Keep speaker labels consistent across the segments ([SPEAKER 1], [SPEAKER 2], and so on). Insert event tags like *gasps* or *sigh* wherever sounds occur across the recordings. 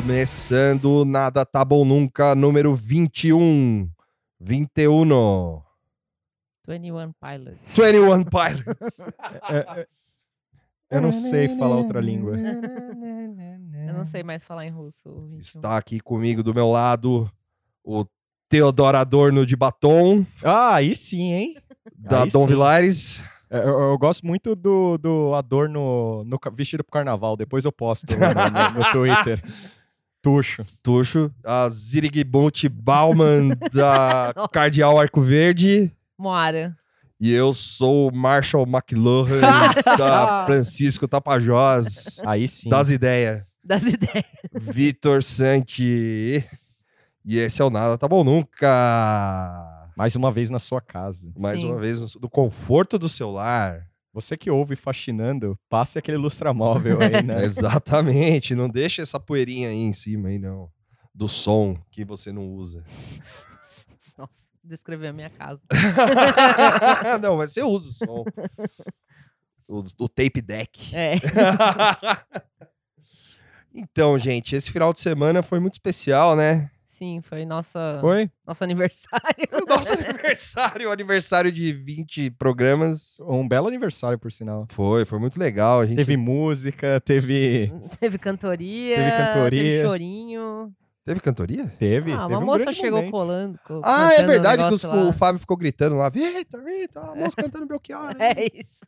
[SPEAKER 1] Começando Nada Tá Bom Nunca, número 21. 21.
[SPEAKER 2] 21 Pilot.
[SPEAKER 1] 21
[SPEAKER 3] *laughs*
[SPEAKER 1] Pilots.
[SPEAKER 3] É- é- eu não sei falar outra língua.
[SPEAKER 2] Eu
[SPEAKER 3] É.
[SPEAKER 2] não sei mais falar em russo. 21.
[SPEAKER 1] Está aqui comigo do meu lado o Teodoro Adorno de Batom,
[SPEAKER 3] *laughs* Ah, aí sim, hein?
[SPEAKER 1] da
[SPEAKER 3] Aí
[SPEAKER 1] Dom
[SPEAKER 3] sim.
[SPEAKER 1] Vilares.
[SPEAKER 3] É, Eu, eu gosto muito do, do Adorno no, ca- vestido pro carnaval. Depois eu posto no, no- no
[SPEAKER 1] *laughs*
[SPEAKER 3] Twitter. Tuxo.
[SPEAKER 1] Tuxo, a Zirigbunt
[SPEAKER 3] *laughs*
[SPEAKER 1] Bauman da
[SPEAKER 2] Nossa.
[SPEAKER 1] Cardeal Arco Verde.
[SPEAKER 2] Moara. *laughs*
[SPEAKER 1] E eu sou o Marshall
[SPEAKER 3] *laughs*
[SPEAKER 1] McLuhan da Francisco Tapajós,
[SPEAKER 3] Aí sim.
[SPEAKER 1] das ideias.
[SPEAKER 2] Das ideias.
[SPEAKER 1] Vitor Santi. E esse é o Nada Tá Bom Nunca.
[SPEAKER 3] Mais uma vez na sua casa.
[SPEAKER 1] Mais
[SPEAKER 2] Sim.
[SPEAKER 1] uma vez, no- do conforto do celular.
[SPEAKER 3] Você que ouve fascinando, passe aquele lustramóvel aí, né?
[SPEAKER 1] *laughs* Exatamente. Não deixa essa poeirinha aí em cima aí, não. Do som que você não usa. *laughs*
[SPEAKER 2] Nossa, descrever a minha casa.
[SPEAKER 1] não, mas você usa o som. O, o tape deck. *laughs*
[SPEAKER 3] *laughs*
[SPEAKER 2] É.
[SPEAKER 1] então, gente, esse final de semana foi muito especial, né? *laughs*
[SPEAKER 2] Sim, foi nossa,
[SPEAKER 3] Foi?
[SPEAKER 2] nosso aniversário.
[SPEAKER 1] O nosso aniversário, aniversário de 20 programas.
[SPEAKER 3] Um belo aniversário, por sinal.
[SPEAKER 1] Foi, foi muito legal. A gente
[SPEAKER 3] Teve música, teve.
[SPEAKER 2] *laughs* Teve cantoria.
[SPEAKER 3] Teve cantoria.
[SPEAKER 2] Teve chorinho.
[SPEAKER 1] Teve cantoria?
[SPEAKER 3] Teve.
[SPEAKER 2] ah,
[SPEAKER 3] teve
[SPEAKER 2] uma
[SPEAKER 3] um
[SPEAKER 2] moça
[SPEAKER 3] grande
[SPEAKER 2] chegou
[SPEAKER 3] momento.
[SPEAKER 2] colando. co-
[SPEAKER 1] Ah, é
[SPEAKER 2] cantando um
[SPEAKER 1] verdade que os-
[SPEAKER 2] negócio lá.
[SPEAKER 1] o Fábio ficou gritando lá, Vitor, Vitor, a moça cantando Belchior. né?"
[SPEAKER 2] *laughs* É isso.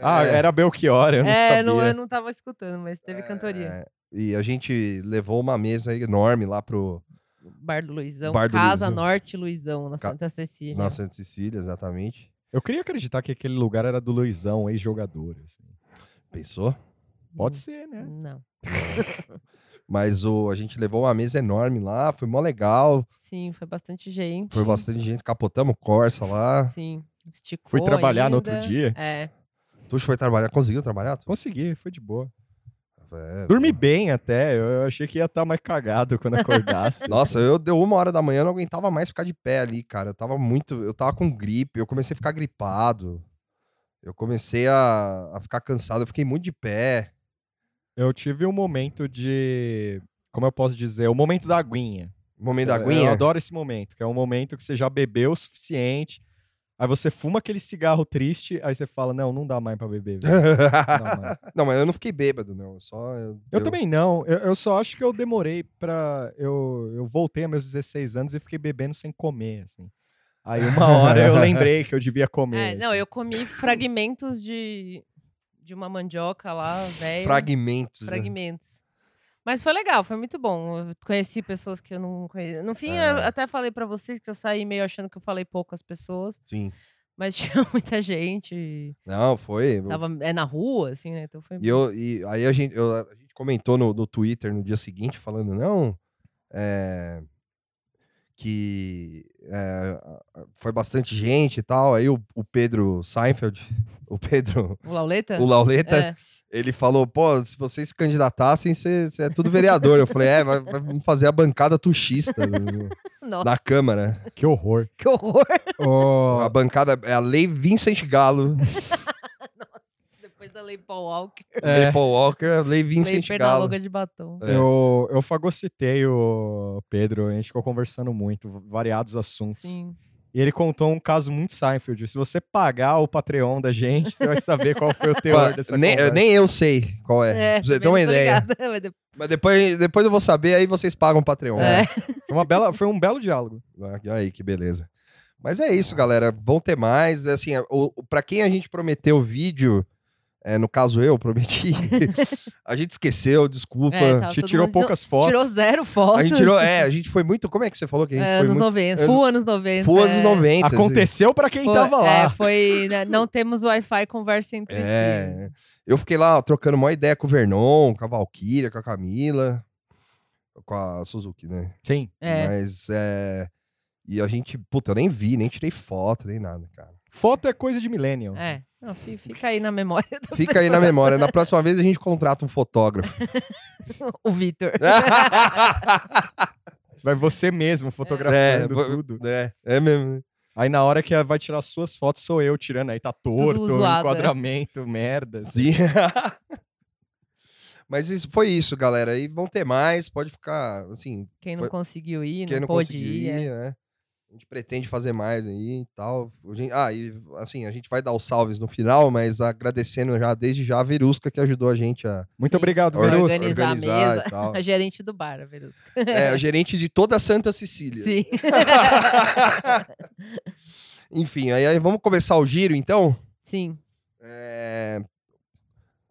[SPEAKER 3] Ah,
[SPEAKER 1] É.
[SPEAKER 3] era Belchior, eu não
[SPEAKER 2] é,
[SPEAKER 3] sabia.
[SPEAKER 2] eu não, eu não tava escutando, mas teve cantoria.
[SPEAKER 1] É, E a gente levou uma mesa enorme lá pro
[SPEAKER 2] Bar do Luizão.
[SPEAKER 1] Bar do
[SPEAKER 2] Casa
[SPEAKER 1] Luizão.
[SPEAKER 2] Norte Luizão, na
[SPEAKER 1] Ca-
[SPEAKER 2] Santa Cecília.
[SPEAKER 1] na Santa Cecília, exatamente.
[SPEAKER 3] Eu queria acreditar que aquele lugar era do Luizão, ex-jogador. assim.
[SPEAKER 1] Pensou?
[SPEAKER 3] Pode ser, né?
[SPEAKER 2] Não.
[SPEAKER 1] Mas o, a gente levou uma mesa enorme lá, foi mó legal,
[SPEAKER 2] Sim, foi bastante gente.
[SPEAKER 1] foi bastante gente, capotamos Corsa lá.
[SPEAKER 2] Sim. Esticou
[SPEAKER 3] Fui trabalhar no outro
[SPEAKER 2] ainda.
[SPEAKER 3] dia.
[SPEAKER 2] É.
[SPEAKER 1] Tuxo foi trabalhar, conseguiu trabalhar? Tu?
[SPEAKER 3] Consegui, foi de boa.
[SPEAKER 1] É,
[SPEAKER 3] Dormi
[SPEAKER 1] pô.
[SPEAKER 3] bem até. Eu eu achei que ia estar mais cagado quando *laughs* acordasse.
[SPEAKER 1] Nossa, eu deu uma hora da manhã, eu não aguentava mais ficar de pé ali, cara. Eu tava muito. Eu tava com gripe, eu comecei a ficar gripado. Eu comecei a, a ficar cansado, eu fiquei muito de pé.
[SPEAKER 3] Eu tive um momento de. Como eu posso dizer? O momento da aguinha.
[SPEAKER 1] Momento da
[SPEAKER 3] É, Eu-
[SPEAKER 1] aguinha.
[SPEAKER 3] Eu adoro esse momento, que é um momento que você já bebeu o suficiente. Aí você fuma aquele cigarro triste, aí você fala: Não, não dá mais pra beber. velho.
[SPEAKER 1] *laughs*
[SPEAKER 3] *laughs* Não, mas-
[SPEAKER 1] não, mas eu não fiquei bêbado, não. eu Só, eu,
[SPEAKER 3] Eu
[SPEAKER 1] eu-
[SPEAKER 3] também não. Eu, eu só acho que eu demorei pra. Eu, eu voltei a meus 16 anos e fiquei bebendo sem comer, assim. Aí uma hora *laughs* eu lembrei que eu devia
[SPEAKER 2] É,
[SPEAKER 3] comer.
[SPEAKER 2] não,
[SPEAKER 3] assim.
[SPEAKER 2] eu comi fragmentos de, de uma mandioca lá, velho.
[SPEAKER 1] Fragmentos. né?
[SPEAKER 2] Fragmentos. Mas foi legal, foi muito bom. Eu conheci pessoas que eu não conhecia. No fim, eu
[SPEAKER 1] É.
[SPEAKER 2] até falei pra vocês que eu saí meio achando que eu falei poucas pessoas,
[SPEAKER 1] Sim.
[SPEAKER 2] mas *laughs* tinha muita gente.
[SPEAKER 1] Não, foi.
[SPEAKER 2] Tava, é na rua, assim, né? Então foi.
[SPEAKER 1] E, eu, e aí a gente, eu- a gente comentou no, no Twitter no dia seguinte, falando, não, é, que é, a- a- foi bastante gente e tal. Aí o, o Pedro Seinfeld, *laughs* o Pedro,
[SPEAKER 2] O Lauleta?
[SPEAKER 1] o Lauleta,
[SPEAKER 2] É.
[SPEAKER 1] ele falou, pô, se vocês se candidatassem, você é tudo vereador. eu falei, é, vai, vai- vamos fazer a bancada tuxista
[SPEAKER 2] *laughs*
[SPEAKER 1] no-
[SPEAKER 2] Nossa,
[SPEAKER 1] na Câmara.
[SPEAKER 3] Que horror.
[SPEAKER 2] que horror! *laughs*
[SPEAKER 1] A bancada é a Lei Vincent Galo,
[SPEAKER 2] Depois da Lei Paul Walker,
[SPEAKER 3] É,
[SPEAKER 1] Lei Paul Walker, a Lei
[SPEAKER 2] Lei
[SPEAKER 1] Vincent Galo.
[SPEAKER 2] Pernalonga de Batom.
[SPEAKER 1] É.
[SPEAKER 3] eu, eu fagocitei o Pedro, a gente ficou conversando muito, variados assuntos.
[SPEAKER 2] Sim.
[SPEAKER 3] E ele contou um caso muito Seinfeld. Se você pagar o Patreon da gente, você vai saber qual
[SPEAKER 1] *laughs*
[SPEAKER 3] foi o
[SPEAKER 1] Pá,
[SPEAKER 3] teor dessa
[SPEAKER 1] nem,
[SPEAKER 3] conversa.
[SPEAKER 1] nem eu sei qual é, pra você ter
[SPEAKER 2] também
[SPEAKER 1] uma
[SPEAKER 2] não tô
[SPEAKER 1] ideia.
[SPEAKER 2] ligada, *laughs* mas depois-
[SPEAKER 1] Mas depois, depois eu vou saber, aí vocês pagam o Patreon. né?
[SPEAKER 2] É.
[SPEAKER 3] Foi, uma bela, foi um belo diálogo.
[SPEAKER 1] Ah, Aí, que beleza. Mas é isso, galera. Vão ter mais. Assim, é, o, o- pra quem a gente prometeu vídeo, é, no caso eu prometi,
[SPEAKER 2] *laughs*
[SPEAKER 1] a gente esqueceu, desculpa.
[SPEAKER 2] É,
[SPEAKER 3] A
[SPEAKER 2] tava
[SPEAKER 3] gente
[SPEAKER 2] todo
[SPEAKER 3] tirou
[SPEAKER 2] mundo-
[SPEAKER 3] poucas fotos.
[SPEAKER 2] Tirou zero fotos.
[SPEAKER 1] a gente tirou, é,
[SPEAKER 2] *laughs*
[SPEAKER 1] a gente foi muito, como é que você falou que a gente foi
[SPEAKER 2] É, anos
[SPEAKER 1] muito...
[SPEAKER 2] 90.
[SPEAKER 1] anos-
[SPEAKER 2] Full anos 90.
[SPEAKER 1] Foi anos
[SPEAKER 2] é.
[SPEAKER 1] 90. assim.
[SPEAKER 3] Aconteceu pra quem
[SPEAKER 2] Foi-
[SPEAKER 3] tava lá.
[SPEAKER 2] É, foi. né, Não temos Wi-Fi, conversa entre si.
[SPEAKER 1] É. Eu fiquei lá ó, trocando uma ideia com o Vernon, com a Valkyria, com a Camila, com a Suzuki, né?
[SPEAKER 3] Sim.
[SPEAKER 2] É.
[SPEAKER 1] Mas é. E a gente, puta, eu nem vi, nem tirei foto, nem nada,
[SPEAKER 2] *laughs*
[SPEAKER 1] cara.
[SPEAKER 3] Foto é coisa de millennial.
[SPEAKER 2] É. Não, fi- fica aí na memória. da
[SPEAKER 1] Fica aí na memória. Na próxima vez a gente contrata um
[SPEAKER 2] *laughs*
[SPEAKER 1] fotógrafo.
[SPEAKER 2] pessoa, O Vitor.
[SPEAKER 3] Vai você mesmo
[SPEAKER 1] É,
[SPEAKER 3] fotografando
[SPEAKER 1] vo-
[SPEAKER 3] tudo.
[SPEAKER 1] é, é mesmo.
[SPEAKER 3] Aí na hora que é, vai tirar suas fotos, sou eu tirando. Aí tá torto,
[SPEAKER 2] zoado, é.
[SPEAKER 3] enquadramento, merda.
[SPEAKER 1] Sim. *laughs* Mas isso, foi isso, galera. E vão ter mais, pode ficar, assim,
[SPEAKER 2] Quem não
[SPEAKER 1] Foi-
[SPEAKER 2] conseguiu ir,
[SPEAKER 1] quem
[SPEAKER 2] não,
[SPEAKER 1] não
[SPEAKER 2] pôde
[SPEAKER 1] conseguiu
[SPEAKER 2] ir.
[SPEAKER 1] ir,
[SPEAKER 2] é.
[SPEAKER 1] né? A gente pretende fazer mais aí e tal. A gente- ah, e assim, a gente vai dar os salves no final, mas agradecendo já desde já a Verusca que ajudou a gente a
[SPEAKER 3] Muito
[SPEAKER 2] Sim.
[SPEAKER 3] obrigado,
[SPEAKER 2] Organizar
[SPEAKER 3] Verus.
[SPEAKER 2] Organiza- a mesa.
[SPEAKER 1] e tal.
[SPEAKER 2] A gerente do bar, a Verusca.
[SPEAKER 1] É, a gerente de toda Santa Cecília.
[SPEAKER 2] Sim.
[SPEAKER 1] *laughs* Enfim, aí, aí vamos começar o giro então.
[SPEAKER 2] Sim. *laughs*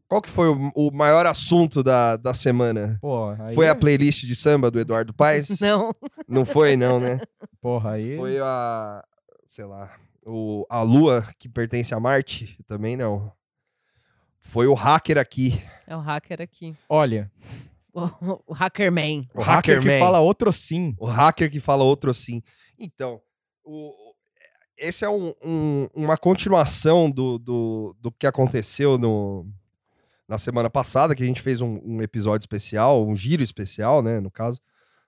[SPEAKER 1] É, Qual que foi o, o maior assunto da, da semana?
[SPEAKER 3] Porra, aí, é.
[SPEAKER 1] Foi a playlist de samba do Eduardo Paes?
[SPEAKER 2] Não.
[SPEAKER 1] Não foi, não, né?
[SPEAKER 3] Porra, aí.
[SPEAKER 1] Foi a. Sei lá. O, a Lua, que pertence a Marte? Também não. Foi o hacker aqui.
[SPEAKER 2] É o hacker aqui.
[SPEAKER 3] Olha,
[SPEAKER 2] O,
[SPEAKER 1] *laughs*
[SPEAKER 2] o Hackerman.
[SPEAKER 1] O,
[SPEAKER 3] o hacker que
[SPEAKER 1] Hackerman.
[SPEAKER 3] fala outro sim.
[SPEAKER 1] O hacker que fala outro sim. Então, o- esse é um- um- uma continuação do, do, do que aconteceu no, na semana passada, que a gente fez um, um episódio especial, um giro especial, né, no caso,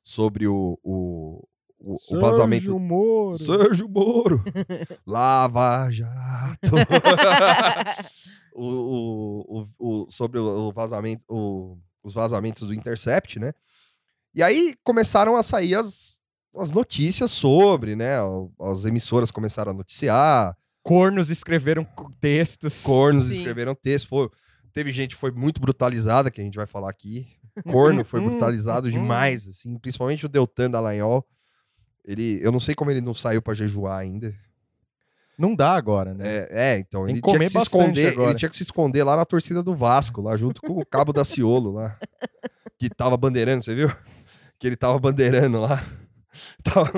[SPEAKER 1] sobre o, o, o- o vazamento.
[SPEAKER 3] Sérgio Moro.
[SPEAKER 1] Sérgio Moro! Lava Jato! o, o, o, o- sobre o, o vazamento, o- os vazamentos do Intercept, né? E aí começaram a sair as, as notícias sobre, né? O- As emissoras começaram a noticiar,
[SPEAKER 3] Cornos escreveram co- textos.
[SPEAKER 1] cornos
[SPEAKER 2] Sim.
[SPEAKER 1] escreveram texto, foi- teve gente que foi muito brutalizada, que a gente vai falar aqui. Corno foi
[SPEAKER 3] Hum,
[SPEAKER 1] brutalizado
[SPEAKER 3] hum.
[SPEAKER 1] demais, assim, principalmente o Deltan Dallagnol. Ele, eu não sei como ele não saiu pra jejuar ainda.
[SPEAKER 3] Não dá agora, né?
[SPEAKER 1] É, é, então
[SPEAKER 3] Tem
[SPEAKER 1] ele
[SPEAKER 3] que
[SPEAKER 1] tinha
[SPEAKER 3] comer
[SPEAKER 1] que se
[SPEAKER 3] bastante
[SPEAKER 1] esconder,
[SPEAKER 3] agora.
[SPEAKER 1] ele tinha que se esconder lá na torcida do Vasco, lá junto com o Cabo da Ciolo lá, que tava bandeirando, você viu? Que ele tava bandeirando lá. *laughs* Tava-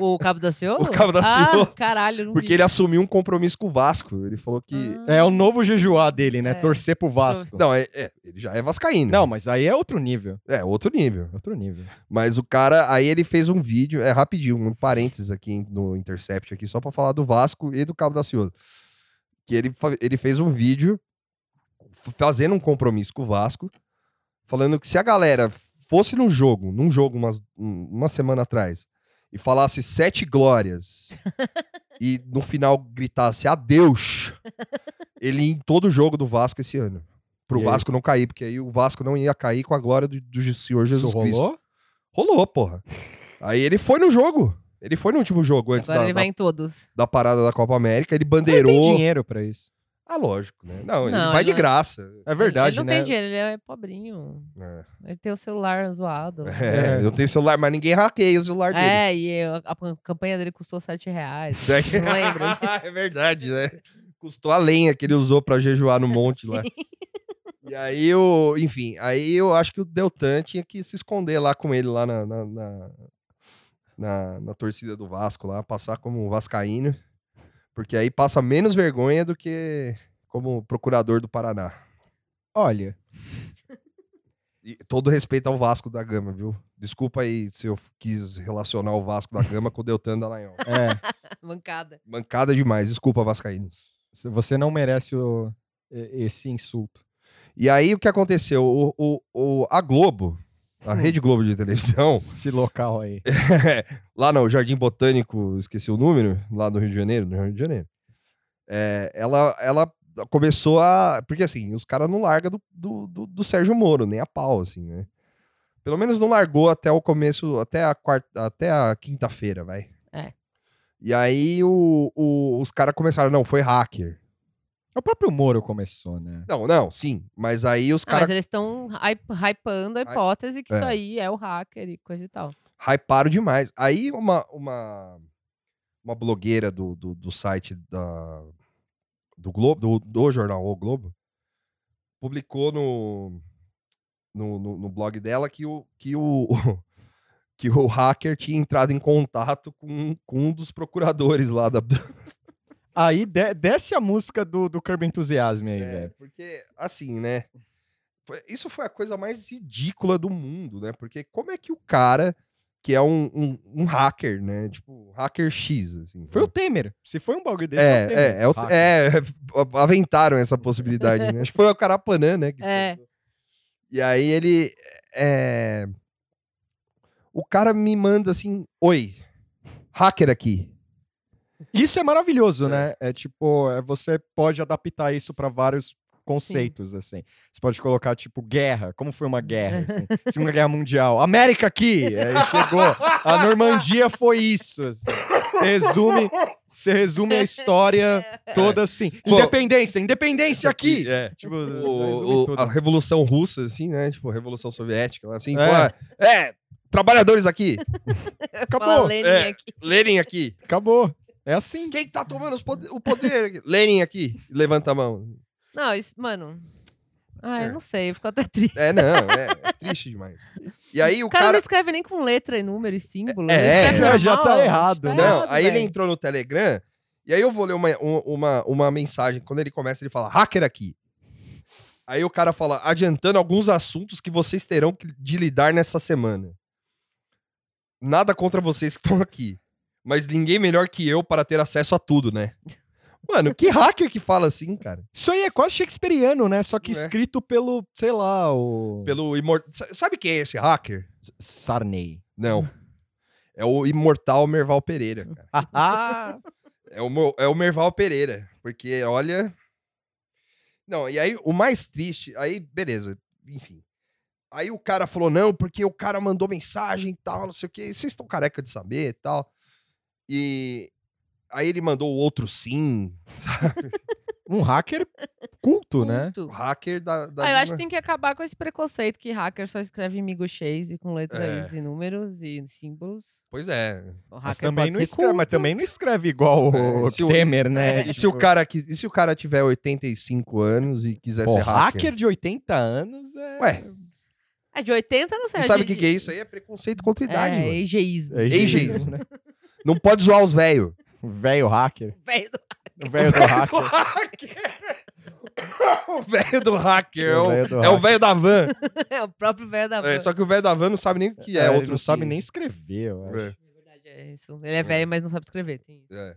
[SPEAKER 2] o Cabo da Ciolo?
[SPEAKER 1] O Cabo da
[SPEAKER 2] Ah,
[SPEAKER 1] Ciolo.
[SPEAKER 2] caralho. Não
[SPEAKER 1] porque
[SPEAKER 2] vi.
[SPEAKER 1] ele assumiu um compromisso com o Vasco, ele falou que
[SPEAKER 2] Ah.
[SPEAKER 3] É, o novo jejuar dele, né?
[SPEAKER 2] É.
[SPEAKER 3] Torcer pro Vasco.
[SPEAKER 1] não, é, é, ele já é vascaíno.
[SPEAKER 3] Não, mas aí é outro nível.
[SPEAKER 1] É outro nível.
[SPEAKER 3] Outro nível.
[SPEAKER 1] Mas o cara, aí ele fez um vídeo, é rapidinho, um parênteses aqui no Intercept aqui, só pra falar do Vasco e do Cabo da Ciolo. Que ele, fa- ele fez um vídeo f- fazendo um compromisso com o Vasco, falando que se a galera fosse num jogo, num jogo umas, um- uma semana atrás, e falasse sete glórias, e no final gritasse adeus, ele ia em todo jogo do Vasco esse ano. Pro
[SPEAKER 3] E aí?
[SPEAKER 1] Vasco não cair, porque aí o Vasco não ia cair com a glória do, do Senhor Jesus
[SPEAKER 3] Isso
[SPEAKER 1] Cristo.
[SPEAKER 3] rolou?
[SPEAKER 1] Rolou, porra. Aí ele foi no jogo. Ele foi no último jogo antes
[SPEAKER 2] Agora
[SPEAKER 1] da,
[SPEAKER 2] ele
[SPEAKER 1] da-
[SPEAKER 2] vai em todos.
[SPEAKER 1] da parada da Copa América. Ele
[SPEAKER 3] Ele tem
[SPEAKER 1] bandeirou.
[SPEAKER 3] dinheiro pra isso.
[SPEAKER 1] ah, lógico, né? Não, ele
[SPEAKER 2] Não,
[SPEAKER 1] vai
[SPEAKER 2] ele
[SPEAKER 1] de
[SPEAKER 2] não-
[SPEAKER 1] graça.
[SPEAKER 3] É verdade,
[SPEAKER 2] ele não
[SPEAKER 3] né?
[SPEAKER 2] tem dinheiro, ele é pobrinho.
[SPEAKER 1] É.
[SPEAKER 2] Ele tem o celular zoado.
[SPEAKER 1] É, eu tenho celular, mas ninguém hackeia o celular dele.
[SPEAKER 2] É, e eu- a a campanha dele custou 7 reais.
[SPEAKER 1] *laughs*
[SPEAKER 2] Não lembro.
[SPEAKER 1] é verdade, né? Custou a lenha que ele usou pra jejuar no monte lá.
[SPEAKER 2] Sim.
[SPEAKER 1] E aí, eu, enfim, aí eu acho que o Deltan tinha que se esconder lá com ele, lá na, na, na, na- na torcida do Vasco, lá, passar como um Vascaíno, porque aí passa menos vergonha do que como procurador do Paraná.
[SPEAKER 3] Olha,
[SPEAKER 1] E todo respeito ao Vasco da Gama, viu? Desculpa aí se eu quis relacionar o Vasco da Gama com o Deltan Dallagnol.
[SPEAKER 3] é,
[SPEAKER 2] Mancada.
[SPEAKER 1] Mancada demais, desculpa, Vascaíno.
[SPEAKER 3] se você não merece o- e- esse insulto.
[SPEAKER 1] E aí o que aconteceu? O, o, o- a Globo,
[SPEAKER 2] Hum.
[SPEAKER 1] a Rede Globo de televisão, *laughs*
[SPEAKER 3] Esse local aí.
[SPEAKER 1] lá no Jardim Botânico, esqueci o número, lá no Rio de Janeiro, no Rio de Janeiro. É, ela, ela começou a. Porque assim, os caras não largam do, do, do- do Sérgio Moro, nem a pau, assim, né? Pelo menos não largou até o começo, até a quarta, até a quinta-feira, vai.
[SPEAKER 2] É.
[SPEAKER 1] E aí o- o- os caras começaram, não, foi hacker.
[SPEAKER 3] O próprio Moro começou, né?
[SPEAKER 1] Não, não, sim. Mas aí os
[SPEAKER 2] Ah, mas
[SPEAKER 1] caras
[SPEAKER 2] eles estão hype- hypando a
[SPEAKER 1] Hy-
[SPEAKER 2] hipótese que
[SPEAKER 1] É.
[SPEAKER 2] isso aí é o hacker e coisa e tal.
[SPEAKER 1] hyparam demais. Aí uma, uma, uma blogueira do, do, do site da, do Globo, do, do jornal O Globo, publicou no, no, no, no blog dela que o, que o *laughs* que o hacker tinha entrado em contato com, com um dos procuradores lá da
[SPEAKER 3] Aí de- desce a música do, do Curb Enthusiasm aí,
[SPEAKER 1] É,
[SPEAKER 3] velho.
[SPEAKER 1] porque, assim, né? foi- Isso foi a coisa mais ridícula do mundo, né? Porque como é que o cara, que é um, um, um hacker, né? Tipo, hacker X, assim.
[SPEAKER 3] Foi o *laughs*
[SPEAKER 1] né?
[SPEAKER 3] Temer. Se foi um bagulho desse,
[SPEAKER 1] é,
[SPEAKER 3] o Temer.
[SPEAKER 1] é, é, o-
[SPEAKER 3] Hacker.
[SPEAKER 1] é, *laughs* aventaram essa possibilidade, né? Acho que foi o Carapanã, né? que
[SPEAKER 2] É.
[SPEAKER 1] postou. E aí ele. é, O cara me manda assim: Oi, hacker aqui.
[SPEAKER 3] Isso é maravilhoso,
[SPEAKER 1] É.
[SPEAKER 3] né? É tipo, é, você pode adaptar isso pra vários conceitos, assim. Você pode colocar, tipo, guerra. Como foi uma guerra?
[SPEAKER 1] *laughs*
[SPEAKER 3] assim? Segunda Guerra Mundial. América aqui! Aí chegou. A Normandia foi isso. assim. Resume, você resume
[SPEAKER 1] *laughs*
[SPEAKER 3] a história toda assim.
[SPEAKER 1] É. Pô,
[SPEAKER 3] Independência, independência aqui!
[SPEAKER 1] É.
[SPEAKER 3] Tipo,
[SPEAKER 1] O-
[SPEAKER 3] resume
[SPEAKER 1] o-
[SPEAKER 3] tudo.
[SPEAKER 1] a Revolução Russa, assim, né? Tipo, a Revolução Soviética, lá, assim.
[SPEAKER 3] É.
[SPEAKER 1] É. é, trabalhadores aqui,
[SPEAKER 3] acabou,
[SPEAKER 2] Lenin
[SPEAKER 1] é.
[SPEAKER 2] aqui.
[SPEAKER 1] Lenin aqui.
[SPEAKER 3] acabou. É assim.
[SPEAKER 1] Quem tá tomando os pod- o poder? aqui? Lenin aqui, levanta a mão.
[SPEAKER 2] Não, isso, mano. Ah,
[SPEAKER 1] É.
[SPEAKER 2] eu não sei, eu fico até triste.
[SPEAKER 1] É, não, é, é triste demais. E aí o
[SPEAKER 2] O cara,
[SPEAKER 1] cara...
[SPEAKER 2] não escreve nem com letra e número e símbolo.
[SPEAKER 1] É,
[SPEAKER 2] ele
[SPEAKER 1] é.
[SPEAKER 2] escreve
[SPEAKER 3] Não, já
[SPEAKER 2] normal,
[SPEAKER 3] tá
[SPEAKER 2] gente,
[SPEAKER 3] errado, né?
[SPEAKER 1] Não, aí ele
[SPEAKER 2] É velho.
[SPEAKER 1] entrou no Telegram, e aí eu vou ler uma, um- uma, uma mensagem. Quando ele começa, ele fala, hacker aqui. Aí o cara fala, adiantando alguns assuntos que vocês terão que- de lidar nessa semana. Nada contra vocês que estão aqui. Mas ninguém melhor que eu para ter acesso a tudo, né? Mano, que hacker que fala assim, cara?
[SPEAKER 3] Isso aí é quase shakespeariano, né? Só que
[SPEAKER 1] Não é?
[SPEAKER 3] escrito pelo, sei lá, o.
[SPEAKER 1] Pelo imortal. Sabe quem é esse hacker?
[SPEAKER 3] Sarney.
[SPEAKER 1] Não. É o imortal Merval Pereira, cara.
[SPEAKER 3] Ah,
[SPEAKER 1] É o, Mo- é o Merval Pereira, porque olha. Não, e aí o mais triste, aí beleza, enfim. Aí o cara falou não, porque o cara mandou mensagem e tal, não sei o quê, vocês estão careca de saber e tal. E aí ele mandou o outro sim,
[SPEAKER 3] um hacker culto, né?
[SPEAKER 1] o hacker da. da
[SPEAKER 2] Ah, eu acho que
[SPEAKER 1] Lima.
[SPEAKER 2] tem que acabar com esse preconceito que hacker só escreve em miguxês e com letras e números e símbolos.
[SPEAKER 1] Pois é.
[SPEAKER 2] O hacker
[SPEAKER 3] Mas também,
[SPEAKER 2] pode
[SPEAKER 3] não
[SPEAKER 2] ser
[SPEAKER 3] escreve, mas
[SPEAKER 2] culto.
[SPEAKER 3] também não escreve igual o
[SPEAKER 1] É, se o-
[SPEAKER 3] *laughs* Temer, né?
[SPEAKER 1] e, se o cara, quis- e se o cara tiver 85 anos e quiser
[SPEAKER 3] Pô,
[SPEAKER 1] ser
[SPEAKER 3] hacker.
[SPEAKER 1] hacker?
[SPEAKER 3] de 80 anos é.
[SPEAKER 1] Ué,
[SPEAKER 2] É de 80, não sei.
[SPEAKER 1] você
[SPEAKER 2] acho
[SPEAKER 1] sabe o que,
[SPEAKER 2] de-
[SPEAKER 1] que é isso aí? É preconceito contra a idade,
[SPEAKER 2] É,
[SPEAKER 1] mano.
[SPEAKER 2] egeísmo.
[SPEAKER 3] é
[SPEAKER 1] egeísmo,
[SPEAKER 3] egeísmo, né?
[SPEAKER 1] Não pode zoar os velhos.
[SPEAKER 3] O Velho *laughs* hacker.
[SPEAKER 2] *laughs* Velho do-
[SPEAKER 3] O Um velho do hacker.
[SPEAKER 1] É *laughs* o velho do hacker. É
[SPEAKER 3] O
[SPEAKER 1] o
[SPEAKER 3] velho do
[SPEAKER 1] é o
[SPEAKER 3] hacker.
[SPEAKER 1] velho da van.
[SPEAKER 2] É o próprio velho *laughs* da
[SPEAKER 1] É,
[SPEAKER 2] van.
[SPEAKER 1] só que o velho da van não sabe nem o que é.
[SPEAKER 3] É, ele
[SPEAKER 1] outro
[SPEAKER 3] não sabe
[SPEAKER 1] sim.
[SPEAKER 3] nem escrever, eu acho.
[SPEAKER 1] É,
[SPEAKER 2] Verdade, é isso. Ele é velho, mas não sabe escrever. tem isso.
[SPEAKER 1] é.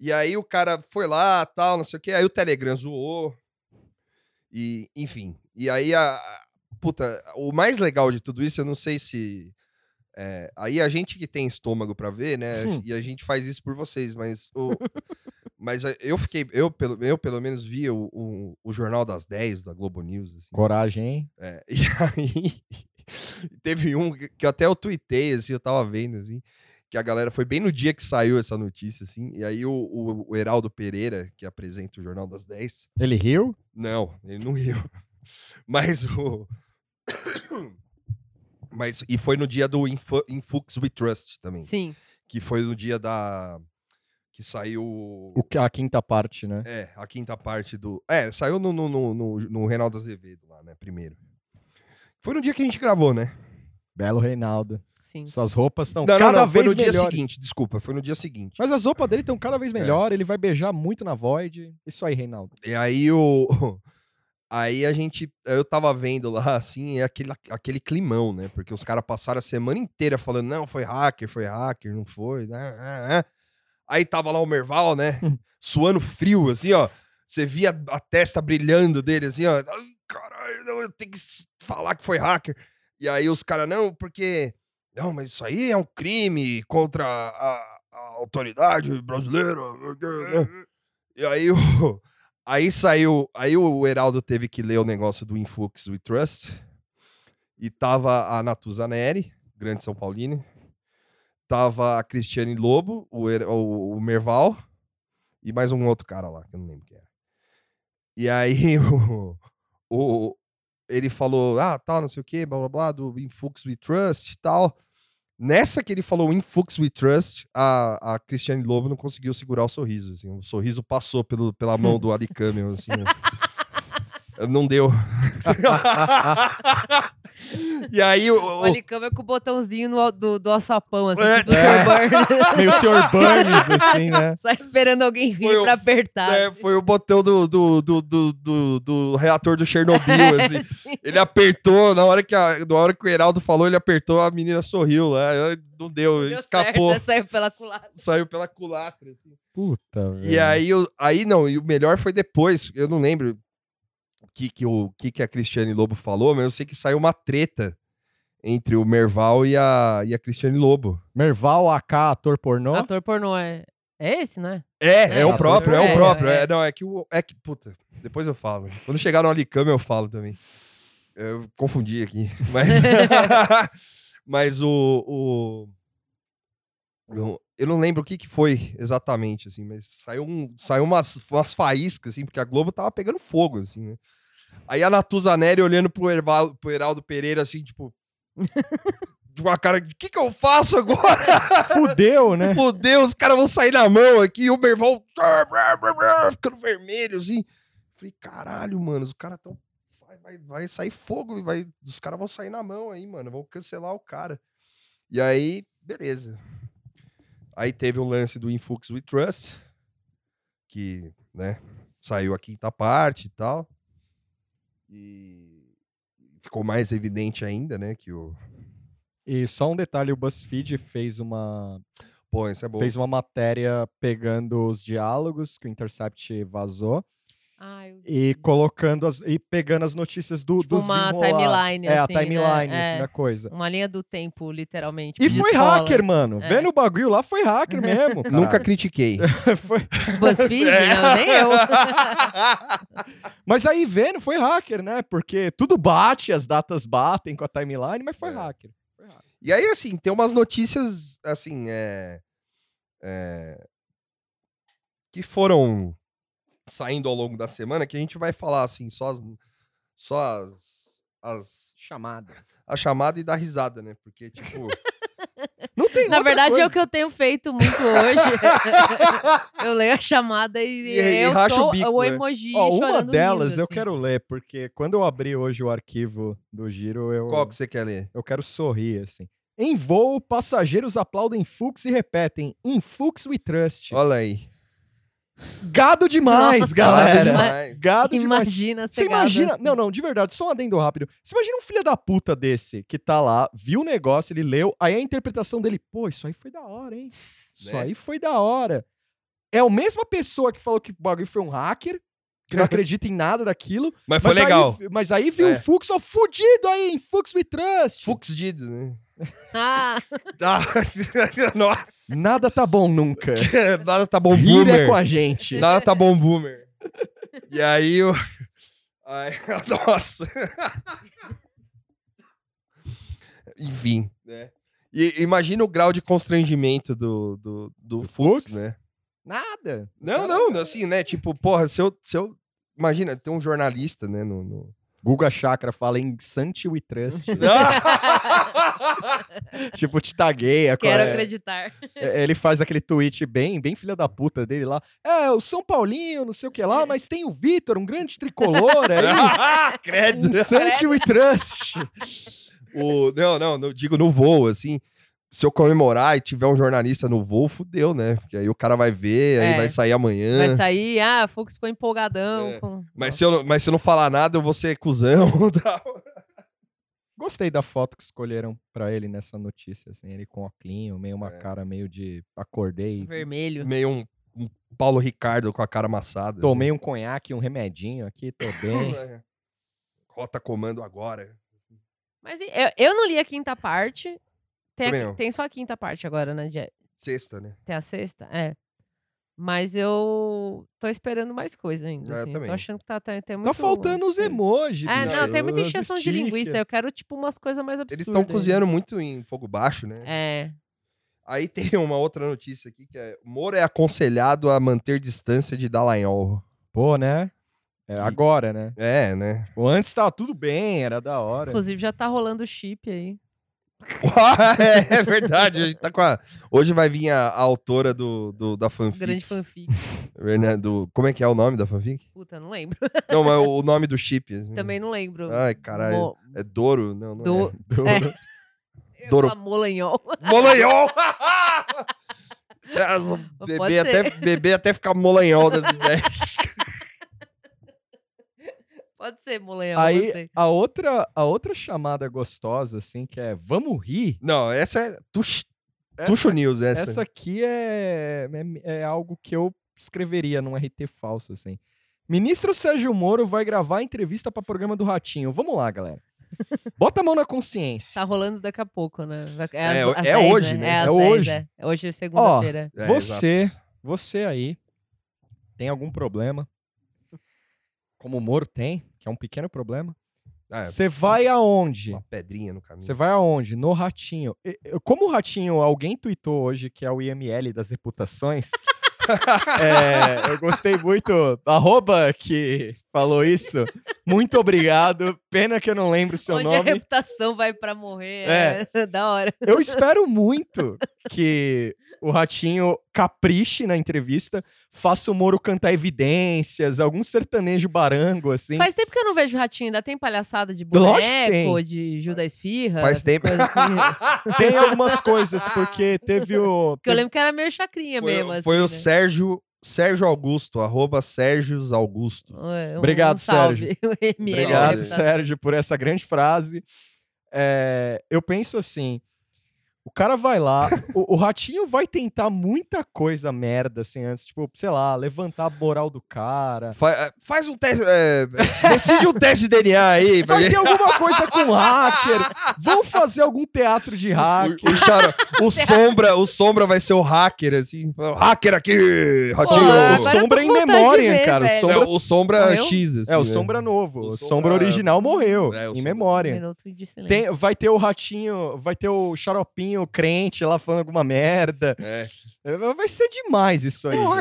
[SPEAKER 1] E aí o cara foi lá, tal, não sei o que. Aí o Telegram zoou. E, enfim. E aí a. a- Puta, o mais legal de tudo isso, eu não sei se. é, aí a gente que tem estômago pra ver, né?
[SPEAKER 3] Hum.
[SPEAKER 1] E a gente faz isso por vocês, mas. O, *laughs* mas é, eu fiquei. Eu pelo, eu, pelo menos, via o, o, o Jornal das 10 da Globo News. assim.
[SPEAKER 3] Coragem, hein?
[SPEAKER 1] É, *laughs* e aí teve um que que até eu tuitei, assim, eu tava vendo, assim, que a galera foi bem no dia que saiu essa notícia, assim, e aí o, o, o Heraldo Pereira, que apresenta o Jornal das 10,
[SPEAKER 3] Ele riu?
[SPEAKER 1] não, ele não riu. *laughs* Mas o. *coughs* Mas, e foi no dia do Info- Infux We Trust também,
[SPEAKER 2] Sim.
[SPEAKER 1] que foi no dia da. que saiu.
[SPEAKER 3] O, que- a quinta parte, né?
[SPEAKER 1] É, a quinta parte do. É, saiu no, no, no, no, no Reinaldo Azevedo lá, né? Primeiro. Foi no dia que a gente gravou, né?
[SPEAKER 3] Belo Reinaldo.
[SPEAKER 2] Sim.
[SPEAKER 3] Suas roupas estão
[SPEAKER 1] Não,
[SPEAKER 3] cada
[SPEAKER 1] não, não, foi
[SPEAKER 3] vez
[SPEAKER 1] no dia
[SPEAKER 3] melhores.
[SPEAKER 1] seguinte, É. desculpa, foi no dia seguinte.
[SPEAKER 3] Mas as roupas dele estão cada vez melhor, ele vai beijar muito na Void. Isso aí, Reinaldo.
[SPEAKER 1] E aí o. *laughs* Aí a gente. Eu tava vendo lá, assim, é aquele, aquele climão, né? Porque os caras passaram a semana inteira falando, não, foi hacker, foi hacker, não foi. né, né, né." Aí tava lá o Merval, né?
[SPEAKER 3] Hum.
[SPEAKER 1] Suando frio, assim, ó. Você via a testa brilhando dele, assim, ó. "Ai, Caralho, não, eu tenho que s- falar que foi hacker. E aí os caras, não, porque. Não, mas isso aí é um crime contra a, a autoridade brasileira. né?" E aí o. Aí saiu. Aí o Heraldo teve que ler o negócio do Influx We Trust. E tava a Natuza Neri, grande São Paulino. Tava a Cristiane Lobo, o, Her- o- o Merval. E mais um outro cara lá, que eu não lembro quem era. E aí *laughs* o, o- ele falou: ah, tal, não sei o que, blá blá blá, do Influx We Trust e tal. Nessa que ele falou Influx We Trust, a, a Cristiane Lobo não conseguiu segurar o sorriso. Assim, o sorriso passou pelo, pela mão do Ali Camel, assim. ó. não deu. e aí o-
[SPEAKER 2] O
[SPEAKER 1] o,
[SPEAKER 2] Alicama é com o botãozinho no, al- do, do alçapão, assim,
[SPEAKER 1] É.
[SPEAKER 2] tipo o Sr. Burns.
[SPEAKER 3] Meio
[SPEAKER 1] *laughs*
[SPEAKER 3] Sr. Burns, assim,
[SPEAKER 2] *laughs*
[SPEAKER 3] né?
[SPEAKER 2] Só esperando alguém rir
[SPEAKER 1] Foi o-
[SPEAKER 2] pra apertar. *laughs*
[SPEAKER 1] É, foi o botão do, do, do, do, do- do reator do Chernobyl,
[SPEAKER 2] *laughs*
[SPEAKER 1] assim.
[SPEAKER 2] É, Sim.
[SPEAKER 1] Ele apertou, na hora, que a- na hora que o Heraldo falou, ele apertou, a menina sorriu lá. ela- Não deu,
[SPEAKER 2] Deu
[SPEAKER 1] escapou.
[SPEAKER 2] certo, né? assim. saiu pela culatra.
[SPEAKER 1] Saiu pela culatra, assim.
[SPEAKER 3] Puta, velho.
[SPEAKER 1] E aí, eu- aí não, e o melhor foi depois, eu não lembro o que, que, o, o que, que a Cristiane Lobo falou, mas eu sei que saiu uma treta entre o Merval e a, e a Cristiane Lobo.
[SPEAKER 3] Merval AK, ator pornô?
[SPEAKER 2] Ator pornô é... É esse, né?
[SPEAKER 1] É, é
[SPEAKER 2] É,
[SPEAKER 1] o
[SPEAKER 2] ator
[SPEAKER 1] próprio, é
[SPEAKER 2] também.
[SPEAKER 1] o próprio.
[SPEAKER 2] É,
[SPEAKER 1] É, não, é que o. É que, puta, depois eu falo. Quando chegar no Alicama, eu falo também. Eu confundi aqui. *laughs* Mas. mas o. o eu- eu não lembro o que, que foi exatamente, assim, mas saiu, um, saiu umas, umas faíscas, assim, porque a Globo tava pegando fogo, assim, né? Aí a Natuza Neri olhando pro, Herval, pro Heraldo Pereira, assim, tipo. de uma cara de: o que, que eu faço agora?
[SPEAKER 3] Fudeu, né?
[SPEAKER 1] Fudeu, os caras vão sair na mão aqui. O Merval ficando vermelho, assim. Falei, caralho, mano, os caras tão. Vai, vai, vai sair fogo, vai... os caras vão sair na mão aí, mano. Vão cancelar o cara. E aí, beleza. Aí teve o lance do Influx We Trust, que, né, saiu a quinta parte e tal. E ficou mais evidente ainda, né, que o.
[SPEAKER 3] E só um detalhe, o BuzzFeed fez uma
[SPEAKER 1] Pô, isso é bom.
[SPEAKER 3] fez uma matéria pegando os diálogos que o Intercept vazou
[SPEAKER 2] Ai, Ah, eu-
[SPEAKER 3] e colocando as e pegando as notícias do
[SPEAKER 2] tipo
[SPEAKER 3] do
[SPEAKER 2] uma
[SPEAKER 3] desenrolar.
[SPEAKER 2] timeline,
[SPEAKER 3] É,
[SPEAKER 2] assim,
[SPEAKER 3] a timeline
[SPEAKER 2] né?
[SPEAKER 3] assim,
[SPEAKER 2] É.
[SPEAKER 3] da coisa.
[SPEAKER 2] Uma linha do tempo, literalmente.
[SPEAKER 1] Tipo
[SPEAKER 3] E
[SPEAKER 2] de
[SPEAKER 3] foi
[SPEAKER 2] escolas.
[SPEAKER 3] hacker, mano.
[SPEAKER 2] É.
[SPEAKER 3] Vendo o bagulho lá, foi
[SPEAKER 2] *laughs*
[SPEAKER 3] hacker mesmo.
[SPEAKER 1] né? Nunca
[SPEAKER 3] caralho.
[SPEAKER 1] critiquei.
[SPEAKER 3] *laughs* foi...
[SPEAKER 1] *laughs*
[SPEAKER 2] Tipo, BuzzFeed?
[SPEAKER 1] É.
[SPEAKER 2] Não, nem eu.
[SPEAKER 3] Mas aí vendo, foi hacker, né? Porque tudo bate, as datas batem com a timeline, mas foi
[SPEAKER 1] É.
[SPEAKER 3] hacker.
[SPEAKER 1] E aí, assim, tem umas notícias, assim, é, é, que foram saindo ao longo da semana, que a gente vai falar, assim, só as, só as, as-
[SPEAKER 3] Chamadas.
[SPEAKER 1] a chamada e dar risada, né? Porque, tipo...
[SPEAKER 3] Não
[SPEAKER 2] *laughs*
[SPEAKER 3] tem
[SPEAKER 2] Na
[SPEAKER 3] outra
[SPEAKER 2] verdade, é o
[SPEAKER 3] coisa.
[SPEAKER 2] que eu tenho feito muito hoje.
[SPEAKER 3] *laughs*
[SPEAKER 2] eu leio a chamada e,
[SPEAKER 1] E- e
[SPEAKER 2] eu
[SPEAKER 1] racha o
[SPEAKER 2] sou
[SPEAKER 1] bico,
[SPEAKER 2] o
[SPEAKER 1] é.
[SPEAKER 2] emoji
[SPEAKER 3] né? Ó, uma
[SPEAKER 2] chorando
[SPEAKER 3] delas
[SPEAKER 2] rindo,
[SPEAKER 3] eu
[SPEAKER 2] assim.
[SPEAKER 3] quero ler, porque quando eu abri hoje o arquivo do Giro, eu,
[SPEAKER 1] qual que você quer ler?
[SPEAKER 3] eu quero sorrir, assim. Em voo, passageiros aplaudem Fux e repetem, in Fux we trust.
[SPEAKER 1] Olha aí.
[SPEAKER 3] Gado demais,
[SPEAKER 1] Nada
[SPEAKER 2] Nossa,
[SPEAKER 3] galera!
[SPEAKER 2] demais.
[SPEAKER 1] demais.
[SPEAKER 3] Gado demais.
[SPEAKER 2] Imagina, assim.
[SPEAKER 3] Você imagina.
[SPEAKER 1] assim.
[SPEAKER 3] Não, não, de verdade, só um adendo rápido. Você imagina um filho da puta desse que tá lá, viu o negócio, ele leu, aí a interpretação dele, pô, isso aí foi da hora, hein? Isso
[SPEAKER 1] Né?
[SPEAKER 3] aí foi da hora. É a mesma pessoa que falou que o bagulho foi um hacker,
[SPEAKER 1] *laughs*
[SPEAKER 3] que não acredita em nada daquilo.
[SPEAKER 1] Mas foi
[SPEAKER 3] aí-
[SPEAKER 1] legal.
[SPEAKER 3] mas aí viu
[SPEAKER 1] É.
[SPEAKER 3] o Fux, ó, fudido aí, em Fux We Trust.
[SPEAKER 1] Fux Dido, né? *laughs*
[SPEAKER 2] Ah,
[SPEAKER 1] Ah, Nossa!
[SPEAKER 3] Nada tá bom nunca.
[SPEAKER 1] *laughs* Nada tá bom,
[SPEAKER 3] Rir
[SPEAKER 1] boomer.
[SPEAKER 3] é com a gente.
[SPEAKER 1] Nada tá bom,
[SPEAKER 2] *laughs*
[SPEAKER 1] boomer. E aí o. Ai, *laughs* nossa. Enfim, né? E imagina o grau de constrangimento do, do, do Fux,
[SPEAKER 3] Fux?
[SPEAKER 1] né?
[SPEAKER 3] Nada.
[SPEAKER 1] Não, não, assim, né? Tipo, porra, se eu. Se eu... Imagina, tem um jornalista, né? No,
[SPEAKER 2] *laughs*
[SPEAKER 1] no-
[SPEAKER 3] Guga Chakra fala em Santi We Trust. tipo, te tagueia. com
[SPEAKER 2] quero
[SPEAKER 3] a-
[SPEAKER 2] acreditar.
[SPEAKER 3] É, Ele faz aquele tweet bem, bem filha da puta dele lá. É, o São Paulinho, não sei o que lá, mas tem o Vitor, um grande
[SPEAKER 2] *laughs*
[SPEAKER 3] tricolor
[SPEAKER 2] Ah,
[SPEAKER 3] aí.
[SPEAKER 1] *laughs* Credo.
[SPEAKER 3] um Santi We Trust.
[SPEAKER 1] O, não, não, não, digo no voo, assim. Se eu comemorar e tiver um jornalista no voo, fudeu, né? Porque aí o cara vai ver, aí
[SPEAKER 2] É.
[SPEAKER 1] vai sair amanhã.
[SPEAKER 2] Vai sair, ah, Fux ficou empolgadão.
[SPEAKER 1] É.
[SPEAKER 2] com-
[SPEAKER 1] Mas se, eu, não- mas se eu não falar nada, eu vou ser cuzão *laughs* e tal.
[SPEAKER 3] Gostei da foto que escolheram pra ele nessa notícia, assim, ele com óculinho, meio uma
[SPEAKER 1] É.
[SPEAKER 3] cara meio de acordei, Hum.
[SPEAKER 2] Vermelho.
[SPEAKER 1] Meio um, um Paulo Ricardo com a cara amassada. assim.
[SPEAKER 3] tomei um conhaque, um remedinho aqui, tô
[SPEAKER 2] *laughs*
[SPEAKER 3] bem. Tá
[SPEAKER 1] É. Rota comando agora.
[SPEAKER 2] Mas e- eu, eu não li a quinta parte. Tem, a
[SPEAKER 1] Também
[SPEAKER 2] qui-
[SPEAKER 1] não.
[SPEAKER 2] tem só a quinta parte agora, né? de-
[SPEAKER 1] Sexta, né?
[SPEAKER 2] Tem a sexta? É. Mas eu tô esperando mais coisa
[SPEAKER 1] É,
[SPEAKER 2] ainda.
[SPEAKER 1] eu
[SPEAKER 2] assim,
[SPEAKER 1] também.
[SPEAKER 2] Tô achando que tá, tá, tem muito...
[SPEAKER 3] Tá faltando os emojis.
[SPEAKER 2] É,
[SPEAKER 1] bicho,
[SPEAKER 2] não, tem muita
[SPEAKER 3] os
[SPEAKER 2] encheção de
[SPEAKER 3] sticker.
[SPEAKER 2] linguiça. Eu quero, tipo, umas coisas mais absurdas.
[SPEAKER 1] Eles estão cozinhando muito em fogo baixo, né?
[SPEAKER 2] É.
[SPEAKER 1] Aí *laughs* tem uma outra notícia aqui que é: Moro é aconselhado a manter distância de Dallagnol.
[SPEAKER 3] Pô, né? É,
[SPEAKER 1] Que-
[SPEAKER 3] agora, né?
[SPEAKER 1] É, né? *laughs*
[SPEAKER 3] O antes tava tudo bem, era da hora.
[SPEAKER 2] Inclusive, já tá rolando chip aí. um
[SPEAKER 1] é verdade. A gente tá com a... Hoje vai vir a, a autora do, do- da fanfic.
[SPEAKER 2] Grande fanfic.
[SPEAKER 1] né, do- Como é que é o nome da fanfic?
[SPEAKER 2] Puta, não lembro.
[SPEAKER 1] Não, mas o nome do chip. assim.
[SPEAKER 2] Também não lembro.
[SPEAKER 1] Ai, caralho.
[SPEAKER 2] Mo-
[SPEAKER 1] É Douro? Não, não *laughs*
[SPEAKER 2] Do...
[SPEAKER 1] é.
[SPEAKER 2] *laughs*
[SPEAKER 3] Do- *laughs*
[SPEAKER 2] É. eu ia
[SPEAKER 1] Doro-
[SPEAKER 2] falar Molanhol.
[SPEAKER 1] *laughs* Molanhol! Vocês vão
[SPEAKER 2] Pode
[SPEAKER 1] beber
[SPEAKER 2] ser.
[SPEAKER 1] é até, beber até ficar molanhol das *laughs* ideias.
[SPEAKER 2] *laughs* Pode ser Molanhol.
[SPEAKER 3] Aí
[SPEAKER 2] gostei.
[SPEAKER 3] a outra, a outra chamada gostosa, assim, que é vamos rir.
[SPEAKER 1] Não, essa é Tuxo
[SPEAKER 3] Essa-
[SPEAKER 1] Tuxo News, essa.
[SPEAKER 3] Essa, aqui é, é, é algo que eu escreveria num RT falso, assim. Ministro Sérgio Moro vai gravar entrevista para programa do Ratinho. Vamos lá, galera.
[SPEAKER 2] *laughs*
[SPEAKER 3] Bota a mão na consciência.
[SPEAKER 2] Tá rolando daqui a pouco, né? Vai-
[SPEAKER 1] É,
[SPEAKER 2] às-
[SPEAKER 1] é
[SPEAKER 2] às 10,
[SPEAKER 1] hoje, né?
[SPEAKER 2] É,
[SPEAKER 3] É
[SPEAKER 2] às 10,
[SPEAKER 3] hoje.
[SPEAKER 2] é. Hoje é segunda-feira.
[SPEAKER 1] É,
[SPEAKER 3] você, você aí, tem algum problema, como o Moro tem, que é um pequeno problema,
[SPEAKER 1] Ah,
[SPEAKER 3] você vai aonde?
[SPEAKER 1] uma pedrinha no caminho.
[SPEAKER 3] Você vai aonde? No Ratinho. E- eu- Como o Ratinho, alguém tweetou hoje que é o IML das reputações. É, eu gostei muito. Arroba que falou isso. Muito obrigado. Pena que eu não lembro o seu
[SPEAKER 2] Onde a
[SPEAKER 3] nome.
[SPEAKER 2] reputação vai pra morrer. É. *laughs* da hora.
[SPEAKER 3] Eu espero muito que o Ratinho capriche na entrevista, faça o Moro cantar evidências, algum sertanejo barango, assim.
[SPEAKER 2] Faz tempo que eu não vejo ratinho, ainda tem palhaçada de
[SPEAKER 3] Lógico que
[SPEAKER 2] boneco, de Judas Firra. assim?
[SPEAKER 1] Faz tempo. *laughs*
[SPEAKER 3] Tem algumas coisas, porque teve o.
[SPEAKER 2] Porque eu lembro que era meio chacrinha
[SPEAKER 1] Foi,
[SPEAKER 2] mesmo.
[SPEAKER 1] foi o
[SPEAKER 2] assim, né?
[SPEAKER 1] Sérgio, Sérgio Augusto, arroba Sérgios Augusto.
[SPEAKER 2] Ué, um- *laughs*
[SPEAKER 3] Obrigado,
[SPEAKER 2] um salve. O ML,
[SPEAKER 3] Obrigado,
[SPEAKER 2] reputação.
[SPEAKER 3] Sérgio, por essa grande frase. É, eu penso assim: o cara vai lá, o, o ratinho vai tentar muita coisa merda, assim, antes, tipo, sei lá, levantar a moral do cara.
[SPEAKER 1] Fa- faz um teste. Então é,
[SPEAKER 3] *laughs*
[SPEAKER 1] decide um teste de DNA aí. pra
[SPEAKER 3] Vai
[SPEAKER 1] ver.
[SPEAKER 3] ter alguma coisa com hacker. Vão fazer algum teatro de
[SPEAKER 1] *laughs* O,
[SPEAKER 3] hacker.
[SPEAKER 1] o Charo- o
[SPEAKER 2] é
[SPEAKER 1] sombra, o sombra vai ser o hacker, assim. Hacker aqui!
[SPEAKER 2] Pô,
[SPEAKER 1] Ratinho!
[SPEAKER 2] agora eu tô
[SPEAKER 3] Sombra
[SPEAKER 2] com
[SPEAKER 3] em
[SPEAKER 2] vontade de
[SPEAKER 3] memória,
[SPEAKER 2] ver,
[SPEAKER 3] cara, o
[SPEAKER 2] velho.
[SPEAKER 1] É,
[SPEAKER 3] Sombra-
[SPEAKER 1] o Sombra
[SPEAKER 2] Morreu?
[SPEAKER 1] X, assim.
[SPEAKER 3] É, o
[SPEAKER 1] né?
[SPEAKER 3] Sombra novo. O
[SPEAKER 1] O
[SPEAKER 3] Sombra,
[SPEAKER 1] Sombra-
[SPEAKER 3] original morreu,
[SPEAKER 1] É, o
[SPEAKER 3] em
[SPEAKER 1] Sombra-
[SPEAKER 3] memória.
[SPEAKER 2] um Minuto de silêncio.
[SPEAKER 3] Tem- vai ter o ratinho, vai ter o xaropinho crente lá falando alguma merda.
[SPEAKER 1] É.
[SPEAKER 3] É, Vai ser demais isso
[SPEAKER 2] É
[SPEAKER 3] aí. gente. É,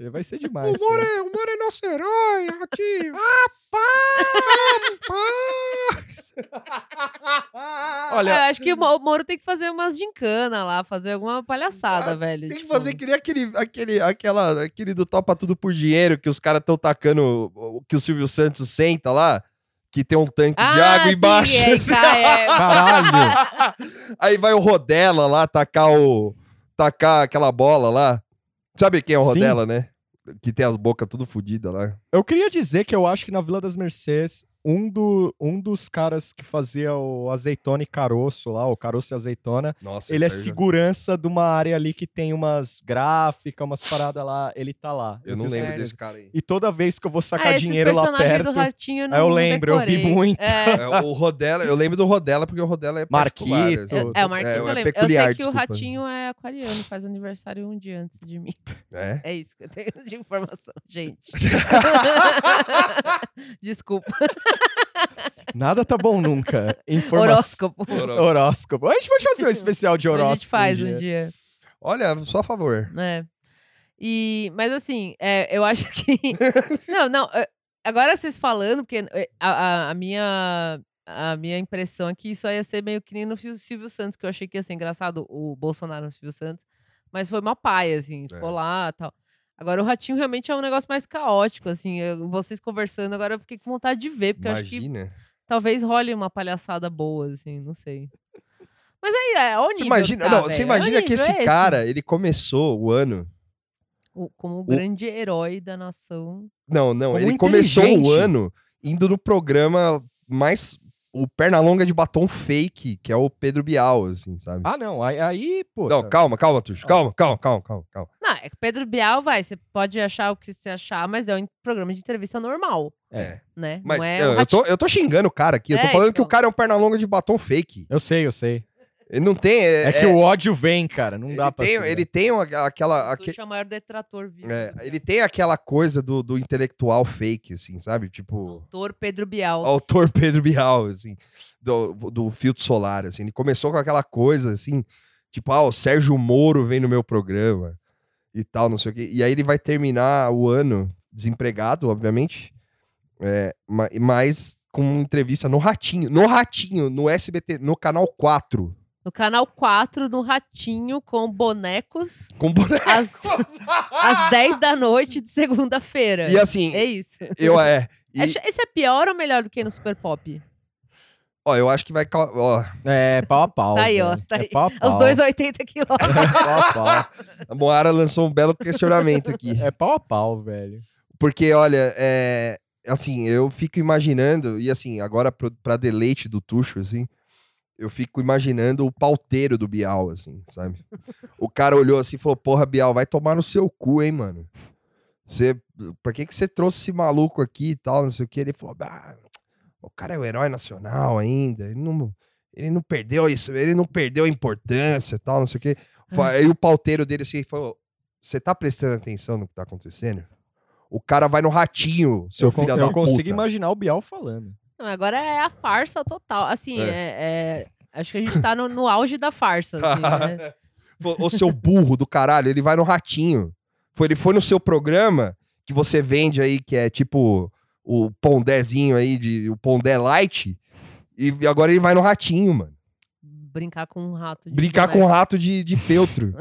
[SPEAKER 1] Ratinho!
[SPEAKER 2] *laughs*
[SPEAKER 3] Vai ser demais. né? isso aí.
[SPEAKER 1] é, o Moro é nosso herói, Ratinho! *laughs* Rapaz!
[SPEAKER 2] Ah, eu
[SPEAKER 3] Olha,
[SPEAKER 2] acho que o Mo- o Moro tem que fazer umas gincana lá, fazer alguma
[SPEAKER 3] Ah,
[SPEAKER 2] palhaçada, velho.
[SPEAKER 1] Tem que
[SPEAKER 2] tipo-
[SPEAKER 1] fazer que nem aquele, aquele, aquela, aquele do topa tudo por dinheiro que os caras estão tacando, o- que o Silvio Santos senta lá, que tem um tanque de
[SPEAKER 2] Ah,
[SPEAKER 1] água
[SPEAKER 2] sim,
[SPEAKER 1] embaixo. *laughs* assim,
[SPEAKER 2] é,
[SPEAKER 3] *laughs*
[SPEAKER 2] tá, é.
[SPEAKER 3] caralho.
[SPEAKER 1] Aí vai o Rodela lá tacar o. tacar aquela bola lá. Sabe quem é o
[SPEAKER 3] Sim.
[SPEAKER 1] Rodela, né? Que tem as bocas tudo fodidas lá.
[SPEAKER 3] Eu queria dizer que eu acho que na Vila das Mercês, um, do, um dos caras que fazia o azeitona e caroço lá, o caroço e azeitona,
[SPEAKER 1] Nossa,
[SPEAKER 3] ele é
[SPEAKER 1] esse aí eu já-
[SPEAKER 3] segurança de uma área ali que tem umas gráficas, umas paradas lá, ele tá lá.
[SPEAKER 1] Eu não
[SPEAKER 3] tenho
[SPEAKER 1] lembro
[SPEAKER 3] certeza.
[SPEAKER 1] desse cara aí.
[SPEAKER 3] E toda vez que eu vou sacar
[SPEAKER 2] Ah, esses
[SPEAKER 3] Tá dinheiro lá
[SPEAKER 2] personagens
[SPEAKER 3] perto, Ah,
[SPEAKER 2] do Ratinho eu não
[SPEAKER 3] eu lembro, eu vi
[SPEAKER 2] decorei.
[SPEAKER 3] muito.
[SPEAKER 2] É,
[SPEAKER 1] É, o Rodela, eu lembro do Rodela, porque o Rodela é particular,
[SPEAKER 3] Marquito.
[SPEAKER 1] assim.
[SPEAKER 2] é, é, o Marquinhos
[SPEAKER 1] é
[SPEAKER 2] eu lembro.
[SPEAKER 1] peculiar,
[SPEAKER 2] eu sei que
[SPEAKER 1] desculpa.
[SPEAKER 2] o Ratinho é aquariano, faz aniversário um dia antes de mim.
[SPEAKER 1] É.
[SPEAKER 2] É isso que eu tenho de informação,
[SPEAKER 3] *laughs*
[SPEAKER 2] gente. Desculpa.
[SPEAKER 3] nada tá
[SPEAKER 2] *laughs*
[SPEAKER 3] bom nunca. Informação.
[SPEAKER 2] Horóscopo.
[SPEAKER 3] Horóscopo. A gente pode fazer um especial de horóscopo.
[SPEAKER 2] *laughs* a gente faz
[SPEAKER 3] um dia.
[SPEAKER 2] um dia.
[SPEAKER 1] Olha, só a favor.
[SPEAKER 2] né? E, mas assim, é, eu acho *laughs* que. não, não. é, Agora vocês falando, porque é, a, a- a minha. A minha impressão é que isso aí ia ser meio que nem no Sil- Silvio Santos, que eu achei que ia ser engraçado o Bolsonaro no Silvio Santos, mas foi uma paia, assim, ficou
[SPEAKER 1] É.
[SPEAKER 2] lá e tal. Agora o Ratinho realmente é um negócio mais caótico, assim, eu- vocês conversando, agora eu fiquei com vontade de ver, porque eu acho que
[SPEAKER 1] Imagina.
[SPEAKER 2] talvez role uma palhaçada boa, assim, não sei. Mas aí é, olha o
[SPEAKER 1] Você
[SPEAKER 2] nível que
[SPEAKER 1] imagina,
[SPEAKER 2] tá,
[SPEAKER 1] não,
[SPEAKER 2] velho,
[SPEAKER 1] você
[SPEAKER 2] é o
[SPEAKER 1] imagina que
[SPEAKER 2] nível,
[SPEAKER 1] esse
[SPEAKER 2] é
[SPEAKER 1] cara, ele começou o ano.
[SPEAKER 2] o- como o grande herói da nação.
[SPEAKER 1] Não, não,
[SPEAKER 3] Como
[SPEAKER 1] ele começou o
[SPEAKER 3] inteligente.
[SPEAKER 1] ano indo no programa mais o Pernalonga de batom fake, que é o Pedro Bial, assim, sabe?
[SPEAKER 3] Ah, não. Aí, aí pô. tá
[SPEAKER 1] não, calma, calma,
[SPEAKER 2] Ah.
[SPEAKER 1] Tuxo. Calma, calma, calma, calma, calma.
[SPEAKER 2] Não, é que Pedro Bial vai, você pode achar o que você achar, mas é um programa de entrevista normal,
[SPEAKER 3] É.
[SPEAKER 2] né?
[SPEAKER 1] Mas
[SPEAKER 2] não é
[SPEAKER 1] eu,
[SPEAKER 2] um
[SPEAKER 1] eu tô, eu tô xingando o cara aqui. Eu tô
[SPEAKER 2] É,
[SPEAKER 1] falando que
[SPEAKER 2] então.
[SPEAKER 1] o cara é um Pernalonga de batom fake.
[SPEAKER 3] Eu sei, eu sei.
[SPEAKER 1] Ele não tem. É,
[SPEAKER 3] É, que o ódio vem, cara. Não
[SPEAKER 1] ele
[SPEAKER 3] dá pra
[SPEAKER 1] tem,
[SPEAKER 3] segurar.
[SPEAKER 1] ele tem uma- aquela.
[SPEAKER 2] ratinho,
[SPEAKER 1] aque-
[SPEAKER 2] Tuxo é o maior detrator vivo.
[SPEAKER 1] é,
[SPEAKER 2] do
[SPEAKER 1] ele
[SPEAKER 2] Bial.
[SPEAKER 1] tem aquela coisa do, do intelectual fake, assim, sabe? Tipo.
[SPEAKER 2] Autor Pedro Bial.
[SPEAKER 1] autor *laughs* Pedro Bial, assim, do, do filtro solar, assim. Ele começou com aquela coisa, assim, tipo, ah, o Sérgio Moro vem no meu programa e tal, não sei o quê. E aí ele vai terminar o ano desempregado, obviamente, é, ma- mas com uma entrevista no Ratinho, no Ratinho, no SBT, no Canal 4,
[SPEAKER 2] No canal 4, no Ratinho, com bonecos,
[SPEAKER 1] com
[SPEAKER 2] *laughs*
[SPEAKER 1] boneco.
[SPEAKER 2] às, às 10 da noite de segunda-feira.
[SPEAKER 1] E
[SPEAKER 2] *laughs*
[SPEAKER 1] assim,
[SPEAKER 2] É isso.
[SPEAKER 1] eu é... e-
[SPEAKER 2] Esse esse é pior ou melhor do que no Super Pop?
[SPEAKER 1] ó, eu acho que vai... ca- Ó,
[SPEAKER 3] É, pau a pau.
[SPEAKER 2] Tá aí, ó,
[SPEAKER 3] velho.
[SPEAKER 2] tá
[SPEAKER 3] É
[SPEAKER 2] aí.
[SPEAKER 3] pau a pau.
[SPEAKER 2] Os
[SPEAKER 3] *laughs*
[SPEAKER 2] dois 80 quilômetros.
[SPEAKER 3] É pau a pau.
[SPEAKER 1] a Moara lançou um belo questionamento aqui.
[SPEAKER 3] *laughs* É pau a pau, velho.
[SPEAKER 1] Porque, olha, é, assim, eu fico imaginando, e assim, agora pro- pra deleite do Tuxo, assim, eu fico imaginando o pauteiro do Bial, assim, sabe? o cara olhou assim e falou, porra, Bial, vai tomar no seu cu, hein, mano? Você, pra que que você trouxe esse maluco aqui e tal, não sei o que? Ele falou, ah, o cara é o herói nacional ainda, ele não, ele não perdeu isso, ele não perdeu a importância e tal, não sei o que. Aí o pauteiro dele assim falou, você tá prestando atenção no que tá acontecendo? O cara vai no ratinho, seu
[SPEAKER 3] eu con-
[SPEAKER 1] filho da
[SPEAKER 3] eu
[SPEAKER 1] puta.
[SPEAKER 3] consigo imaginar o Bial falando.
[SPEAKER 2] Não, agora é a farsa total. Assim,
[SPEAKER 1] É.
[SPEAKER 2] é- é- acho que a gente tá no, no auge da
[SPEAKER 1] *laughs*
[SPEAKER 2] farsa. assim, né?
[SPEAKER 1] Ô, ô, seu burro do caralho, ele vai no ratinho. Foi, ele foi no seu programa que você vende aí, que é tipo o pondézinho aí, de, o pondé light. E, e agora ele vai no ratinho, mano.
[SPEAKER 2] Brincar com um rato. de
[SPEAKER 1] Brincar com
[SPEAKER 2] boneco.
[SPEAKER 1] o rato de, de feltro.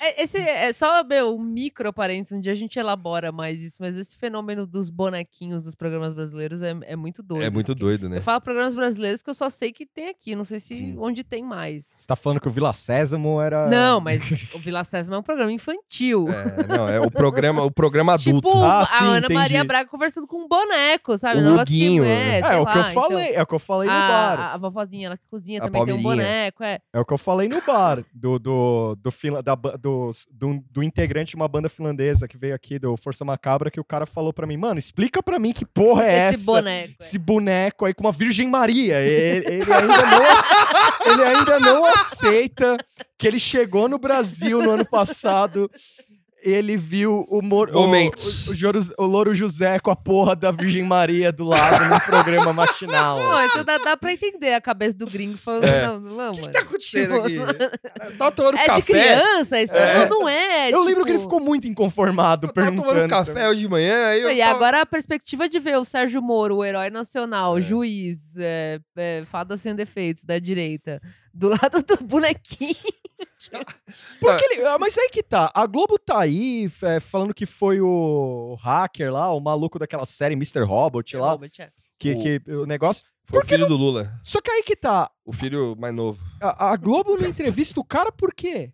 [SPEAKER 2] É, esse é só, meu, um micro parênteses. Um dia a gente elabora mais isso, mas esse fenômeno dos bonequinhos dos programas brasileiros é, é muito doido. porque-
[SPEAKER 1] doido, né?
[SPEAKER 2] Eu falo programas brasileiros que eu só sei que tem aqui, não sei se
[SPEAKER 1] Sim.
[SPEAKER 2] onde tem mais.
[SPEAKER 3] Você tá falando que o Vila Sésamo era.
[SPEAKER 2] Não, mas o Vila Sésamo é um programa infantil.
[SPEAKER 1] É, não, é o programa, o programa adulto.
[SPEAKER 2] Tipo,
[SPEAKER 3] Ah,
[SPEAKER 2] a
[SPEAKER 3] sim,
[SPEAKER 2] Ana
[SPEAKER 3] entendi.
[SPEAKER 2] Maria Braga conversando com um boneco, sabe?
[SPEAKER 1] O
[SPEAKER 2] Um negócio que
[SPEAKER 1] Luguinho, né?
[SPEAKER 2] é,
[SPEAKER 3] É,
[SPEAKER 2] sei
[SPEAKER 3] é o que eu
[SPEAKER 2] lá, então, Ah,
[SPEAKER 3] falei, é o que eu falei no bar.
[SPEAKER 2] a, a vovozinha, ela que cozinha,
[SPEAKER 1] A
[SPEAKER 2] também tem um
[SPEAKER 1] Palmeirinha.
[SPEAKER 2] boneco. É.
[SPEAKER 3] É o que eu falei no bar do, do, do, fila- da ba- do, do, do integrante de uma banda finlandesa que veio aqui, do Força Macabra, que o cara falou pra mim, mano, explica pra mim que porra é
[SPEAKER 2] Esse
[SPEAKER 3] essa?
[SPEAKER 2] boneco. é.
[SPEAKER 3] Esse boneco aí com uma Virgem Maria. Ele, ele ainda não, ele ainda não aceita que ele chegou no Brasil no ano passado. Ele viu o, Mor o,
[SPEAKER 1] Momentos.
[SPEAKER 3] o, o, Jorus- o Louro José com a porra da Virgem Maria do lado no programa matinal.
[SPEAKER 2] Não, isso dá, dá pra entender a cabeça do gringo falando, não, não, mano.
[SPEAKER 1] tá acontecendo
[SPEAKER 2] aqui?
[SPEAKER 1] Tá tomando
[SPEAKER 2] tipo é de criança isso? Não, não é.
[SPEAKER 3] Eu lembro que ele
[SPEAKER 2] tipo-
[SPEAKER 3] ficou muito inconformado
[SPEAKER 1] Tá
[SPEAKER 3] perguntando.
[SPEAKER 1] tomando
[SPEAKER 3] pra
[SPEAKER 1] café hoje de manhã. Aí eu
[SPEAKER 2] E
[SPEAKER 1] tava-
[SPEAKER 2] agora a perspectiva de ver o Sérgio Moro, o herói nacional, juiz, é, é, fada sem defeitos da direita, do *laughs* lado do bonequinho.
[SPEAKER 3] Porque ele, ah, mas aí que tá. A Globo tá aí f- é, falando que foi o hacker lá, o maluco daquela série Mr. Robot lá,
[SPEAKER 2] Robert, é.
[SPEAKER 3] que,
[SPEAKER 1] O-
[SPEAKER 3] que o negócio.
[SPEAKER 1] Foi o
[SPEAKER 3] Por que
[SPEAKER 1] filho do Lula.
[SPEAKER 3] Só que aí que tá.
[SPEAKER 1] O filho mais novo.
[SPEAKER 3] A, a Globo não entrevista o cara por quê?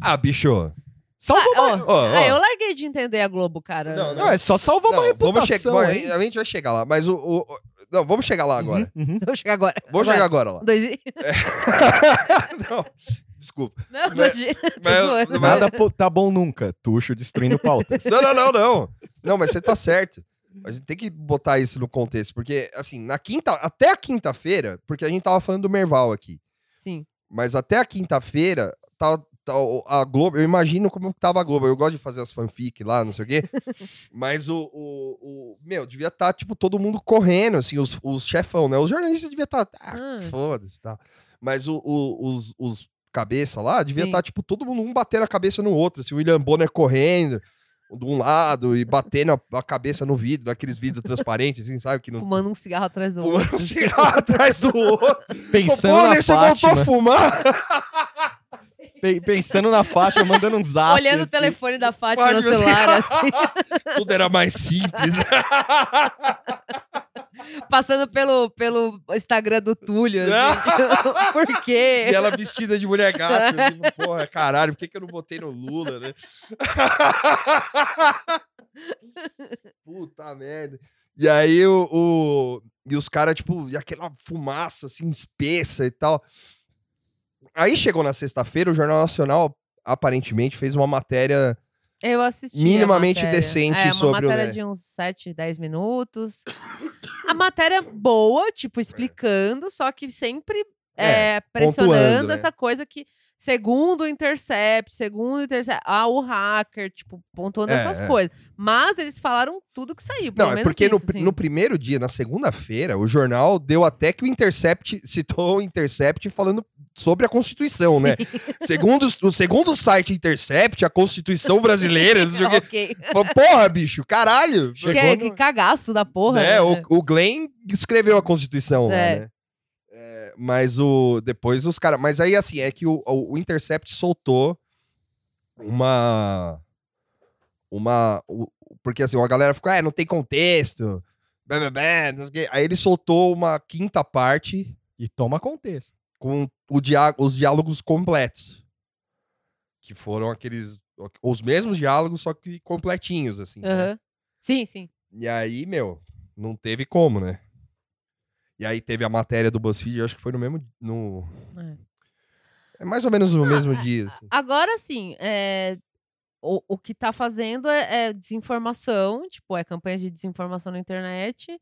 [SPEAKER 1] Ah, bicho.
[SPEAKER 3] Salva
[SPEAKER 2] Ah,
[SPEAKER 3] uma.
[SPEAKER 2] ó, Ah, eu larguei de entender a Globo, cara.
[SPEAKER 1] Não,
[SPEAKER 3] Não, é só salvar uma
[SPEAKER 1] Não, vamos chegar.
[SPEAKER 3] reputação.
[SPEAKER 1] vai-
[SPEAKER 3] hein?
[SPEAKER 1] A gente vai chegar lá, mas o. o- o- não, vamos chegar lá agora.
[SPEAKER 3] Uhum, uhum.
[SPEAKER 2] Vou chegar agora.
[SPEAKER 1] Vamos
[SPEAKER 2] Agora.
[SPEAKER 1] chegar agora lá. *laughs*
[SPEAKER 2] Um, *laughs* Dois e...
[SPEAKER 1] não,
[SPEAKER 3] *laughs*
[SPEAKER 1] desculpa.
[SPEAKER 2] Não,
[SPEAKER 1] Mas-
[SPEAKER 2] imagina, tô
[SPEAKER 1] mas eu- mas-
[SPEAKER 2] zoando.
[SPEAKER 3] Tá Nada po- tá bom nunca. Tuxo destruindo
[SPEAKER 1] *laughs*
[SPEAKER 3] pautas.
[SPEAKER 1] Não, não, não, não. Não, mas você tá certo. A gente tem que botar isso no contexto, porque, assim, na quinta. Até a quinta-feira, porque a gente tava falando do Merval aqui.
[SPEAKER 2] Sim.
[SPEAKER 1] Mas até a quinta-feira, tá, tá o- a Globo. Eu imagino como que tava a Globo. Eu gosto de fazer as fanfic lá, não sei o
[SPEAKER 3] *laughs*
[SPEAKER 1] quê. Mas o. o, o- meu, devia estar, tipo, todo mundo correndo, assim, os, os chefão, né? Os jornalistas devia estar.
[SPEAKER 2] Ah,
[SPEAKER 1] Foda-se, tá. Mas o- o- os, os cabeça lá, devia
[SPEAKER 2] Sim.
[SPEAKER 1] estar, tipo, todo mundo um batendo a cabeça no outro. Assim, o William Bonner correndo de um lado e batendo a, a cabeça no vidro, naqueles vidros transparentes, assim, sabe? Que não...
[SPEAKER 2] fumando um cigarro atrás do outro.
[SPEAKER 1] Fumando um
[SPEAKER 2] *laughs*
[SPEAKER 1] cigarro *laughs* atrás do outro. Ô,
[SPEAKER 3] Pensando
[SPEAKER 1] Bonner,
[SPEAKER 3] na
[SPEAKER 1] você voltou a
[SPEAKER 3] Fátima.
[SPEAKER 1] fumar?
[SPEAKER 3] pe- Pensando na Fátima, mandando um zap.
[SPEAKER 2] Olhando o
[SPEAKER 3] assim.
[SPEAKER 2] telefone da Fátima no
[SPEAKER 1] Fátima, assim.
[SPEAKER 2] celular, assim,
[SPEAKER 1] Tudo era mais simples.
[SPEAKER 2] passando pelo, pelo Instagram do Túlio. Assim, *laughs* por quê?
[SPEAKER 1] Ah! E ela vestida de mulher gato. Tipo, porra, caralho, por que, que eu não botei no Lula, né? Puta merda. E aí o. o- e os caras, tipo, e aquela fumaça assim, espessa e tal. Aí chegou na sexta-feira, o Jornal Nacional aparentemente fez uma matéria.
[SPEAKER 2] Eu assisti. a
[SPEAKER 1] minimamente
[SPEAKER 2] matéria.
[SPEAKER 1] decente
[SPEAKER 2] é, uma
[SPEAKER 1] sobre o-
[SPEAKER 2] matéria
[SPEAKER 1] né?
[SPEAKER 2] de uns 7, 10 minutos. a matéria boa, tipo, explicando, só que sempre é, pressionando
[SPEAKER 1] pontuando, né?
[SPEAKER 2] essa coisa que, segundo o Intercept, segundo o Intercept, ah, o hacker, tipo, pontuando
[SPEAKER 1] É,
[SPEAKER 2] essas
[SPEAKER 1] é.
[SPEAKER 2] coisas. Mas eles falaram tudo que saiu. Pelo
[SPEAKER 1] Não, é
[SPEAKER 2] menos
[SPEAKER 1] porque no,
[SPEAKER 2] isso, assim.
[SPEAKER 1] no primeiro dia, na segunda-feira, o jornal deu até que o Intercept *laughs* citou o Intercept falando sobre a Constituição, né?
[SPEAKER 2] *laughs*
[SPEAKER 1] Segundo, os- o segundo site Intercept, a Constituição brasileira, não sei o quê.
[SPEAKER 2] *laughs* Ok.
[SPEAKER 1] Falou, Porra, bicho, caralho.
[SPEAKER 3] Chegou
[SPEAKER 2] que, que
[SPEAKER 3] no-
[SPEAKER 2] cagaço da porra.
[SPEAKER 1] Né,
[SPEAKER 2] né?
[SPEAKER 1] o, o Glenn escreveu a Constituição, lá,
[SPEAKER 2] É.
[SPEAKER 1] né? É, mas o depois os caras. Mas aí, assim, é que o, o, o Intercept soltou uma. Uma. o- porque assim, a galera ficou, é, não tem contexto. blá, blá, blá, não sei o quê." Aí ele soltou uma quinta parte
[SPEAKER 3] E toma contexto.
[SPEAKER 1] com o diá- os diálogos completos. Que foram aqueles. Os mesmos diálogos, só que completinhos, assim. né?
[SPEAKER 2] Aham. Sim, sim.
[SPEAKER 1] E aí, meu, não teve como, né? E aí teve a matéria do BuzzFeed, eu acho que foi no mesmo. No...
[SPEAKER 2] É.
[SPEAKER 1] É mais ou menos no mesmo dia. assim.
[SPEAKER 2] Agora sim, é, o, o que tá fazendo é, é desinformação, tipo, é campanha de desinformação na internet.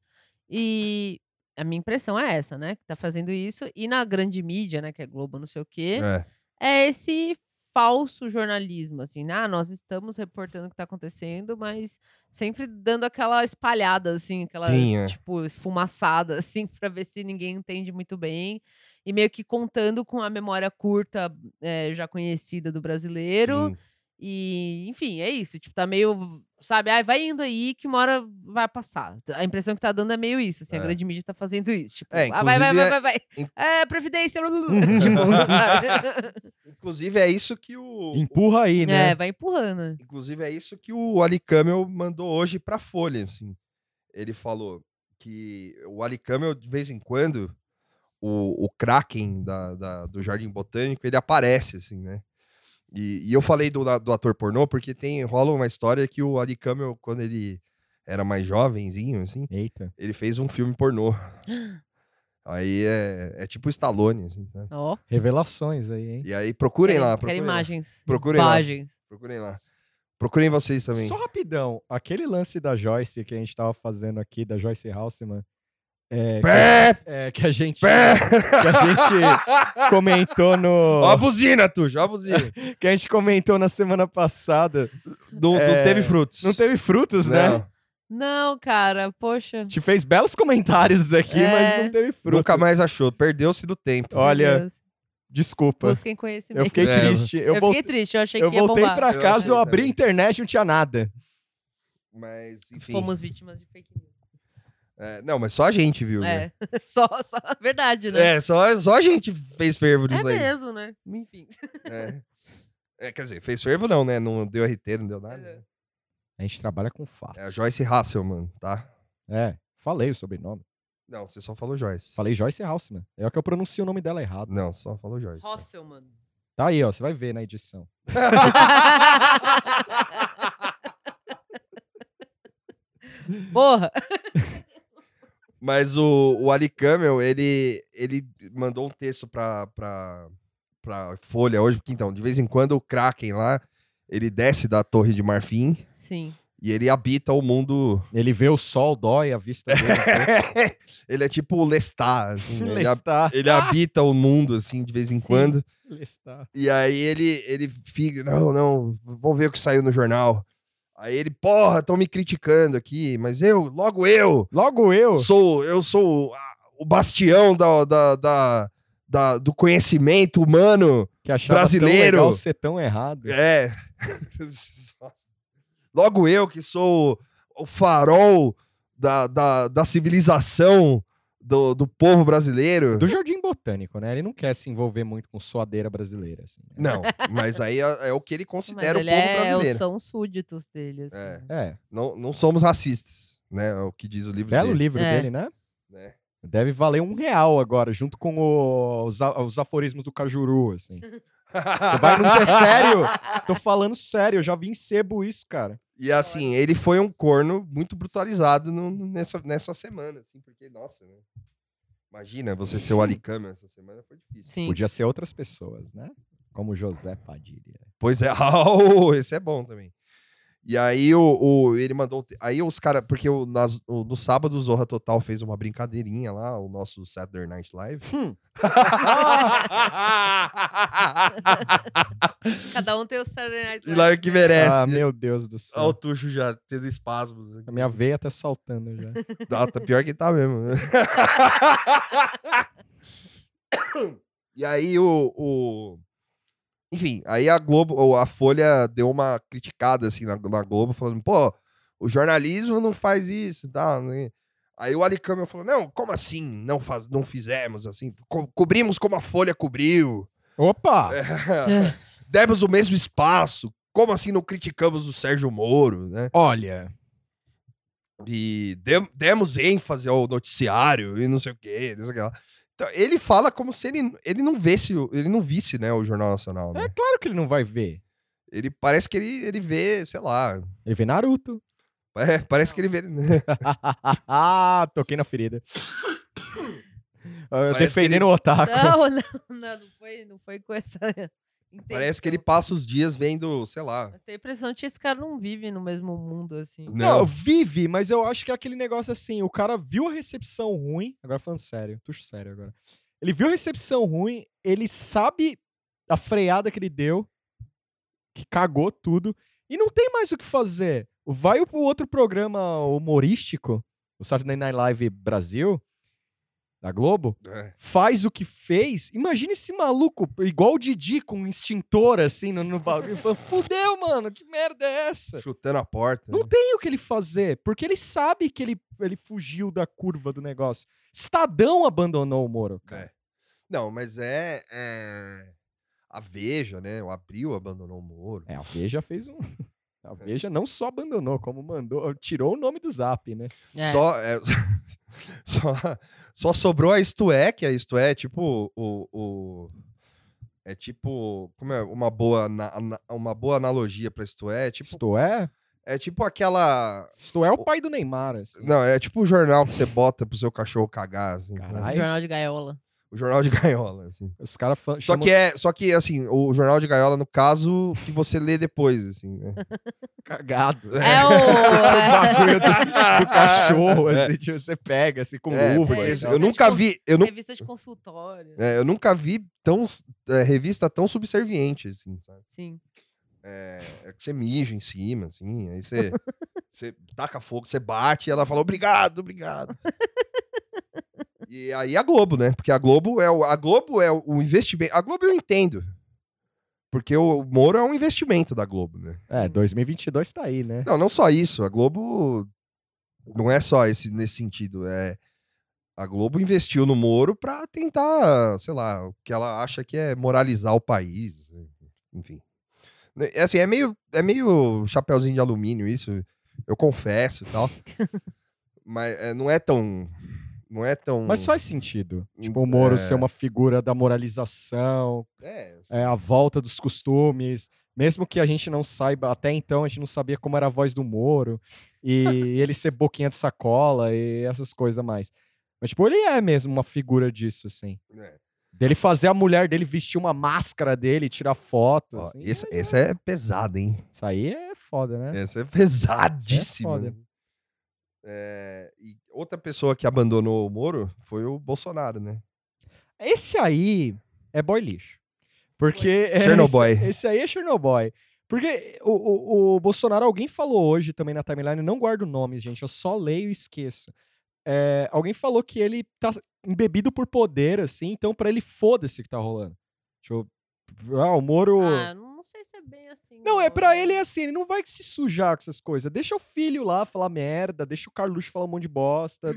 [SPEAKER 2] E a minha impressão é essa, é né? Que tá fazendo isso. E na grande mídia, né? Que é Globo, não sei o quê,
[SPEAKER 1] É.
[SPEAKER 2] é esse falso jornalismo, assim, ah, nós estamos reportando o que está acontecendo, mas sempre dando aquela espalhada, assim, aquela,
[SPEAKER 1] Sim, é.
[SPEAKER 2] tipo, esfumaçada, *laughs* assim, para ver se ninguém entende muito bem. E meio que contando com a memória curta eh, já conhecida do brasileiro.
[SPEAKER 1] Sim.
[SPEAKER 2] E, enfim, é isso. Tipo, tá meio. Sabe, ai, vai indo aí que uma hora vai passar. A impressão que tá dando é meio isso, assim, a
[SPEAKER 1] É.
[SPEAKER 2] grande mídia tá fazendo isso. Tipo,
[SPEAKER 1] É,
[SPEAKER 2] ah, vai, vai, vai,
[SPEAKER 1] inclusive
[SPEAKER 2] vai, vai.
[SPEAKER 1] in-
[SPEAKER 2] É, previdência. blá, blá, blá,
[SPEAKER 1] *laughs*
[SPEAKER 2] *laughs* tipo, sabe?
[SPEAKER 1] Inclusive, é isso que o.
[SPEAKER 3] Empurra aí, né?
[SPEAKER 2] É, vai empurrando.
[SPEAKER 1] Inclusive, é isso que o Ali Camel mandou hoje pra Folha, assim. Ele falou que o Ali Camel, de vez em quando, o, o Kraken da, da- do Jardim Botânico, ele aparece, assim, né? E, e eu falei do, da- do ator pornô porque tem rola uma história que o Ali Camel, quando ele era mais jovenzinho, assim,
[SPEAKER 3] Eita.
[SPEAKER 1] ele fez um filme
[SPEAKER 2] *gasps*
[SPEAKER 1] pornô. Aí é, é tipo Stallone, assim, né?
[SPEAKER 2] Ó,
[SPEAKER 3] Revelações aí, hein?
[SPEAKER 1] E aí procurem lá,
[SPEAKER 2] quero
[SPEAKER 1] procurem lá,
[SPEAKER 2] imagens.
[SPEAKER 1] Procurem lá.
[SPEAKER 2] imagens.
[SPEAKER 1] procurem lá. Procurem vocês também.
[SPEAKER 3] Só rapidão, aquele lance da Joyce que a gente tava fazendo aqui, da Joyce Halseman, é,
[SPEAKER 1] Pé!
[SPEAKER 3] que, é, que a gente,
[SPEAKER 1] Pé!
[SPEAKER 3] que a gente comentou no,
[SPEAKER 1] *laughs* Ó a buzina, Tuxo, ó a buzina.
[SPEAKER 3] que a gente comentou na semana passada,
[SPEAKER 1] Não, não
[SPEAKER 3] É,
[SPEAKER 1] teve frutos.
[SPEAKER 3] não teve frutos, né?
[SPEAKER 1] Não.
[SPEAKER 2] Não, cara, poxa.
[SPEAKER 3] A gente fez belos comentários aqui,
[SPEAKER 2] É.
[SPEAKER 3] mas não teve frutos.
[SPEAKER 1] Nunca mais achou, perdeu-se do tempo.
[SPEAKER 2] meu
[SPEAKER 3] Olha,
[SPEAKER 2] Deus.
[SPEAKER 3] desculpa.
[SPEAKER 2] Busquem conhecimento.
[SPEAKER 3] Eu fiquei
[SPEAKER 1] É,
[SPEAKER 3] triste. Eu,
[SPEAKER 2] Eu
[SPEAKER 3] vol-
[SPEAKER 2] fiquei triste, eu achei
[SPEAKER 3] eu
[SPEAKER 2] que ia
[SPEAKER 3] voltei
[SPEAKER 2] bombar.
[SPEAKER 3] pra
[SPEAKER 1] Eu
[SPEAKER 3] casa, eu
[SPEAKER 1] achei
[SPEAKER 3] abri a
[SPEAKER 1] também.
[SPEAKER 3] internet e não tinha nada.
[SPEAKER 1] Mas, enfim.
[SPEAKER 2] Fomos vítimas de fake news.
[SPEAKER 1] É, não, mas só a gente viu. né?
[SPEAKER 2] É, *laughs* só, só a verdade, né?
[SPEAKER 1] É, só, só a gente fez fervo
[SPEAKER 2] É
[SPEAKER 1] disso aí.
[SPEAKER 2] mesmo, né? Enfim.
[SPEAKER 1] É. É, quer dizer, fez fervo não, né? Não deu RT, não deu nada. né?
[SPEAKER 3] A gente trabalha com fato.
[SPEAKER 1] É a Joyce Hasselman, tá?
[SPEAKER 3] É, falei o sobrenome.
[SPEAKER 1] Não, você só falou Joyce.
[SPEAKER 3] Falei Joyce Halseman. É que eu pronuncio o nome dela errado.
[SPEAKER 1] Não, só falou Joyce.
[SPEAKER 2] Hosselman.
[SPEAKER 3] Tá aí, ó. Você vai ver na edição.
[SPEAKER 2] Porra!
[SPEAKER 1] Mas o, o Ali Camel, ele, ele mandou um texto pra, pra, pra Folha hoje, porque então, de vez em quando o Kraken lá, ele desce da Torre de Marfim
[SPEAKER 2] Sim.
[SPEAKER 1] e ele habita o mundo
[SPEAKER 3] Ele vê o sol, dói a vista *laughs* dele.
[SPEAKER 1] ele é tipo o Lestat, assim, né? ele, hab-
[SPEAKER 3] Lestar.
[SPEAKER 1] ele habita o mundo, assim, de vez em
[SPEAKER 2] Sim.
[SPEAKER 1] quando.
[SPEAKER 3] Lestar.
[SPEAKER 1] E aí ele, ele fica, não, não, vou ver o que saiu no jornal. Aí ele, porra, estão me criticando aqui, mas eu, logo eu,
[SPEAKER 3] Logo eu.
[SPEAKER 1] sou, eu sou a- o bastião da, da, da- da- do conhecimento humano.
[SPEAKER 3] que achava
[SPEAKER 1] Brasileiro.
[SPEAKER 3] tão legal ser tão errado. *laughs*
[SPEAKER 1] É. Nossa. logo eu que sou o farol da, da, da civilização do, do povo brasileiro.
[SPEAKER 3] Do Jardim Botânico, né? Ele não quer se envolver muito com suadeira brasileira, assim. né?
[SPEAKER 1] Não, mas aí é, é o que ele considera
[SPEAKER 2] Mas
[SPEAKER 1] o
[SPEAKER 2] ele
[SPEAKER 1] povo
[SPEAKER 2] é,
[SPEAKER 1] brasileiro.
[SPEAKER 2] são súditos dele, assim.
[SPEAKER 1] É.
[SPEAKER 3] É,
[SPEAKER 1] Não, não somos racistas, né? É o que diz o livro
[SPEAKER 3] belo
[SPEAKER 1] dele.
[SPEAKER 3] livro
[SPEAKER 2] É.
[SPEAKER 3] dele, né?
[SPEAKER 1] né?
[SPEAKER 3] Deve valer um real agora, junto com o- os, a- os aforismos do Cajuru, assim. Vai, não
[SPEAKER 1] *laughs*
[SPEAKER 2] *laughs*
[SPEAKER 3] é sério! Tô falando sério, eu já vi em sebo isso, cara.
[SPEAKER 1] E assim, ele foi um corno muito brutalizado no- no- nessa, nessa semana, assim, porque, nossa, né? Imagina você
[SPEAKER 3] *laughs*
[SPEAKER 1] ser o Alicama essa semana, foi difícil.
[SPEAKER 2] Sim.
[SPEAKER 3] Podia ser outras pessoas, né? Como José Padilha.
[SPEAKER 1] Pois é, *laughs* au, esse é bom também. E aí o, o- ele mandou. Aí os caras. Porque o, nas- o- no sábado o Zorra Total fez uma brincadeirinha lá, o nosso Saturday Night Live.
[SPEAKER 3] Hum.
[SPEAKER 2] Cada um tem o Saturday
[SPEAKER 1] *laughs*
[SPEAKER 2] Night
[SPEAKER 1] E lá é o que merece.
[SPEAKER 3] Ah, meu Deus do
[SPEAKER 1] Olha o
[SPEAKER 3] céu.
[SPEAKER 1] Tuxo já tendo espasmos. né?
[SPEAKER 3] A minha veia tá saltando
[SPEAKER 2] *laughs*
[SPEAKER 3] já.
[SPEAKER 1] Ah, tá pior que tá mesmo. né? *coughs* e aí o, o- Enfim, aí a Globo, ou a Folha deu uma criticada assim na, na Globo, falando, pô, o jornalismo não faz isso, tá? né? Aí o Ali Câmara falou, não, como assim? Não, faz, não fizemos assim, Co- cobrimos como a Folha cobriu.
[SPEAKER 3] Opa!
[SPEAKER 1] É.
[SPEAKER 2] *laughs* É.
[SPEAKER 1] Demos o mesmo espaço. Como assim não criticamos o Sérgio Moro, né?
[SPEAKER 3] Olha, é
[SPEAKER 1] e dem- demos ênfase ao noticiário e não sei o quê, não sei o que lá. Então, ele fala como se ele, ele não visse, o- ele não visse, né, o Jornal Nacional, né?
[SPEAKER 3] é claro que ele não vai ver.
[SPEAKER 1] Ele parece que ele, ele vê, sei lá, *laughs*
[SPEAKER 3] Ele vê Naruto. *laughs*
[SPEAKER 1] é, parece que ele vê... *laughs*
[SPEAKER 3] Toquei na ferida. Ah,
[SPEAKER 1] Parece que
[SPEAKER 3] Defendendo o
[SPEAKER 1] Tá
[SPEAKER 3] Otaku.
[SPEAKER 2] Não, não, não, não foi, não foi com essa. intenção.
[SPEAKER 1] parece que ele passa os dias vendo, sei lá...
[SPEAKER 2] Eu tenho a impressão de que esse cara não vive no mesmo mundo, assim.
[SPEAKER 3] Não,
[SPEAKER 1] Não,
[SPEAKER 3] vive, mas eu acho que é aquele negócio assim, o cara viu a recepção ruim, agora falando sério, tuxo sério agora. Ele viu a recepção ruim, ele sabe a freada que ele deu, que cagou tudo e não tem mais o que fazer. Vai pro outro programa humorístico, o Saturday Night Live Brasil, da Globo,
[SPEAKER 1] É.
[SPEAKER 3] faz o que fez. Imagina esse maluco, igual o Didi, com um extintor assim no, no bagulho. Falando, Fudeu, mano, que merda é essa?
[SPEAKER 1] Chutando a porta. né?
[SPEAKER 3] Não tem o que ele fazer, porque ele sabe que ele, ele fugiu da curva do negócio. Estadão abandonou o Moro, cara.
[SPEAKER 1] É. Não, mas é, é- A Veja, né? O Abril abandonou o Moro.
[SPEAKER 3] É, a Veja
[SPEAKER 1] *laughs*
[SPEAKER 3] fez um. A Veja não só abandonou, como mandou, tirou o nome do Zap, né?
[SPEAKER 2] É.
[SPEAKER 1] Só, é, *laughs* só, só sobrou a Isto É, que a Isto É é tipo o, o- é tipo, como é, uma boa na- ana- uma boa analogia para Isto É, é tipo
[SPEAKER 3] Isto é,
[SPEAKER 1] é tipo aquela,
[SPEAKER 3] isto é o pai do Neymar, assim.
[SPEAKER 1] não, é tipo o jornal que você bota pro seu cachorro cagar, assim, né?
[SPEAKER 3] Caralho.
[SPEAKER 2] Jornal de Gaiola.
[SPEAKER 1] o jornal de *laughs* gaiola, assim.
[SPEAKER 3] Os caras fa-
[SPEAKER 1] Só
[SPEAKER 3] chamam-
[SPEAKER 1] que é, só que assim, o jornal de gaiola no caso que você lê depois, assim,
[SPEAKER 3] *laughs*
[SPEAKER 1] né?
[SPEAKER 3] cagado.
[SPEAKER 2] É o.
[SPEAKER 3] *laughs* O
[SPEAKER 2] é,
[SPEAKER 3] bagulho do, do cachorro, assim, tipo, você pega, assim, com
[SPEAKER 1] *laughs* É,
[SPEAKER 3] luva.
[SPEAKER 1] porque
[SPEAKER 2] é,
[SPEAKER 3] e
[SPEAKER 1] isso-
[SPEAKER 3] tal.
[SPEAKER 1] eu nunca vi, eu, nu-
[SPEAKER 2] Revista de consultório.
[SPEAKER 1] é, eu nunca vi tão é, revista tão subserviente, assim, sabe?
[SPEAKER 2] Sim.
[SPEAKER 1] É, é que você mija em cima, assim, aí você, você taca fogo, você bate e ela fala, obrigado, obrigado. e aí a Globo, né? Porque a Globo é o, a Globo é o investimento. A Globo eu entendo. Porque o Moro é um investimento da Globo, né?
[SPEAKER 3] É, 2022 tá aí, né?
[SPEAKER 1] Não, não só isso. A Globo não é só esse, nesse sentido. É, a Globo investiu no Moro pra tentar, sei lá, o que ela acha que é moralizar o país. Enfim. Né, É assim, é meio, é meio chapeuzinho de alumínio isso, eu confesso e tal. Mas é, não é tão... Não é tão...
[SPEAKER 3] Mas faz sentido.
[SPEAKER 1] Hum,
[SPEAKER 3] Tipo, o Moro
[SPEAKER 1] é.
[SPEAKER 3] ser uma figura da moralização,
[SPEAKER 1] É,
[SPEAKER 3] é, a volta dos costumes. Mesmo que a gente não saiba, até então a gente não sabia como era a voz do Moro.
[SPEAKER 1] *laughs*
[SPEAKER 3] E ele ser boquinha de sacola e essas coisas mais. Mas, tipo, ele é mesmo uma figura disso, assim.
[SPEAKER 1] é.
[SPEAKER 3] Dele fazer a mulher dele vestir uma máscara dele, e tirar foto.
[SPEAKER 1] Ó,
[SPEAKER 3] assim.
[SPEAKER 1] esse- essa é pesada, hein?
[SPEAKER 3] Isso aí é foda, né?
[SPEAKER 1] Essa é pesadíssima.
[SPEAKER 3] foda.
[SPEAKER 1] É, e outra pessoa que abandonou o Moro foi o Bolsonaro, né?
[SPEAKER 3] Esse aí é boy lixo. Porque. é
[SPEAKER 1] Chernobyl.
[SPEAKER 3] Esse, esse aí é Chernobyl. Porque o, o, o Bolsonaro, alguém falou hoje também na timeline, eu não guardo nomes, gente, eu só leio e esqueço. É, alguém falou que ele tá embebido por poder, assim, então pra ele foda-se o que tá rolando. Tipo, ah, o Moro.
[SPEAKER 2] Ah, não sei se é bem assim.
[SPEAKER 3] Não, é pra ele é assim, ele não vai se sujar com essas coisas. Deixa o filho lá falar merda, deixa o Carluxo falar um monte
[SPEAKER 2] *clears throat*
[SPEAKER 3] de bosta,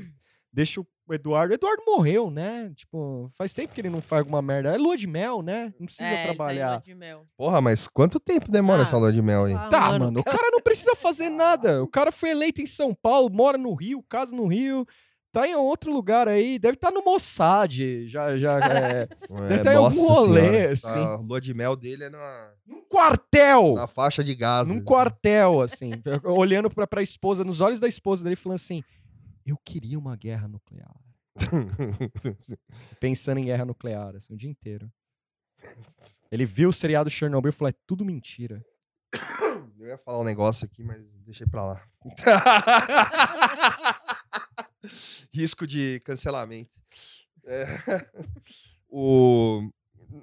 [SPEAKER 3] deixa o Eduardo. Eduardo morreu, né? Tipo, faz tempo que ele não faz alguma merda. É lua de mel, né? Não
[SPEAKER 2] é,
[SPEAKER 3] precisa
[SPEAKER 2] ele tá em lua
[SPEAKER 3] trabalhar.
[SPEAKER 2] de mel.
[SPEAKER 1] Porra, mas quanto tempo demora
[SPEAKER 2] Ah,
[SPEAKER 1] essa lua de mel aí?
[SPEAKER 2] Ah,
[SPEAKER 3] Tá, mano, o
[SPEAKER 2] *laughs*
[SPEAKER 3] cara não precisa fazer nada. O cara foi eleito em São Paulo, mora no Rio, casa no Rio, tá em outro lugar aí, deve estar no Mossad, já, já,
[SPEAKER 2] *laughs*
[SPEAKER 3] é,
[SPEAKER 1] É,
[SPEAKER 3] tá em algum rolê, assim?
[SPEAKER 1] A lua de mel dele é numa,
[SPEAKER 3] num quartel.
[SPEAKER 1] na faixa de gás.
[SPEAKER 3] num quartel, assim, *laughs* olhando pra, pra esposa, nos olhos da esposa dele, falando assim: Eu queria uma guerra nuclear. Pensando em guerra nuclear, assim, o dia inteiro. Ele viu o seriado Chernobyl e falou: É tudo mentira.
[SPEAKER 1] *laughs* Eu ia falar um negócio aqui, mas deixei pra lá. *laughs* Risco de cancelamento. É. O...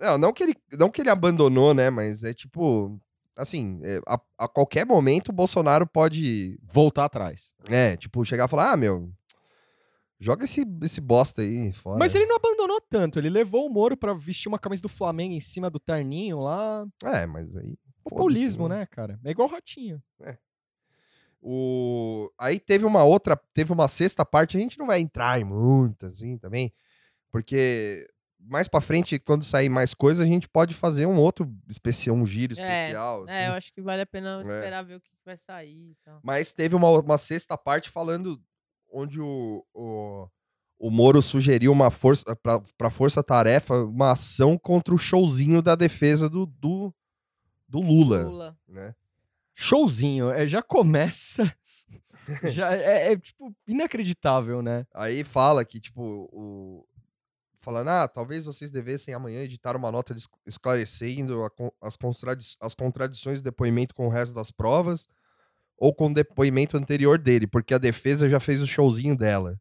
[SPEAKER 1] Não, não que, ele, não que ele abandonou, né? Mas é tipo. Assim, é, a, a qualquer momento o Bolsonaro pode,
[SPEAKER 3] Voltar atrás.
[SPEAKER 1] né? Tipo, chegar e falar: ah, meu, joga esse, esse bosta aí fora.
[SPEAKER 3] Mas ele não abandonou tanto. Ele levou o Moro pra vestir uma camisa do Flamengo em cima do terninho lá.
[SPEAKER 1] É, mas aí.
[SPEAKER 3] Populismo,
[SPEAKER 1] né?
[SPEAKER 3] né, cara? É igual o Ratinho.
[SPEAKER 1] O... Aí teve uma outra, teve uma sexta parte, a gente não vai entrar em muito, assim, também, porque mais pra frente, quando sair mais coisa, a gente pode fazer um outro especial, um giro especial. assim.
[SPEAKER 2] É, eu acho que vale a pena
[SPEAKER 1] É.
[SPEAKER 2] esperar ver o que que vai sair e tal.
[SPEAKER 1] Mas teve uma, uma sexta parte falando onde o, o, o Moro sugeriu uma força eh, pra, pra Força Tarefa uma ação contra o showzinho da defesa do, do, do Lula,
[SPEAKER 2] Lula.
[SPEAKER 1] né?
[SPEAKER 3] Showzinho. É,
[SPEAKER 1] *laughs*
[SPEAKER 3] já começa. já é, é, tipo, inacreditável, né?
[SPEAKER 1] Aí fala que, tipo, o. Falando, ah, talvez vocês devessem amanhã editar uma nota des- esclarecendo a con- as, contradi- as contradições do depoimento com o resto das provas ou com o depoimento anterior dele, porque a defesa já fez o showzinho dela.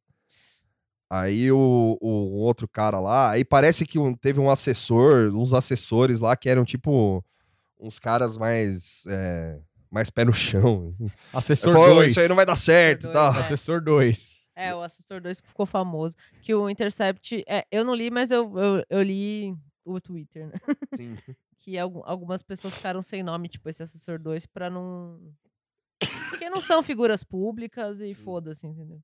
[SPEAKER 1] Aí o, o outro cara lá, aí parece que um- teve um assessor, uns assessores lá que eram tipo uns caras mais. é, mais pé no chão.
[SPEAKER 3] Assessor
[SPEAKER 1] Falou,
[SPEAKER 3] 2.
[SPEAKER 1] isso aí não vai dar certo e tal.
[SPEAKER 2] Dois,
[SPEAKER 3] Assessor 2.
[SPEAKER 2] É, o Assessor 2 que ficou famoso. Que o Intercept. é, eu não li, mas eu, eu, eu li o Twitter, né?
[SPEAKER 1] Sim.
[SPEAKER 2] Que algu- algumas pessoas ficaram sem nome, tipo, esse Assessor 2, pra não. Porque não são figuras públicas e foda-se, entendeu?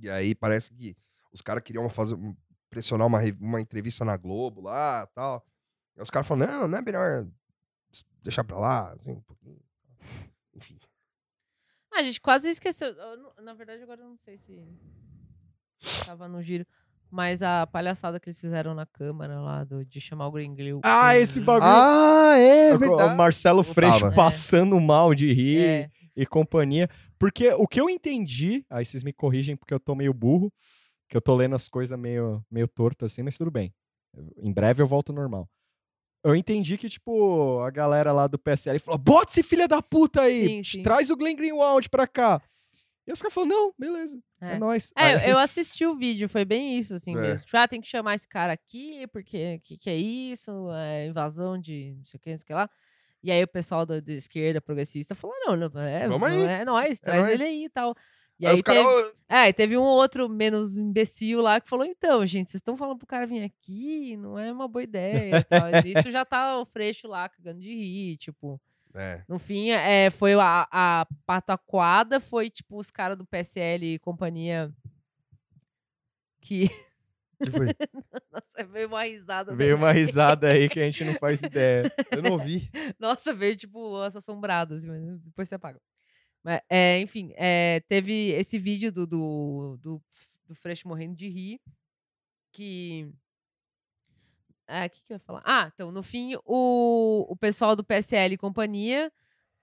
[SPEAKER 1] E aí parece que os caras queriam fazer, um, pressionar uma, re- uma entrevista na Globo lá tal. E os caras falaram, não, não é melhor deixar pra lá, assim, um pouquinho. Enfim.
[SPEAKER 2] Ah, a gente quase esqueceu. eu não- na verdade, agora eu não sei se. Tava no giro. Mas a palhaçada que eles fizeram na Câmara lá do- de chamar o Gringlio.
[SPEAKER 3] Ah, esse bagulho.
[SPEAKER 1] Ah, é
[SPEAKER 3] o Marcelo
[SPEAKER 1] Não
[SPEAKER 3] Freixo
[SPEAKER 1] tava.
[SPEAKER 3] passando mal de rir.
[SPEAKER 2] É,
[SPEAKER 3] e companhia. Porque o que eu entendi, aí vocês me corrigem porque eu tô meio burro, que eu tô lendo as coisas meio, meio torto assim, mas tudo bem. Eu- Em breve eu volto ao normal. Eu entendi que, tipo, a galera lá do PSL falou: bota esse filho da puta aí,
[SPEAKER 2] Sim, sim.
[SPEAKER 3] traz o Glenn Greenwald pra cá. E os caras falaram: não, beleza, é,
[SPEAKER 2] É.
[SPEAKER 3] nóis.
[SPEAKER 2] É,
[SPEAKER 3] Aí-
[SPEAKER 2] eu assisti o vídeo, foi bem isso, assim
[SPEAKER 1] É.
[SPEAKER 2] mesmo. Tipo, ah, tem que chamar esse cara aqui, porque o que, que é isso? É invasão de não sei o que, não sei o que lá. E aí o pessoal da da esquerda progressista falou: não, não é,
[SPEAKER 1] Vamos
[SPEAKER 2] não
[SPEAKER 1] aí.
[SPEAKER 2] é nóis, traz
[SPEAKER 1] nóis.
[SPEAKER 2] ele aí e tal. E
[SPEAKER 1] Aí
[SPEAKER 2] aí,
[SPEAKER 1] os caras,
[SPEAKER 2] teve,
[SPEAKER 1] "Ô,
[SPEAKER 2] é, e teve um outro menos imbecil lá que falou: então, gente, vocês estão falando pro cara vir aqui, não é uma boa ideia. e tal. E Isso já tá o freixo lá cagando de rir, tipo.
[SPEAKER 1] É.
[SPEAKER 2] No fim, é, foi a, a pataquada, foi tipo os caras do PSL e companhia que.
[SPEAKER 1] que foi?
[SPEAKER 2] *laughs* Nossa, veio uma risada.
[SPEAKER 3] *laughs* Veio
[SPEAKER 2] da-
[SPEAKER 3] uma risada aí que a gente não
[SPEAKER 2] *laughs*
[SPEAKER 3] faz ideia.
[SPEAKER 1] Eu não ouvi.
[SPEAKER 2] Nossa, veio tipo as assombradas, assim, mas depois você apaga. Mas, é, enfim, é, teve esse vídeo do, do, do, do Freixo morrendo de rir, que... Ah, o que, que eu ia falar? Ah, então, no fim, o, o pessoal do PSL e companhia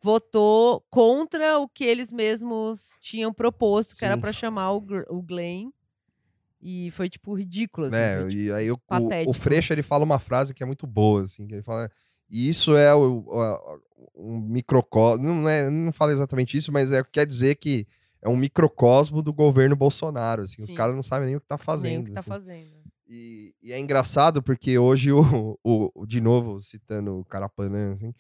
[SPEAKER 2] votou contra o que eles mesmos tinham proposto, que era
[SPEAKER 1] Sim.
[SPEAKER 2] pra chamar o, Gr- o Glenn. E foi, tipo, ridículo, *laughs* assim.
[SPEAKER 1] né?
[SPEAKER 2] foi, tipo,
[SPEAKER 1] E aí o, o, o
[SPEAKER 2] patético.
[SPEAKER 1] Freixo ele fala uma frase que é muito boa, assim, que ele fala. E isso é o, o- a- um microcosmo. Não, é, não fala exatamente isso, mas é, quer dizer que é um microcosmo do governo Bolsonaro. Assim, os
[SPEAKER 2] Sim.
[SPEAKER 1] caras não sabem nem o que tá fazendo.
[SPEAKER 2] nem o que tá
[SPEAKER 1] assim.
[SPEAKER 2] fazendo.
[SPEAKER 1] E, e é engraçado porque hoje, o, *laughs* o, o- de novo, citando o Carapanã, assim,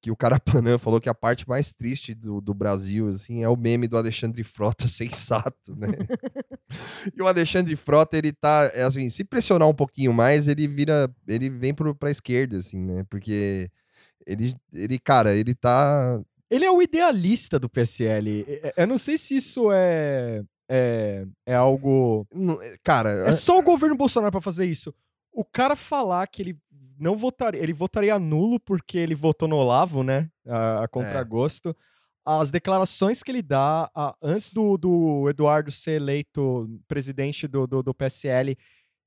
[SPEAKER 1] que o Carapanã *laughs* falou que a parte mais triste do, do Brasil assim, é o meme do Alexandre Frota *laughs* sensato, né? e o Alexandre Frota, ele tá, é assim, se pressionar um pouquinho mais, ele vira, ele vem pro, pra esquerda, assim, né? Porque ele, ele cara, ele tá...
[SPEAKER 3] Ele é o idealista do PSL. E- e- Eu não sei se isso é- é, é algo
[SPEAKER 1] não- é, Cara,
[SPEAKER 3] É só o governo Bolsonaro pra fazer isso. O cara falar que ele não votaria, ele votaria nulo porque ele votou no Olavo, né? A, a contragosto. As declarações que ele dá a- antes do, do Eduardo ser eleito presidente do, do, do PSL,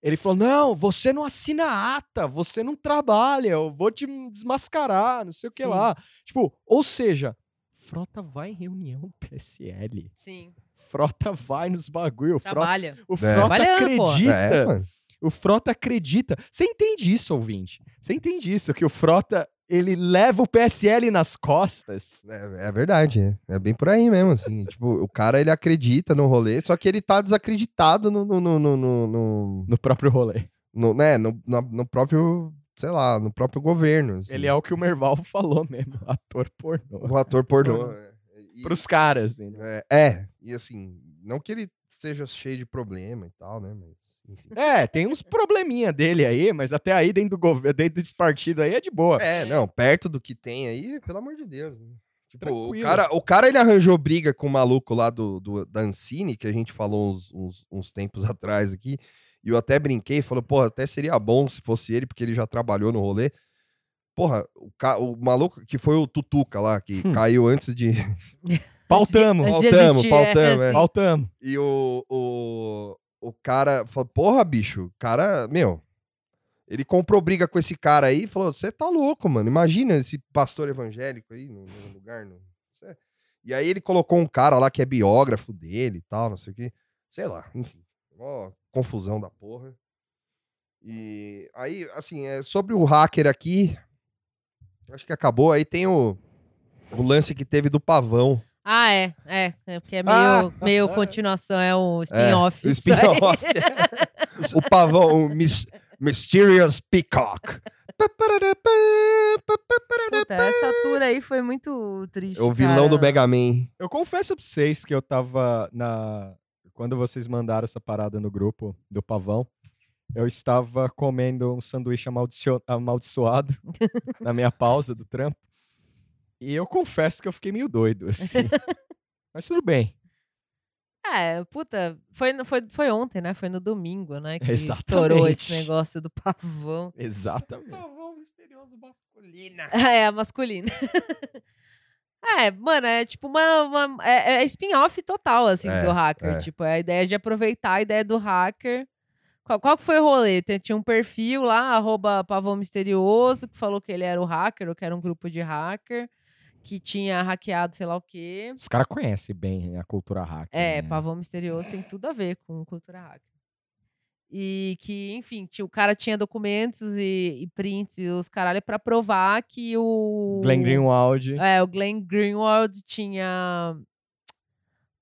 [SPEAKER 3] ele falou: não, você não assina a ata, você não trabalha, eu vou te desmascarar, não sei o que
[SPEAKER 2] Sim.
[SPEAKER 3] lá. Tipo, ou seja, Frota vai em reunião do PSL.
[SPEAKER 2] Sim, Frota
[SPEAKER 3] Frota vai nos bagulho. Frota,
[SPEAKER 2] trabalha.
[SPEAKER 3] o Frota
[SPEAKER 2] Trabalhando, pô.
[SPEAKER 3] acredita.
[SPEAKER 1] é, mano.
[SPEAKER 3] O Frota acredita. Você entende isso, ouvinte? Você entende isso? Que o Frota, ele leva o PSL nas costas.
[SPEAKER 1] É, é verdade, é. é bem por aí mesmo, assim. *laughs* tipo, o cara ele acredita no rolê, só que ele tá desacreditado no, no, no, no, no, no-
[SPEAKER 3] No próprio rolê.
[SPEAKER 1] no- né, no, na- no próprio, sei lá, no próprio governo. assim.
[SPEAKER 3] Ele é o que o Merval *laughs* falou mesmo. Ator pornô.
[SPEAKER 1] o
[SPEAKER 3] *laughs*
[SPEAKER 1] ator pornô. é. E-
[SPEAKER 3] Pros caras, assim. né?
[SPEAKER 1] é, é, e assim, não que ele seja cheio de problema e tal, né? Mas,
[SPEAKER 3] *laughs*
[SPEAKER 1] enfim.
[SPEAKER 3] É, tem uns probleminha dele aí, mas até aí dentro do governo, dentro desse partido aí é de boa.
[SPEAKER 1] É, não, perto do que tem aí, pelo amor de Deus. né? Tipo, o
[SPEAKER 3] Tranquilo.
[SPEAKER 1] cara, o cara ele arranjou briga com o maluco lá do, do da Ancine, que a gente falou uns, uns, uns tempos atrás aqui, e eu até brinquei, falou, porra, até seria bom se fosse ele, porque ele já trabalhou no rolê. Porra, o, ca- o maluco que foi o Tutuca lá, que
[SPEAKER 3] Hum.
[SPEAKER 1] caiu antes de.
[SPEAKER 3] Pautamos,
[SPEAKER 2] Antes de
[SPEAKER 1] pautamos,
[SPEAKER 2] existir,
[SPEAKER 1] pautamos, é.
[SPEAKER 2] assim.
[SPEAKER 3] pautamos.
[SPEAKER 1] E o, o, o cara falou: Porra, bicho, o cara, meu. Ele comprou briga com esse cara aí e falou: Você tá louco, mano. Imagina esse pastor evangélico aí no, no lugar. No, cê-" é". E aí ele colocou um cara lá que é biógrafo dele e tal, não sei o quê. Sei lá, enfim. Ó, confusão da porra. E aí, assim, é, sobre o hacker aqui, acho que acabou. Aí tem o, o lance que teve do pavão.
[SPEAKER 2] Ah, é, é. é porque é
[SPEAKER 3] Ah,
[SPEAKER 2] meio, meio
[SPEAKER 3] ah.
[SPEAKER 2] continuação, é um spin-off.
[SPEAKER 1] O
[SPEAKER 2] isso aí.
[SPEAKER 1] *laughs* spin-off. o pavão, o mis- Mysterious Peacock.
[SPEAKER 2] Puta, essa altura aí foi muito triste.
[SPEAKER 1] O vilão
[SPEAKER 2] cara.
[SPEAKER 1] do Mega Man.
[SPEAKER 3] Eu confesso pra vocês que eu tava na. Quando vocês mandaram essa parada no grupo do Pavão, eu estava comendo um sanduíche amaldicio- amaldiçoado *laughs* na minha pausa do trampo. E eu confesso que eu fiquei meio doido, *laughs* assim. Mas tudo bem.
[SPEAKER 2] É, puta, foi, no- foi, foi ontem, né? Foi no domingo, né? Que
[SPEAKER 3] Exatamente.
[SPEAKER 2] estourou esse negócio do pavão.
[SPEAKER 3] Exatamente.
[SPEAKER 1] Pavão misterioso masculina.
[SPEAKER 2] *laughs* É, a masculina. É, mano, é tipo uma. uma- é é spin-off total, assim,
[SPEAKER 1] É,
[SPEAKER 2] do hacker.
[SPEAKER 1] é.
[SPEAKER 2] Tipo, é a ideia de aproveitar a ideia do hacker. Qual, qual que foi o rolê? Te- Tinha um perfil lá, arroba Pavão Misterioso, que falou que ele era o hacker, ou que era um grupo de hacker, que tinha hackeado sei lá o quê.
[SPEAKER 3] Os caras conhecem bem a cultura hacker.
[SPEAKER 2] É,
[SPEAKER 1] Uhum.
[SPEAKER 3] né?
[SPEAKER 2] Pavão Misterioso tem tudo a ver com cultura hacker. E que, enfim, tinha- o cara tinha documentos e, e prints e os caralho pra provar que o.
[SPEAKER 3] Glenn Greenwald
[SPEAKER 2] É, o Glenn Greenwald tinha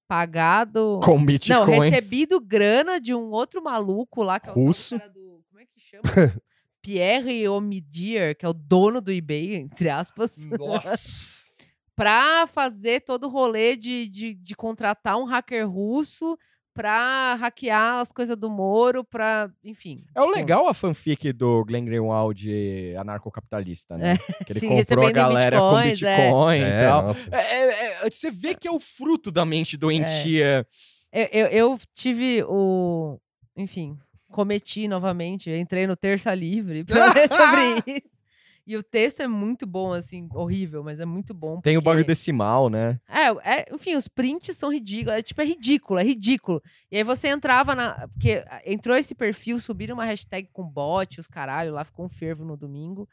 [SPEAKER 2] pagado.
[SPEAKER 3] com bitcoins.
[SPEAKER 2] não, recebido grana de um outro maluco lá, que é o tal do
[SPEAKER 3] Russo.
[SPEAKER 2] cara do. Como é que
[SPEAKER 3] *laughs*
[SPEAKER 2] chama? Pierre Omidyar, que é o dono do eBay, entre aspas,
[SPEAKER 1] Nossa.
[SPEAKER 2] *laughs* pra fazer todo o rolê de, de, de contratar um hacker russo pra hackear as coisas do Moro, pra. Enfim.
[SPEAKER 3] É o legal a fanfic do Glenn Greenwald eh, anarcocapitalista, né? que ele
[SPEAKER 2] É, sim,
[SPEAKER 3] comprou a
[SPEAKER 2] recebendo em
[SPEAKER 3] galera com
[SPEAKER 2] bitcoins, é.
[SPEAKER 3] bitcoin e
[SPEAKER 1] É,
[SPEAKER 3] tal.
[SPEAKER 1] nossa.
[SPEAKER 3] É, é, é, você vê que é o fruto da mente doentia.
[SPEAKER 2] É. Eu, eu, eu tive o. Enfim, cometi novamente. eu Entrei no Terça Livre *laughs* pra ler
[SPEAKER 3] *laughs*
[SPEAKER 2] sobre isso. E o texto é muito bom, assim, horrível, mas é muito bom.
[SPEAKER 3] Tem o
[SPEAKER 2] porque-
[SPEAKER 3] bagulho decimal, né?
[SPEAKER 2] É, é, enfim, os prints são ridículos. É, tipo, é ridículo, é ridículo. E aí você entrava na. Porque ah, entrou esse perfil, subiram uma hashtag com bot, os caralho, lá ficou um fervo no domingo.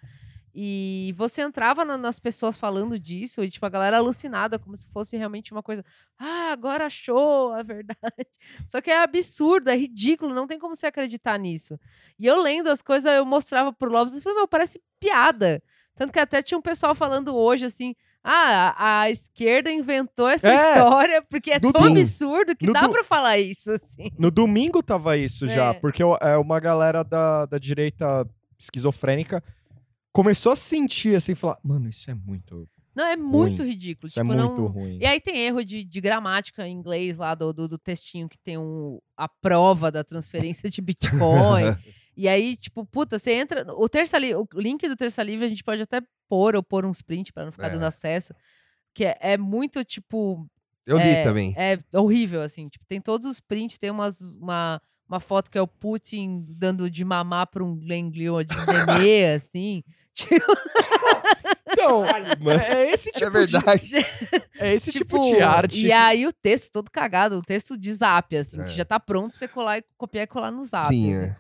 [SPEAKER 2] E você entrava na- nas pessoas falando disso, e tipo, a galera alucinada, como se fosse realmente uma coisa. Ah, agora achou a verdade. *laughs* Só que é absurdo, é ridículo, não tem como você acreditar nisso. E eu lendo as coisas, eu mostrava pro Lopes e falei, meu, parece piada. Tanto que até tinha um pessoal falando hoje assim. Ah, a- a esquerda inventou essa
[SPEAKER 3] É,
[SPEAKER 2] história porque é
[SPEAKER 3] do-
[SPEAKER 2] tão
[SPEAKER 3] sim.
[SPEAKER 2] absurdo que
[SPEAKER 3] No
[SPEAKER 2] dá
[SPEAKER 3] do-
[SPEAKER 2] pra falar isso, assim.
[SPEAKER 3] No domingo tava isso já,
[SPEAKER 2] É.
[SPEAKER 3] porque o- é, uma galera da, da direita esquizofrênica começou a sentir assim, falar, mano, isso é muito,
[SPEAKER 2] Não, é muito ridículo.
[SPEAKER 3] isso
[SPEAKER 2] tipo,
[SPEAKER 3] é muito
[SPEAKER 2] não... *laughs*
[SPEAKER 3] ruim.
[SPEAKER 2] E aí tem erro de, de gramática em inglês lá do, do, do textinho que tem um, a prova da transferência de
[SPEAKER 3] *laughs*
[SPEAKER 2] Bitcoin. e aí, tipo, puta, você entra. O, terça Li- o link do Terça Livre a gente pode até pôr ou pôr uns print pra não ficar
[SPEAKER 1] É.
[SPEAKER 2] dando acesso. Que é, é muito, tipo,
[SPEAKER 1] Eu li
[SPEAKER 2] É,
[SPEAKER 1] também.
[SPEAKER 2] É horrível, assim. Tipo, tem todos os prints, tem umas, uma, uma foto que é o Putin dando de mamar pra um Glenn Gleeson de
[SPEAKER 3] *laughs*
[SPEAKER 2] nenê, assim. Tipo, *laughs*
[SPEAKER 3] Então, é esse
[SPEAKER 1] É
[SPEAKER 3] tipo, de,
[SPEAKER 1] verdade.
[SPEAKER 3] é esse tipo, de arte.
[SPEAKER 2] E aí o texto todo cagado, o texto de zap, assim,
[SPEAKER 1] É.
[SPEAKER 2] que já tá pronto pra você colar e copiar e colar no zap.
[SPEAKER 1] Sim,
[SPEAKER 2] assim.
[SPEAKER 1] é.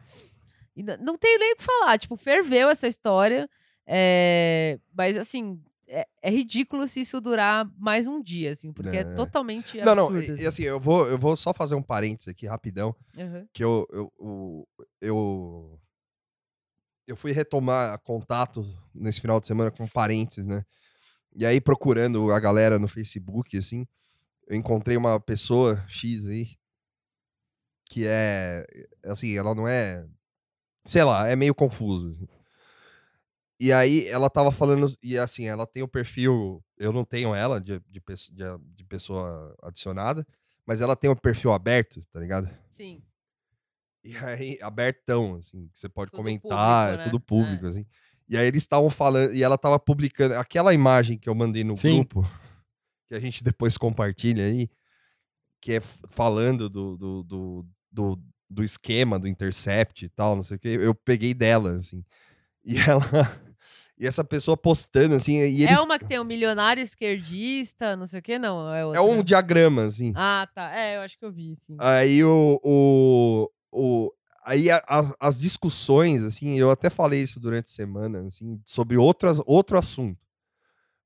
[SPEAKER 2] E n- não tem nem o que falar, tipo, ferveu essa história. é, Mas assim, é, é ridículo se isso durar mais um dia, assim, porque é,
[SPEAKER 1] É.
[SPEAKER 2] totalmente
[SPEAKER 1] Não,
[SPEAKER 2] absurdo.
[SPEAKER 1] não, e, e assim, eu vou, eu vou só fazer um parênteses aqui rapidão,
[SPEAKER 2] assim. Uhum.
[SPEAKER 1] que eu eu, eu, eu eu fui retomar contato nesse final de semana com parentes, né? E aí procurando a galera no Facebook assim, eu encontrei uma pessoa X aí que é assim, ela não é sei lá, é meio confuso. assim. E aí ela tava falando, e assim, ela tem o perfil, eu não tenho ela de, de, pesso- de, de pessoa adicionada, mas ela tem o perfil aberto, tá ligado?
[SPEAKER 2] Sim.
[SPEAKER 1] *laughs* E aí, abertão, assim, que você pode
[SPEAKER 2] Tudo
[SPEAKER 1] comentar,
[SPEAKER 2] público,
[SPEAKER 1] é
[SPEAKER 2] né?
[SPEAKER 1] tudo público, assim. E aí eles estavam falando, e ela tava publicando aquela imagem que eu mandei no
[SPEAKER 3] Sim.
[SPEAKER 1] grupo, *laughs* que a gente depois compartilha aí, que é f- falando do, do, do, do, do esquema do Intercept e tal, não sei o que, eu peguei dela, assim. *laughs* E ela. E essa pessoa postando, assim, e eles.
[SPEAKER 2] É uma que tem um milionário esquerdista, não sei o que, não. É,
[SPEAKER 1] é
[SPEAKER 2] outra.
[SPEAKER 1] um Ah. diagrama, assim.
[SPEAKER 2] Ah, tá. É, eu acho que eu vi, sim.
[SPEAKER 1] Aí o. o, o aí a- a- as discussões, assim, eu até falei isso durante a semana, assim, sobre outras, outro assunto.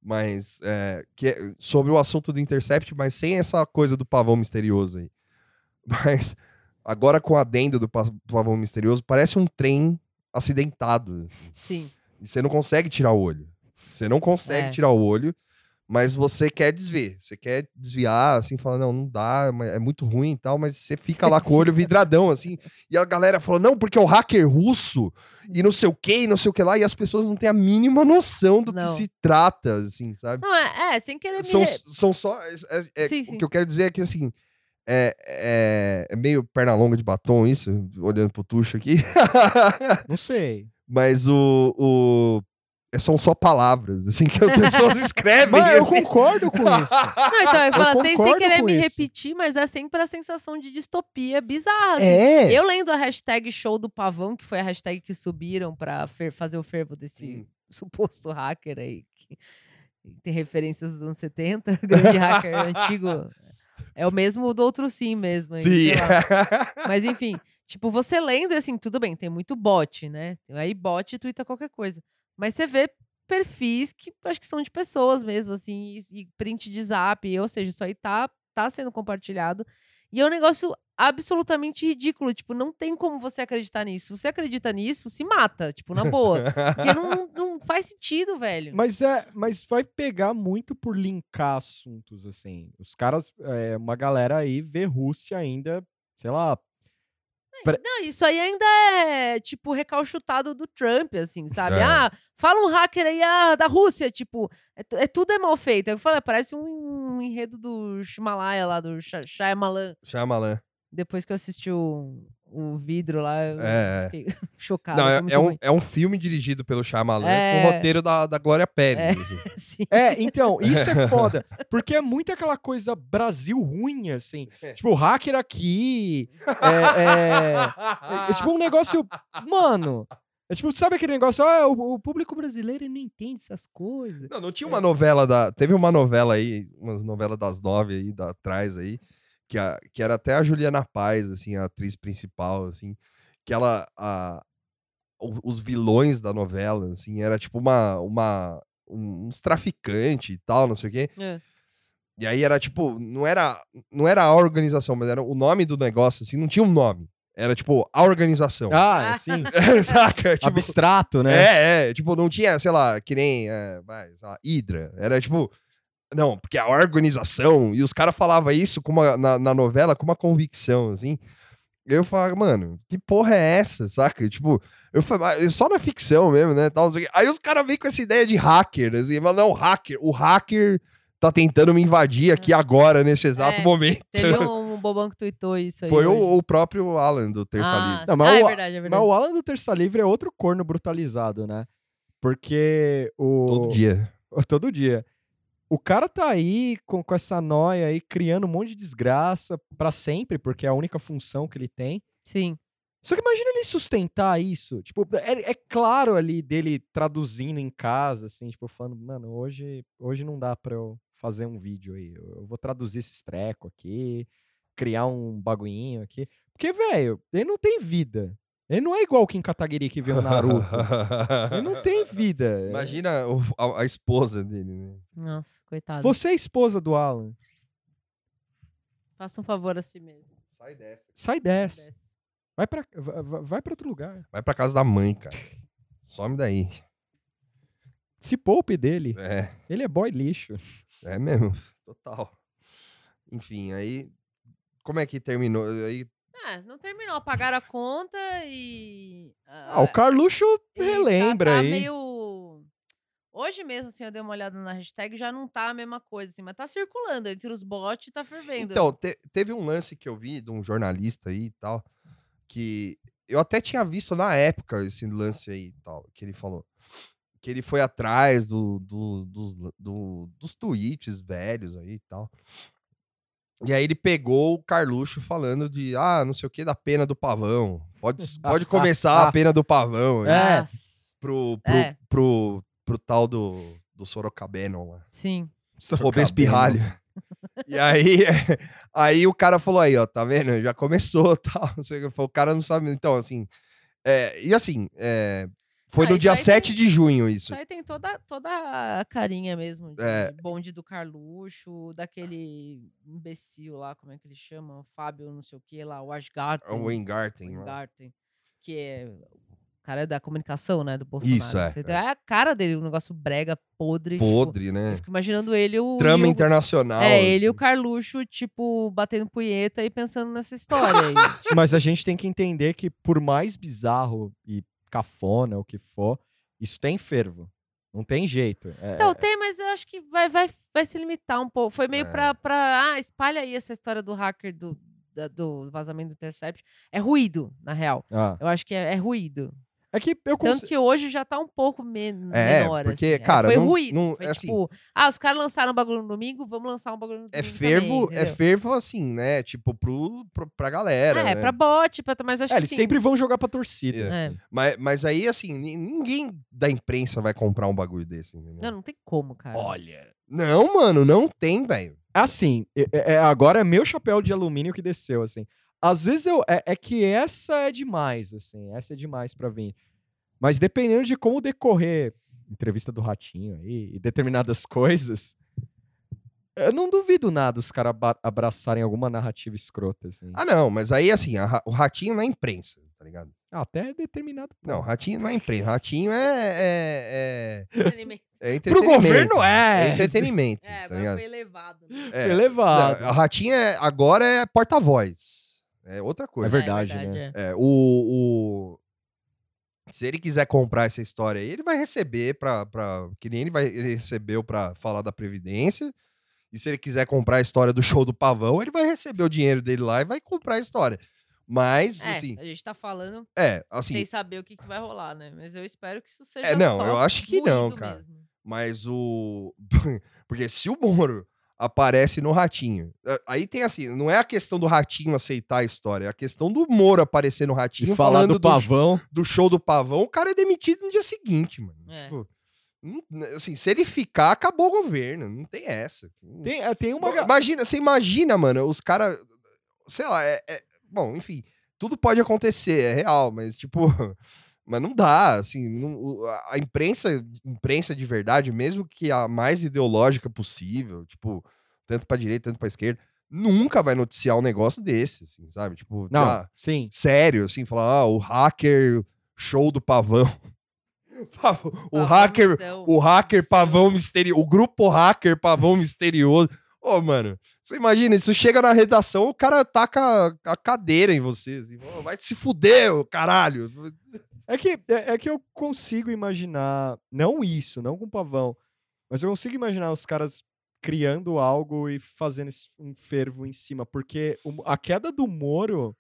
[SPEAKER 1] Mas. é, que é- sobre o assunto do Intercept, mas sem essa coisa do pavão misterioso aí. *laughs* Mas agora com a adendo do pa- pavão misterioso, parece um trem acidentado.
[SPEAKER 2] Sim.
[SPEAKER 1] E você não consegue tirar o olho. Você não consegue
[SPEAKER 2] É.
[SPEAKER 1] tirar o olho. Mas você quer desver, você quer desviar, assim, fala, não, não dá, mas é muito ruim e tal, mas você fica lá com o olho vidradão, assim. E a galera falou, não, porque é o hacker russo e não sei o que, e não sei o que lá, e as pessoas não têm a mínima noção do que
[SPEAKER 2] Não.
[SPEAKER 1] se trata, assim, sabe?
[SPEAKER 2] Não, é, é, sem querer me.
[SPEAKER 1] são,
[SPEAKER 2] re-
[SPEAKER 1] são só. é- é- é-
[SPEAKER 2] Sim, sim.
[SPEAKER 1] O que eu quero dizer é que assim. É, é- é meio perna longa de batom isso, olhando pro tucho aqui. *laughs*
[SPEAKER 3] Não sei.
[SPEAKER 1] Mas o. o- é- são só palavras, *laughs* assim, que as pessoas
[SPEAKER 2] *laughs* É
[SPEAKER 1] escrevem.
[SPEAKER 3] Mas eu
[SPEAKER 1] assim.
[SPEAKER 3] concordo com isso.
[SPEAKER 2] Não, então, eu falo sem, sem
[SPEAKER 3] concordo
[SPEAKER 2] querer
[SPEAKER 3] com
[SPEAKER 2] me
[SPEAKER 3] isso.
[SPEAKER 2] repetir, mas é sempre a sensação de distopia bizarra. assim.
[SPEAKER 3] É.
[SPEAKER 2] Eu lendo a hashtag show do pavão, que foi a hashtag que subiram pra fer- fazer o fervo desse
[SPEAKER 1] Sim.
[SPEAKER 2] *laughs* suposto hacker aí, que tem referências dos anos 70, *laughs* grande hacker antigo. É o mesmo do outro sim mesmo. aí, sei lá.
[SPEAKER 3] *laughs*
[SPEAKER 2] Mas enfim, tipo, você lendo assim, tudo bem, tem muito bot, né? Aí bot twitta qualquer coisa. Mas você vê perfis que acho que são de pessoas mesmo, assim, e, e print de zap, ou seja, isso aí tá, tá sendo compartilhado. E é um negócio absolutamente ridículo. Tipo, não tem como você acreditar nisso. Se você acredita nisso, se mata, tipo, na boa. Porque não, não faz sentido,
[SPEAKER 3] *laughs*
[SPEAKER 2] velho.
[SPEAKER 3] Mas é, mas vai pegar muito por linkar assuntos assim. Os caras, é, uma galera aí vê Rússia ainda, sei lá.
[SPEAKER 2] Não, isso aí ainda é, tipo, recalchutado do Trump, assim, sabe?
[SPEAKER 1] É.
[SPEAKER 2] Ah, fala um hacker aí ah, da Rússia, tipo, é, tu- é tudo é mal feito. Eu falo, é, parece um, enredo do Shimalaya lá, do Sha- Shyamalan.
[SPEAKER 1] Shyamalan.
[SPEAKER 2] Depois que eu assisti o, o vidro lá, eu
[SPEAKER 1] É.
[SPEAKER 2] fiquei chocada.
[SPEAKER 1] Não, é,
[SPEAKER 2] foi muito
[SPEAKER 1] é um,
[SPEAKER 2] ruim. *laughs*
[SPEAKER 1] é um filme dirigido pelo Shyamalan
[SPEAKER 2] É.
[SPEAKER 1] com o roteiro da, da Glória Pérez. assim.
[SPEAKER 2] Sim.
[SPEAKER 3] É, então, isso é foda. Porque é muito aquela coisa Brasil ruim, assim. Tipo, hacker aqui.
[SPEAKER 1] *laughs*
[SPEAKER 3] É, é, É, é tipo um negócio. Mano. É tipo, sabe aquele negócio? Ah, o, o público brasileiro não entende essas coisas.
[SPEAKER 1] Não, não tinha uma novela da. Teve uma novela aí, umas novelas das nove aí, da trás aí, que, a, que era até a Juliana Paz, assim, a atriz principal, assim, que ela. A, o- os vilões da novela, assim, era tipo uma. uma um- uns traficantes e tal, não sei o quê.
[SPEAKER 2] É.
[SPEAKER 1] E aí era tipo, não era, não era a organização, mas era o nome do negócio, assim, não tinha um nome. Era tipo, a organização.
[SPEAKER 3] Ah, *laughs* sim.
[SPEAKER 1] *laughs* Saca? Tipo,
[SPEAKER 3] Abstrato, né?
[SPEAKER 1] é, é, tipo, não tinha, sei lá, que nem, é, vai, sei lá, Hydra. Era tipo, não, porque a organização, e os caras falavam isso com uma- na, na novela com uma convicção, assim. Eu falava, mano, que porra é essa, saca? Tipo, eu falava, "Ah, só na ficção mesmo, né? Tal, não sei o quê. Aí os caras vêm com essa ideia de hacker, assim, falam, não, hacker, o hacker tá tentando me invadir aqui agora, nesse exato
[SPEAKER 2] Ah. É,
[SPEAKER 1] momento.
[SPEAKER 2] Teve um, bobão que tuitou isso
[SPEAKER 1] *laughs*
[SPEAKER 2] aí.
[SPEAKER 1] Foi
[SPEAKER 2] hoje.
[SPEAKER 1] o, o próprio Alan do Terça
[SPEAKER 2] ah,
[SPEAKER 1] Livre.
[SPEAKER 2] sim.
[SPEAKER 3] Não, mas
[SPEAKER 2] Ah, é
[SPEAKER 3] o-
[SPEAKER 2] verdade, é
[SPEAKER 3] Mas
[SPEAKER 2] verdade.
[SPEAKER 3] o Alan do Terça Livre é outro corno brutalizado, né? Porque o.
[SPEAKER 1] Todo dia.
[SPEAKER 3] *laughs* Todo dia. O cara tá aí com, com essa noia aí, criando um monte de desgraça pra sempre, porque é a única função que ele tem.
[SPEAKER 2] Sim.
[SPEAKER 3] Só que imagina ele sustentar isso. Tipo, é, é claro ali dele traduzindo em casa, assim, tipo, falando, mano, hoje, hoje não dá pra eu fazer um vídeo aí. Eu eu vou traduzir esse treco aqui, criar um bagulhinho aqui. Porque, velho, ele não tem vida. Ele não é igual o Kim Kataguiri que
[SPEAKER 1] *laughs*
[SPEAKER 3] viu Naruto. ele não tem vida. É,
[SPEAKER 1] Imagina o- a, a esposa dele, né?
[SPEAKER 2] Nossa, coitado.
[SPEAKER 3] Você é esposa do Alan.
[SPEAKER 2] Faça um favor a si mesmo.
[SPEAKER 1] Sai dessa.
[SPEAKER 3] Sai dessa. Vai pra, va- va- vai pra outro lugar.
[SPEAKER 1] Vai pra casa da mãe, cara. Some daí.
[SPEAKER 3] Se poupe dele.
[SPEAKER 1] É,
[SPEAKER 3] Ele é boy lixo.
[SPEAKER 1] é mesmo. Total. Enfim, aí. Como é que terminou? Aí,
[SPEAKER 2] Ah, não terminou. Apagaram a conta e.
[SPEAKER 3] Ah, o Carluxo
[SPEAKER 2] e tá-
[SPEAKER 3] relembra
[SPEAKER 2] tá
[SPEAKER 3] aí.
[SPEAKER 2] meio. Hoje mesmo, assim, eu dei uma olhada na hashtag, já não tá a mesma coisa, assim, mas tá circulando. Entre os bots tá fervendo.
[SPEAKER 1] então, te- teve um lance que eu vi de um jornalista aí e tal. Que eu até tinha visto na época esse lance aí e tal. Que ele falou. Que ele foi atrás do, do- dos, do- dos tweets velhos aí e tal. E aí ele pegou o Carluxo falando de, ah, não sei o que, da pena do pavão. Pode, pode começar a pena do pavão. né?
[SPEAKER 3] É.
[SPEAKER 2] Ah,
[SPEAKER 1] pro, pro,
[SPEAKER 2] É.
[SPEAKER 1] pro, pro tal do, do Sorocabeno lá.
[SPEAKER 2] sim.
[SPEAKER 1] Robespirralho. E aí, *laughs* aí o cara falou aí, ó, tá vendo? Já começou, *laughs* tal. Não sei o que. Falou, O cara não sabe. Então, assim... é, e assim, é, foi
[SPEAKER 2] Ah,
[SPEAKER 1] no
[SPEAKER 2] isso
[SPEAKER 1] dia
[SPEAKER 2] aí tem-
[SPEAKER 1] 7 de junho
[SPEAKER 2] Isso
[SPEAKER 1] isso.
[SPEAKER 2] aí tem toda, toda a carinha mesmo. De
[SPEAKER 1] É.
[SPEAKER 2] bonde do Carluxo, daquele imbecil lá, como é que ele
[SPEAKER 1] É
[SPEAKER 2] chama? O Fábio, não sei o que lá, o Asgard.
[SPEAKER 1] né? O Wingarten. lá.
[SPEAKER 2] Wingarten, que é o cara da comunicação, né? Do Bolsonaro.
[SPEAKER 1] Isso, é,
[SPEAKER 2] Você tem- a cara dele, um negócio brega, podre. tipo,
[SPEAKER 1] Podre,
[SPEAKER 2] eu
[SPEAKER 1] né?
[SPEAKER 2] fico imaginando ele e o.
[SPEAKER 1] Trama assim.
[SPEAKER 2] e o-
[SPEAKER 1] internacional.
[SPEAKER 2] É, ele e o Carluxo, tipo, batendo punheta e pensando nessa história. aí.
[SPEAKER 3] Mas a gente tem que entender que, por mais bizarro e cafona, o que for, isso tem fervo. Não tem jeito. É-
[SPEAKER 2] então, tem, mas eu acho que vai, vai, vai se limitar um pouco. Foi meio
[SPEAKER 1] É.
[SPEAKER 2] pra, pra. Ah, espalha aí essa história do hacker do, da- do vazamento do Intercept. É ruído, na real.
[SPEAKER 3] Ah,
[SPEAKER 2] Eu acho que é, é ruído.
[SPEAKER 3] é que eu
[SPEAKER 2] Tanto
[SPEAKER 3] consigo.
[SPEAKER 2] que hoje já tá um pouco men
[SPEAKER 1] É,
[SPEAKER 2] menor.
[SPEAKER 1] porque,
[SPEAKER 2] assim. É,
[SPEAKER 1] cara,
[SPEAKER 2] foi
[SPEAKER 1] não-
[SPEAKER 2] ruído.
[SPEAKER 1] não-
[SPEAKER 2] foi
[SPEAKER 1] é assim.
[SPEAKER 2] tipo, ah, os caras lançaram um bagulho no domingo, vamos lançar um bagulho no
[SPEAKER 1] É
[SPEAKER 2] domingo.
[SPEAKER 1] fervo,
[SPEAKER 2] também,
[SPEAKER 1] é
[SPEAKER 2] entendeu?
[SPEAKER 1] fervo assim, né? Tipo, pro, pro, pra galera.
[SPEAKER 2] Ah, é
[SPEAKER 1] né?
[SPEAKER 2] pra bot, pra, mas acho
[SPEAKER 3] É,
[SPEAKER 2] que
[SPEAKER 3] eles
[SPEAKER 2] assim,
[SPEAKER 3] sempre vão jogar pra torcida.
[SPEAKER 1] É.
[SPEAKER 2] é.
[SPEAKER 3] assim.
[SPEAKER 1] Mas, mas aí, assim, ni- ninguém da imprensa vai comprar um bagulho desse, entendeu?
[SPEAKER 2] Não, não tem como, cara.
[SPEAKER 3] Olha.
[SPEAKER 1] Não, mano, não tem, velho.
[SPEAKER 3] Assim, é- é- é- agora é meu chapéu de alumínio que desceu, assim. Às vezes eu. É, é que essa é demais, assim. Essa é demais pra vir. Mas dependendo de como decorrer entrevista do Ratinho aí e determinadas *laughs* coisas. Eu não duvido nada os caras aba- abraçarem alguma narrativa escrota, assim.
[SPEAKER 1] Ah, não, mas aí, assim, a ra- o ratinho na imprensa, tá ligado?
[SPEAKER 3] Ah, Até determinado.
[SPEAKER 1] Não,
[SPEAKER 3] ponto.
[SPEAKER 1] ratinho na imprensa. Ratinho é. é,
[SPEAKER 2] Anime.
[SPEAKER 1] é, é
[SPEAKER 3] Pro
[SPEAKER 1] entretenimento.
[SPEAKER 3] governo é!
[SPEAKER 1] É entretenimento,
[SPEAKER 2] *laughs* É,
[SPEAKER 1] tá
[SPEAKER 2] agora
[SPEAKER 1] ligado?
[SPEAKER 2] foi elevado. né?
[SPEAKER 1] É.
[SPEAKER 3] Elevado.
[SPEAKER 1] Não, a ratinha é- agora é porta-voz. É outra
[SPEAKER 3] É
[SPEAKER 1] coisa.
[SPEAKER 3] verdade, né?
[SPEAKER 2] é.
[SPEAKER 1] É, o, o- Se ele quiser comprar essa história aí, ele vai receber pra. pra... Que nem ele, vai... ele recebeu pra falar da Previdência. E se ele quiser comprar a história do show do Pavão, ele vai receber o dinheiro dele lá e vai comprar a história. Mas,
[SPEAKER 2] É,
[SPEAKER 1] assim,
[SPEAKER 2] a gente tá falando
[SPEAKER 1] é, assim,
[SPEAKER 2] sem saber o que, que vai rolar, né? Mas eu espero que isso seja
[SPEAKER 1] É, não,
[SPEAKER 2] só
[SPEAKER 1] eu acho que não,
[SPEAKER 2] ruído
[SPEAKER 1] cara.
[SPEAKER 2] mesmo.
[SPEAKER 1] mas o. *laughs* Porque se o Moro aparece no ratinho. a- Aí tem assim, não é a questão do ratinho aceitar a história, é a questão do Moro aparecer no ratinho
[SPEAKER 3] E falar
[SPEAKER 1] falando
[SPEAKER 3] do
[SPEAKER 1] do
[SPEAKER 3] pavão.
[SPEAKER 1] *laughs* do show do pavão, o cara é demitido no dia seguinte, mano.
[SPEAKER 2] É.
[SPEAKER 1] Tipo, não- n- assim, se ele ficar, acabou o governo. Não tem essa.
[SPEAKER 3] Tem, é, tem uma.
[SPEAKER 1] Bom,
[SPEAKER 3] ga-
[SPEAKER 1] Imagina, você imagina, mano, os caras. Sei lá, é, é- Bom, enfim, tudo pode acontecer, é real, mas tipo. *laughs* Mas não dá, assim, não- o- a a imprensa, imprensa de verdade, mesmo que a mais ideológica possível, tipo, tanto pra direita, tanto pra esquerda, nunca vai noticiar um negócio desse, assim, sabe? Tipo,
[SPEAKER 3] Não,
[SPEAKER 1] ah,
[SPEAKER 3] sim.
[SPEAKER 1] sério, assim, falar, ah, o hacker show do pavão. *laughs* Pavo- O
[SPEAKER 2] Pavão então, é
[SPEAKER 1] hacker,
[SPEAKER 2] missão.
[SPEAKER 1] o hacker
[SPEAKER 2] Missão.
[SPEAKER 1] pavão misterioso, o grupo hacker pavão misterioso. Ô, mano, você imagina, isso chega na redação, o cara taca a cadeira em você, assim, "Ô, vai se fuder, ô, caralho.
[SPEAKER 3] É que, é, é que eu consigo imaginar. Não isso, não com pavão. Mas eu consigo imaginar os caras criando algo e fazendo esse- um fervo em cima. Porque o- a queda do Moro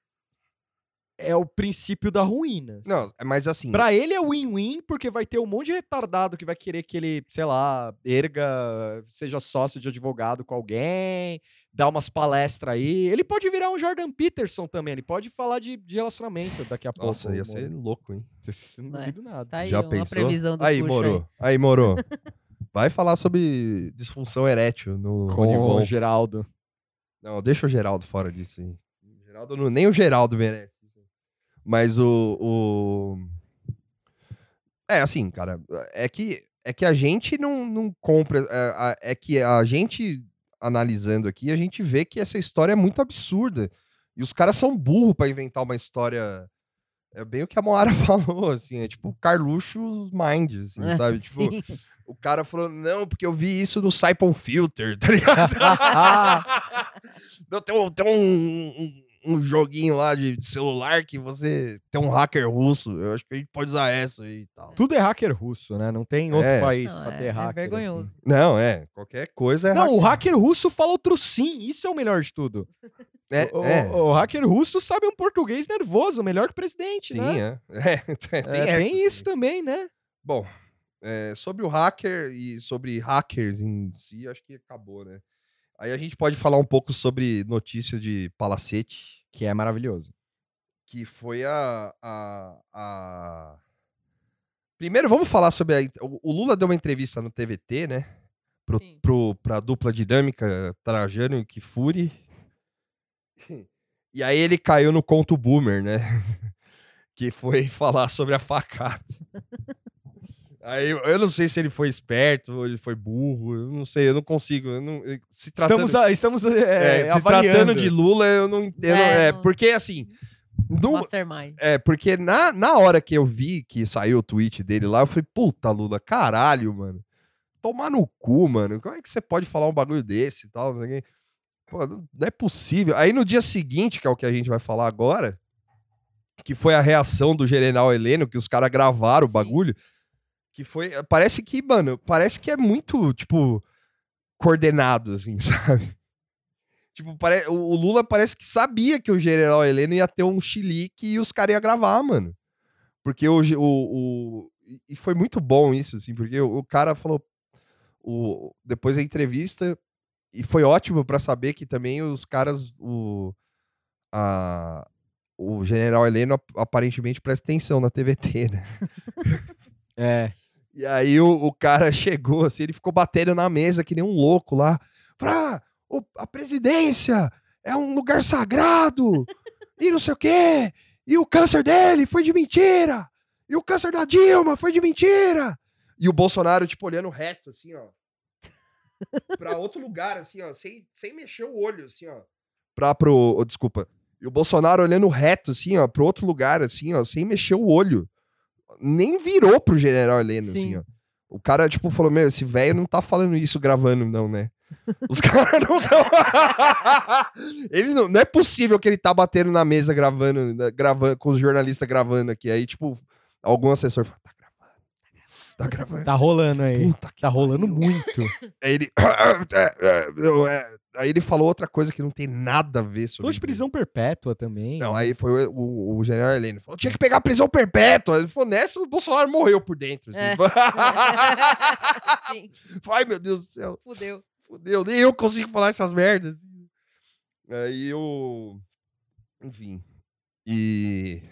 [SPEAKER 3] é o princípio da ruína. assim.
[SPEAKER 1] Não, mas assim,
[SPEAKER 3] Pra ele é win-win, porque vai ter um monte de retardado que vai querer que ele, sei lá, erga, seja sócio de advogado com alguém, dá umas palestras aí. Ele pode virar um Jordan Peterson também, ele pode falar de,
[SPEAKER 1] *laughs*
[SPEAKER 3] de relacionamento daqui a pouco.
[SPEAKER 1] nossa, ia
[SPEAKER 3] o
[SPEAKER 1] ser
[SPEAKER 3] Moro.
[SPEAKER 1] louco, hein?
[SPEAKER 2] É,
[SPEAKER 3] Não duvido nada.
[SPEAKER 2] Tá aí
[SPEAKER 1] Já
[SPEAKER 2] uma
[SPEAKER 1] pensou?
[SPEAKER 2] previsão do
[SPEAKER 1] Aí,
[SPEAKER 2] Puxa
[SPEAKER 1] Moro, aí,
[SPEAKER 2] *laughs*
[SPEAKER 1] Moro. Vai falar sobre disfunção erétil no
[SPEAKER 3] Com
[SPEAKER 1] Conivon. *laughs*
[SPEAKER 3] o Geraldo.
[SPEAKER 1] Não, deixa o Geraldo fora disso aí. O Geraldo não- nem o Geraldo merece. Mas o, o- É assim, cara. É que, é que a gente não, não compra. É, a- é que a gente, analisando aqui, a gente vê que essa história é muito absurda. E os caras são burros pra inventar uma história. É bem o que a Moara *laughs* falou, assim. É tipo Carluxo Mind, assim,
[SPEAKER 2] É, *laughs*
[SPEAKER 1] sabe? Tipo,
[SPEAKER 2] sim.
[SPEAKER 1] o cara falou, não, porque eu vi isso no Saipon Filter, *laughs* tá ligado? *laughs* Não, tem um, tem um, um- um joguinho lá de de celular que você tem um hacker russo. Eu acho que a gente pode usar essa e tal.
[SPEAKER 3] Tudo é hacker russo, né? Não tem outro
[SPEAKER 1] É.
[SPEAKER 3] país
[SPEAKER 2] Não,
[SPEAKER 3] pra
[SPEAKER 2] é,
[SPEAKER 3] ter
[SPEAKER 2] é
[SPEAKER 3] hacker. assim.
[SPEAKER 2] vergonhoso.
[SPEAKER 1] Não, é. Qualquer coisa é
[SPEAKER 3] Não, o hacker russo fala outro sim. Isso é o melhor de tudo.
[SPEAKER 1] hacker.
[SPEAKER 3] o,
[SPEAKER 1] É, é.
[SPEAKER 3] o- o hacker russo sabe um português nervoso, melhor que o presidente,
[SPEAKER 1] Sim,
[SPEAKER 3] né?
[SPEAKER 1] é. É, *laughs* tem, essa
[SPEAKER 3] É, tem
[SPEAKER 1] também.
[SPEAKER 3] isso também, né?
[SPEAKER 1] Bom, é, sobre o hacker e sobre hackers em si, acho que acabou, né? Aí a gente pode falar um pouco sobre notícia de Palacete,
[SPEAKER 3] Que é maravilhoso.
[SPEAKER 1] que foi a. a, a- Primeiro, vamos falar sobre. A... en- O o Lula deu uma entrevista no TVT, né? Pro,
[SPEAKER 2] Sim.
[SPEAKER 1] pro, pra dupla dinâmica Trajano e Kifuri. E aí ele caiu no conto boomer, né? *laughs* Que foi *laughs* falar sobre a facada. Aí eu- eu não sei se ele foi esperto ou ele foi burro, eu não sei, eu não consigo. eu não- eu- se tratando...
[SPEAKER 3] ah, Estamos, a- estamos é,
[SPEAKER 1] É, se
[SPEAKER 3] avaliando.
[SPEAKER 1] tratando de Lula, eu não entendo.
[SPEAKER 2] É,
[SPEAKER 1] É,
[SPEAKER 2] não-
[SPEAKER 1] porque assim, No, *laughs*
[SPEAKER 2] Mastermind.
[SPEAKER 1] é, porque na, na hora que eu vi que saiu o tweet dele lá, eu falei, puta, Lula, caralho, mano. Tomar no cu, mano. Como é que você pode falar um bagulho desse e tal? Não sei o quê? Pô, não não é possível. Aí no dia seguinte, que é o que a gente vai falar agora, que foi a reação do General Heleno, que os caras gravaram o
[SPEAKER 2] Sim.
[SPEAKER 1] bagulho, que foi. Parece que, mano, parece que é muito, tipo, coordenado, assim, *laughs* sabe? Tipo, pare... o o Lula parece que sabia que o General Heleno ia ter um chilique e os caras iam gravar, mano. Porque o, ge- o, o- e- E foi muito bom isso, assim, porque o, o cara falou. O... Depois da entrevista, e foi ótimo pra saber que também os caras, o, a- o general Heleno ap- aparentemente presta atenção na TVT, *laughs* né?
[SPEAKER 3] É.
[SPEAKER 1] E aí o, o cara chegou assim, ele ficou batendo na mesa que nem um louco lá. Pra, o- a presidência é um lugar sagrado e não sei o quê. E o câncer dele foi de mentira. E o câncer da Dilma foi de mentira. E o Bolsonaro, tipo, olhando reto, assim, ó. pra outro lugar, assim, ó. Sem, sem mexer o olho, assim, ó. Pra pro. ô, desculpa. E o Bolsonaro olhando reto, assim, ó, pro outro lugar, assim, ó, sem mexer o olho. Nem virou pro general Heleno, assim,
[SPEAKER 2] Sim.
[SPEAKER 1] ó. O cara, tipo, falou: Meu, esse velho não tá falando isso gravando, não, né? Os *laughs* caras não estão. *laughs* ele não, não é possível que ele tá batendo na mesa gravando, né, gravando com os jornalistas gravando aqui. Aí, tipo, algum assessor fala: Tá gravando. Tá gravando.
[SPEAKER 3] Tá rolando aí.
[SPEAKER 1] Puta que
[SPEAKER 3] Tá rolando
[SPEAKER 1] pariu.
[SPEAKER 3] muito.
[SPEAKER 1] *laughs* Aí ele. *coughs* é, é, eu, é, Aí ele falou outra coisa que não tem nada a ver sobre.
[SPEAKER 3] Tô de prisão perpétua também.
[SPEAKER 1] Não, aí foi o, o, o general Heleno. Falou, tinha que pegar prisão perpétua. Ele falou, nessa, o Bolsonaro morreu por dentro. assim.
[SPEAKER 2] É. Sim,
[SPEAKER 1] *laughs* Ai, meu Deus do céu.
[SPEAKER 2] fudeu.
[SPEAKER 1] Fudeu, nem eu consigo falar essas merdas. Aí eu. Enfim. E.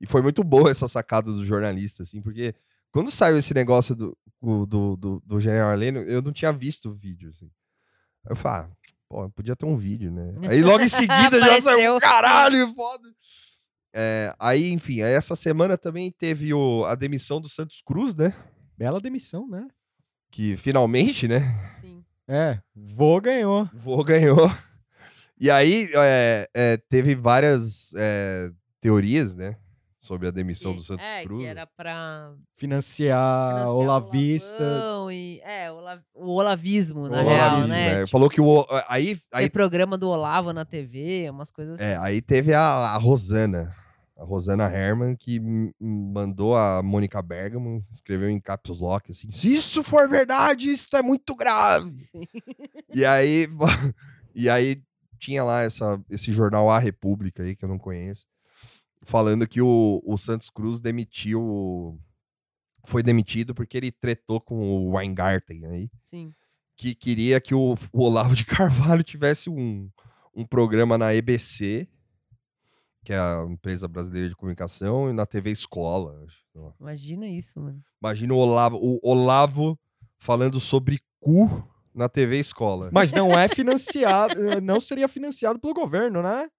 [SPEAKER 1] E foi muito boa essa sacada do jornalista, assim, porque quando saiu esse negócio do, o- do, do, do General Heleno, eu não tinha visto o vídeo, assim. Aí Eu falei, ah, pô, podia ter um vídeo, né? Aí logo em seguida já saiu,
[SPEAKER 2] Apareceu.
[SPEAKER 1] caralho, foda. É, aí, enfim, aí essa semana também teve o, a demissão do Santos Cruz, né?
[SPEAKER 3] Bela demissão, né?
[SPEAKER 1] Que finalmente, né?
[SPEAKER 2] Sim.
[SPEAKER 3] É. Vô ganhou.
[SPEAKER 1] Vô ganhou. E aí é, é, teve várias é, teorias, né? Sobre a demissão do
[SPEAKER 2] Que-
[SPEAKER 1] Santos
[SPEAKER 2] é,
[SPEAKER 1] Cruz.
[SPEAKER 2] Que era pra
[SPEAKER 3] Financiar,
[SPEAKER 2] financiar o
[SPEAKER 3] Ah, Olavista.
[SPEAKER 2] Olavão E, é, o Ola- o olavismo, na
[SPEAKER 1] O
[SPEAKER 2] real,
[SPEAKER 1] Olavismo,
[SPEAKER 2] né?
[SPEAKER 1] é. Falou que o. Aí,
[SPEAKER 2] Tem
[SPEAKER 1] aí,
[SPEAKER 2] programa do Olavo na TV, umas coisas assim.
[SPEAKER 1] é, aí teve a, a Rosana. A Rosana Herman, que m- m- mandou a Mônica Bergamo, escreveu em caps lock assim: se isso for verdade, isso é muito grave.
[SPEAKER 2] assim. *laughs* Sim.
[SPEAKER 1] E aí, *laughs* e aí tinha lá essa, esse jornal A República aí, que eu não conheço, falando que o, o Santos Cruz demitiu. o- Foi demitido porque ele tretou com o Weingarten aí,
[SPEAKER 2] Sim.
[SPEAKER 1] que queria que o, o Olavo de *laughs* Carvalho tivesse um, um programa na EBC, que é a empresa brasileira de comunicação, e na TV Escola. acho, sei lá.
[SPEAKER 2] Imagina isso, mano.
[SPEAKER 1] Imagina o Olavo, o Olavo falando sobre cu na TV Escola.
[SPEAKER 3] Mas não é financiado. eh, não seria financiado pelo governo, né?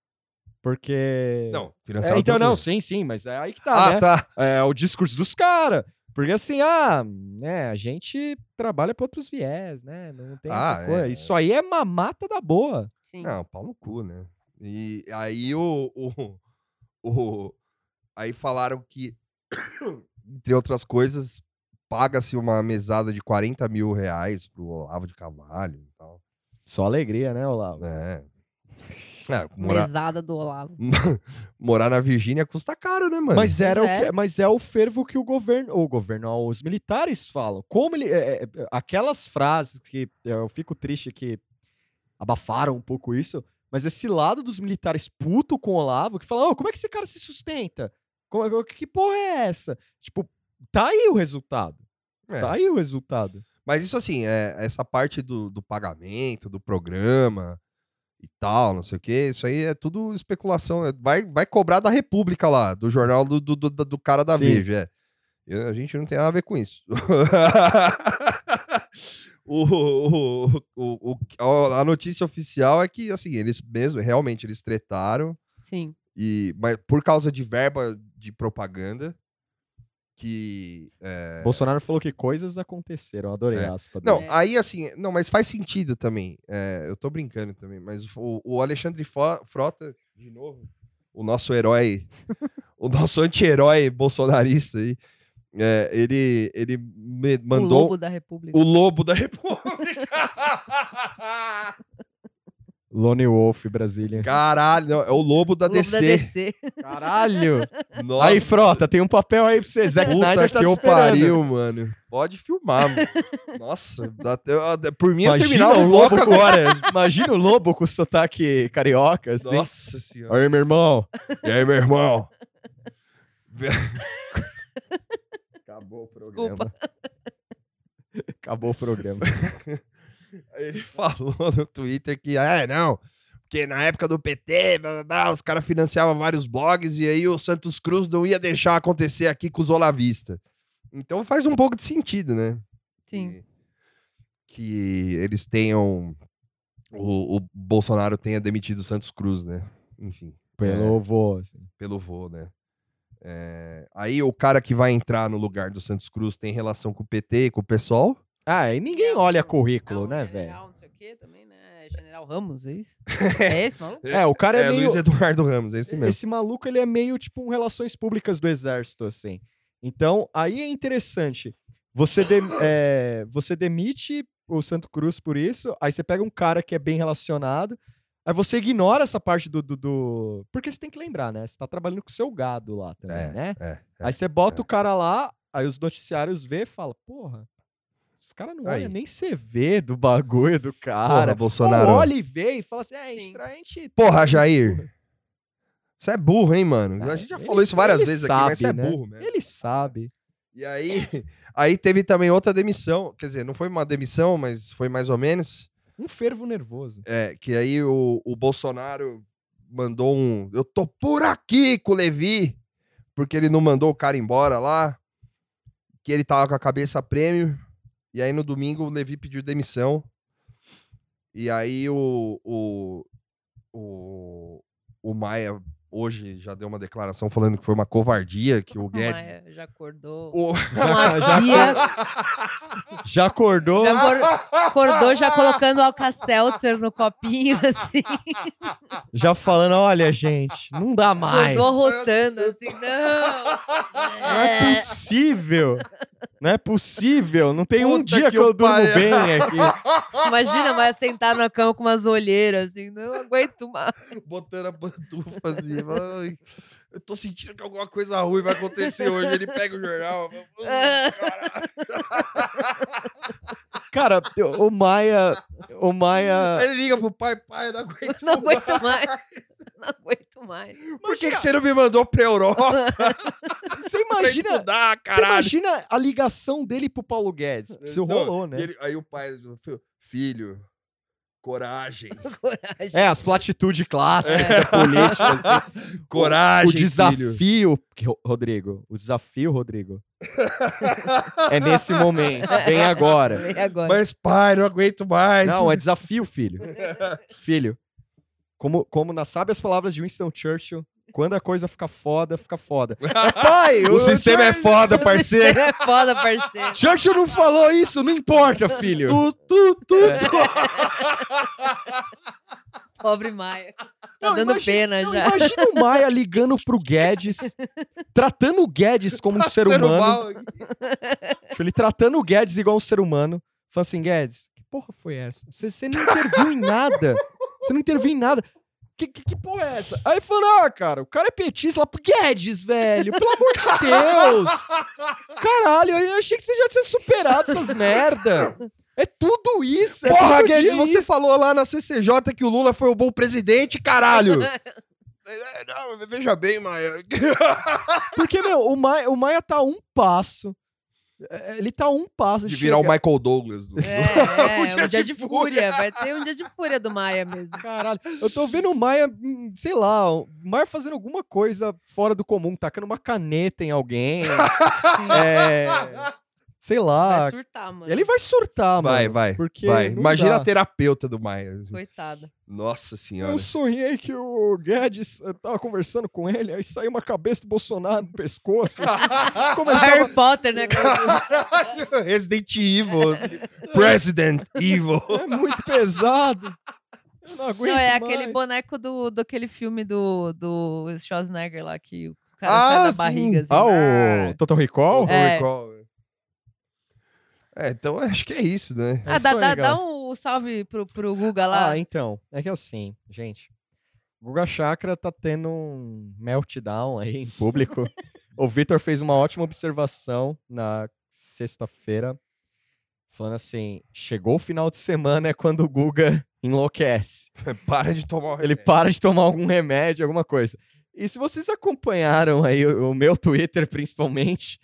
[SPEAKER 3] Porque.
[SPEAKER 1] Não,
[SPEAKER 3] É,
[SPEAKER 1] financiado
[SPEAKER 3] então,
[SPEAKER 1] pelo
[SPEAKER 3] não,
[SPEAKER 1] governo.
[SPEAKER 3] sim, sim, mas é aí que tá,
[SPEAKER 1] Ah,
[SPEAKER 3] né?
[SPEAKER 1] tá.
[SPEAKER 3] É o discurso dos caras. Porque assim, ah, né, a gente trabalha pra outros viés, né? Não tem
[SPEAKER 1] Ah,
[SPEAKER 3] essa
[SPEAKER 1] é,
[SPEAKER 3] coisa.
[SPEAKER 1] é.
[SPEAKER 3] Isso aí é mamata da boa.
[SPEAKER 2] Sim.
[SPEAKER 1] Não, pau no cu, né? E aí o. o, o- aí falaram que, entre outras coisas, paga-se uma mesada de 40 mil reais pro Olavo de Cavalho e tal.
[SPEAKER 3] Só alegria, né, Olavo?
[SPEAKER 1] É. É, morar,
[SPEAKER 2] Mesada do Olavo.
[SPEAKER 1] morar na Virgínia custa caro, né, mano?
[SPEAKER 3] Mas, era
[SPEAKER 2] Pois
[SPEAKER 3] O que- mas é o fervo que o governo, ou o governo, ó, os militares falam. Como ele, é, é, aquelas frases que é, eu fico triste que abafaram um pouco isso, mas esse lado dos militares puto com o Olavo, que falam, "Ô, como é que esse cara se sustenta? Como- que porra é essa? Tipo, tá aí o resultado.
[SPEAKER 1] É.
[SPEAKER 3] Tá aí o resultado.
[SPEAKER 1] Mas isso assim, é, essa parte do, do pagamento, do programa e tal, não sei o quê, isso aí é tudo especulação. é- vai, vai cobrar da República lá, do jornal do, do, do, do cara da
[SPEAKER 3] Sim.
[SPEAKER 1] Veja. É. Eu- a gente não tem nada a ver com isso. *laughs* O- o- o- o- a notícia oficial é que, assim, eles mesmo, realmente, eles tretaram.
[SPEAKER 2] Sim.
[SPEAKER 1] E, mas por causa de verba de propaganda, que é,
[SPEAKER 3] Bolsonaro falou que coisas aconteceram. Adorei
[SPEAKER 1] É.
[SPEAKER 3] a aspa dele.
[SPEAKER 1] Não,
[SPEAKER 2] É.
[SPEAKER 1] aí assim, não, mas faz sentido eh, também. É, eu tô brincando também, mas o, o Alexandre Fo- Frota, de novo, o o nosso
[SPEAKER 2] *laughs*
[SPEAKER 1] herói, o nosso anti-herói bolsonarista aí, é, ele, ele me
[SPEAKER 2] O
[SPEAKER 1] mandou
[SPEAKER 2] lobo da República.
[SPEAKER 1] o lobo da República. *laughs*
[SPEAKER 3] Lone Wolf, Brasília.
[SPEAKER 1] Caralho, não, é o lobo da
[SPEAKER 2] O lobo
[SPEAKER 1] DC.
[SPEAKER 2] da DC.
[SPEAKER 3] Caralho!
[SPEAKER 1] Nossa,
[SPEAKER 3] Aí, Frota, tem um papel aí pra você. Zack
[SPEAKER 1] puta
[SPEAKER 3] Snyder tá
[SPEAKER 1] que
[SPEAKER 3] te
[SPEAKER 1] eu
[SPEAKER 3] esperando.
[SPEAKER 1] pariu, mano. Pode filmar,
[SPEAKER 2] *laughs*
[SPEAKER 1] mano. Nossa, dá até- eu- eu- por mim eu
[SPEAKER 3] Imagina
[SPEAKER 1] terminava
[SPEAKER 3] o
[SPEAKER 1] o
[SPEAKER 3] lobo
[SPEAKER 1] louco
[SPEAKER 3] com...
[SPEAKER 1] um agora.
[SPEAKER 3] *laughs* Imagina o lobo com sotaque carioca, assim.
[SPEAKER 1] Nossa senhora.
[SPEAKER 3] Aí, meu irmão.
[SPEAKER 1] E aí, meu irmão?
[SPEAKER 3] Acabou o programa.
[SPEAKER 2] Desculpa.
[SPEAKER 3] Acabou o programa.
[SPEAKER 1] Aí ele *laughs* falou no Twitter que, ah, não, porque na época do PT, blá, blá, blá, os caras financiavam vários blogs e aí o Santos Cruz não ia deixar acontecer aqui com os olavistas. Então faz um pouco de sentido, né?
[SPEAKER 2] Sim.
[SPEAKER 1] Que, que eles tenham. O, o Bolsonaro tenha demitido o Santos Cruz, né? Enfim,
[SPEAKER 3] *laughs* Pelo vô, assim.
[SPEAKER 1] pelo voo, né? É, Aí o cara que vai entrar no lugar do Santos Cruz tem relação com o PT e com o PSOL.
[SPEAKER 3] Ah, e ninguém
[SPEAKER 2] É um-
[SPEAKER 3] olha
[SPEAKER 2] é
[SPEAKER 3] currículo,
[SPEAKER 2] um
[SPEAKER 3] né, velho?
[SPEAKER 2] general, Não sei o quê também, né? General Ramos, é
[SPEAKER 1] *laughs*
[SPEAKER 2] isso? é esse, maluco?
[SPEAKER 3] É, o cara é,
[SPEAKER 1] É,
[SPEAKER 3] meio...
[SPEAKER 1] Luiz Eduardo Ramos, é esse mesmo.
[SPEAKER 3] Esse maluco, ele é meio tipo um relações públicas do exército, assim. Então, aí é interessante. Você,
[SPEAKER 1] *coughs*
[SPEAKER 3] de- é, você demite o Santo Cruz por isso, aí você pega um cara que é bem relacionado, aí você ignora essa parte do... do, do- Porque você tem que lembrar, né? Você tá trabalhando com o seu gado lá também,
[SPEAKER 1] É,
[SPEAKER 3] né?
[SPEAKER 1] é, é.
[SPEAKER 3] aí você bota o cara lá, aí os noticiários vê e fala, porra, os caras não
[SPEAKER 1] Aí.
[SPEAKER 3] olham nem CV do bagulho do
[SPEAKER 1] Porra,
[SPEAKER 3] cara.
[SPEAKER 1] Bolsonaro.
[SPEAKER 3] Ou olha e vê e fala assim, é,
[SPEAKER 2] Sim.
[SPEAKER 3] estranho, a gente...
[SPEAKER 1] Porra, Jair. Você é burro, hein, mano?
[SPEAKER 3] Ah,
[SPEAKER 1] a gente já
[SPEAKER 3] ele-
[SPEAKER 1] falou isso várias
[SPEAKER 3] ele
[SPEAKER 1] vezes aqui,
[SPEAKER 3] sabe,
[SPEAKER 1] mas você é
[SPEAKER 3] né?
[SPEAKER 1] burro mesmo.
[SPEAKER 3] Ele sabe.
[SPEAKER 1] E aí, *laughs* aí teve também outra demissão. Quer dizer, não foi uma demissão, mas foi mais ou menos.
[SPEAKER 3] Um fervo *laughs* nervoso.
[SPEAKER 1] É, que aí o, o Bolsonaro mandou um. Eu tô por aqui com o Levi, porque ele não mandou o cara embora lá. Que ele tava com a cabeça prêmio. E aí no domingo o Levi pediu demissão. E aí o, o, o, o Maia hoje já deu uma declaração falando que foi uma covardia, que o
[SPEAKER 2] *laughs*
[SPEAKER 1] Guedes.
[SPEAKER 2] Maia é, já acordou.
[SPEAKER 1] é O... *laughs*
[SPEAKER 2] Macia.
[SPEAKER 3] Já acordou?
[SPEAKER 2] Já acor- acordou já colocando Alka-Seltzer no copinho, *laughs* assim.
[SPEAKER 3] Já falando, olha, gente, não dá mais.
[SPEAKER 2] Acordou rotando, assim. Não!
[SPEAKER 3] Não é possível. Não é possível. Não tem um
[SPEAKER 1] Puta
[SPEAKER 3] dia
[SPEAKER 1] que
[SPEAKER 3] que, eu
[SPEAKER 1] o
[SPEAKER 3] durmo
[SPEAKER 1] pariu.
[SPEAKER 3] bem aqui.
[SPEAKER 2] Imagina, mas sentar na cama com umas olheiras, assim. Não aguento mais.
[SPEAKER 1] *laughs* Botando a pantufa assim. fala, "Ai, Eu tô sentindo que alguma coisa ruim vai acontecer hoje. Ele pega o jornal. fala, *laughs*
[SPEAKER 2] É.
[SPEAKER 1] "Ai, caralho."
[SPEAKER 3] Cara, o Maia. O Maia.
[SPEAKER 1] Aí ele liga pro pai, pai, eu não aguento.
[SPEAKER 2] Não aguento mais. Não aguento mais.
[SPEAKER 1] Por que, que você não me mandou pra Europa
[SPEAKER 3] É, Você
[SPEAKER 1] pra
[SPEAKER 3] imagina.
[SPEAKER 1] estudar,
[SPEAKER 3] Você
[SPEAKER 1] caralho?
[SPEAKER 3] imagina a ligação dele pro Paulo Guedes. Isso
[SPEAKER 1] Não,
[SPEAKER 3] rolou, né?
[SPEAKER 1] e ele- aí o pai, filho, filho, *laughs* coragem.
[SPEAKER 2] Coragem.
[SPEAKER 3] É, as platitudes clássicas da política. assim. *laughs*
[SPEAKER 1] coragem,
[SPEAKER 3] o desafio,
[SPEAKER 1] filho.
[SPEAKER 3] que- Ro- Rodrigo, o desafio, *laughs* Rodrigo, é nesse momento, bem agora.
[SPEAKER 2] Falei agora.
[SPEAKER 1] Mas pai, não aguento mais. *laughs*
[SPEAKER 3] Não, é desafio, filho. Filho, como, como nas sábias palavras de Winston Churchill, quando a coisa fica foda, fica foda. Mas, pai,
[SPEAKER 1] o sistema é *laughs* foda,
[SPEAKER 2] *laughs* Você
[SPEAKER 1] parceiro.
[SPEAKER 2] é foda, parceiro.
[SPEAKER 3] Churchill não falou isso, não importa, filho.
[SPEAKER 1] Tu, tu, tu,
[SPEAKER 3] É.
[SPEAKER 1] tu.
[SPEAKER 2] Pobre
[SPEAKER 3] *laughs*
[SPEAKER 2] Maia. Tá
[SPEAKER 3] Não,
[SPEAKER 2] dando
[SPEAKER 3] imagina-
[SPEAKER 2] pena
[SPEAKER 3] Não,
[SPEAKER 2] já.
[SPEAKER 3] imagina o Maia ligando pro Guedes, tratando o Guedes como um ser
[SPEAKER 1] Tá Sendo
[SPEAKER 3] humano.
[SPEAKER 1] mal.
[SPEAKER 3] Tipo, ele tratando o Guedes igual um ser humano. Falando assim, Guedes, que porra foi essa? Você você não interviu em nada. Você não interviu em nada. Que, que, que porra é essa? Aí falou, ah, cara, o cara é petista lá pro Guedes, velho. Pelo amor de Deus. Caralho, eu achei que você já tinha superado essas merda. É tudo isso. é
[SPEAKER 1] Porra,
[SPEAKER 3] todo
[SPEAKER 1] Guedes,
[SPEAKER 3] dia
[SPEAKER 1] você
[SPEAKER 3] isso.
[SPEAKER 1] falou lá na CCJ que o Lula foi o bom presidente, caralho! *laughs* É, Não, veja bem, *laughs* Maia.
[SPEAKER 3] Porque, meu, o Maia, o Maia tá a um passo. É, Ele tá a um passo
[SPEAKER 1] De virar o
[SPEAKER 3] chegar-
[SPEAKER 1] Michael Douglas. do-
[SPEAKER 2] É,
[SPEAKER 3] *laughs*
[SPEAKER 1] Um
[SPEAKER 2] é, um
[SPEAKER 1] dia
[SPEAKER 2] dia
[SPEAKER 1] de
[SPEAKER 2] de fúria. Vai ter um dia de fúria do Maia mesmo.
[SPEAKER 3] Caralho, eu tô vendo o Maia, hum, sei lá, o Maia fazendo alguma coisa fora do comum, tacando uma caneta
[SPEAKER 1] *laughs*
[SPEAKER 3] em alguém. é, sei lá.
[SPEAKER 2] Vai surtar, mano.
[SPEAKER 3] Ah, Ele vai surtar,
[SPEAKER 1] Vai,
[SPEAKER 3] mano.
[SPEAKER 1] vai,
[SPEAKER 3] Porque
[SPEAKER 1] Vai,
[SPEAKER 3] não
[SPEAKER 1] imagina
[SPEAKER 3] dá.
[SPEAKER 1] a terapeuta do Maia. assim.
[SPEAKER 2] Coitado.
[SPEAKER 1] Nossa senhora.
[SPEAKER 3] Eu
[SPEAKER 1] *laughs*
[SPEAKER 2] *laughs*
[SPEAKER 3] sonhei que o Guedes eh, tava conversando com ele, aí saiu uma cabeça do Bolsonaro
[SPEAKER 1] *laughs*
[SPEAKER 3] no pescoço. Começava,
[SPEAKER 2] Harry Potter,
[SPEAKER 3] *laughs*
[SPEAKER 2] né?
[SPEAKER 1] *laughs* Resident Evil. assim. President Evil.
[SPEAKER 3] é muito pesado. Eu não aguento
[SPEAKER 2] Não, é
[SPEAKER 3] mais.
[SPEAKER 2] aquele boneco do, daquele filme do, do Schwarzenegger lá, que o cara
[SPEAKER 1] Ah,
[SPEAKER 2] sai da
[SPEAKER 1] sim.
[SPEAKER 2] barriga, assim.
[SPEAKER 3] Ah, o Total Recall?
[SPEAKER 1] Total
[SPEAKER 2] É.
[SPEAKER 1] Recall, é. É, então acho que é isso, né?
[SPEAKER 2] Ah,
[SPEAKER 3] É isso
[SPEAKER 2] dá,
[SPEAKER 3] aí,
[SPEAKER 2] dá,
[SPEAKER 3] galera.
[SPEAKER 2] dá um salve pro, pro Guga lá.
[SPEAKER 3] Ah, então. É que assim, gente. Guga Chakra tá tendo um meltdown aí em público. o Vitor fez uma ótima observação na sexta-feira, falando assim: chegou o final de semana é quando o Guga enlouquece.
[SPEAKER 1] Para de tomar o
[SPEAKER 2] É.
[SPEAKER 3] Ele
[SPEAKER 1] remédio.
[SPEAKER 3] para de tomar algum remédio, alguma coisa. E se vocês acompanharam aí o, o meu Twitter, *laughs* principalmente,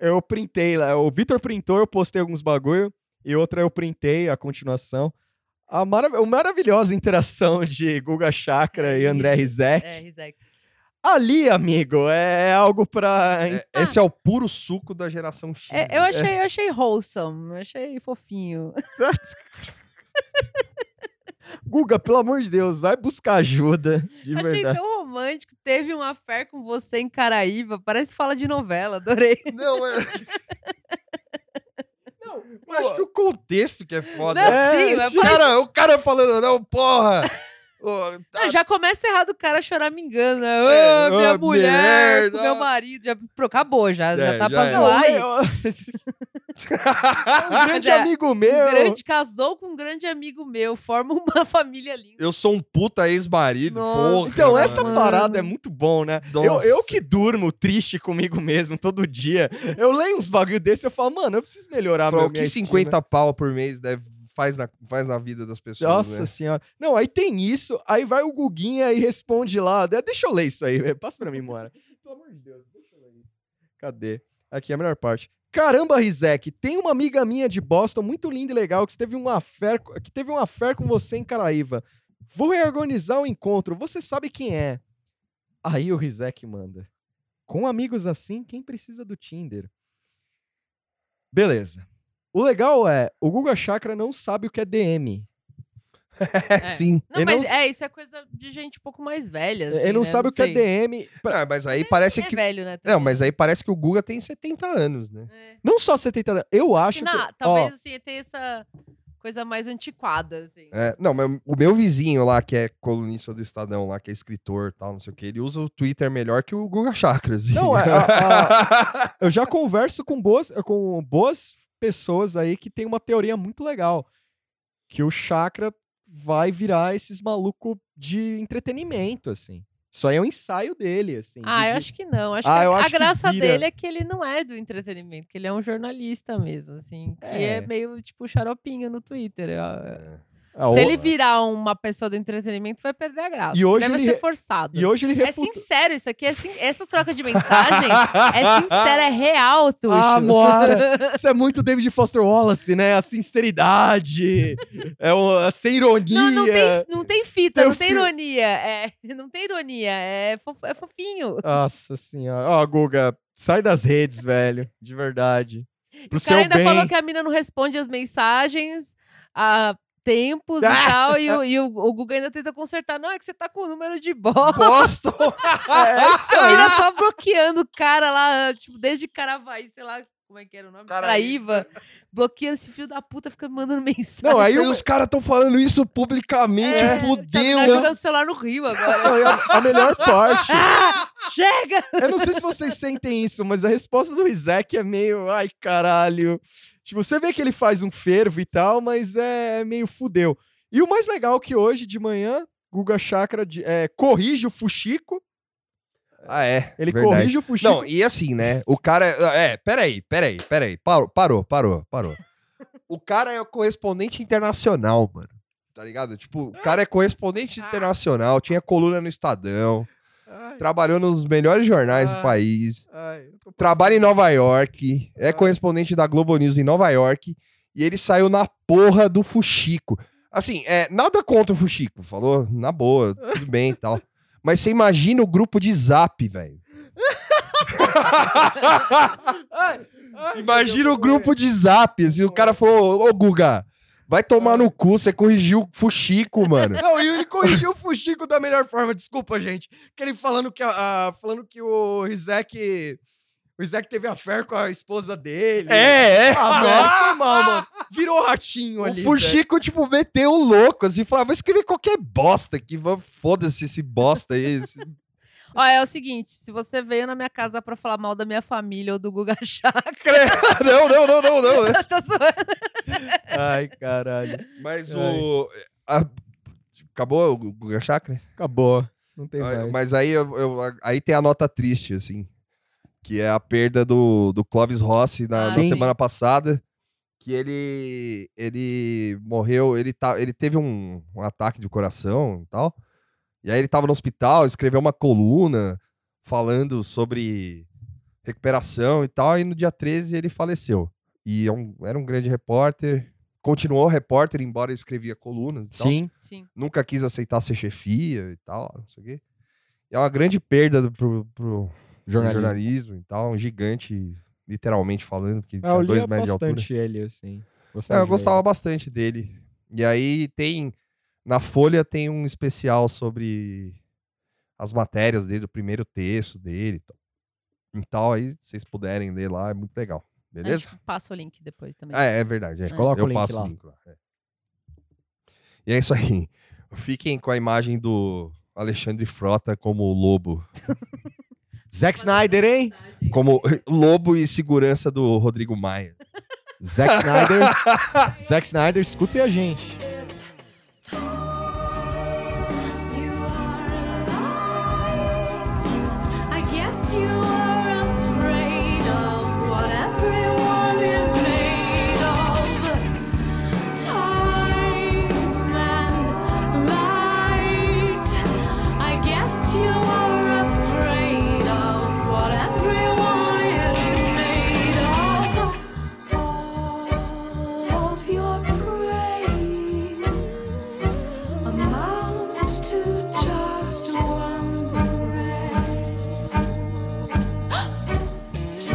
[SPEAKER 3] eu printei lá. O Vitor printou, eu postei alguns bagulho. E outra eu printei a continuação. A marav a maravilhosa interação *laughs* de Guga Chakra e André Rizek.
[SPEAKER 2] É, Rizek.
[SPEAKER 3] Ali, amigo, é algo pra.
[SPEAKER 1] É, Esse é o puro suco da geração X. né?
[SPEAKER 2] É, eu, achei, eu achei wholesome, eu achei fofinho.
[SPEAKER 3] Guga, pelo amor de Deus, vai buscar ajuda. De
[SPEAKER 2] *laughs* achei
[SPEAKER 3] verdade.
[SPEAKER 2] tão romântico. Teve uma fé com você em Caraíba. Parece fala de novela, adorei.
[SPEAKER 1] Não,
[SPEAKER 2] *laughs*
[SPEAKER 1] é...
[SPEAKER 3] Não,
[SPEAKER 1] eu acho que o contexto que é foda. *laughs*
[SPEAKER 2] Não,
[SPEAKER 3] É,
[SPEAKER 2] sim, mas
[SPEAKER 1] O cara, o cara falando, não, porra!
[SPEAKER 2] *laughs*
[SPEAKER 1] Ô, tá-
[SPEAKER 2] Ah, já começa errado o cara chorar me engana. Ah,
[SPEAKER 1] É,
[SPEAKER 2] minha
[SPEAKER 1] ô,
[SPEAKER 2] mulher,
[SPEAKER 1] mulher,
[SPEAKER 2] com meu
[SPEAKER 1] ah.
[SPEAKER 2] marido. Já, pronto, acabou, já, já
[SPEAKER 1] É,
[SPEAKER 2] tá
[SPEAKER 1] já
[SPEAKER 2] pra
[SPEAKER 1] é.
[SPEAKER 2] zoar. aí.
[SPEAKER 3] *laughs*
[SPEAKER 2] *laughs*
[SPEAKER 3] Não, é um grande
[SPEAKER 2] Mas é,
[SPEAKER 3] amigo
[SPEAKER 2] Um
[SPEAKER 3] meu.
[SPEAKER 2] grande, casou com um grande amigo meu, forma *laughs* uma família linda.
[SPEAKER 1] eu sou um puta ex-marido,
[SPEAKER 2] Nossa.
[SPEAKER 1] porra.
[SPEAKER 3] Então, essa
[SPEAKER 1] mano.
[SPEAKER 3] parada é muito bom, né? Eu,
[SPEAKER 1] Nossa.
[SPEAKER 3] eu que durmo triste comigo mesmo todo dia. Eu leio uns bagulho desse e eu falo, mano, eu preciso melhorar
[SPEAKER 1] Falou,
[SPEAKER 3] Ah, meu
[SPEAKER 1] o que
[SPEAKER 3] minha estima."
[SPEAKER 1] 50 pau por mês deve, faz, na, faz na vida das pessoas,
[SPEAKER 3] Nossa
[SPEAKER 1] né?
[SPEAKER 3] senhora. Não, aí tem isso, aí vai o Guguinha e responde lá. "De- Deixa eu ler isso aí, velho. passa pra mim, Moara. *laughs* Pelo amor de Deus, deixa eu ler isso. Cadê? Aqui é a melhor parte. Caramba, Rizek, tem uma amiga minha de Boston muito linda e legal que teve uma fé que teve uma fé com você em Caraíva. Vou reorganizar o encontro, você sabe quem é. Aí o Rizek manda. Com amigos assim, quem precisa do Tinder? Beleza. O legal é, o Guga Chakra não sabe o que é DM.
[SPEAKER 2] É.
[SPEAKER 1] Sim.
[SPEAKER 2] Não,
[SPEAKER 3] Ele
[SPEAKER 2] mas
[SPEAKER 3] não-
[SPEAKER 2] é, isso é coisa de gente um pouco mais velha.
[SPEAKER 3] ele
[SPEAKER 2] assim,
[SPEAKER 3] não
[SPEAKER 2] né?
[SPEAKER 3] sabe o que é
[SPEAKER 2] sei.
[SPEAKER 3] DM. Pra-
[SPEAKER 1] Ah, mas aí parece
[SPEAKER 2] É
[SPEAKER 1] que.
[SPEAKER 2] velho, né?
[SPEAKER 1] Não, mas aí parece que o Guga tem 70 anos, né?
[SPEAKER 2] É.
[SPEAKER 3] Não só 70 anos. Eu acho
[SPEAKER 2] Que na-
[SPEAKER 3] que.
[SPEAKER 2] Talvez assim, tenha essa coisa mais antiquada, assim.
[SPEAKER 1] É, não, mas o meu vizinho lá, que é colunista do Estadão, lá, que é escritor e tal, não sei o que, ele usa o Twitter melhor que o Guga Chakras. *laughs*
[SPEAKER 3] Não, é- a- ó, eu já converso com boas, com boas pessoas aí que tem uma teoria muito legal. Que o chakra vai virar esses maluco de entretenimento, assim. Isso aí é um ensaio dele, assim.
[SPEAKER 2] Ah,
[SPEAKER 3] de-
[SPEAKER 2] eu
[SPEAKER 3] de-
[SPEAKER 2] acho que não. Acho
[SPEAKER 3] Ah,
[SPEAKER 2] que
[SPEAKER 3] eu
[SPEAKER 2] a,
[SPEAKER 3] acho
[SPEAKER 2] a
[SPEAKER 3] que
[SPEAKER 2] graça
[SPEAKER 3] vira.
[SPEAKER 2] dele é que ele não é do entretenimento, que ele é um jornalista mesmo, assim. Que é,
[SPEAKER 3] É.
[SPEAKER 2] meio tipo xaropinho no Twitter. ó.
[SPEAKER 3] Ah, o-
[SPEAKER 2] Se ele virar uma pessoa do entretenimento, vai perder a graça.
[SPEAKER 3] E hoje
[SPEAKER 2] vai
[SPEAKER 3] ele
[SPEAKER 2] ser
[SPEAKER 3] re-
[SPEAKER 2] forçado.
[SPEAKER 3] E hoje ele
[SPEAKER 2] É
[SPEAKER 3] refutou.
[SPEAKER 2] sincero isso aqui, é sin- essa troca de mensagem
[SPEAKER 3] *laughs*
[SPEAKER 2] é sincera, é real, Tuxo.
[SPEAKER 3] Ah, Moara,
[SPEAKER 2] *laughs*
[SPEAKER 3] isso é muito David Foster Wallace, né?
[SPEAKER 2] *laughs*
[SPEAKER 3] A sinceridade, é o, a sem ironia.
[SPEAKER 2] Não, não tem, não tem fita,
[SPEAKER 3] Eu
[SPEAKER 2] não tem
[SPEAKER 3] fi-
[SPEAKER 2] ironia. É, *laughs* não tem ironia, é, fofo- é fofinho.
[SPEAKER 3] Nossa senhora. Ó, Guga, sai das redes, velho. De verdade. Pro
[SPEAKER 2] o
[SPEAKER 3] seu
[SPEAKER 2] cara ainda
[SPEAKER 3] bem.
[SPEAKER 2] falou que a mina não responde as mensagens há tempos e
[SPEAKER 3] Ah!
[SPEAKER 2] tal, e, o- e o, o Guga ainda tenta consertar. Não, é que você tá com o número de bola. *laughs*
[SPEAKER 1] Boston!
[SPEAKER 2] É,
[SPEAKER 3] *laughs* É
[SPEAKER 2] A
[SPEAKER 1] Ah!
[SPEAKER 2] mina
[SPEAKER 3] né?
[SPEAKER 2] só bloqueando o cara lá, tipo, desde Caravaí, sei lá como é que era o nome,
[SPEAKER 1] Caraíva.
[SPEAKER 2] Caraíva. Bloqueando esse filho da puta, fica me mandando *laughs* mensagem.
[SPEAKER 1] *laughs*
[SPEAKER 3] Não, aí
[SPEAKER 1] Aí
[SPEAKER 3] o...
[SPEAKER 1] os caras estão falando isso publicamente,
[SPEAKER 2] É,
[SPEAKER 1] fudeu,
[SPEAKER 2] Tá
[SPEAKER 1] né?
[SPEAKER 2] jogando celular no Rio
[SPEAKER 1] *laughs*
[SPEAKER 2] agora.
[SPEAKER 3] não, e a, a melhor parte.
[SPEAKER 2] Chega!
[SPEAKER 3] Eu não sei se vocês sentem isso, mas a resposta do Isaac é meio. Ai, caralho. Tipo, você vê que ele faz um fervo e tal, mas é meio fudeu. E o mais legal é que hoje de manhã, Guga Chakra de- é, corrige o Fuxico.
[SPEAKER 1] Ah, é.
[SPEAKER 3] Ele
[SPEAKER 1] Verdade.
[SPEAKER 3] corrige o Fuxico.
[SPEAKER 1] Não, e assim, né? O cara. É, peraí, peraí, peraí. Parou, parou, parou, parou. O cara é o correspondente internacional, mano. Tá ligado? Tipo, o cara é correspondente internacional, tinha coluna no Estadão,
[SPEAKER 3] Ai,
[SPEAKER 1] trabalhou nos melhores jornais do
[SPEAKER 3] Ah.
[SPEAKER 1] país,
[SPEAKER 3] ai, eu tô
[SPEAKER 1] trabalha em Nova York, é correspondente da Globo News em Nova York, e ele saiu na porra do Fuxico. Assim, é, nada contra o Fuxico, falou, na boa, tudo bem e tal. Mas você imagina o grupo de zap, velho.
[SPEAKER 3] passando- Ai, ai,
[SPEAKER 1] Imagina
[SPEAKER 3] meu
[SPEAKER 1] o grupo de zap, assim, o cara falou, ô Guga, vai tomar no cu, você corrigiu o fuxico,
[SPEAKER 3] *laughs*
[SPEAKER 1] mano.
[SPEAKER 3] Não, e ele corrigiu o Fuxico da melhor forma, desculpa, gente. Que ele falando que, a- a- falando que o Rizek O Isaac teve a fé com a esposa dele.
[SPEAKER 4] É, é.
[SPEAKER 3] Ah, nossa, mal, mano. Virou ratinho ali.
[SPEAKER 1] O Fuxico, tipo, meteu o louco, assim, falou, "Ah, vou escrever qualquer bosta aqui, vó, foda-se esse bosta aí. esse- *laughs*
[SPEAKER 2] Ó, é o seguinte, se você veio na minha casa pra falar mal da minha família ou do Guga *laughs* Chakra,
[SPEAKER 1] não, não, não, não, não. né?"
[SPEAKER 2] eu tô zoando.
[SPEAKER 3] velho. Ai, caralho.
[SPEAKER 1] Mas o... a- Acabou o Guga Chakra?
[SPEAKER 3] Acabou. Não tem
[SPEAKER 1] Ah,
[SPEAKER 3] mais.
[SPEAKER 1] Mas aí, eu- eu- aí tem a nota triste, assim, que é a perda do, do Clóvis Rossi na,
[SPEAKER 2] Ah,
[SPEAKER 1] na
[SPEAKER 2] sim.
[SPEAKER 1] semana passada, que ele ele morreu, ele, tá, ele teve um, um ataque de coração e tal, e aí ele tava no hospital, escreveu uma coluna falando sobre recuperação e tal, e no dia 13 ele faleceu. E é um- era um grande repórter, continuou repórter, embora ele escrevia colunas e tal
[SPEAKER 3] Então, Sim.
[SPEAKER 2] Sim.
[SPEAKER 1] nunca quis aceitar ser chefia e tal, não sei o quê. É uma grande perda do- pro, pro jornalismo.
[SPEAKER 3] Jornalista.
[SPEAKER 1] e tal, um gigante, literalmente falando, porque
[SPEAKER 3] Ah, eu
[SPEAKER 1] tinha dois
[SPEAKER 3] lia
[SPEAKER 1] metros de altura.
[SPEAKER 3] bastante ele, assim.
[SPEAKER 1] É,
[SPEAKER 3] Gostava
[SPEAKER 1] eu
[SPEAKER 3] de
[SPEAKER 1] gostava bastante dele. E aí tem. Na Folha tem um especial sobre as matérias dele, o primeiro texto dele e tal. Então, aí, se vocês puderem ler lá, é muito legal. Beleza?
[SPEAKER 2] A gente passa o link depois também.
[SPEAKER 1] É, é verdade. é.
[SPEAKER 2] Mas
[SPEAKER 3] coloca
[SPEAKER 1] eu
[SPEAKER 3] o link
[SPEAKER 1] passo
[SPEAKER 3] lá.
[SPEAKER 1] o link lá. é. E é isso aí. *laughs* Fiquem com a imagem do Alexandre Frota como lobo.
[SPEAKER 3] ele. Zack Snyder, hein?
[SPEAKER 1] Como *laughs* lobo e segurança do Rodrigo Maia.
[SPEAKER 3] Zack Snyder. *laughs* Zack Snyder, escutem a gente.
[SPEAKER 5] I guess you are afraid of what everyone is made of. Time and light. I guess you are afraid of what everyone is made of. All of your praying amounts to just one breath.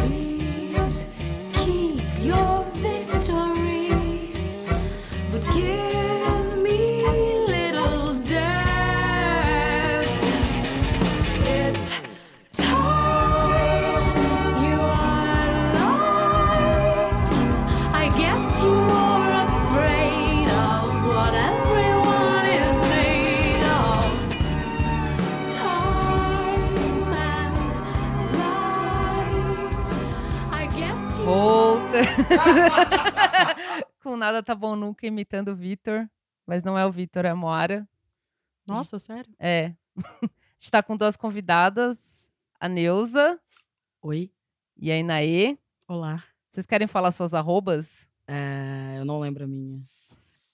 [SPEAKER 5] *gasps* Please keep your victory, but give me little death. It's time you are light. I guess you are afraid of what everyone is made of. Time and light. I guess you
[SPEAKER 2] Volta. *laughs* Com nada tá bom nunca imitando o Vitor, mas não é o Vitor, é a Moara.
[SPEAKER 5] Nossa, sério?
[SPEAKER 2] É. *laughs* A gente tá com duas convidadas, a Neuza
[SPEAKER 5] Oi,
[SPEAKER 2] e a Inaê.
[SPEAKER 5] olá.
[SPEAKER 2] Vocês querem falar suas arrobas?
[SPEAKER 5] É, eu não lembro a minha.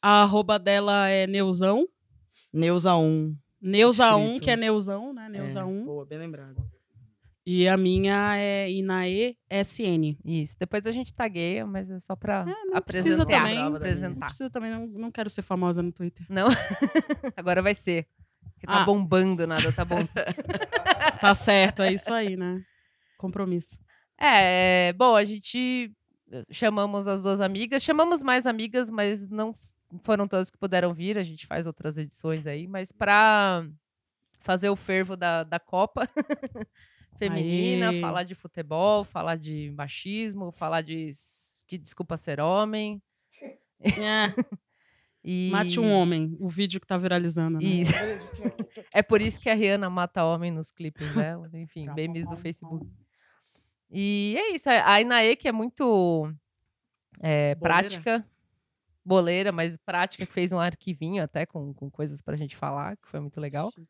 [SPEAKER 6] A arroba dela é Neuzão.
[SPEAKER 5] Neuza 1.
[SPEAKER 6] Neuza1,
[SPEAKER 5] Escrito.
[SPEAKER 6] que é Neuzão, né? Neuza1.
[SPEAKER 5] Boa, bem lembrado.
[SPEAKER 6] E a minha é Inae
[SPEAKER 5] Tá.
[SPEAKER 6] SN.
[SPEAKER 2] Isso. Depois a gente tagueia, mas é só pra
[SPEAKER 6] Ah, não precisa
[SPEAKER 2] apresentar.
[SPEAKER 6] também. Não Não
[SPEAKER 2] apresentar.
[SPEAKER 6] precisa também, não, não quero ser famosa no Twitter.
[SPEAKER 2] Não? Agora vai ser. Porque tá
[SPEAKER 6] Ah.
[SPEAKER 2] bombando nada, tá bom.
[SPEAKER 6] Tá certo, é isso aí, né? Compromisso.
[SPEAKER 2] É, bom, a gente eh, chamamos as duas amigas, chamamos mais amigas, mas não foram todas que puderam vir, a gente faz outras edições aí, mas pra fazer o fervo da, da Copa *laughs* feminina,
[SPEAKER 6] Aê.
[SPEAKER 2] falar de futebol, falar de machismo, falar de s- que desculpa ser homem. *laughs* E...
[SPEAKER 6] É. Mate um homem, o vídeo que tá
[SPEAKER 5] Uhum.
[SPEAKER 6] viralizando, né?
[SPEAKER 2] E- *laughs* é por isso que a Rihanna mata homem nos
[SPEAKER 5] *laughs*
[SPEAKER 2] clipes dela. Enfim, memes do Facebook. E é isso. A Inaê, que é muito é,
[SPEAKER 6] Boleira.
[SPEAKER 2] prática, boleira, mas prática, que fez um arquivinho até com, com coisas pra gente falar, que foi muito legal.
[SPEAKER 5] Hum.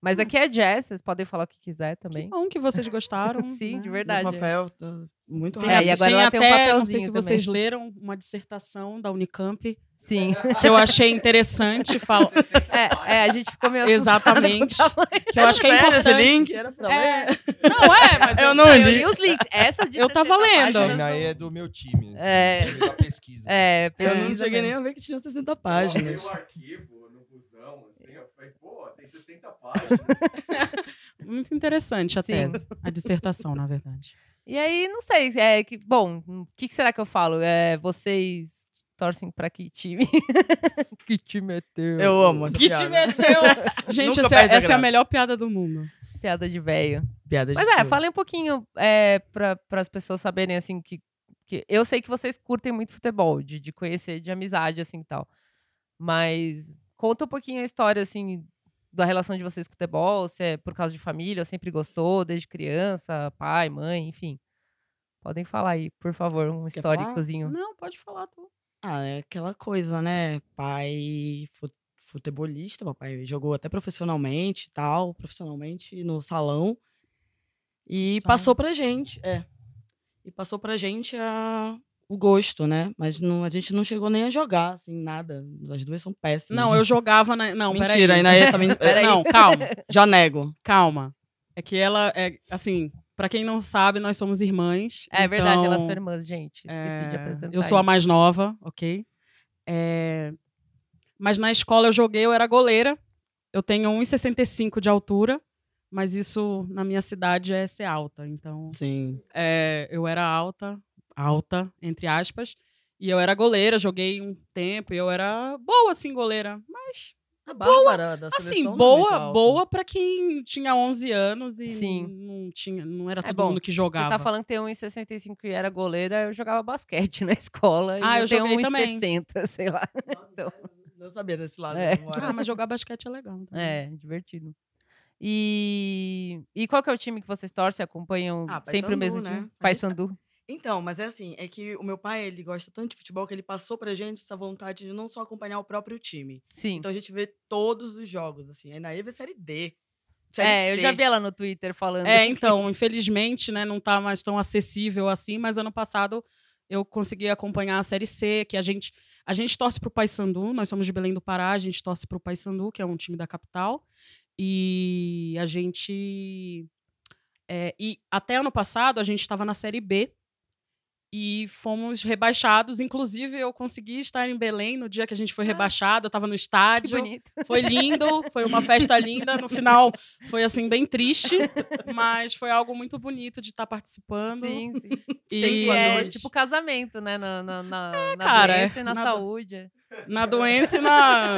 [SPEAKER 2] Mas aqui é jazz, vocês podem falar o que quiser
[SPEAKER 6] Que
[SPEAKER 2] também.
[SPEAKER 6] bom que vocês gostaram.
[SPEAKER 2] *laughs* Sim,
[SPEAKER 6] né?
[SPEAKER 2] de verdade.
[SPEAKER 5] Hum. papel, tá muito
[SPEAKER 6] Tem,
[SPEAKER 2] É,
[SPEAKER 6] é,
[SPEAKER 2] e agora
[SPEAKER 6] tem
[SPEAKER 2] ela tem
[SPEAKER 6] até,
[SPEAKER 2] um
[SPEAKER 6] não
[SPEAKER 2] papelzinho
[SPEAKER 6] sei se
[SPEAKER 2] também.
[SPEAKER 6] vocês leram, uma dissertação da Unicamp
[SPEAKER 5] *laughs*
[SPEAKER 2] Sim.
[SPEAKER 6] que eu achei interessante. Fala,
[SPEAKER 2] É, é, a gente ficou meio assustada *laughs* com o
[SPEAKER 6] exatamente.
[SPEAKER 2] tamanho.
[SPEAKER 6] Que eu acho que é
[SPEAKER 5] Sério,
[SPEAKER 6] importante.
[SPEAKER 5] esse link? Era pra
[SPEAKER 6] É. Não, é, mas
[SPEAKER 5] Eu
[SPEAKER 6] eu
[SPEAKER 5] não
[SPEAKER 2] Ah, Eu
[SPEAKER 5] li.
[SPEAKER 2] li os links. Essa de
[SPEAKER 6] Eu tava
[SPEAKER 2] 60 páginas
[SPEAKER 6] lendo.
[SPEAKER 2] não-
[SPEAKER 1] Inaê é do meu time. assim,
[SPEAKER 2] É.
[SPEAKER 1] time da pesquisa.
[SPEAKER 2] É,
[SPEAKER 5] Eu não
[SPEAKER 2] pesquisa.
[SPEAKER 5] cheguei
[SPEAKER 2] mesmo.
[SPEAKER 5] nem a ver que tinha 60 páginas.
[SPEAKER 3] o arquivo no busão, assim, eu falei, pô, tem 60 páginas.
[SPEAKER 6] Muito interessante a
[SPEAKER 2] Sim.
[SPEAKER 6] tese, a dissertação,
[SPEAKER 5] *laughs*
[SPEAKER 6] na verdade.
[SPEAKER 2] E aí, não sei. É, que, bom, o que, que será que eu falo? É, vocês torcem pra que time? *laughs* que time é teu?
[SPEAKER 5] Eu amo essa piada.
[SPEAKER 6] meteu! Gente,
[SPEAKER 5] Nunca
[SPEAKER 6] essa,
[SPEAKER 5] perde a
[SPEAKER 6] essa é a
[SPEAKER 5] graça.
[SPEAKER 6] melhor piada do mundo.
[SPEAKER 2] Piada de velho.
[SPEAKER 5] piada de
[SPEAKER 2] Mas é,
[SPEAKER 5] tio.
[SPEAKER 2] falem um pouquinho é, para as pessoas saberem, assim, que, que. Eu sei que vocês curtem muito futebol, de, de conhecer, de amizade, assim e tal. Mas conta um pouquinho a história, assim, da relação de vocês com o futebol, se é por causa de família, ou sempre gostou, desde criança, pai, mãe, enfim. Podem falar aí, por favor, um
[SPEAKER 5] Quer falar?
[SPEAKER 2] históricozinho.
[SPEAKER 6] Não, pode falar tu.
[SPEAKER 5] Ah, é aquela coisa, né? Pai fu- futebolista, papai jogou até profissionalmente e tal, profissionalmente no salão. E
[SPEAKER 6] Salão.
[SPEAKER 5] passou pra gente, é. E passou pra gente a- o gosto, né? Mas não- a gente não chegou nem a jogar, assim, nada. As duas são péssimas.
[SPEAKER 6] Não,
[SPEAKER 5] *laughs*
[SPEAKER 6] eu jogava na. Não,
[SPEAKER 5] Mentira,
[SPEAKER 6] peraí.
[SPEAKER 5] ainda é também.
[SPEAKER 6] Peraí.
[SPEAKER 2] *laughs*
[SPEAKER 6] Não, calma,
[SPEAKER 5] Já nego.
[SPEAKER 6] calma. É que ela é assim, pra quem não sabe, nós somos irmãs.
[SPEAKER 2] É verdade, elas
[SPEAKER 6] então,
[SPEAKER 2] são irmãs, gente. Esqueci de
[SPEAKER 6] é,
[SPEAKER 2] apresentar.
[SPEAKER 6] Eu sou a
[SPEAKER 2] isso.
[SPEAKER 6] mais nova, ok? É, mas na escola eu joguei, eu era goleira. Eu tenho 1,65 de altura, mas isso na minha cidade é ser alta. Então,
[SPEAKER 5] Sim.
[SPEAKER 6] é, eu era alta, alta, entre aspas. E eu era goleira, joguei um tempo, e eu era boa, assim, goleira. Mas,
[SPEAKER 5] A Bárbara da
[SPEAKER 6] assim,
[SPEAKER 5] seleção não é muito
[SPEAKER 6] boa,
[SPEAKER 5] alta. *laughs*
[SPEAKER 6] boa pra quem tinha 11 anos e
[SPEAKER 2] Sim.
[SPEAKER 6] não tinha, não era
[SPEAKER 2] É
[SPEAKER 6] todo
[SPEAKER 2] bom,
[SPEAKER 6] mundo que
[SPEAKER 2] Você
[SPEAKER 6] jogava.
[SPEAKER 2] tá falando que tem 1,65 e era goleira, eu jogava basquete *laughs* na escola.
[SPEAKER 6] Ah,
[SPEAKER 2] e
[SPEAKER 6] eu
[SPEAKER 2] tenho
[SPEAKER 6] joguei também.
[SPEAKER 2] 1,60, *laughs* sei lá.
[SPEAKER 5] Não sabia desse lado.
[SPEAKER 2] É.
[SPEAKER 5] como era.
[SPEAKER 6] Ah, mas jogar basquete é legal. também.
[SPEAKER 2] É, divertido. E, e qual que é o time que vocês torcem? Acompanham
[SPEAKER 5] Ah,
[SPEAKER 2] sempre o mesmo
[SPEAKER 5] Paysandu, né? *laughs*
[SPEAKER 2] time? Paysandu.
[SPEAKER 5] Então, mas é assim, é que o meu pai, ele gosta tanto de futebol que ele passou pra gente essa vontade de não só acompanhar o próprio time.
[SPEAKER 2] Sim.
[SPEAKER 5] Então a gente vê todos os jogos, assim. Aí na EVA é série D. Série
[SPEAKER 2] É, eu
[SPEAKER 5] C.
[SPEAKER 2] já vi *laughs* ela no Twitter falando.
[SPEAKER 6] É, então, infelizmente, né, não tá mais tão acessível assim, mas ano passado eu consegui acompanhar a Série C, que a gente a gente torce pro Paysandu, nós somos de Belém do Pará, a gente torce pro Paysandu, que é um time da capital. E a gente é, e até ano passado a gente estava na Série B e fomos rebaixados, inclusive eu consegui estar em Belém no dia que a gente foi rebaixado, eu estava no
[SPEAKER 2] *laughs* Ah. que
[SPEAKER 6] estádio.
[SPEAKER 2] bonito.
[SPEAKER 6] Foi lindo, foi uma festa linda. No final foi assim bem triste, mas foi algo muito bonito de estar participando.
[SPEAKER 2] Sim, sim.
[SPEAKER 6] E
[SPEAKER 2] E
[SPEAKER 5] Cinco a
[SPEAKER 2] é
[SPEAKER 5] dois.
[SPEAKER 2] tipo casamento, né? Na, na, na,
[SPEAKER 5] É,
[SPEAKER 2] na
[SPEAKER 6] cara,
[SPEAKER 2] doença e na
[SPEAKER 6] na do-
[SPEAKER 2] saúde. é.
[SPEAKER 6] na doença e na,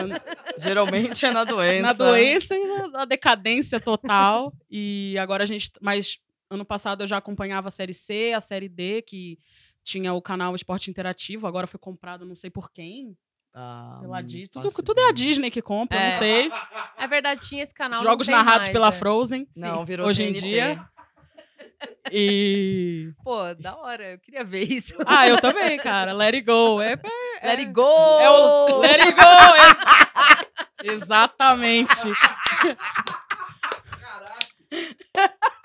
[SPEAKER 5] Geralmente é na doença.
[SPEAKER 6] na doença e na, na decadência total. E agora a gente, mas ano passado eu já acompanhava a série C, a série D que tinha o canal Esporte Interativo, agora foi comprado não sei por quem,
[SPEAKER 5] Ah, né?
[SPEAKER 6] pela
[SPEAKER 5] não
[SPEAKER 6] Disney. Tudo,
[SPEAKER 5] faço
[SPEAKER 6] tudo é a
[SPEAKER 5] ideia.
[SPEAKER 6] Disney que compra, eu
[SPEAKER 2] É.
[SPEAKER 6] não sei.
[SPEAKER 2] É verdade, tinha esse canal. não
[SPEAKER 6] Jogos
[SPEAKER 2] tem
[SPEAKER 6] narrados
[SPEAKER 2] mais,
[SPEAKER 6] pela
[SPEAKER 2] é.
[SPEAKER 6] Frozen.
[SPEAKER 5] Não, virou
[SPEAKER 6] hoje em
[SPEAKER 5] TNT.
[SPEAKER 6] dia. E
[SPEAKER 2] Pô, da hora, eu queria ver isso.
[SPEAKER 6] Ah, eu também, cara. Let it go. É, é,
[SPEAKER 2] Let
[SPEAKER 6] é-
[SPEAKER 2] it go!
[SPEAKER 6] É o let it go. é- Exatamente.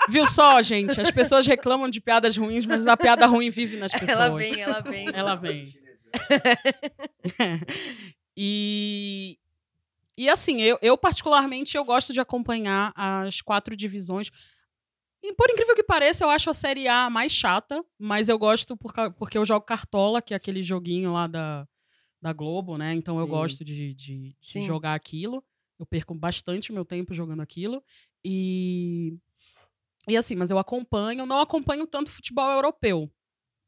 [SPEAKER 6] Viu só, gente? As pessoas reclamam de piadas ruins, mas a piada ruim vive nas pessoas.
[SPEAKER 2] Ela vem, ela vem.
[SPEAKER 6] Ela vem. *laughs* E, e assim, eu, eu particularmente eu gosto de acompanhar as quatro divisões. E por incrível que pareça, eu acho a Série A mais chata, mas eu gosto por, cau- porque eu jogo Cartola, que é aquele joguinho lá da, da Globo, né? Então eu
[SPEAKER 5] Sim.
[SPEAKER 6] gosto de, de, de
[SPEAKER 2] Sim.
[SPEAKER 6] jogar aquilo. Eu perco bastante meu tempo jogando aquilo. E, e assim, mas eu acompanho, não acompanho tanto futebol europeu.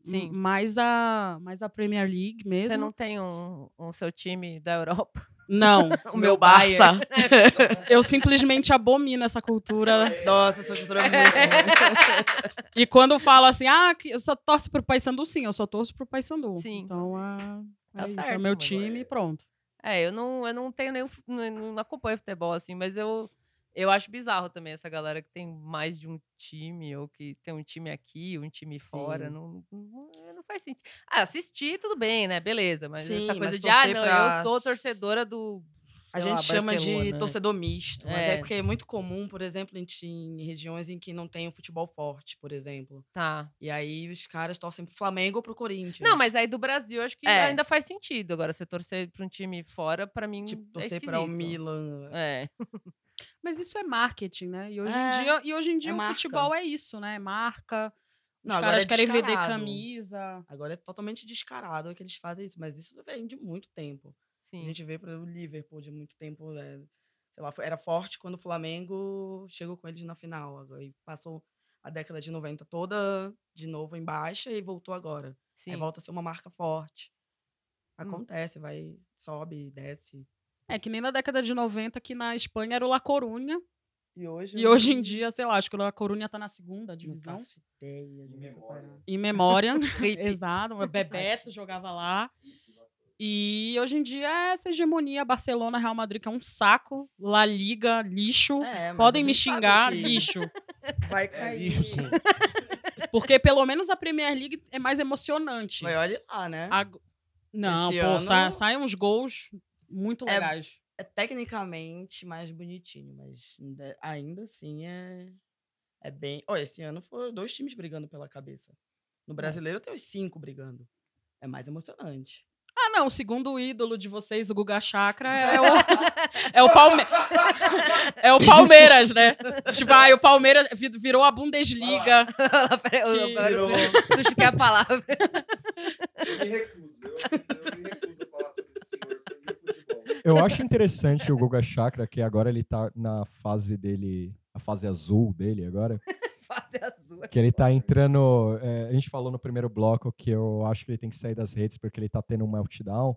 [SPEAKER 6] Hum,
[SPEAKER 2] Sim.
[SPEAKER 6] Mais a, mais a Premier League mesmo.
[SPEAKER 2] Você não tem um, um seu time da Europa? *laughs*
[SPEAKER 6] não.
[SPEAKER 2] O
[SPEAKER 5] Barça.
[SPEAKER 2] *laughs*
[SPEAKER 6] Eu simplesmente abomino essa *laughs* cultura.
[SPEAKER 5] Nossa, essa cultura é muito ruim.
[SPEAKER 6] E quando fala assim, ah, que eu só torço pro Paysandu, sim, eu só torço pro Paysandu.
[SPEAKER 2] Sim.
[SPEAKER 6] Então, ah,
[SPEAKER 2] Tá
[SPEAKER 6] é isso, é
[SPEAKER 2] certo,
[SPEAKER 6] o meu
[SPEAKER 2] mano.
[SPEAKER 6] time e pronto.
[SPEAKER 2] É, eu não, eu não tenho nenhum. fu- Não, não acompanho futebol assim, mas eu, eu acho bizarro também essa galera que tem mais de um time, ou que tem um time aqui, um time fora.
[SPEAKER 5] Sim.
[SPEAKER 2] Não, não, não faz sentido. Ah, assistir, tudo bem, né? Beleza, mas
[SPEAKER 5] Sim,
[SPEAKER 2] essa
[SPEAKER 5] mas
[SPEAKER 2] coisa de, ah,
[SPEAKER 5] torcer
[SPEAKER 2] não,
[SPEAKER 5] pra
[SPEAKER 2] eu sou
[SPEAKER 5] s-
[SPEAKER 2] torcedora do.
[SPEAKER 5] A
[SPEAKER 2] sei lá,
[SPEAKER 5] gente chama de
[SPEAKER 2] Barcelona. né?
[SPEAKER 5] torcedor misto, mas é.
[SPEAKER 2] É.
[SPEAKER 5] porque é muito comum, por exemplo, em, ti- em regiões em que não tem o futebol forte, por exemplo.
[SPEAKER 2] Tá.
[SPEAKER 5] E aí os caras torcem pro Flamengo ou pro Corinthians.
[SPEAKER 2] Não, mas aí do Brasil acho que
[SPEAKER 5] É.
[SPEAKER 2] ainda faz sentido. Agora, você torcer pra um time fora, pra mim.
[SPEAKER 5] Tipo,
[SPEAKER 2] é
[SPEAKER 5] torcer pra o
[SPEAKER 2] esquisito.
[SPEAKER 5] Milan.
[SPEAKER 2] É.
[SPEAKER 6] Mas isso é marketing, né? E hoje
[SPEAKER 5] É,
[SPEAKER 6] em dia, e hoje em dia
[SPEAKER 5] é
[SPEAKER 6] o
[SPEAKER 5] marca.
[SPEAKER 6] futebol é isso, né? É Marca. Os
[SPEAKER 5] Não, agora
[SPEAKER 6] caras
[SPEAKER 5] é
[SPEAKER 6] querem vender
[SPEAKER 5] descarado.
[SPEAKER 6] camisa.
[SPEAKER 5] Agora é totalmente descarado que eles fazem isso, mas isso vem de muito tempo.
[SPEAKER 2] Sim.
[SPEAKER 5] A gente vê, por exemplo, o Liverpool de muito tempo, né, sei lá, fo- era forte quando o Flamengo chegou com eles na final. agora, E passou a década de 90 toda de novo em baixa e voltou agora.
[SPEAKER 2] sim.
[SPEAKER 5] Aí
[SPEAKER 2] *laughs*
[SPEAKER 5] volta a ser uma marca forte.
[SPEAKER 6] Hum.
[SPEAKER 5] Acontece, vai, sobe, desce.
[SPEAKER 6] É que nem na década de 90, que na Espanha era o La Coruña.
[SPEAKER 5] E hoje,
[SPEAKER 6] E hoje em dia, sei lá, acho que a Corunha tá na segunda
[SPEAKER 5] Não
[SPEAKER 6] divisão.
[SPEAKER 5] faço ideia de memória.
[SPEAKER 6] Em memória. *laughs*
[SPEAKER 5] *laughs*
[SPEAKER 6] Exato. O Bebeto jogava lá. E hoje em dia é essa hegemonia Barcelona, Real Madrid, que é um saco. La Liga, lixo.
[SPEAKER 5] É, mas
[SPEAKER 6] Podem
[SPEAKER 5] a
[SPEAKER 6] me
[SPEAKER 5] gente sabe
[SPEAKER 6] xingar,
[SPEAKER 5] que *laughs*
[SPEAKER 6] lixo.
[SPEAKER 5] Vai cair.
[SPEAKER 7] Lixo, sim.
[SPEAKER 6] Porque pelo menos a Premier League é mais emocionante.
[SPEAKER 5] Mas olha lá, né?
[SPEAKER 6] Ag- Não,
[SPEAKER 5] Esse
[SPEAKER 6] pô,
[SPEAKER 5] ano-
[SPEAKER 6] sa- saem uns gols muito
[SPEAKER 5] É-
[SPEAKER 6] legais.
[SPEAKER 5] É tecnicamente mais bonitinho, mas ainda, ainda assim é, é bem. Ó, esse ano foram dois times brigando pela cabeça.
[SPEAKER 6] É.
[SPEAKER 5] No brasileiro tem os cinco brigando. É mais emocionante.
[SPEAKER 6] Ah, não, o segundo ídolo de vocês, o Guga Chakra,
[SPEAKER 5] *laughs*
[SPEAKER 6] é o, é o, Palme... *laughs* é o Palmeiras, né? Tipo, ah, o Palmeiras vi- virou a Bundesliga.
[SPEAKER 2] Ela- *laughs* peraí, eu-
[SPEAKER 6] Que
[SPEAKER 2] agora tu, *laughs* tu chuquei é a palavra.
[SPEAKER 1] Eu me recuso. Eu, me recuso a falar sobre esse senhor,
[SPEAKER 3] Eu acho interessante o Guga Chakra, que agora ele tá na fase dele, a fase azul dele agora,
[SPEAKER 2] Fase azul.
[SPEAKER 3] que ele tá entrando. é, a gente falou no primeiro bloco que eu acho que ele tem que sair das redes porque ele tá tendo um meltdown.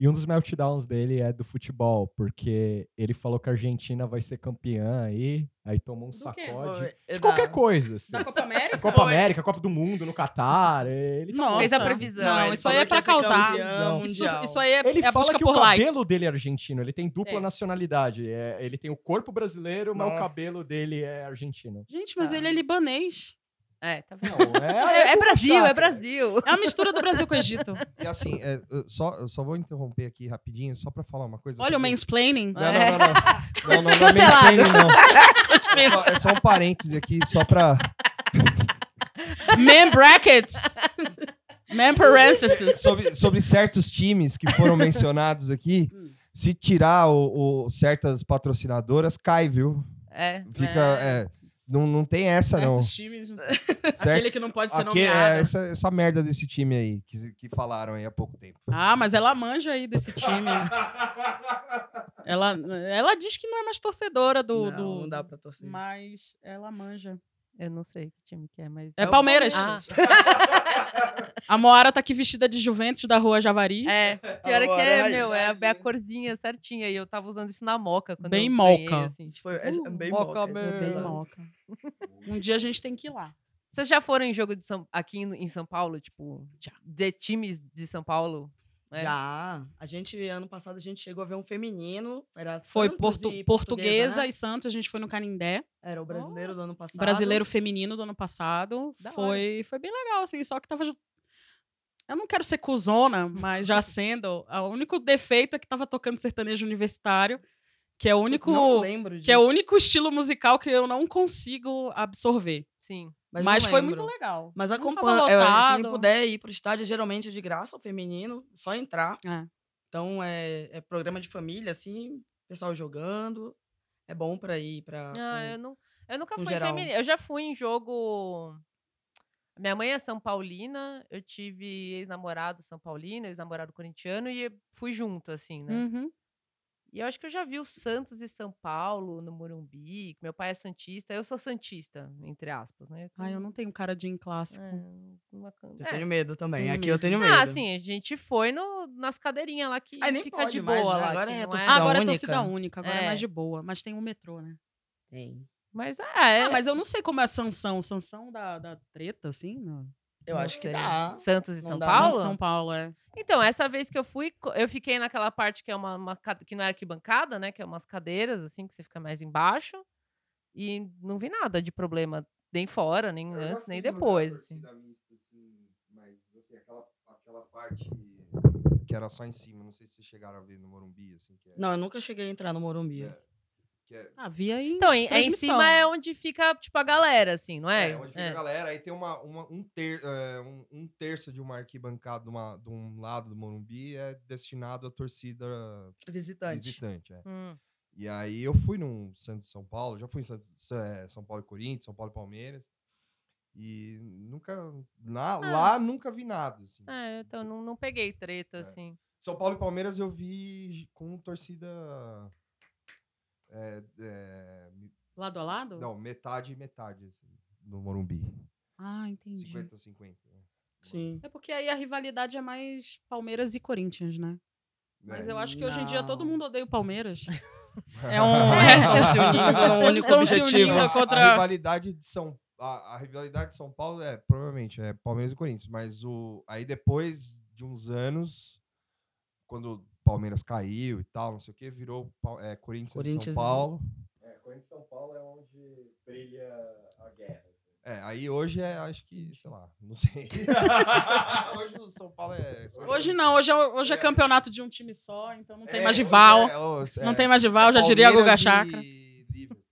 [SPEAKER 3] E um dos meltdowns dele é do futebol, porque ele falou que a Argentina vai ser campeã aí, aí tomou um
[SPEAKER 6] Do quê?
[SPEAKER 3] sacode.
[SPEAKER 5] Foi- é
[SPEAKER 3] De qualquer
[SPEAKER 5] da-
[SPEAKER 3] coisa. assim.
[SPEAKER 6] Da Copa América?
[SPEAKER 3] Copa América, Copa do Mundo, no Catar. Ele tá
[SPEAKER 6] Nossa.
[SPEAKER 2] Fez a previsão.
[SPEAKER 6] Não,
[SPEAKER 5] ele
[SPEAKER 6] isso aí
[SPEAKER 5] falou
[SPEAKER 6] é
[SPEAKER 5] que
[SPEAKER 6] pra
[SPEAKER 5] ia ser
[SPEAKER 6] causar.
[SPEAKER 5] campeão
[SPEAKER 6] Isso,
[SPEAKER 5] mundial.
[SPEAKER 6] isso aí é,
[SPEAKER 3] Ele
[SPEAKER 6] é a
[SPEAKER 3] fala
[SPEAKER 6] busca
[SPEAKER 3] que
[SPEAKER 6] por
[SPEAKER 3] o cabelo
[SPEAKER 6] likes.
[SPEAKER 3] dele é argentino, ele tem dupla
[SPEAKER 6] É.
[SPEAKER 3] nacionalidade. é, ele tem o corpo brasileiro, mas
[SPEAKER 5] Nossa.
[SPEAKER 3] o cabelo dele é argentino.
[SPEAKER 6] Gente, mas
[SPEAKER 5] Tá.
[SPEAKER 6] ele é libanês.
[SPEAKER 2] É, tá vendo?
[SPEAKER 3] *laughs* Não,
[SPEAKER 2] É, é
[SPEAKER 3] Guga
[SPEAKER 2] Brasil, é
[SPEAKER 3] Chakra.
[SPEAKER 2] Brasil.
[SPEAKER 6] É uma mistura do Brasil com o Egito.
[SPEAKER 7] E assim, é, eu só, eu só vou interromper aqui rapidinho, só pra falar uma coisa.
[SPEAKER 6] Olha o
[SPEAKER 7] porque-
[SPEAKER 6] mansplaining.
[SPEAKER 7] Não, não, não, não. Não, não, não é
[SPEAKER 2] Cancelado.
[SPEAKER 7] mainstream, não. É só, é só um parêntese aqui, só pra.
[SPEAKER 6] É. Man brackets. Man parentheses.
[SPEAKER 7] Sobre, sobre certos times que foram mencionados aqui. Se tirar o, o- certas patrocinadoras, cai, viu?
[SPEAKER 2] É.
[SPEAKER 7] Fica. é, não, não tem essa, não.
[SPEAKER 6] Certos times.
[SPEAKER 7] Certo?
[SPEAKER 6] Aquele né? que não pode ser
[SPEAKER 7] Aqui, é,
[SPEAKER 6] nomeado.
[SPEAKER 7] essa, essa merda desse time aí que, que falaram aí há pouco tempo.
[SPEAKER 6] Ah, mas ela manja aí desse time. ela, ela diz que não é mais torcedora do.
[SPEAKER 5] Não,
[SPEAKER 6] do-
[SPEAKER 5] não dá pra torcer.
[SPEAKER 6] Mas ela manja.
[SPEAKER 2] Eu não sei que time que é, mas.
[SPEAKER 6] É Palmeiras.
[SPEAKER 2] Ah.
[SPEAKER 6] A Moara tá aqui vestida de Juventus da Rua Javari.
[SPEAKER 2] É, pior é que
[SPEAKER 5] Agora,
[SPEAKER 2] é,
[SPEAKER 5] aí.
[SPEAKER 2] meu, é a, é a corzinha certinha. E eu tava usando isso na moca. Quando
[SPEAKER 6] Bem
[SPEAKER 2] eu ganhei,
[SPEAKER 6] moca.
[SPEAKER 2] assim,
[SPEAKER 5] Isso
[SPEAKER 2] tipo,
[SPEAKER 5] foi é, é
[SPEAKER 2] uh,
[SPEAKER 5] bem
[SPEAKER 2] moca
[SPEAKER 5] moca. isso é
[SPEAKER 2] mesmo.
[SPEAKER 6] Bem
[SPEAKER 5] pesado.
[SPEAKER 6] moca. Um dia a gente tem que ir lá.
[SPEAKER 2] Vocês já foram em jogo de São, aqui no- em São Paulo? Tipo, de times de São Paulo?
[SPEAKER 6] É.
[SPEAKER 2] né?
[SPEAKER 5] Já. A gente, ano passado, a gente chegou a ver um feminino. Era
[SPEAKER 6] Foi
[SPEAKER 5] Santos
[SPEAKER 6] portu-
[SPEAKER 5] e
[SPEAKER 6] portuguesa,
[SPEAKER 5] né?
[SPEAKER 6] e Santos, a gente foi no Canindé.
[SPEAKER 5] Era o brasileiro do ano passado.
[SPEAKER 6] Brasileiro feminino do ano passado.
[SPEAKER 2] Da hora.
[SPEAKER 6] Foi, foi bem legal, assim, só que tava. ju- Eu não quero ser cuzona,
[SPEAKER 5] *laughs*
[SPEAKER 6] mas já sendo. O único defeito é que tava tocando sertanejo universitário, que é o único.
[SPEAKER 5] Não lembro disso.
[SPEAKER 6] Que é o único estilo musical que eu não consigo absorver.
[SPEAKER 2] Sim.
[SPEAKER 6] Mas,
[SPEAKER 5] não
[SPEAKER 6] foi
[SPEAKER 5] lembro.
[SPEAKER 6] muito legal.
[SPEAKER 5] Mas
[SPEAKER 6] Não tava
[SPEAKER 5] acompanha. é, Se
[SPEAKER 6] lotado.
[SPEAKER 5] não puder ir pro estádio, geralmente é de graça o feminino, só entrar.
[SPEAKER 6] É.
[SPEAKER 5] Então é, é programa de família, assim, pessoal jogando. É bom pra ir pra. um.
[SPEAKER 2] Ah, eu, não, eu nunca
[SPEAKER 5] no
[SPEAKER 2] fui
[SPEAKER 5] geral.
[SPEAKER 2] feminina. Eu já fui em jogo. Minha mãe é São Paulina, eu tive ex-namorado São Paulino, ex-namorado corintiano e fui junto, assim,
[SPEAKER 5] Hum.
[SPEAKER 2] né?
[SPEAKER 6] Uhum.
[SPEAKER 2] E eu acho que eu já vi o Santos e São Paulo no Morumbi. que Meu pai é Santista, eu sou Santista, entre aspas, né? é, um,
[SPEAKER 6] Ai, eu
[SPEAKER 5] Uhum.
[SPEAKER 6] não tenho cara de em clássico.
[SPEAKER 5] É. Eu tenho medo também.
[SPEAKER 6] Tenho
[SPEAKER 5] Aqui eu tenho medo.
[SPEAKER 2] Ah, sim, a gente foi no, nas cadeirinhas lá que
[SPEAKER 5] Ai, nem
[SPEAKER 2] fica
[SPEAKER 5] pode
[SPEAKER 2] de
[SPEAKER 5] mais,
[SPEAKER 2] boa
[SPEAKER 5] né?
[SPEAKER 2] lá.
[SPEAKER 5] Agora
[SPEAKER 2] que
[SPEAKER 5] é
[SPEAKER 2] não
[SPEAKER 5] torcida
[SPEAKER 2] é-
[SPEAKER 6] agora
[SPEAKER 5] única.
[SPEAKER 6] é torcida única, agora é.
[SPEAKER 2] É.
[SPEAKER 6] mais de boa. Mas tem o metrô, né?
[SPEAKER 5] Tem.
[SPEAKER 2] Mas ah, é.
[SPEAKER 6] Ah, mas eu não sei como é a sanção. Sanção da, da treta, assim? Não.
[SPEAKER 5] Eu
[SPEAKER 2] não
[SPEAKER 5] acho
[SPEAKER 2] sei.
[SPEAKER 5] que dá.
[SPEAKER 2] Santos e
[SPEAKER 5] Não
[SPEAKER 2] São
[SPEAKER 5] dá.
[SPEAKER 2] Paulo?
[SPEAKER 6] São Paulo, é.
[SPEAKER 2] Então, essa vez que eu fui, co- eu fiquei naquela parte que é uma, uma ca- que não era arquibancada, né? Que é umas cadeiras, assim, que você fica mais embaixo. E não vi nada de problema, nem fora, nem
[SPEAKER 1] Eu já
[SPEAKER 2] antes, nem
[SPEAKER 1] fui num
[SPEAKER 2] depois.
[SPEAKER 1] lugar
[SPEAKER 2] assim.
[SPEAKER 1] torcida mista, assim, mas, assim, aquela, aquela parte que era só em cima, não sei se vocês chegaram a ver no Morumbi, assim, que é...
[SPEAKER 5] Não, eu nunca cheguei a entrar no Morumbi.
[SPEAKER 1] É. que é-
[SPEAKER 5] Ah,
[SPEAKER 6] Havia aí.
[SPEAKER 2] Então, em, é em
[SPEAKER 6] Transmissão.
[SPEAKER 2] cima é onde fica, tipo, a galera, assim, não é?
[SPEAKER 7] É, onde fica
[SPEAKER 2] É.
[SPEAKER 7] a galera. Aí tem uma, uma- um, ter- é, um- um terço de uma arquibancada de, uma- de um lado do Morumbi é destinado à torcida
[SPEAKER 5] Visitante.
[SPEAKER 7] visitante. é.
[SPEAKER 2] Hum.
[SPEAKER 7] E aí eu fui num Santos e São Paulo, já fui em Santos, Sa- é, São Paulo e Corinthians, São Paulo e Palmeiras. E nunca.
[SPEAKER 6] Ah.
[SPEAKER 7] na- Lá nunca vi nada. assim.
[SPEAKER 2] É, então não, não peguei treta,
[SPEAKER 7] É.
[SPEAKER 2] assim.
[SPEAKER 7] São Paulo e Palmeiras eu vi com torcida. é, é, me-
[SPEAKER 6] Lado a lado?
[SPEAKER 7] não, metade e metade, assim, no Morumbi.
[SPEAKER 6] Ah, entendi.
[SPEAKER 7] 50 50. né?
[SPEAKER 5] Sim.
[SPEAKER 6] É porque aí a rivalidade é mais Palmeiras e Corinthians, né? Mas
[SPEAKER 7] É.
[SPEAKER 6] eu acho que hoje em dia todo
[SPEAKER 5] Não.
[SPEAKER 6] mundo odeia o Palmeiras. É
[SPEAKER 7] *laughs*
[SPEAKER 5] *laughs*
[SPEAKER 6] um.
[SPEAKER 5] Estão
[SPEAKER 1] é
[SPEAKER 5] se unindo com um
[SPEAKER 6] Eles
[SPEAKER 5] único
[SPEAKER 6] estão se
[SPEAKER 5] objetivo.
[SPEAKER 6] unindo
[SPEAKER 7] A
[SPEAKER 6] contra.
[SPEAKER 7] rivalidade de São a, a rivalidade de São Paulo é, provavelmente, é Palmeiras e Corinthians, mas o aí depois de uns anos quando o Palmeiras caiu e tal, não sei o que, virou Pau- é, Corinthians, e São
[SPEAKER 5] Corinthians e-
[SPEAKER 7] Paulo.
[SPEAKER 3] É, Corinthians e São Paulo é onde brilha a guerra.
[SPEAKER 7] É, aí hoje é, acho que, sei lá, não sei. hoje o São Paulo é.
[SPEAKER 6] Hoje não, hoje é, hoje é campeonato de um time só, então não tem mais
[SPEAKER 7] hoje
[SPEAKER 6] Gival.
[SPEAKER 7] é- hoje
[SPEAKER 6] Não
[SPEAKER 7] é-
[SPEAKER 6] tem mais Gival, já diria a Guga
[SPEAKER 7] Palmeiras e
[SPEAKER 6] Chakra.
[SPEAKER 7] Liverpool,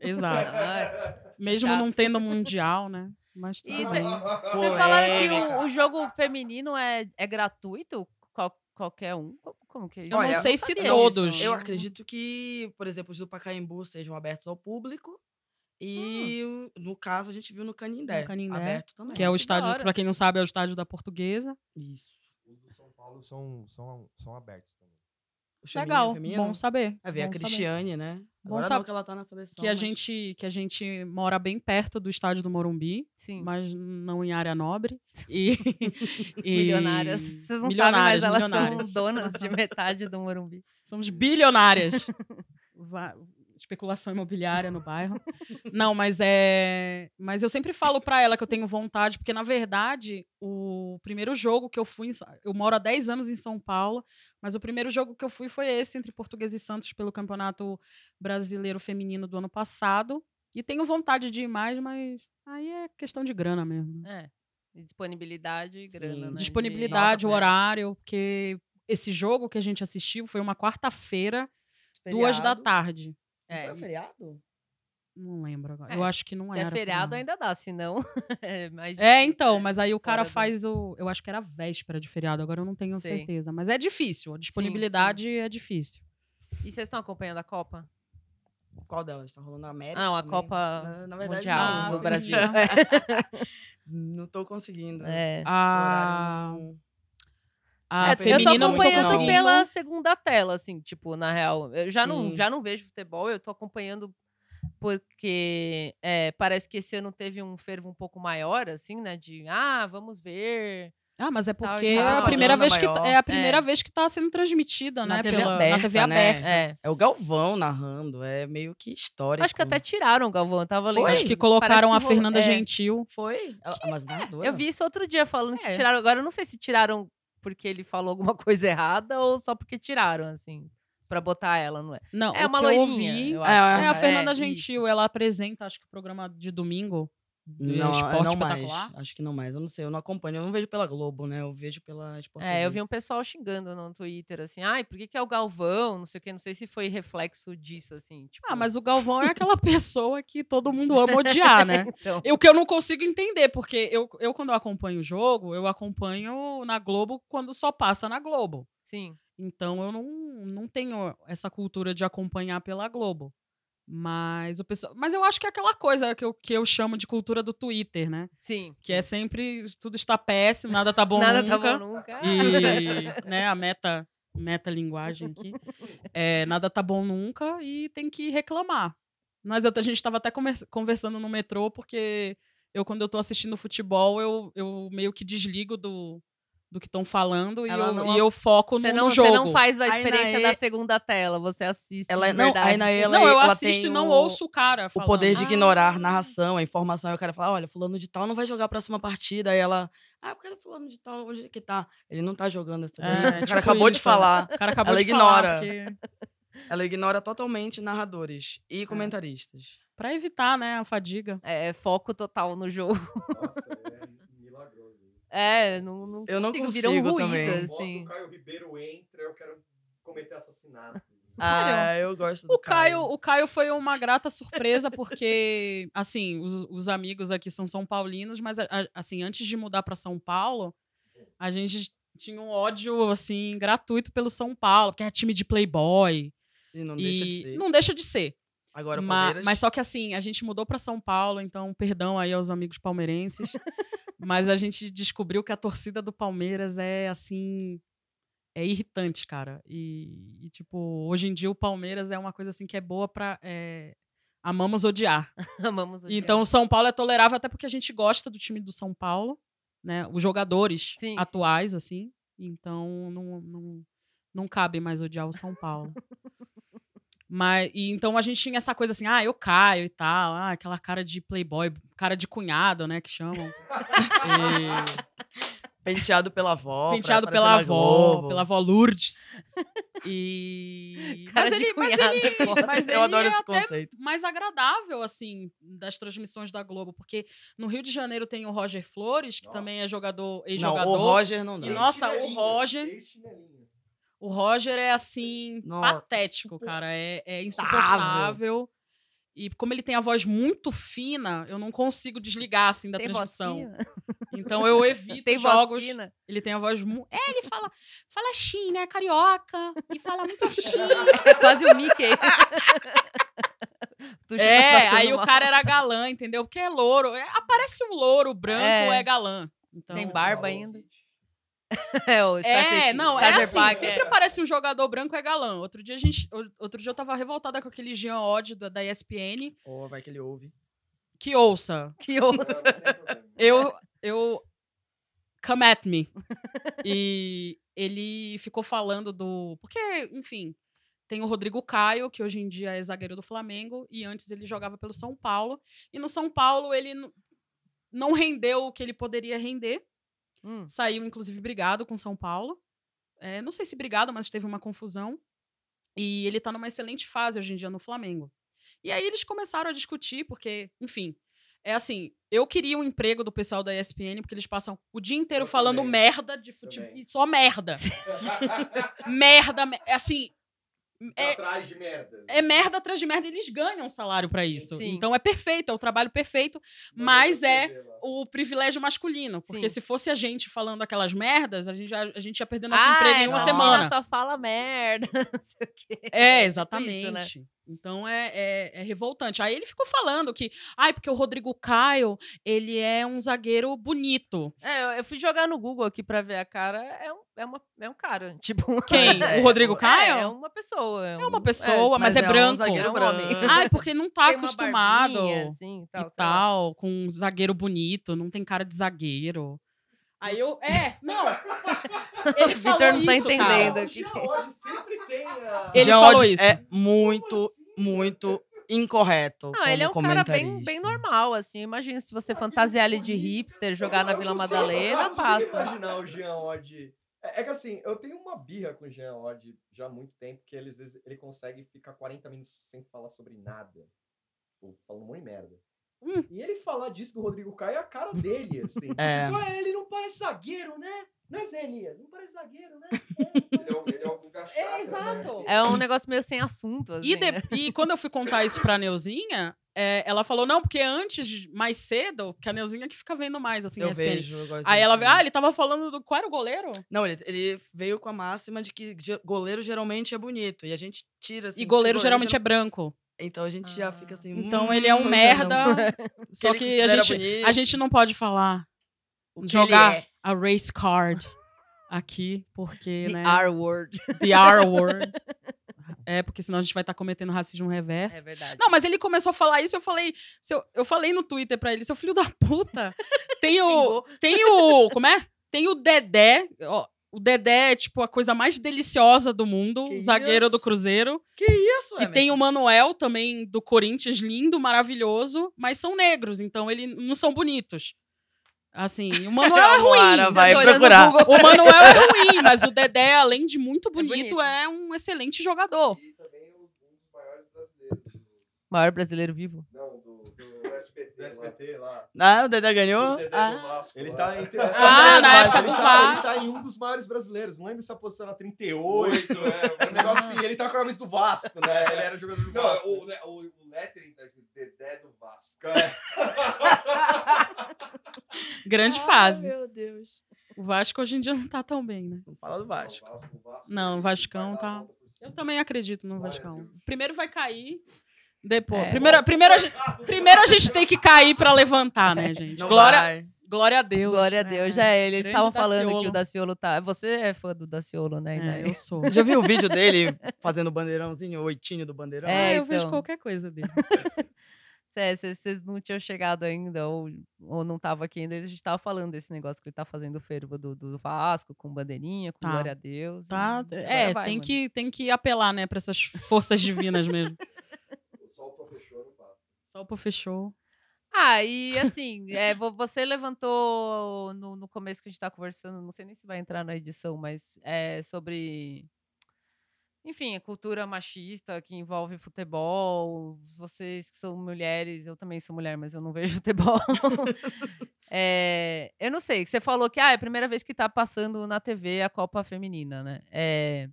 [SPEAKER 7] sei lá.
[SPEAKER 6] *laughs* Exato.
[SPEAKER 2] Ah,
[SPEAKER 6] Mesmo
[SPEAKER 2] Chato.
[SPEAKER 6] não tendo mundial, né? Mas tudo
[SPEAKER 2] Isso é-
[SPEAKER 6] bem.
[SPEAKER 2] Vocês falaram que o, o jogo feminino é, é gratuito? Qual- qualquer um? Como, como que é isso?
[SPEAKER 6] Eu
[SPEAKER 5] Olha,
[SPEAKER 6] não sei se
[SPEAKER 2] sabia
[SPEAKER 6] todos.
[SPEAKER 5] Eu acredito que, por exemplo, os do Pacaembu sejam abertos ao público. E, o- no caso, a gente viu no Canindé.
[SPEAKER 6] No Canindé,
[SPEAKER 5] Aberto também.
[SPEAKER 6] Que é o
[SPEAKER 2] Que da
[SPEAKER 6] estádio,
[SPEAKER 2] hora.
[SPEAKER 6] pra quem não sabe, é o estádio da Portuguesa.
[SPEAKER 5] Isso.
[SPEAKER 7] Os do São Paulo são, são, são abertos também.
[SPEAKER 5] O feminino,
[SPEAKER 6] Legal,
[SPEAKER 5] feminino.
[SPEAKER 6] bom saber.
[SPEAKER 5] Aí É, vem a
[SPEAKER 6] bom saber.
[SPEAKER 5] Cristiane, né?
[SPEAKER 6] Bom
[SPEAKER 5] Agora não
[SPEAKER 6] saber.
[SPEAKER 5] que ela tá na seleção.
[SPEAKER 6] Que a,
[SPEAKER 5] mas-
[SPEAKER 6] gente, que a gente mora bem perto do estádio do Morumbi,
[SPEAKER 2] Sim.
[SPEAKER 6] mas não em área nobre.
[SPEAKER 2] *laughs*
[SPEAKER 6] E, e-
[SPEAKER 2] Milionárias. Vocês não sabem, mas
[SPEAKER 6] milionárias,
[SPEAKER 2] elas
[SPEAKER 6] milionárias.
[SPEAKER 2] são donas de metade do Morumbi. *laughs*
[SPEAKER 6] Somos bilionárias. Va- Especulação imobiliária no bairro. Não, mas é. Mas eu sempre falo pra ela que eu tenho vontade, porque na verdade, o primeiro jogo que eu fui. em Sa- Eu moro há 10 anos em São Paulo, mas o primeiro jogo que eu fui foi esse entre Português e Santos pelo Campeonato Brasileiro Feminino do ano passado. E tenho vontade de ir mais, mas aí é questão de grana mesmo. né?
[SPEAKER 2] É. E disponibilidade e
[SPEAKER 5] Sim.
[SPEAKER 2] grana. né? De-
[SPEAKER 6] Disponibilidade, o
[SPEAKER 5] Nossa,
[SPEAKER 6] horário, porque esse jogo que a gente assistiu foi uma quarta-feira, duas da
[SPEAKER 5] Feriado.
[SPEAKER 6] tarde.
[SPEAKER 2] É,
[SPEAKER 5] Foi feriado?
[SPEAKER 6] Não lembro agora.
[SPEAKER 2] É,
[SPEAKER 6] Eu acho que não
[SPEAKER 2] Se
[SPEAKER 6] era.
[SPEAKER 2] é feriado,
[SPEAKER 6] feriado.
[SPEAKER 2] ainda dá, se não. *laughs* É, mais
[SPEAKER 6] É,
[SPEAKER 2] difícil,
[SPEAKER 6] então,
[SPEAKER 2] né?
[SPEAKER 6] mas aí o cara
[SPEAKER 2] Fora do-
[SPEAKER 6] faz o. Eu acho que era véspera de feriado, agora eu não tenho
[SPEAKER 2] Sei.
[SPEAKER 6] certeza. Mas é difícil, a disponibilidade é difícil.
[SPEAKER 2] E vocês estão acompanhando a Copa?
[SPEAKER 5] Qual delas? Tá rolando a América?
[SPEAKER 2] Ah, não, a
[SPEAKER 5] também?
[SPEAKER 2] Copa
[SPEAKER 5] Na, na verdade,
[SPEAKER 2] Mundial
[SPEAKER 6] Ah,
[SPEAKER 2] no *laughs*
[SPEAKER 5] não.
[SPEAKER 2] Brasil.
[SPEAKER 6] *laughs*
[SPEAKER 5] Não tô conseguindo.
[SPEAKER 2] É.
[SPEAKER 6] A,
[SPEAKER 5] Horário não-
[SPEAKER 6] a
[SPEAKER 2] É, eu tô
[SPEAKER 6] feminina não tô
[SPEAKER 2] acompanhando
[SPEAKER 6] conseguindo.
[SPEAKER 2] pela segunda tela, assim, tipo, na real. Eu já, não,
[SPEAKER 5] Sim.
[SPEAKER 2] já não vejo futebol, eu tô acompanhando porque é, parece que esse ano teve um fervo um pouco maior, assim, né? De, ah, vamos ver.
[SPEAKER 6] Ah, mas é
[SPEAKER 2] Tal e
[SPEAKER 6] porque
[SPEAKER 2] tal,
[SPEAKER 6] é a
[SPEAKER 2] tal,
[SPEAKER 6] primeira
[SPEAKER 5] dona
[SPEAKER 6] vez que tá-
[SPEAKER 5] maior.
[SPEAKER 6] é a primeira
[SPEAKER 2] É.
[SPEAKER 6] vez que tá sendo transmitida,
[SPEAKER 5] Na
[SPEAKER 6] né,
[SPEAKER 5] TV
[SPEAKER 6] pela na
[SPEAKER 5] aberta,
[SPEAKER 6] TV
[SPEAKER 5] né?
[SPEAKER 6] aberta.
[SPEAKER 2] É.
[SPEAKER 5] É o Galvão narrando, é meio que histórico.
[SPEAKER 2] Acho que até tiraram o Galvão, eu tava lendo.
[SPEAKER 5] Foi?
[SPEAKER 6] Acho que
[SPEAKER 2] Parece
[SPEAKER 6] colocaram
[SPEAKER 2] que
[SPEAKER 6] a
[SPEAKER 2] ro-
[SPEAKER 6] Fernanda
[SPEAKER 2] é.
[SPEAKER 6] Gentil. né?
[SPEAKER 5] Foi? Ela- mas narradora?
[SPEAKER 2] Eu vi isso outro dia falando
[SPEAKER 6] É.
[SPEAKER 2] que tiraram. Agora eu não sei se tiraram porque ele falou alguma *laughs* coisa errada ou só porque tiraram, assim, pra botar ela, não é?
[SPEAKER 6] Não,
[SPEAKER 2] É
[SPEAKER 6] o
[SPEAKER 2] uma
[SPEAKER 6] que eu
[SPEAKER 2] loirinha.
[SPEAKER 6] ouvi-
[SPEAKER 2] eu
[SPEAKER 5] É,
[SPEAKER 2] acho.
[SPEAKER 6] É a Fernanda
[SPEAKER 2] isso.
[SPEAKER 6] Gentil, ela apresenta, acho que o programa de domingo. do
[SPEAKER 5] Não, é,
[SPEAKER 6] esporte
[SPEAKER 5] não mais.
[SPEAKER 6] espetacular.
[SPEAKER 5] Acho que não mais. Eu não sei, eu não acompanho. Eu não vejo pela Globo, né? Eu vejo pela Sport
[SPEAKER 2] É, eu vi
[SPEAKER 5] TV.
[SPEAKER 2] um pessoal xingando no Twitter, assim, ai, por que, que é o Galvão? Não sei o que, não sei se foi reflexo disso, assim. Tipo,
[SPEAKER 6] Ah, mas o Galvão é aquela *laughs* pessoa que todo mundo ama odiar, né?
[SPEAKER 2] *laughs* Então,
[SPEAKER 6] E o que eu não consigo entender, porque eu, eu quando eu acompanho o jogo, eu acompanho na Globo quando só passa na Globo.
[SPEAKER 2] sim.
[SPEAKER 6] Então eu não, não tenho essa cultura de acompanhar pela Globo. Mas o pessoal, mas eu acho que é aquela coisa que eu, que eu chamo de cultura do Twitter, né?
[SPEAKER 2] Sim.
[SPEAKER 6] Que é sempre tudo está péssimo, nada tá bom
[SPEAKER 2] Nada
[SPEAKER 6] nunca.
[SPEAKER 2] tá bom nunca. *laughs*
[SPEAKER 5] *laughs*
[SPEAKER 6] E né, a meta meta linguagem aqui. É, nada tá bom nunca e tem que reclamar. Mas eu- a gente tava até conver- conversando no metrô porque eu quando eu tô assistindo futebol, eu, eu meio que desligo do, do que estão falando e
[SPEAKER 2] Ela
[SPEAKER 6] eu,
[SPEAKER 2] não-
[SPEAKER 6] e eu foco
[SPEAKER 2] Você
[SPEAKER 6] no,
[SPEAKER 2] não,
[SPEAKER 6] no
[SPEAKER 2] você
[SPEAKER 6] jogo.
[SPEAKER 2] não faz a
[SPEAKER 5] Aí na
[SPEAKER 2] experiência
[SPEAKER 5] E-
[SPEAKER 2] da segunda tela, você assiste.
[SPEAKER 5] Ela,
[SPEAKER 2] de
[SPEAKER 5] não,
[SPEAKER 2] verdade.
[SPEAKER 5] aí na ela,
[SPEAKER 6] não, eu
[SPEAKER 5] ela
[SPEAKER 6] assisto
[SPEAKER 5] tem
[SPEAKER 6] e não
[SPEAKER 5] o,
[SPEAKER 6] ouço o cara
[SPEAKER 5] O
[SPEAKER 6] falando.
[SPEAKER 5] poder de
[SPEAKER 6] Ah,
[SPEAKER 5] ignorar a narração, a informação. Aí o cara fala, olha, fulano de tal não vai jogar a próxima partida. Aí ela, ah, porque fulano de tal, onde é que tá? Ele não tá jogando essa
[SPEAKER 6] É,
[SPEAKER 5] daí. O
[SPEAKER 6] tipo
[SPEAKER 5] cara acabou de
[SPEAKER 6] isso.
[SPEAKER 5] falar. *laughs*
[SPEAKER 6] o cara acabou
[SPEAKER 5] Ela
[SPEAKER 6] de falar,
[SPEAKER 5] ignora.
[SPEAKER 6] porque-
[SPEAKER 5] Ela ignora totalmente narradores
[SPEAKER 6] É.
[SPEAKER 5] e comentaristas.
[SPEAKER 6] Pra evitar, né, a fadiga.
[SPEAKER 2] É, é foco total no jogo. *laughs*
[SPEAKER 3] *laughs* Nossa, é milagroso.
[SPEAKER 2] É, não, não
[SPEAKER 5] Eu não
[SPEAKER 2] virar um
[SPEAKER 5] consigo
[SPEAKER 2] ruído,
[SPEAKER 5] também.
[SPEAKER 2] assim.
[SPEAKER 3] Caio Ribeiro entra, eu quero cometer assassinato.
[SPEAKER 5] Ah, eu gosto do
[SPEAKER 6] O Caio, o Caio foi uma grata surpresa, porque, assim, os, os amigos aqui são São Paulinos, mas, a- a- assim, antes de mudar para São Paulo, a gente tinha um ódio, assim, gratuito pelo São Paulo, porque é time de playboy.
[SPEAKER 5] E não
[SPEAKER 6] e
[SPEAKER 5] deixa de ser.
[SPEAKER 6] Não deixa de ser.
[SPEAKER 5] Agora o
[SPEAKER 6] Ma-
[SPEAKER 5] Palmeiras...
[SPEAKER 6] mas só que, assim, a gente mudou para São Paulo, então, perdão aí aos amigos palmeirenses. *laughs* mas a gente descobriu que a torcida do Palmeiras é, assim, é irritante, cara. E, e, tipo, hoje em dia o Palmeiras é uma coisa assim que é boa pra. é, amamos odiar.
[SPEAKER 2] *laughs* Amamos o
[SPEAKER 6] Então o São Paulo é tolerável até porque a gente gosta do time do São Paulo, né? Os jogadores
[SPEAKER 2] Sim, sim.
[SPEAKER 6] atuais, assim.
[SPEAKER 2] *laughs*
[SPEAKER 6] Então não, não, não cabe mais odiar o São Paulo. Mas, e então a gente tinha essa coisa assim, ah, eu caio e tal, ah, aquela cara de playboy, cara de cunhado, né,
[SPEAKER 2] *laughs*
[SPEAKER 6] que chamam. E-
[SPEAKER 5] Penteado pela avó. pra
[SPEAKER 6] penteado
[SPEAKER 5] aparecer
[SPEAKER 6] pela
[SPEAKER 5] na
[SPEAKER 6] avó,
[SPEAKER 5] Globo. *laughs*
[SPEAKER 6] pela avó Lourdes. E...
[SPEAKER 2] Cara
[SPEAKER 6] mas
[SPEAKER 2] de
[SPEAKER 6] ele, mas
[SPEAKER 2] cunhado
[SPEAKER 6] ele-
[SPEAKER 2] é *laughs* foda.
[SPEAKER 6] mas
[SPEAKER 5] Eu
[SPEAKER 6] ele
[SPEAKER 5] adoro
[SPEAKER 6] é
[SPEAKER 5] esse
[SPEAKER 6] até
[SPEAKER 5] conceito.
[SPEAKER 6] mais agradável, assim, das transmissões da Globo, porque no Rio de Janeiro tem o Roger Flores, que também é jogador,
[SPEAKER 5] Não,
[SPEAKER 6] ex-jogador.
[SPEAKER 5] o Roger não dá.
[SPEAKER 6] E nossa, o Roger. O Roger é assim,
[SPEAKER 5] Nossa.
[SPEAKER 6] patético, cara. É, é insuportável. E como ele tem a voz muito fina, eu não consigo desligar assim da
[SPEAKER 2] Tem
[SPEAKER 6] transmissão.
[SPEAKER 2] voz fina?
[SPEAKER 6] Então eu evito
[SPEAKER 2] *laughs* Tem voz
[SPEAKER 6] jogos.
[SPEAKER 2] fina?
[SPEAKER 6] Ele tem a voz muito. É, ele fala, fala chin, né? Carioca. E fala muito chin.
[SPEAKER 2] É quase o Mickey. *laughs* Tu já tá
[SPEAKER 6] É,
[SPEAKER 2] passando
[SPEAKER 6] aí o
[SPEAKER 2] mal.
[SPEAKER 6] cara era galã, entendeu? Porque é louro. É, aparece um louro branco,
[SPEAKER 2] É.
[SPEAKER 6] é, galã. Então,
[SPEAKER 2] Tem barba ainda. *laughs* É, o
[SPEAKER 6] É,
[SPEAKER 2] Starter-
[SPEAKER 6] não, é
[SPEAKER 2] Starter
[SPEAKER 6] assim,
[SPEAKER 2] Pack,
[SPEAKER 6] sempre
[SPEAKER 2] é.
[SPEAKER 6] aparece um jogador branco é galã. Outro dia a gente, ou- outro dia eu tava revoltada com aquele Jean Odd da, da ESPN,
[SPEAKER 5] Ô, vai que ele ouve.
[SPEAKER 6] que ouça,
[SPEAKER 2] Que ouça.
[SPEAKER 6] eu eu come at me. E ele ficou falando do, porque, enfim, tem o Rodrigo Caio, que hoje em dia é zagueiro do Flamengo, e antes ele jogava pelo São Paulo, e no São Paulo ele n- não rendeu o que ele poderia render.
[SPEAKER 2] *laughs* Hum.
[SPEAKER 6] Saiu, inclusive, brigado com São Paulo. É, não sei se brigado, mas teve uma confusão. E ele tá numa excelente fase hoje em dia no Flamengo. E aí eles começaram a discutir, porque, enfim, é assim, eu queria um emprego do pessoal da ESPN, porque eles passam o dia inteiro
[SPEAKER 7] Eu
[SPEAKER 6] falando
[SPEAKER 7] também.
[SPEAKER 6] merda de futebol.
[SPEAKER 7] Também.
[SPEAKER 6] E só merda. merda, me- é assim,
[SPEAKER 3] Tá
[SPEAKER 6] É-
[SPEAKER 7] Atrás de merda.
[SPEAKER 6] é merda atrás de merda, e eles ganham salário pra isso.
[SPEAKER 2] Sim.
[SPEAKER 6] Então é perfeito, é o trabalho perfeito, mas
[SPEAKER 3] assim,
[SPEAKER 6] é o privilégio masculino. Porque
[SPEAKER 2] Sim.
[SPEAKER 6] se fosse a gente falando aquelas merdas, a gente já, a gente ia perder nosso
[SPEAKER 2] Ah,
[SPEAKER 6] emprego em
[SPEAKER 2] essa
[SPEAKER 6] uma
[SPEAKER 2] menina
[SPEAKER 6] semana.
[SPEAKER 2] só fala merda, *laughs* não sei o quê.
[SPEAKER 6] É,
[SPEAKER 2] tipo
[SPEAKER 6] exatamente.
[SPEAKER 2] isso, né?
[SPEAKER 6] Então é, é- é revoltante. Aí ele ficou falando que, ai, porque o Rodrigo Caio, ele é um zagueiro bonito.
[SPEAKER 2] É, eu- eu fui jogar no Google aqui pra ver a cara. É um, é uma, é um cara. *laughs* Tipo,
[SPEAKER 6] Quem?
[SPEAKER 2] É,
[SPEAKER 6] o Rodrigo
[SPEAKER 2] é,
[SPEAKER 6] Caio?
[SPEAKER 2] É, uma pessoa. É,
[SPEAKER 6] É uma
[SPEAKER 2] um-
[SPEAKER 6] pessoa, mas é
[SPEAKER 2] um
[SPEAKER 6] branco.
[SPEAKER 2] zagueiro
[SPEAKER 5] É um
[SPEAKER 2] branco.
[SPEAKER 5] homem.
[SPEAKER 6] *laughs* Ai, porque não tá
[SPEAKER 2] *laughs* Tem uma
[SPEAKER 6] acostumado.
[SPEAKER 2] barbinha, assim, tal, sei
[SPEAKER 6] e
[SPEAKER 2] lá.
[SPEAKER 6] tal, com um zagueiro bonito, não tem cara de zagueiro. Aí eu. É, não! *laughs* Ele falou
[SPEAKER 2] Vitor não tá
[SPEAKER 6] isso, cara.
[SPEAKER 2] entendendo aqui.
[SPEAKER 6] Ele
[SPEAKER 5] Jean
[SPEAKER 6] falou
[SPEAKER 5] Odds
[SPEAKER 6] isso.
[SPEAKER 5] É
[SPEAKER 3] assim.
[SPEAKER 5] muito,
[SPEAKER 6] assim?
[SPEAKER 5] muito incorreto.
[SPEAKER 2] Não, ele é um cara bem, bem normal, assim. Eu Imagino se você fantasiar ele de hipster, jogar na Vila Madalena, passa.
[SPEAKER 7] imaginar o Jean Odd. É, é que assim, eu tenho uma birra com o Jean Odd já há muito tempo, que ele, às vezes, ele consegue ficar 40 minutos sem falar sobre nada. Tipo, falando um monte de merda.
[SPEAKER 6] Hum.
[SPEAKER 7] E ele falar disso do Rodrigo Caio é a cara dele, assim.
[SPEAKER 5] É.
[SPEAKER 7] Tipo, "Ah, ele não parece zagueiro, né? Não é Zé Elias? Não parece zagueiro, né?
[SPEAKER 8] *laughs* Ele é o, ele é o Guga Chakra,
[SPEAKER 7] É, exato.
[SPEAKER 8] Né?
[SPEAKER 2] É um negócio meio sem assunto, assim.
[SPEAKER 6] E, de-
[SPEAKER 2] né?
[SPEAKER 6] e quando eu fui contar isso pra Neuzinha, é, ela falou, não, porque antes, de- mais cedo, que a Neuzinha que fica vendo mais, assim,
[SPEAKER 5] Eu
[SPEAKER 6] ESPN.
[SPEAKER 5] vejo. eu gosto
[SPEAKER 6] Aí
[SPEAKER 5] disso
[SPEAKER 6] ela veio,
[SPEAKER 5] também.
[SPEAKER 6] ah, ele tava falando do. Qual era o goleiro?
[SPEAKER 5] Não, ele, ele veio com a máxima de que ge- goleiro geralmente é bonito. E a gente tira assim.
[SPEAKER 6] e
[SPEAKER 5] porque
[SPEAKER 6] goleiro geralmente é branco.
[SPEAKER 5] é. *laughs* Então a gente já
[SPEAKER 2] Ah.
[SPEAKER 5] fica assim.
[SPEAKER 6] Então
[SPEAKER 5] "Hum, *laughs*
[SPEAKER 6] ele é um
[SPEAKER 5] não
[SPEAKER 6] merda.
[SPEAKER 5] sei não."
[SPEAKER 6] Só
[SPEAKER 5] ele
[SPEAKER 6] que a
[SPEAKER 5] considera
[SPEAKER 6] gente,
[SPEAKER 5] bonito.
[SPEAKER 6] a gente não pode falar,
[SPEAKER 5] O que
[SPEAKER 6] jogar
[SPEAKER 5] ele é.
[SPEAKER 6] a race card aqui, porque, né?
[SPEAKER 2] The
[SPEAKER 6] *laughs*
[SPEAKER 2] R-word.
[SPEAKER 6] The R word. É, porque senão a gente vai estar cometendo racismo reverso.
[SPEAKER 2] É verdade.
[SPEAKER 6] Não, mas ele começou a falar isso, eu falei, seu, eu falei no Twitter pra ele, seu filho da puta, tem o,
[SPEAKER 2] Xingou.
[SPEAKER 6] tem o, como é? Tem o Dedé, ó, o Dedé é tipo a coisa mais deliciosa do mundo,
[SPEAKER 5] Que
[SPEAKER 6] zagueiro do
[SPEAKER 5] isso?
[SPEAKER 6] Cruzeiro,
[SPEAKER 5] Que isso, é
[SPEAKER 6] e tem o Manuel também do Corinthians, lindo, maravilhoso, mas são negros, então eles não são bonitos.
[SPEAKER 5] *laughs*
[SPEAKER 6] Assim, o Manuel é ruim,
[SPEAKER 5] vai
[SPEAKER 2] Eu tô olhando no
[SPEAKER 5] procurar.
[SPEAKER 2] Google.
[SPEAKER 6] o Manuel é ruim, mas o Dedé, além de muito bonito,
[SPEAKER 2] bonito.
[SPEAKER 6] é, um excelente jogador.
[SPEAKER 8] E também o- um dos maiores brasileiros. do-
[SPEAKER 2] Maior brasileiro vivo.
[SPEAKER 8] Não, do, do SBT.
[SPEAKER 7] Do SBT lá.
[SPEAKER 5] Ah, o Dedé
[SPEAKER 8] Lá,
[SPEAKER 5] ganhou?
[SPEAKER 8] do Dedé do
[SPEAKER 5] Ah,
[SPEAKER 8] Vasco,
[SPEAKER 7] Ele
[SPEAKER 8] lá.
[SPEAKER 7] tá entre.
[SPEAKER 6] Ah, na
[SPEAKER 7] *laughs*
[SPEAKER 6] época
[SPEAKER 7] ele
[SPEAKER 6] do
[SPEAKER 7] tá,
[SPEAKER 6] VAR.
[SPEAKER 7] ele tá em um dos maiores brasileiros. Não lembro se a posição era 38.
[SPEAKER 8] Oito, é. *laughs*
[SPEAKER 7] Um negócio assim, ele tá com a camisa do Vasco, né? Ele era jogador do
[SPEAKER 8] Não,
[SPEAKER 7] Vasco.
[SPEAKER 8] o, né, o, o lettering tá escrito Dedé do Vasco. É.
[SPEAKER 6] Grande
[SPEAKER 5] Ai,
[SPEAKER 6] fase.
[SPEAKER 5] Meu Deus.
[SPEAKER 6] O Vasco hoje em dia não tá tão bem, né?
[SPEAKER 5] Vamos falar do Vasco.
[SPEAKER 8] Vasco, Vasco.
[SPEAKER 6] Não, o Vascão
[SPEAKER 8] Vai dar
[SPEAKER 6] tá-
[SPEAKER 8] a volta por cima.
[SPEAKER 6] Eu também acredito no
[SPEAKER 8] Olha,
[SPEAKER 6] Vascão.
[SPEAKER 8] Deus.
[SPEAKER 6] Primeiro vai cair, depois.
[SPEAKER 2] É.
[SPEAKER 6] Primeiro, primeiro, a gente, primeiro a gente tem que cair pra
[SPEAKER 2] *laughs*
[SPEAKER 6] levantar, né, gente?
[SPEAKER 5] Não
[SPEAKER 6] Glória,
[SPEAKER 5] vai.
[SPEAKER 6] glória a Deus. né?
[SPEAKER 2] Glória a Deus, já é. Eles
[SPEAKER 6] Grande
[SPEAKER 2] estavam falando que
[SPEAKER 6] Daciolo.
[SPEAKER 2] o Daciolo tá. Você é fã do Daciolo, né?
[SPEAKER 6] É,
[SPEAKER 2] Inai?
[SPEAKER 6] eu *laughs* sou.
[SPEAKER 5] Já viu o vídeo dele fazendo o bandeirãozinho, o oitinho do bandeirão?
[SPEAKER 2] É,
[SPEAKER 6] Ah, eu
[SPEAKER 2] então. *laughs*
[SPEAKER 6] vejo qualquer coisa dele.
[SPEAKER 2] É, se vocês não tinham chegado ainda, ou, ou não tava aqui ainda, a gente tava falando desse negócio que ele tá fazendo o fervo do, do Vasco, com bandeirinha, com
[SPEAKER 6] Tá.
[SPEAKER 2] glória a Deus.
[SPEAKER 6] Tá?
[SPEAKER 2] e
[SPEAKER 6] É,
[SPEAKER 2] agora vai,
[SPEAKER 6] tem,
[SPEAKER 2] mano.
[SPEAKER 6] que, tem que apelar, né, pra essas forças divinas
[SPEAKER 2] *laughs*
[SPEAKER 6] mesmo.
[SPEAKER 8] Só o professor não passa.
[SPEAKER 6] Só o Pô fechou.
[SPEAKER 2] Ah, e assim, é, vo- você levantou no, no começo que a gente tá conversando, não sei nem se vai entrar na edição, mas é sobre. Enfim, a cultura machista que envolve futebol. Vocês que são mulheres, eu também sou mulher, mas eu não vejo *laughs* futebol. É, eu não sei, que você falou que ah, é a primeira vez que tá passando na TV a Copa Feminina, né? É,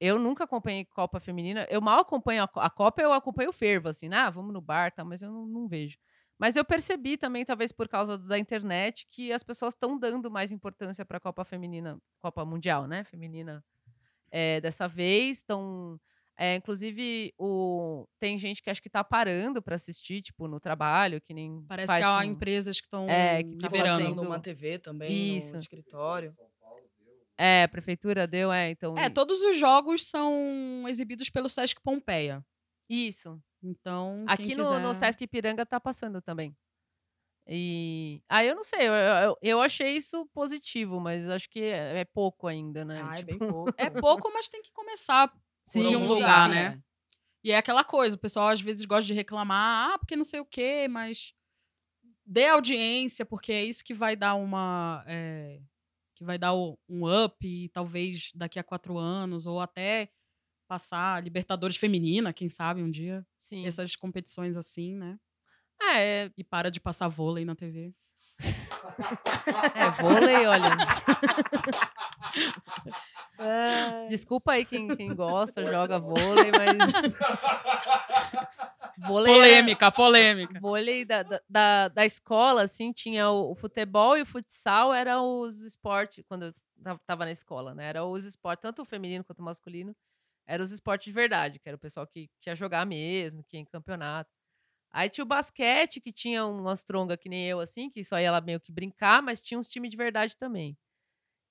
[SPEAKER 2] eu nunca acompanhei Copa Feminina. Eu mal acompanho a, co- a Copa, eu acompanho o fervo, assim, né? ah, vamos no bar, tá? Mas eu não, não vejo. Mas eu percebi também, talvez por causa da internet, que as pessoas estão dando mais importância para a Copa Feminina, Copa Mundial, né? Feminina eh, dessa vez. Estão. inclusive, o, tem gente que acho que tá parando para assistir, tipo, no trabalho, que nem.
[SPEAKER 6] Parece
[SPEAKER 2] faz
[SPEAKER 6] que é há
[SPEAKER 2] com-
[SPEAKER 6] empresas que estão
[SPEAKER 2] É, que
[SPEAKER 5] Tá
[SPEAKER 6] liberando.
[SPEAKER 5] fazendo
[SPEAKER 2] Liberando.
[SPEAKER 5] uma TV também
[SPEAKER 2] Isso.
[SPEAKER 5] no escritório.
[SPEAKER 2] É, a prefeitura deu, é, então.
[SPEAKER 6] É, todos os jogos são exibidos pelo Sesc Pompeia.
[SPEAKER 2] Isso.
[SPEAKER 6] Então, quem
[SPEAKER 2] Aqui no, no
[SPEAKER 6] quiser-
[SPEAKER 2] Sesc Ipiranga tá passando também. E. Ah, eu não sei, eu, eu, eu achei isso positivo, mas acho que é, é pouco ainda, né?
[SPEAKER 5] Ah, é
[SPEAKER 2] Tipo,
[SPEAKER 5] bem pouco.
[SPEAKER 6] É pouco, mas tem que começar
[SPEAKER 2] Sim,
[SPEAKER 6] de um
[SPEAKER 2] sim,
[SPEAKER 6] lugar,
[SPEAKER 2] sim.
[SPEAKER 6] né? E é aquela coisa, o pessoal às vezes gosta de reclamar, ah, porque não sei o quê, mas dê audiência, porque é isso que vai dar uma. é, que vai dar o- um up, e talvez daqui a quatro anos, ou até passar a Libertadores Feminina, quem sabe um dia.
[SPEAKER 2] Sim.
[SPEAKER 6] Essas competições assim, né?
[SPEAKER 2] Ah, é,
[SPEAKER 6] E para de passar vôlei na TV.
[SPEAKER 2] é vôlei, olha.
[SPEAKER 5] *laughs* É.
[SPEAKER 2] Desculpa aí quem, quem gosta, joga vôlei,
[SPEAKER 6] *laughs*
[SPEAKER 2] mas. vôlei é- *laughs*
[SPEAKER 6] Polêmica, polêmica.
[SPEAKER 2] vôlei da, da- da, da escola, assim, tinha o, o futebol e o futsal era os esportes, quando eu ta- tava na escola, né? Era os esportes, tanto o feminino quanto o masculino, eram os esportes de verdade, que era o pessoal que, que ia jogar mesmo, que ia em campeonato. Aí tinha o basquete, que tinha umas trongas que nem eu, assim, que só ia lá meio que brincar, mas tinha uns times de verdade também.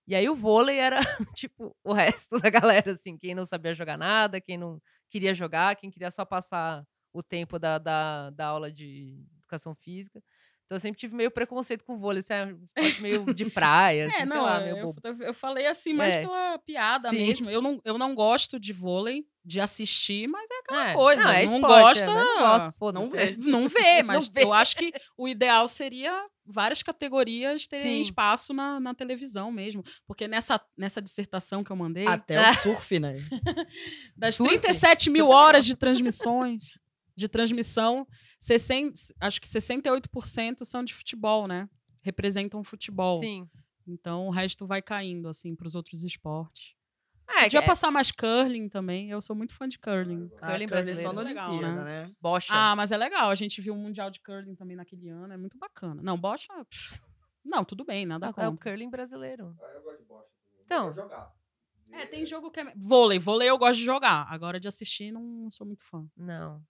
[SPEAKER 2] E aí o vôlei era, *laughs* tipo, o resto da galera, assim, quem não sabia jogar nada, quem não queria jogar, quem queria só passar o tempo da, da, da aula de educação física. Então eu sempre tive meio preconceito com vôlei, assim, ah, um esporte meio
[SPEAKER 6] *laughs*
[SPEAKER 2] de praia, assim,
[SPEAKER 6] É,
[SPEAKER 2] sei
[SPEAKER 6] não,
[SPEAKER 2] lá, meio
[SPEAKER 6] eu,
[SPEAKER 2] bobo.
[SPEAKER 6] eu- eu falei assim, mais
[SPEAKER 2] É.
[SPEAKER 6] pela piada
[SPEAKER 2] Sim.
[SPEAKER 6] mesmo. Eu não, eu não gosto de vôlei, de assistir, mas é aquela
[SPEAKER 2] É,
[SPEAKER 6] coisa.
[SPEAKER 2] não,
[SPEAKER 6] Não,
[SPEAKER 2] é esporte, é,
[SPEAKER 6] gosta,
[SPEAKER 2] mas não gosto,
[SPEAKER 6] não
[SPEAKER 2] foda-se,
[SPEAKER 6] vê.
[SPEAKER 2] é.
[SPEAKER 6] *laughs* Não
[SPEAKER 2] *laughs*
[SPEAKER 6] vê,
[SPEAKER 2] Não
[SPEAKER 6] mas
[SPEAKER 2] vê.
[SPEAKER 6] eu acho que o ideal seria várias categorias terem
[SPEAKER 2] Sim.
[SPEAKER 6] espaço na, na televisão mesmo. Porque nessa, nessa dissertação que eu mandei,
[SPEAKER 5] Até o surf,
[SPEAKER 6] *laughs*
[SPEAKER 5] né?
[SPEAKER 6] das
[SPEAKER 2] Surf?
[SPEAKER 6] 37 mil
[SPEAKER 2] Surf é
[SPEAKER 6] horas de transmissões, de transmissão, 60, acho que 68% são de futebol, né? Representam futebol.
[SPEAKER 2] Sim.
[SPEAKER 6] Então o resto vai caindo, assim, pros outros esportes.
[SPEAKER 2] Ah, é, que
[SPEAKER 6] Podia
[SPEAKER 2] é
[SPEAKER 6] passar mais curling também. Eu sou muito fã de curling. é
[SPEAKER 5] Ah,
[SPEAKER 2] Curling
[SPEAKER 5] curling
[SPEAKER 2] brasileiro.
[SPEAKER 5] só
[SPEAKER 2] é
[SPEAKER 5] na
[SPEAKER 6] Legal,
[SPEAKER 5] Olimpíada, né?
[SPEAKER 2] bocha.
[SPEAKER 6] Ah, mas é legal. A gente viu o Mundial de Curling também naquele ano. É muito bacana. Não, bocha. *laughs* pff, Não, tudo bem, nada
[SPEAKER 2] é o
[SPEAKER 6] contra.
[SPEAKER 2] curling brasileiro.
[SPEAKER 8] Ah, eu gosto de bosta. também.
[SPEAKER 2] Então.
[SPEAKER 8] Eu gosto de jogar.
[SPEAKER 6] É, tem jogo que é. Vôlei, vôlei eu gosto de jogar. Agora de assistir, não, não sou muito fã.
[SPEAKER 2] Não.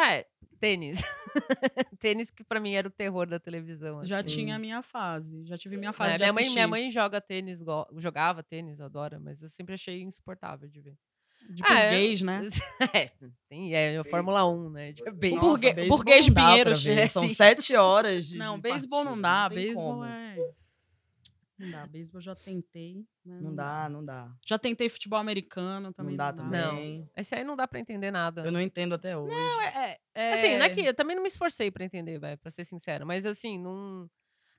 [SPEAKER 2] Ah, é, tênis. *laughs* tênis que pra mim era o terror da televisão.
[SPEAKER 6] Já
[SPEAKER 2] assim.
[SPEAKER 6] tinha a minha fase. Já tive minha
[SPEAKER 2] É,
[SPEAKER 6] fase de
[SPEAKER 2] minha, mãe,
[SPEAKER 6] assistir.
[SPEAKER 2] minha mãe joga tênis, go- jogava tênis, adora, mas eu sempre achei insuportável de ver.
[SPEAKER 6] De
[SPEAKER 2] Ah, é.
[SPEAKER 6] burguês, né?
[SPEAKER 2] *laughs* É, tem, é, Fórmula 1, né? De- é bem-
[SPEAKER 6] Nossa, Burgue-
[SPEAKER 5] beisebol
[SPEAKER 6] burguês
[SPEAKER 5] não dá pra
[SPEAKER 6] Pinheiros,
[SPEAKER 5] ver,
[SPEAKER 2] é,
[SPEAKER 5] São
[SPEAKER 2] sim.
[SPEAKER 5] sete horas de
[SPEAKER 6] Não,
[SPEAKER 5] de
[SPEAKER 6] beisebol
[SPEAKER 5] partida,
[SPEAKER 6] não dá.
[SPEAKER 5] tem
[SPEAKER 6] Beisebol
[SPEAKER 5] como.
[SPEAKER 6] é. Não dá, beisebol já tentei. mas
[SPEAKER 5] Não dá, não dá.
[SPEAKER 6] Já tentei futebol americano também.
[SPEAKER 5] não dá
[SPEAKER 2] Não.
[SPEAKER 5] também.
[SPEAKER 2] Esse aí não dá pra entender nada. né?
[SPEAKER 5] Eu não entendo até hoje.
[SPEAKER 6] É, é,
[SPEAKER 2] Assim, não é que eu também não me esforcei pra entender, vai, pra ser sincero. Mas assim, não.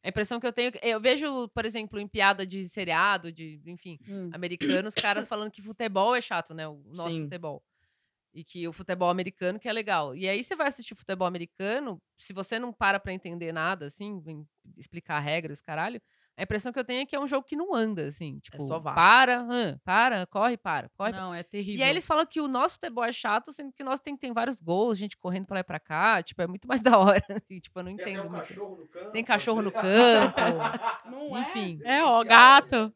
[SPEAKER 2] A impressão que eu tenho. é que- Eu vejo, por exemplo, em piada de seriado, de, enfim,
[SPEAKER 6] Hum.
[SPEAKER 2] americanos, caras falando que futebol é chato, né? O nosso
[SPEAKER 5] Sim.
[SPEAKER 2] futebol. E que o futebol americano que é legal. E aí você vai assistir futebol americano, se você não para pra entender nada, assim, em- explicar a regra, e os caralho, a impressão que eu tenho é que é um jogo que não anda, assim. Tipo,
[SPEAKER 5] É só vá.
[SPEAKER 2] para, hã, para, corre, para, corre,
[SPEAKER 6] Não, é terrível.
[SPEAKER 2] e aí eles falam que o nosso futebol é chato, sendo que o nosso tem, tem vários gols, gente correndo pra lá e pra cá. Tipo, é muito mais *laughs* da hora. assim, tipo, eu não
[SPEAKER 8] Tem até
[SPEAKER 2] entendo
[SPEAKER 8] um
[SPEAKER 2] muito.
[SPEAKER 8] cachorro no campo. assim.
[SPEAKER 2] Tem
[SPEAKER 8] *laughs*
[SPEAKER 2] cachorro no
[SPEAKER 8] às vezes.
[SPEAKER 2] campo.
[SPEAKER 6] Não é?
[SPEAKER 2] enfim.
[SPEAKER 6] É, ó, gato.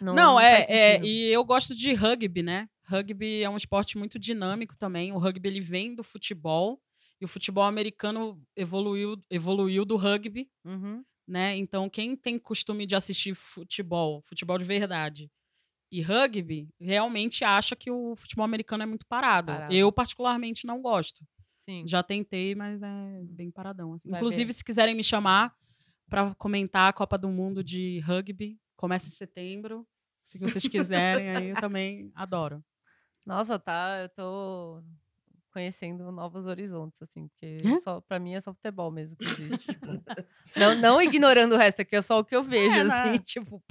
[SPEAKER 2] Não,
[SPEAKER 6] Não,
[SPEAKER 2] não
[SPEAKER 6] é,
[SPEAKER 2] faz
[SPEAKER 6] é,
[SPEAKER 2] sentido.
[SPEAKER 6] E eu gosto de rugby, né? Rugby é um esporte muito dinâmico também. O rugby ele vem do futebol. E o futebol americano evoluiu, evoluiu do rugby,
[SPEAKER 2] Uhum.
[SPEAKER 6] né? Então, quem tem costume de assistir futebol, futebol de verdade e rugby, realmente acha que o futebol americano é muito parado.
[SPEAKER 2] Parado.
[SPEAKER 6] Eu, particularmente, não gosto.
[SPEAKER 2] Sim.
[SPEAKER 6] Já tentei, mas é bem paradão. assim.
[SPEAKER 2] Vai
[SPEAKER 6] Inclusive, se quiserem me chamar pra comentar a Copa do Mundo de rugby, começa em setembro. Se vocês quiserem, aí eu também adoro.
[SPEAKER 2] Nossa, tá. Eu tô conhecendo novos horizontes, assim, porque
[SPEAKER 6] Hã?
[SPEAKER 2] só, pra mim é só futebol mesmo que existe. tipo. *laughs* não, não ignorando o resto, é que é só o que eu vejo,
[SPEAKER 6] É, *laughs* né?
[SPEAKER 2] assim, tipo.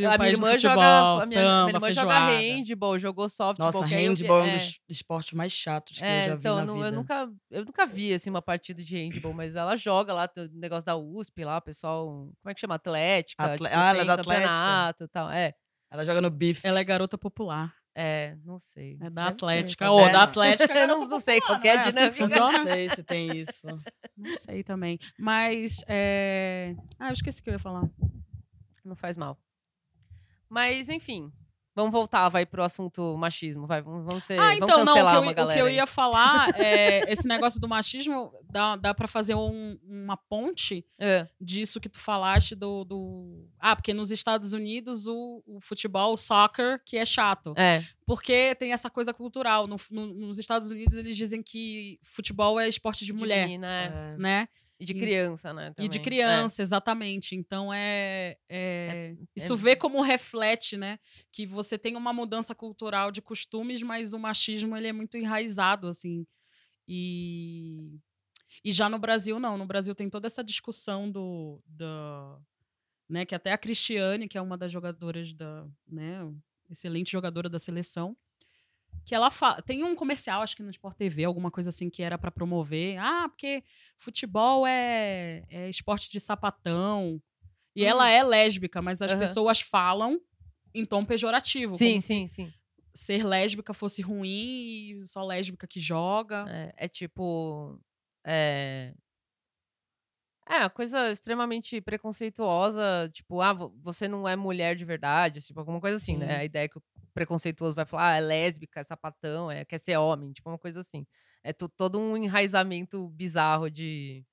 [SPEAKER 2] a minha
[SPEAKER 6] país do
[SPEAKER 2] irmã
[SPEAKER 6] futebol,
[SPEAKER 2] joga. a minha,
[SPEAKER 6] samba,
[SPEAKER 2] minha irmã joga
[SPEAKER 6] feijoada.
[SPEAKER 2] handball, jogou softball.
[SPEAKER 6] tipo,
[SPEAKER 5] Nossa,
[SPEAKER 2] que aí eu vi-
[SPEAKER 5] handball é um
[SPEAKER 2] é.
[SPEAKER 5] dos esportes mais chatos que
[SPEAKER 2] É,
[SPEAKER 5] eu já vi
[SPEAKER 2] então,
[SPEAKER 5] na
[SPEAKER 2] não-
[SPEAKER 5] vida.
[SPEAKER 2] eu nunca, eu nunca vi, assim, uma partida de handball, mas ela joga lá, tem o negócio da USP lá, o pessoal, como é que chama? Atlética,
[SPEAKER 5] Atle-
[SPEAKER 2] tipo,
[SPEAKER 5] Ah, ela é
[SPEAKER 2] tem
[SPEAKER 5] da Atlética?
[SPEAKER 2] campeonato e tal, é,
[SPEAKER 5] Ela joga no bife.
[SPEAKER 6] Ela é garota popular.
[SPEAKER 2] é, não sei.
[SPEAKER 6] É da
[SPEAKER 5] Deve ser,
[SPEAKER 6] Atlética.
[SPEAKER 5] tá
[SPEAKER 6] Ou
[SPEAKER 5] vendo?
[SPEAKER 6] da
[SPEAKER 2] *laughs*
[SPEAKER 6] *laughs* Atlética. é
[SPEAKER 2] Eu não,
[SPEAKER 6] garota
[SPEAKER 2] não sei
[SPEAKER 6] popular,
[SPEAKER 2] qual que é a
[SPEAKER 6] né?
[SPEAKER 2] *laughs* dinâmica.
[SPEAKER 6] Assim que
[SPEAKER 5] *laughs*
[SPEAKER 6] funciona.
[SPEAKER 5] Não sei se tem isso.
[SPEAKER 6] Não sei também. Mas. É... Ah, eu esqueci o que eu ia falar.
[SPEAKER 2] Não faz mal. Mas, enfim, vamos voltar, vai pro assunto machismo, vai, vamos, É, vamos ser,
[SPEAKER 6] Ah, então,
[SPEAKER 2] vamos
[SPEAKER 6] não, o que,
[SPEAKER 2] cancelar
[SPEAKER 6] eu,
[SPEAKER 2] uma
[SPEAKER 6] o
[SPEAKER 2] galera.
[SPEAKER 6] que eu
[SPEAKER 2] aí. *laughs*
[SPEAKER 6] ia falar é esse negócio do machismo, dá, dá para fazer um- uma ponte
[SPEAKER 2] É,
[SPEAKER 6] disso que tu falaste do. do- Ah, porque nos Estados Unidos o, o futebol, o soccer, que é chato.
[SPEAKER 2] é,
[SPEAKER 6] Porque tem essa coisa cultural. No- no- nos Estados Unidos eles dizem que futebol é esporte de,
[SPEAKER 2] de
[SPEAKER 6] mulher,
[SPEAKER 2] menina, é.
[SPEAKER 5] É.
[SPEAKER 6] né?
[SPEAKER 2] E de
[SPEAKER 6] E-
[SPEAKER 2] criança, né,
[SPEAKER 6] E de
[SPEAKER 2] também.
[SPEAKER 6] criança, exatamente. Então é. é- isso
[SPEAKER 2] é-
[SPEAKER 6] vê como reflete, né? Que você tem uma mudança cultural de costumes, mas o machismo ele é muito enraizado, assim. E. E já no Brasil, não. No Brasil tem toda essa discussão do. da- né, que até a Cristiane, que é uma das jogadoras da. Né, excelente jogadora da seleção. Que ela fa- tem um comercial, acho que no Sport TV, alguma coisa assim, que era para promover. Ah, porque futebol é, é esporte de sapatão. E
[SPEAKER 2] Hum.
[SPEAKER 6] ela é lésbica, mas as
[SPEAKER 2] Aham.
[SPEAKER 6] pessoas falam em tom pejorativo.
[SPEAKER 2] É.
[SPEAKER 6] como
[SPEAKER 2] Sim, sim, sim.
[SPEAKER 6] se ser lésbica fosse ruim e só lésbica que joga.
[SPEAKER 2] É, é tipo. É. É, uma coisa extremamente preconceituosa, tipo, ah, vo- você não é mulher de verdade, tipo, alguma coisa assim, né?
[SPEAKER 6] Sim.
[SPEAKER 2] A ideia é que o preconceituoso vai falar, ah, é lésbica, é sapatão, é, quer ser homem, tipo, uma coisa assim. É to- todo um enraizamento bizarro de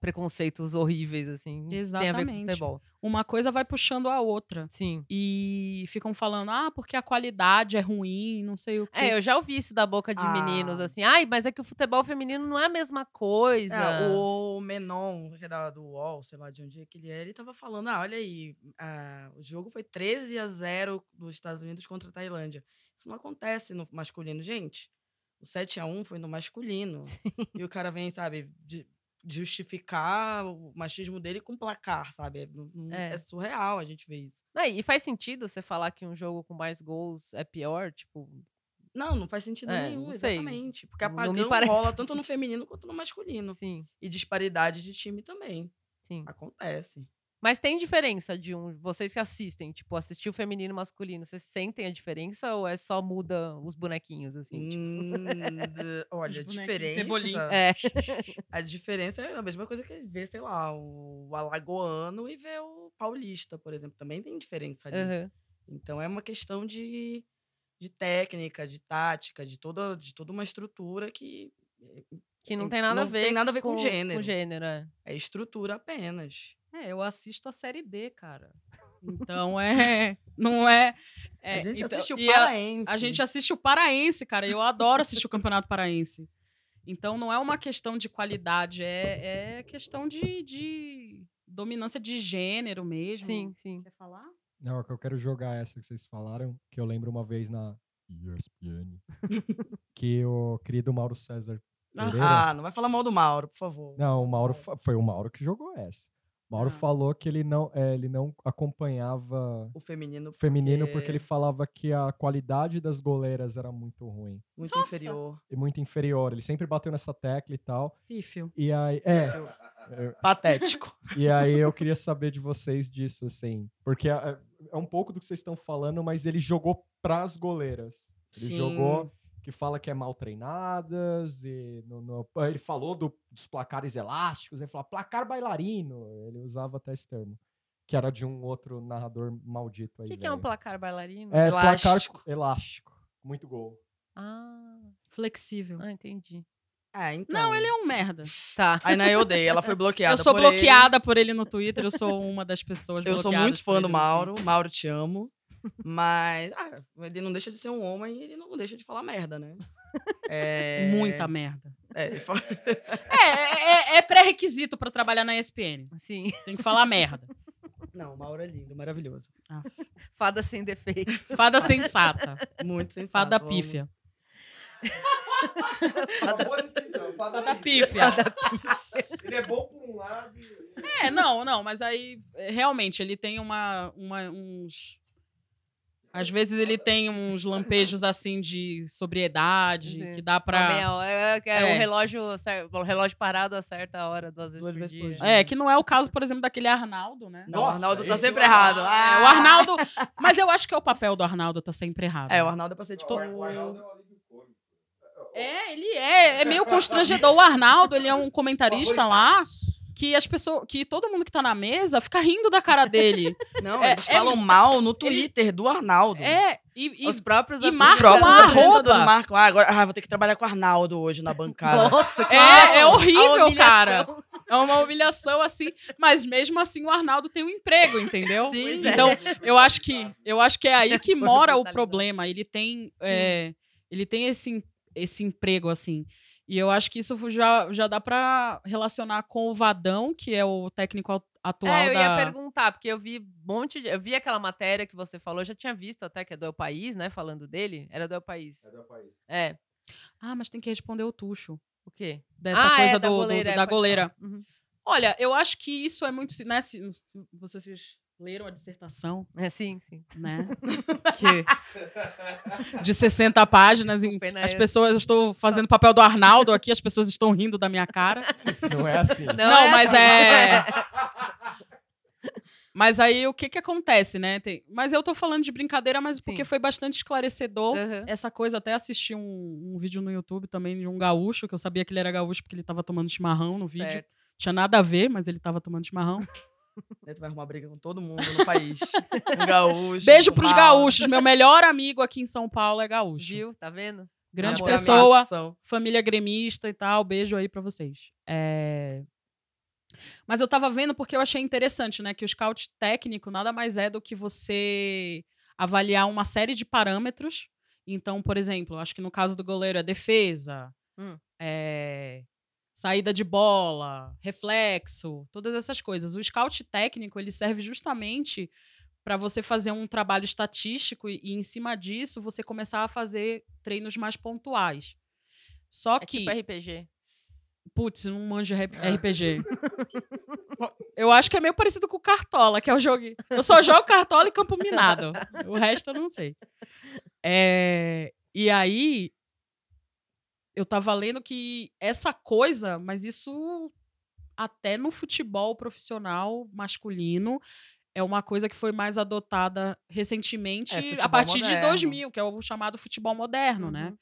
[SPEAKER 2] preconceitos horríveis, assim. que Tem a ver com
[SPEAKER 6] Exatamente.
[SPEAKER 2] futebol.
[SPEAKER 6] Uma coisa vai puxando a outra.
[SPEAKER 2] Sim.
[SPEAKER 6] E ficam falando, ah, porque a qualidade é ruim, não sei o quê.
[SPEAKER 2] É, eu já ouvi isso da boca de meninos,
[SPEAKER 5] Ah.
[SPEAKER 2] assim, ai, mas é que o futebol feminino não é a mesma coisa.
[SPEAKER 5] É, o Menon, que é da, do UOL, sei lá de onde é que ele é, ele tava falando, ah, olha aí, ah, o jogo foi 13 a 0 dos Estados Unidos contra a Tailândia. Isso não acontece no masculino, gente. O 7 a 1 foi no
[SPEAKER 2] *laughs*
[SPEAKER 5] masculino. E o cara vem, sabe, de- justificar o machismo dele com placar, sabe? É, não- não-
[SPEAKER 2] É.
[SPEAKER 5] é surreal a gente ver isso.
[SPEAKER 2] Não, e faz sentido você falar que um jogo com mais gols é pior, tipo.
[SPEAKER 5] Não, não faz sentido
[SPEAKER 2] É,
[SPEAKER 5] nenhum,
[SPEAKER 2] não sei.
[SPEAKER 5] exatamente. Porque
[SPEAKER 2] Não- não me
[SPEAKER 5] apagão
[SPEAKER 2] parece que
[SPEAKER 5] rola
[SPEAKER 2] faz
[SPEAKER 5] tanto no
[SPEAKER 2] sentido.
[SPEAKER 5] feminino quanto no masculino.
[SPEAKER 2] Sim,
[SPEAKER 5] E disparidade de time também.
[SPEAKER 2] sim.
[SPEAKER 5] Acontece.
[SPEAKER 2] Mas tem diferença de um. Vocês que assistem, tipo, assistir o feminino e o masculino, vocês sentem a diferença ou é só muda os bonequinhos, assim? tipo?
[SPEAKER 5] Hum,
[SPEAKER 6] *laughs*
[SPEAKER 5] de- olha, a
[SPEAKER 6] bonequinhos de
[SPEAKER 5] diferença.
[SPEAKER 6] bolinha.
[SPEAKER 2] É.
[SPEAKER 5] A diferença é a mesma coisa que ver, sei lá, o alagoano e ver o paulista, por exemplo. Também tem diferença ali.
[SPEAKER 2] aham.
[SPEAKER 5] Então é uma questão de, de técnica, de tática, de toda, de toda uma estrutura que
[SPEAKER 2] Que não
[SPEAKER 5] Tem-
[SPEAKER 2] tem nada a
[SPEAKER 5] não
[SPEAKER 2] ver.
[SPEAKER 5] tem nada a ver com gênero.
[SPEAKER 2] Com gênero, é.
[SPEAKER 5] é estrutura apenas.
[SPEAKER 6] É, eu assisto a série
[SPEAKER 5] *laughs*
[SPEAKER 6] D, cara. Então é. Não é. é,
[SPEAKER 5] a gente
[SPEAKER 6] então-
[SPEAKER 5] assiste o
[SPEAKER 6] e a-
[SPEAKER 5] paraense.
[SPEAKER 6] A gente assiste o paraense, cara. e Eu adoro assistir o Campeonato Paraense. Então não é uma questão de qualidade, é, é questão de, de dominância de gênero mesmo.
[SPEAKER 2] Sim, sim.
[SPEAKER 6] Quer falar?
[SPEAKER 3] Não, é que eu quero jogar essa que vocês falaram, que eu lembro uma vez na
[SPEAKER 7] *laughs*
[SPEAKER 3] ESPN, que o querido Mauro César Pereira...
[SPEAKER 5] Ah, não vai falar mal do Mauro, por favor.
[SPEAKER 3] Não, o Mauro, fa- foi o Mauro que jogou essa. O Mauro
[SPEAKER 6] Ah.
[SPEAKER 3] falou que ele não, é, ele não acompanhava
[SPEAKER 5] O feminino,
[SPEAKER 3] o feminino
[SPEAKER 7] É.
[SPEAKER 3] porque
[SPEAKER 5] Porque- é
[SPEAKER 3] ele falava que a qualidade das goleiras era muito ruim
[SPEAKER 5] muito
[SPEAKER 6] Nossa.
[SPEAKER 5] inferior.
[SPEAKER 3] e muito inferior. Ele sempre bateu nessa tecla e tal.
[SPEAKER 6] Pífio.
[SPEAKER 3] E aí, é,
[SPEAKER 5] Patético.
[SPEAKER 3] E aí eu queria saber de vocês disso, assim. Porque é, é um pouco do que vocês estão falando, mas ele jogou pras goleiras. Ele jogou que fala que é mal treinadas, e no- no- ah, ele falou do- dos placares elásticos, ele falou placar bailarino, ele usava até esse termo, que era de um outro narrador maldito
[SPEAKER 2] O
[SPEAKER 3] aí.
[SPEAKER 2] que, que é um
[SPEAKER 3] velho.
[SPEAKER 2] placar bailarino?
[SPEAKER 3] É,
[SPEAKER 5] Elástico.
[SPEAKER 3] placar elástico. Muito gol.
[SPEAKER 2] Ah,
[SPEAKER 6] Flexível.
[SPEAKER 2] ah, entendi.
[SPEAKER 5] Ah, então.
[SPEAKER 6] Não, ele é um merda.
[SPEAKER 2] Tá.
[SPEAKER 5] Aí na eu odeio, ela foi bloqueada.
[SPEAKER 6] *laughs* Eu sou
[SPEAKER 5] por ele.
[SPEAKER 6] bloqueada por ele no Twitter, eu sou uma das pessoas
[SPEAKER 5] Eu sou
[SPEAKER 6] bloqueadas
[SPEAKER 5] muito
[SPEAKER 6] por
[SPEAKER 5] fã
[SPEAKER 6] ele
[SPEAKER 5] do
[SPEAKER 6] no
[SPEAKER 5] Mauro. Mauro, te *laughs* amo. Mas ah, ele não deixa de ser um homem e ele não deixa de falar merda, né?
[SPEAKER 6] Twitter.
[SPEAKER 5] É,
[SPEAKER 6] Muita merda.
[SPEAKER 5] É, ele fala-
[SPEAKER 6] É, é, é pré-requisito pra trabalhar na ESPN.
[SPEAKER 2] Sim, *laughs*
[SPEAKER 6] Tem que falar merda.
[SPEAKER 5] *laughs* Não, Mauro é lindo, maravilhoso.
[SPEAKER 2] fada sem defeito.
[SPEAKER 5] *laughs*
[SPEAKER 6] Fada sensata.
[SPEAKER 5] Muito sensato.
[SPEAKER 6] Fada
[SPEAKER 5] eu amo.
[SPEAKER 6] pífia.
[SPEAKER 8] Uma boa definição, fada
[SPEAKER 6] Fada
[SPEAKER 8] pica.
[SPEAKER 6] pífia.
[SPEAKER 8] Ele é bom por um lado e...
[SPEAKER 6] É, não, não, mas aí é, realmente ele tem uma, uma- uns às vezes ele tem uns lampejos assim de sobriedade,
[SPEAKER 2] Sim.
[SPEAKER 6] que dá
[SPEAKER 2] Pra...
[SPEAKER 6] pra.
[SPEAKER 2] é, que é
[SPEAKER 6] É.
[SPEAKER 2] O, relógio, acer- o relógio parado a certa hora, duas vezes
[SPEAKER 5] Duas
[SPEAKER 2] por
[SPEAKER 5] vezes
[SPEAKER 2] dia.
[SPEAKER 5] por dia.
[SPEAKER 6] É, que não é o caso, por exemplo, daquele Arnaldo, né?
[SPEAKER 5] Não,
[SPEAKER 3] Nossa,
[SPEAKER 5] o Arnaldo tá
[SPEAKER 3] esse-
[SPEAKER 5] sempre errado.
[SPEAKER 6] É,
[SPEAKER 5] Ah,
[SPEAKER 6] o
[SPEAKER 8] um
[SPEAKER 6] Arnaldo. Mas eu acho que é o papel do Arnaldo tá sempre errado.
[SPEAKER 5] É, o Arnaldo é pra ser de todo
[SPEAKER 8] O Arnaldo é
[SPEAKER 5] mundo.
[SPEAKER 8] um alívio cômico.
[SPEAKER 6] É, ele é. É meio constrangedor. O Arnaldo, ele é um comentarista lá que as pessoas. que todo mundo que tá na mesa fica rindo da
[SPEAKER 5] *laughs*
[SPEAKER 6] cara dele.
[SPEAKER 5] Não,
[SPEAKER 6] É,
[SPEAKER 5] eles
[SPEAKER 6] é-
[SPEAKER 5] falam mal no Twitter do Arnaldo.
[SPEAKER 6] É, e. e-
[SPEAKER 2] Os próprios
[SPEAKER 6] e
[SPEAKER 2] atores-
[SPEAKER 6] marca
[SPEAKER 5] Próprios
[SPEAKER 6] uma
[SPEAKER 5] apresentadores
[SPEAKER 6] arroba.
[SPEAKER 5] marcam. Ah, agora ah, vou ter que trabalhar com o Arnaldo hoje na bancada.
[SPEAKER 2] Nossa, que
[SPEAKER 6] É, é
[SPEAKER 2] horror. Ah, A
[SPEAKER 6] horrível,
[SPEAKER 2] humilhação.
[SPEAKER 6] cara. É uma humilhação assim, mas mesmo assim o Arnaldo tem um emprego, entendeu?
[SPEAKER 5] Sim.
[SPEAKER 2] Pois é.
[SPEAKER 6] Então, eu acho que eu acho que é aí
[SPEAKER 2] *laughs*
[SPEAKER 6] que
[SPEAKER 2] Foi
[SPEAKER 6] mora o
[SPEAKER 2] brutalidade.
[SPEAKER 6] problema. Ele tem é, ele tem esse em- esse emprego assim. E eu acho que isso já, já dá pra relacionar com o Vadão, que é o técnico au- atual
[SPEAKER 2] É, eu ia
[SPEAKER 6] da-
[SPEAKER 2] perguntar, porque eu vi um monte de. Eu vi aquela matéria que você falou, eu já tinha visto até que é do El País, né? Falando dele. Era do El País.
[SPEAKER 8] Cadê o país?
[SPEAKER 2] É.
[SPEAKER 6] Ah, mas tem que responder o Tuxo
[SPEAKER 2] O quê?
[SPEAKER 6] dessa
[SPEAKER 2] Ah, é,
[SPEAKER 6] coisa
[SPEAKER 2] da
[SPEAKER 6] do, do-
[SPEAKER 2] goleira, é,
[SPEAKER 6] da
[SPEAKER 2] pode
[SPEAKER 6] goleira.
[SPEAKER 2] falar. Uhum.
[SPEAKER 6] Olha, eu acho que isso é muito, né, se, se vocês leram a dissertação
[SPEAKER 2] É, sim, sim. *laughs*
[SPEAKER 6] né? Que- de 60 páginas. em-
[SPEAKER 2] Desculpa, né?
[SPEAKER 6] As pessoas, eu estou fazendo o papel do Arnaldo aqui, as pessoas estão rindo da minha cara.
[SPEAKER 3] Não é assim.
[SPEAKER 6] Não, mas é. Mas aí o que que acontece, né? Tem- Mas eu tô falando de brincadeira, mas porque foi bastante esclarecedor.
[SPEAKER 2] Uhum.
[SPEAKER 6] Essa coisa, até assisti um, um vídeo no YouTube também de um gaúcho, que eu sabia que ele era gaúcho porque ele tava tomando chimarrão no vídeo.
[SPEAKER 2] Certo.
[SPEAKER 6] Tinha nada a ver, mas ele tava tomando chimarrão.
[SPEAKER 5] Né, Tu vai arrumar briga com todo mundo no país. *laughs* Um gaúcho.
[SPEAKER 6] Beijo
[SPEAKER 5] um
[SPEAKER 6] pros
[SPEAKER 5] mal,
[SPEAKER 6] gaúchos. Meu melhor amigo aqui em São Paulo é gaúcho.
[SPEAKER 2] Viu? Tá vendo?
[SPEAKER 6] Grande
[SPEAKER 5] namora-
[SPEAKER 6] pessoa.
[SPEAKER 5] ameaçação.
[SPEAKER 6] família gremista e tal. Beijo aí pra vocês. É, Mas eu tava vendo porque eu achei interessante, né? Que o scout técnico nada mais é do que você avaliar uma série de parâmetros. Então, por exemplo, acho que no caso do goleiro é defesa,
[SPEAKER 2] Hum.
[SPEAKER 6] é, saída de bola, reflexo, todas essas coisas. O scout técnico ele serve justamente para você fazer um trabalho estatístico e, e em cima disso você começar a fazer treinos mais pontuais. Só
[SPEAKER 2] É
[SPEAKER 6] que
[SPEAKER 2] tipo RPG.
[SPEAKER 6] Putz, eu não manjo R-
[SPEAKER 2] É. *laughs*
[SPEAKER 6] RPG. eu acho que é meio parecido com o Cartola, que é o jogo. Eu só jogo Cartola e Campo Minado. O resto eu não sei. É, E aí, eu tava lendo que essa coisa, mas isso até no futebol profissional masculino, é uma coisa que foi mais adotada recentemente,
[SPEAKER 5] É, futebol
[SPEAKER 6] a partir de
[SPEAKER 5] moderno.
[SPEAKER 6] 2000, que é o chamado futebol moderno, né?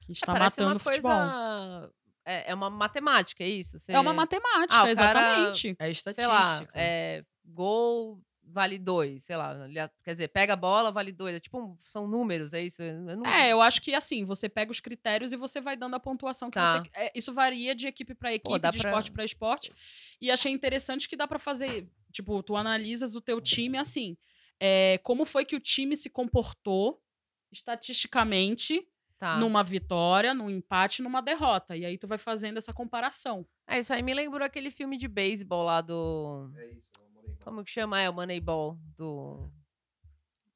[SPEAKER 6] Que está
[SPEAKER 2] Uhum. é, parece
[SPEAKER 6] Tá matando
[SPEAKER 2] uma
[SPEAKER 6] o futebol.
[SPEAKER 2] coisa. É, é uma matemática, é isso? Você-
[SPEAKER 6] É uma
[SPEAKER 2] Ah,
[SPEAKER 6] matemática,
[SPEAKER 2] o cara-
[SPEAKER 6] exatamente.
[SPEAKER 5] É
[SPEAKER 2] Sei
[SPEAKER 5] estatística.
[SPEAKER 2] lá, é, gol vale dois, sei lá. ali- Quer dizer, pega a bola, vale dois. É tipo, um- são números, é isso? Eu não-
[SPEAKER 6] É, eu acho que assim, você pega os critérios e você vai dando a pontuação que
[SPEAKER 2] Tá.
[SPEAKER 6] você. é, isso varia de equipe pra equipe,
[SPEAKER 2] dá
[SPEAKER 6] de
[SPEAKER 2] pra-
[SPEAKER 6] esporte pra esporte. E achei interessante que dá pra fazer. Tipo, tu analisas o teu time assim. é, como foi que o time se comportou estatisticamente
[SPEAKER 2] tá.
[SPEAKER 6] numa vitória, num empate, numa derrota. E aí tu vai fazendo essa comparação.
[SPEAKER 2] É, isso aí me lembrou aquele filme de beisebol lá do.
[SPEAKER 8] *laughs* É isso, eu morei mal.
[SPEAKER 2] Como que chama? É o Moneyball do.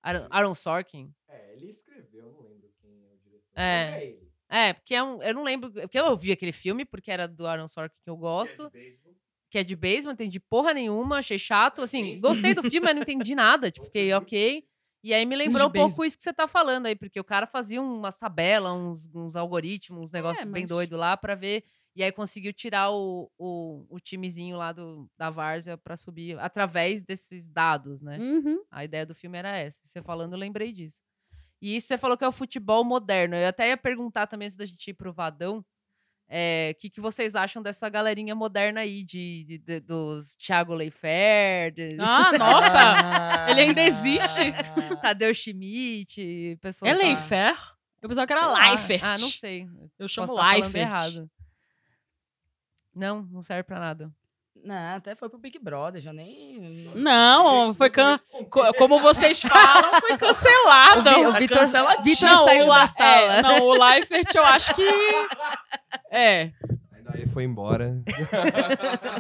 [SPEAKER 2] Aaron, Aaron Sorkin.
[SPEAKER 3] É, ele escreveu, não lembro quem é o diretor.
[SPEAKER 2] É.
[SPEAKER 3] mas ele.
[SPEAKER 2] É, porque é um, eu não lembro. Porque eu vi aquele filme, porque era do Aaron Sorkin que eu
[SPEAKER 8] É de
[SPEAKER 2] gosto.
[SPEAKER 8] beisebol.
[SPEAKER 2] Que é de beisebol, não entendi porra nenhuma, achei chato. Assim, gostei do filme, mas não entendi nada. Tipo, fiquei ok. E aí me lembrou um pouco
[SPEAKER 6] beisebol.
[SPEAKER 2] isso que você tá falando aí, porque o cara fazia umas tabelas, uns, uns algoritmos, uns negócios bem
[SPEAKER 6] mas-
[SPEAKER 2] doido lá pra ver. E aí conseguiu tirar o, o, o timezinho lá do, da Várzea pra subir através desses dados, né? *laughs*
[SPEAKER 6] Uhum.
[SPEAKER 2] A ideia do filme era essa. Você falando, eu lembrei disso. E isso você falou que é o futebol moderno. Eu até ia perguntar também, antes da gente ir pro Vadão, é, o que, que vocês acham dessa galerinha moderna aí, de, de- de- dos Thiago Leifert, de-
[SPEAKER 6] Ah, nossa!
[SPEAKER 5] Ah.
[SPEAKER 6] ele ainda existe?
[SPEAKER 2] *laughs* Tadeu Schmidt, pessoas...
[SPEAKER 6] é
[SPEAKER 2] da-
[SPEAKER 6] Leifer? Eu pensava que
[SPEAKER 2] Sei
[SPEAKER 6] era
[SPEAKER 2] lá.
[SPEAKER 6] Leifert.
[SPEAKER 2] Ah, não sei.
[SPEAKER 6] Eu
[SPEAKER 2] Posso
[SPEAKER 6] chamo
[SPEAKER 2] estar falando
[SPEAKER 6] Leifert.
[SPEAKER 2] errado. Não, não serve pra nada.
[SPEAKER 5] Não, até foi pro Big Brother, já nem.
[SPEAKER 6] Não, foi can...
[SPEAKER 8] Responde.
[SPEAKER 6] Co- Como vocês falam, foi
[SPEAKER 2] O Vi-
[SPEAKER 6] Tá cancelado.
[SPEAKER 2] o Vitor-
[SPEAKER 5] canceladinho.
[SPEAKER 6] é.
[SPEAKER 2] Vitor saiu
[SPEAKER 6] o La-
[SPEAKER 2] da sala.
[SPEAKER 6] é, não, o Leifert eu acho que É,
[SPEAKER 7] Aí daí foi
[SPEAKER 8] *laughs*
[SPEAKER 7] embora.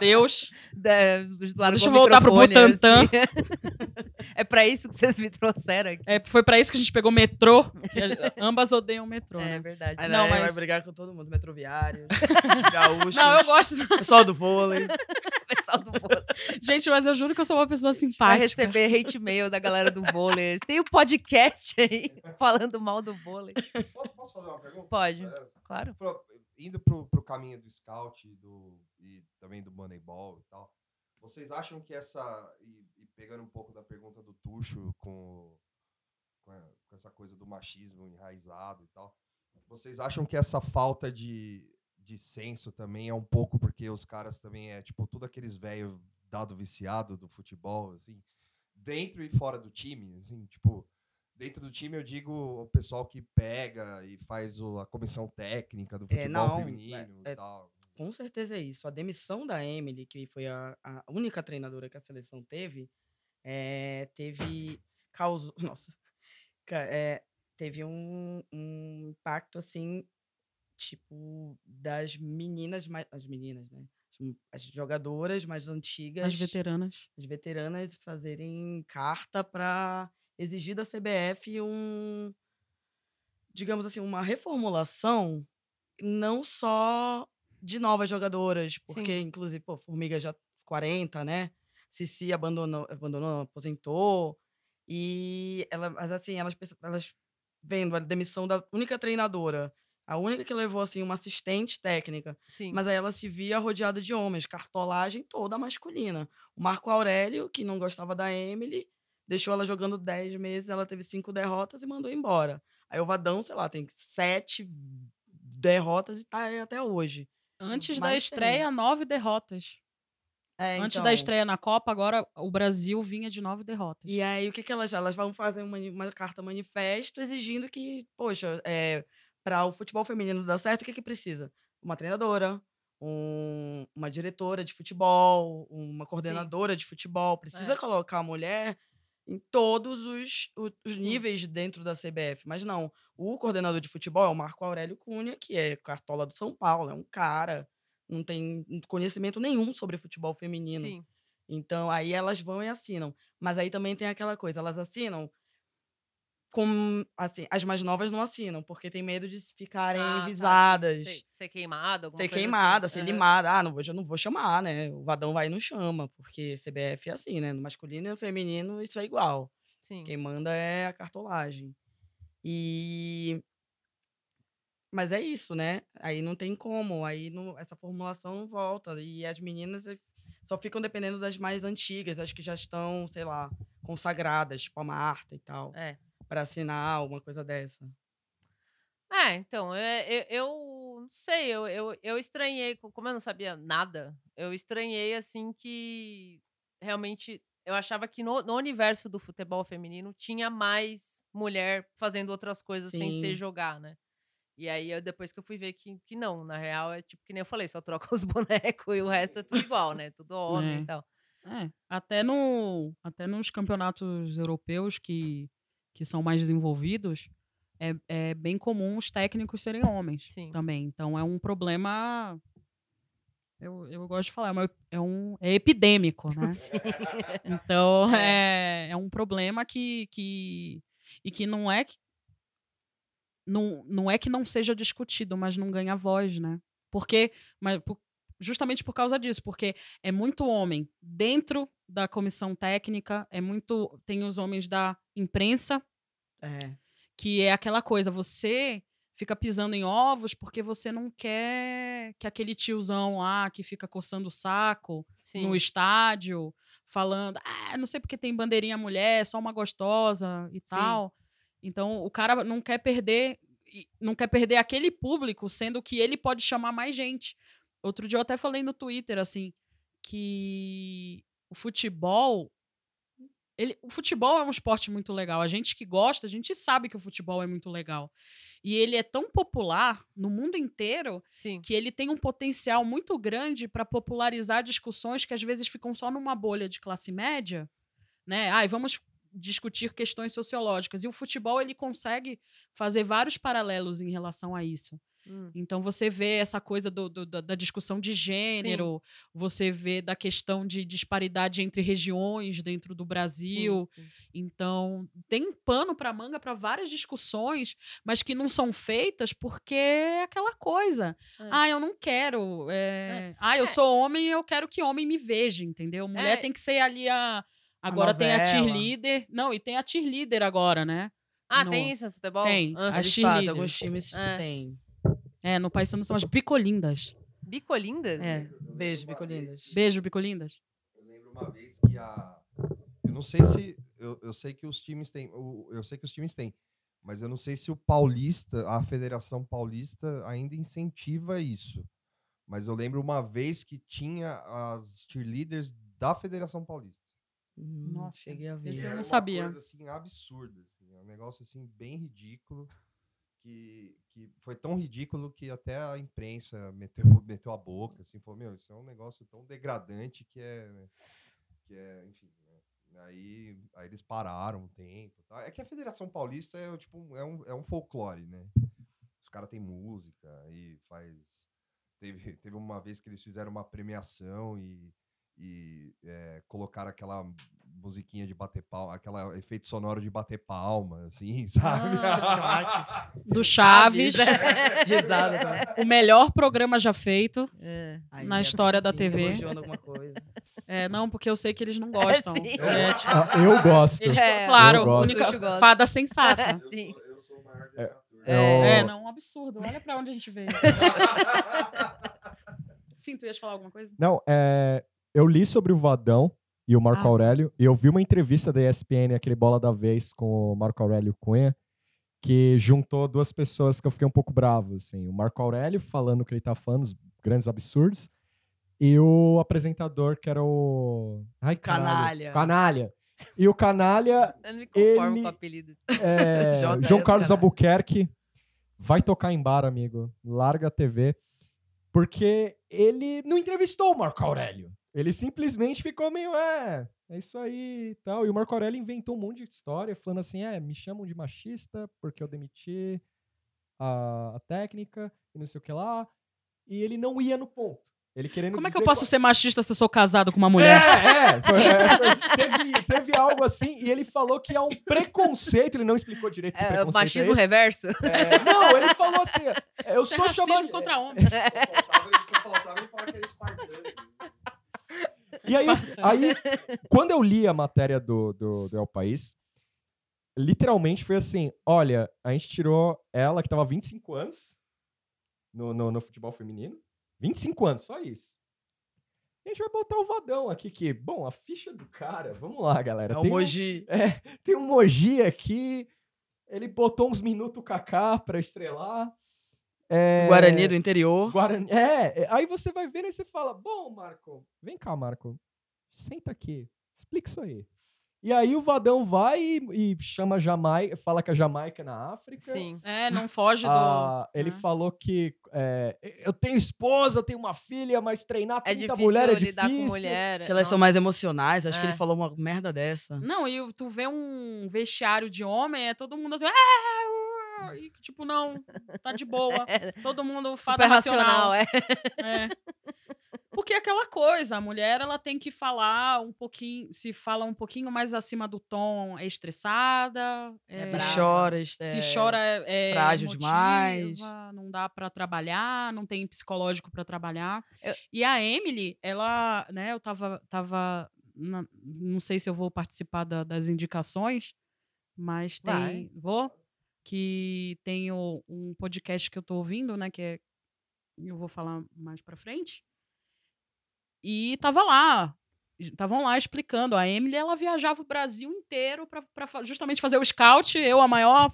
[SPEAKER 6] Deus.
[SPEAKER 2] Da- dos- largou
[SPEAKER 6] Deixa eu
[SPEAKER 2] o
[SPEAKER 6] voltar pro
[SPEAKER 2] microfone,
[SPEAKER 6] Butantã.
[SPEAKER 2] assim. *laughs* é pra isso que vocês me trouxeram aqui.
[SPEAKER 6] É, foi pra isso que a gente pegou metrô. que a- ambas odeiam metrô,
[SPEAKER 2] É
[SPEAKER 6] né?
[SPEAKER 2] verdade.
[SPEAKER 5] Aí
[SPEAKER 6] Não,
[SPEAKER 5] não, vai
[SPEAKER 6] mas-
[SPEAKER 5] brigar com todo mundo, metroviário,
[SPEAKER 6] *laughs*
[SPEAKER 5] gaúcho,
[SPEAKER 6] Não, eu gosto.
[SPEAKER 5] pessoal do vôlei.
[SPEAKER 2] pessoal do
[SPEAKER 5] *laughs*
[SPEAKER 2] vôlei.
[SPEAKER 6] *laughs* Gente, mas eu juro que eu sou uma pessoa
[SPEAKER 2] Vai
[SPEAKER 6] simpática.
[SPEAKER 2] receber hate mail da galera do vôlei. Tem um podcast aí *laughs* falando mal do vôlei.
[SPEAKER 7] Posso, posso fazer uma pergunta?
[SPEAKER 2] Pode.
[SPEAKER 7] É,
[SPEAKER 2] Claro.
[SPEAKER 7] pro- indo pro, pro caminho do scout e, do, e também do moneyball e tal, vocês acham que essa. E, e pegando um pouco da pergunta do Tuxo com, com, a- com essa coisa do machismo enraizado e tal, vocês acham que essa falta de, de senso também é um pouco porque os caras também é tipo tudo aqueles velho dado viciado do futebol, assim, dentro e fora do time, assim, tipo dentro do time eu digo o pessoal que pega e faz o- a comissão técnica do
[SPEAKER 5] É,
[SPEAKER 7] futebol
[SPEAKER 5] não,
[SPEAKER 7] feminino
[SPEAKER 5] é-
[SPEAKER 7] e tal.
[SPEAKER 5] Com certeza é isso. A demissão da Emily, que foi a, a única treinadora que a seleção teve, eh, teve. causou. *laughs* Nossa. Ca- eh, teve um, um impacto, assim, tipo, das meninas mais. As meninas, né? As jogadoras mais antigas.
[SPEAKER 6] As veteranas.
[SPEAKER 5] as veteranas fazerem carta para exigir da CBF um, digamos assim, uma reformulação não só de novas jogadoras, porque inclusive, pô, Formiga já 40, né? Cici abandonou, abandonou, não, aposentou. E ela, mas assim, elas, perce- elas vendo a demissão da única treinadora, a única que levou assim uma assistente técnica
[SPEAKER 2] Sim.
[SPEAKER 5] mas aí ela se via rodeada de homens, cartolagem toda masculina. O Marco Aurélio, que não gostava da Emily, deixou ela jogando 10 meses, ela teve cinco derrotas e mandou embora. Aí o Vadão, sei lá, tem sete derrotas e tá aí até hoje.
[SPEAKER 6] Antes da
[SPEAKER 5] Mais
[SPEAKER 6] estreia, nove derrotas.
[SPEAKER 5] É,
[SPEAKER 6] Antes da
[SPEAKER 5] então,
[SPEAKER 6] estreia na Copa, agora o Brasil vinha de nove derrotas.
[SPEAKER 5] E aí, o que, que elas Elas vão fazer uma, uma carta manifesto exigindo que, poxa, é, para o futebol feminino dar certo, o que, que precisa? Uma treinadora, um- uma diretora de futebol, uma coordenadora de futebol. Precisa
[SPEAKER 2] É.
[SPEAKER 5] colocar a mulher em todos os, o- os níveis dentro da CBF. Mas não, o coordenador de futebol é o Marco Aurélio Cunha, que é cartola do São Paulo, é um cara, não tem conhecimento nenhum sobre futebol feminino.
[SPEAKER 2] Sim.
[SPEAKER 5] Então, aí elas vão e assinam. Mas aí também tem aquela coisa, elas assinam com, assim, as mais novas não assinam, porque tem medo de ficarem
[SPEAKER 2] Ah, tá, sim,
[SPEAKER 5] visadas,
[SPEAKER 2] Ser, ser queimada, alguma
[SPEAKER 5] ser
[SPEAKER 2] coisa assim.
[SPEAKER 5] queimada, ser
[SPEAKER 2] Aham.
[SPEAKER 5] limada. Ah, não vou, eu não vou chamar, né? O vadão vai e não chama, porque CBF é assim, né? No masculino e no feminino isso é igual.
[SPEAKER 2] Sim.
[SPEAKER 5] Quem manda é a cartolagem. E. Mas é isso, né? Aí não tem como, aí não- essa formulação não volta. E as meninas eh, só ficam dependendo das mais antigas, das que já estão, sei lá, consagradas, tipo a Marta e tal,
[SPEAKER 2] É.
[SPEAKER 5] para assinar alguma coisa dessa.
[SPEAKER 2] É, então, é, eu, eu não sei, eu, eu, eu estranhei, co- como eu não sabia nada, eu estranhei assim que realmente eu achava que no, no universo do futebol feminino tinha mais mulher fazendo outras coisas sem ser
[SPEAKER 5] Sim.
[SPEAKER 2] jogar, né? E aí eu, depois que eu fui ver que, que não, na real é tipo que nem eu falei, só troca *laughs* os bonecos e o resto é tudo igual, né? Tudo homem
[SPEAKER 6] É.
[SPEAKER 2] e
[SPEAKER 6] *laughs*
[SPEAKER 2] tal.
[SPEAKER 6] É, até, no, até nos campeonatos europeus que, que são mais desenvolvidos, é, é bem comum os técnicos serem homens
[SPEAKER 2] Sim.
[SPEAKER 6] também. Então é um problema. Eu, eu gosto de falar, é uma- é, um, é epidêmico, né?
[SPEAKER 2] Sim.
[SPEAKER 6] Então *laughs* é, é um problema que, que. E que não é que. Não, não é que não seja discutido, mas não ganha voz, né? Porque. Mas, por- justamente por causa disso, porque é muito homem dentro da comissão técnica, é muito. Tem os homens da imprensa,
[SPEAKER 5] É.
[SPEAKER 6] que é aquela coisa, você fica pisando em ovos porque você não quer que aquele tiozão lá que fica coçando o saco
[SPEAKER 2] Sim.
[SPEAKER 6] no estádio, falando, ah, não sei porque tem bandeirinha mulher, só uma gostosa e
[SPEAKER 2] Sim.
[SPEAKER 6] tal. Então o cara não quer perder, e não quer perder aquele público, sendo que ele pode chamar mais gente. Outro dia eu até falei no Twitter assim que o futebol ele, o futebol é um esporte muito legal. A gente que gosta, a gente sabe que o futebol é muito legal. E ele é tão popular no mundo inteiro
[SPEAKER 2] Sim.
[SPEAKER 6] que ele tem um potencial muito grande para popularizar discussões que às vezes ficam só numa bolha de classe média, né? Ai, vamos discutir questões sociológicas. E o futebol ele consegue fazer vários paralelos em relação a isso.
[SPEAKER 2] Hum.
[SPEAKER 6] Então você vê essa coisa do- do- da, da discussão de gênero, você vê da questão de disparidade entre regiões dentro do Brasil. Então tem pano para manga para várias discussões, mas que não são feitas porque é aquela coisa.
[SPEAKER 2] É.
[SPEAKER 6] Ah, eu não quero. é, Ah, eu sou homem e eu quero que homem me veja, entendeu? Mulher
[SPEAKER 2] É.
[SPEAKER 6] tem que ser ali a. Agora tem a
[SPEAKER 5] novela.
[SPEAKER 6] cheerleader. Não, e tem a cheerleader agora, né?
[SPEAKER 2] Ah,
[SPEAKER 6] No-
[SPEAKER 2] tem isso no futebol?
[SPEAKER 6] Tem.
[SPEAKER 2] Ah,
[SPEAKER 6] As
[SPEAKER 5] Eles
[SPEAKER 6] cheerleaders.
[SPEAKER 5] fazem, alguns times
[SPEAKER 2] É.
[SPEAKER 5] têm.
[SPEAKER 6] É, no País são as bicolindas.
[SPEAKER 2] Bicolindas?
[SPEAKER 6] É.
[SPEAKER 5] Beijo, bicolindas.
[SPEAKER 6] Beijo, bicolindas.
[SPEAKER 1] Eu lembro uma vez que a. Eu não sei se. Eu, eu sei que os times têm. o- Eu sei que os times têm. Mas eu não sei se o Paulista, a Federação Paulista, ainda incentiva isso. Mas eu lembro uma vez que tinha as cheerleaders da Federação Paulista.
[SPEAKER 5] Hum,
[SPEAKER 6] Nossa,
[SPEAKER 5] cheguei a ver.
[SPEAKER 6] esse eu
[SPEAKER 1] Era
[SPEAKER 5] *laughs*
[SPEAKER 6] não
[SPEAKER 1] uma
[SPEAKER 6] sabia.
[SPEAKER 1] coisa assim absurda, assim, é um negócio assim bem ridículo que, que foi tão ridículo que até a imprensa meteu, *laughs* meteu a boca, assim, falou, meu, isso é um negócio tão degradante que é, que é, enfim, né? aí, aí eles pararam um tempo, tá? É que a Federação Paulista é o tipo um- é um, é um folclore, né? Os caras têm música e faz teve *laughs* teve uma vez que eles fizeram uma premiação e e eh, colocaram aquela musiquinha de bater palma, aquela efeito sonoro de bater palma, assim, *laughs* sabe?
[SPEAKER 5] Ah,
[SPEAKER 6] Do Chaves,
[SPEAKER 2] *laughs*
[SPEAKER 5] Risada também.
[SPEAKER 6] *laughs* o melhor programa já feito.
[SPEAKER 2] É.
[SPEAKER 5] tá? Aí
[SPEAKER 6] Na
[SPEAKER 5] é
[SPEAKER 6] história da
[SPEAKER 5] porque
[SPEAKER 6] TV.
[SPEAKER 5] elogiando alguma coisa.
[SPEAKER 6] É, não, porque eu sei que eles não gostam.
[SPEAKER 2] sim.
[SPEAKER 6] É, tipo,
[SPEAKER 3] Ah, Eu gosto.
[SPEAKER 2] Ele- é,
[SPEAKER 6] claro,
[SPEAKER 3] gosto.
[SPEAKER 6] única
[SPEAKER 2] Sushi *laughs* gosta.
[SPEAKER 6] fada sensata.
[SPEAKER 2] Sim.
[SPEAKER 3] Eu-
[SPEAKER 6] É, não, um absurdo. Olha pra onde a gente
[SPEAKER 2] *laughs*
[SPEAKER 6] veio. Sim, tu ias falar alguma coisa?
[SPEAKER 3] Não, é, eu li sobre o Vadão e o Marco
[SPEAKER 6] Ah.
[SPEAKER 3] Aurélio, e eu vi uma entrevista da ESPN, aquele Bola da Vez, com o Marco Aurélio Cunha, que juntou duas pessoas que eu fiquei um pouco bravo, assim. O Marco Aurélio falando o que ele tá falando, os grandes absurdos, e o apresentador, que era o... Ai, caralho.
[SPEAKER 5] Canalha.
[SPEAKER 3] Canalha. E o Canalha
[SPEAKER 2] Eu não me conformo
[SPEAKER 3] Ele-
[SPEAKER 2] com o apelido.
[SPEAKER 6] *laughs*
[SPEAKER 3] é,
[SPEAKER 5] J.S.
[SPEAKER 3] João Carlos
[SPEAKER 6] né?
[SPEAKER 5] Caralho.
[SPEAKER 3] Albuquerque vai tocar em bar, amigo. Larga a TV. Porque ele não entrevistou o Marco Aurélio. Ele simplesmente ficou meio, é, é isso aí e tal. E o Marco Aurélio inventou um monte de história, falando assim, é, me chamam de machista porque eu demiti a, a técnica e não sei o que lá. E ele não ia no ponto. Ele querendo
[SPEAKER 6] Como é que eu
[SPEAKER 3] dizer
[SPEAKER 6] posso ser machista se eu sou casado com uma mulher?
[SPEAKER 3] é, é, foi- é, foi-
[SPEAKER 5] *laughs*
[SPEAKER 3] teve, teve algo assim, e ele falou que é um preconceito, ele não explicou direito que
[SPEAKER 2] É,
[SPEAKER 3] preconceito
[SPEAKER 2] machismo
[SPEAKER 3] é esse.
[SPEAKER 2] reverso?
[SPEAKER 3] É, não, ele falou assim, é, eu
[SPEAKER 6] Isso é
[SPEAKER 3] sou
[SPEAKER 6] racismo
[SPEAKER 3] chamado... *laughs*
[SPEAKER 6] contra
[SPEAKER 8] *laughs*
[SPEAKER 6] homens.
[SPEAKER 8] é
[SPEAKER 3] E aí, aí, quando eu li a matéria do, do, do El País, literalmente foi assim, olha, a gente tirou ela, que tava 25 anos, no, no, no futebol feminino, 25 anos, só isso. E a gente vai botar o Vadão aqui, que, bom, a ficha do cara, vamos lá, galera.
[SPEAKER 5] É o
[SPEAKER 3] tem um-
[SPEAKER 5] Moji.
[SPEAKER 3] Tem um Mogi aqui. Ele botou uns minutos Kaká pra estrelar. É,
[SPEAKER 5] Guarani do interior.
[SPEAKER 3] Guarani. É, é, aí você vai vendo e você fala: Bom, Marco, vem cá, Marco. Senta aqui. Explica isso aí. E aí o Vadão vai e, e chama Jamaica, fala que a Jamaica é na África.
[SPEAKER 2] Sim.
[SPEAKER 6] É, não foge do.
[SPEAKER 3] Ah, ele
[SPEAKER 6] né?
[SPEAKER 3] falou que é, eu tenho esposa, eu tenho uma filha, mas treinar
[SPEAKER 2] É
[SPEAKER 3] 30
[SPEAKER 2] difícil
[SPEAKER 3] mulher é difícil.
[SPEAKER 2] lidar com mulher.
[SPEAKER 5] Que elas são
[SPEAKER 2] É, Nossa.
[SPEAKER 5] mais emocionais. Acho que
[SPEAKER 2] É.
[SPEAKER 5] ele falou uma merda dessa.
[SPEAKER 6] Não, e o- tu vê um vestiário de homem, é todo mundo assim. "Ah, uh", E, tipo, não, tá de
[SPEAKER 2] *laughs*
[SPEAKER 6] boa. Todo mundo fada
[SPEAKER 2] É, Super racional,
[SPEAKER 6] racional.
[SPEAKER 2] é.
[SPEAKER 6] *laughs* É. Porque é aquela coisa, a mulher ela tem que falar um pouquinho, se fala um pouquinho mais acima do tom, é estressada, é,
[SPEAKER 5] se
[SPEAKER 2] brava.
[SPEAKER 5] chora, é,
[SPEAKER 6] se chora é, é
[SPEAKER 5] frágil
[SPEAKER 6] emotiva,
[SPEAKER 5] demais.
[SPEAKER 6] não dá pra trabalhar, não tem psicológico pra trabalhar.
[SPEAKER 2] Eu-
[SPEAKER 6] E a Emily, ela, né, eu tava tava na- não sei se eu vou participar da- das indicações, mas tem,
[SPEAKER 2] Vai.
[SPEAKER 6] vou que tem o- um podcast que eu tô ouvindo, né, que é eu vou falar mais pra frente. E tava lá, estavam lá explicando. A Emily, ela viajava o Brasil inteiro para justamente fazer o scout. Eu, a maior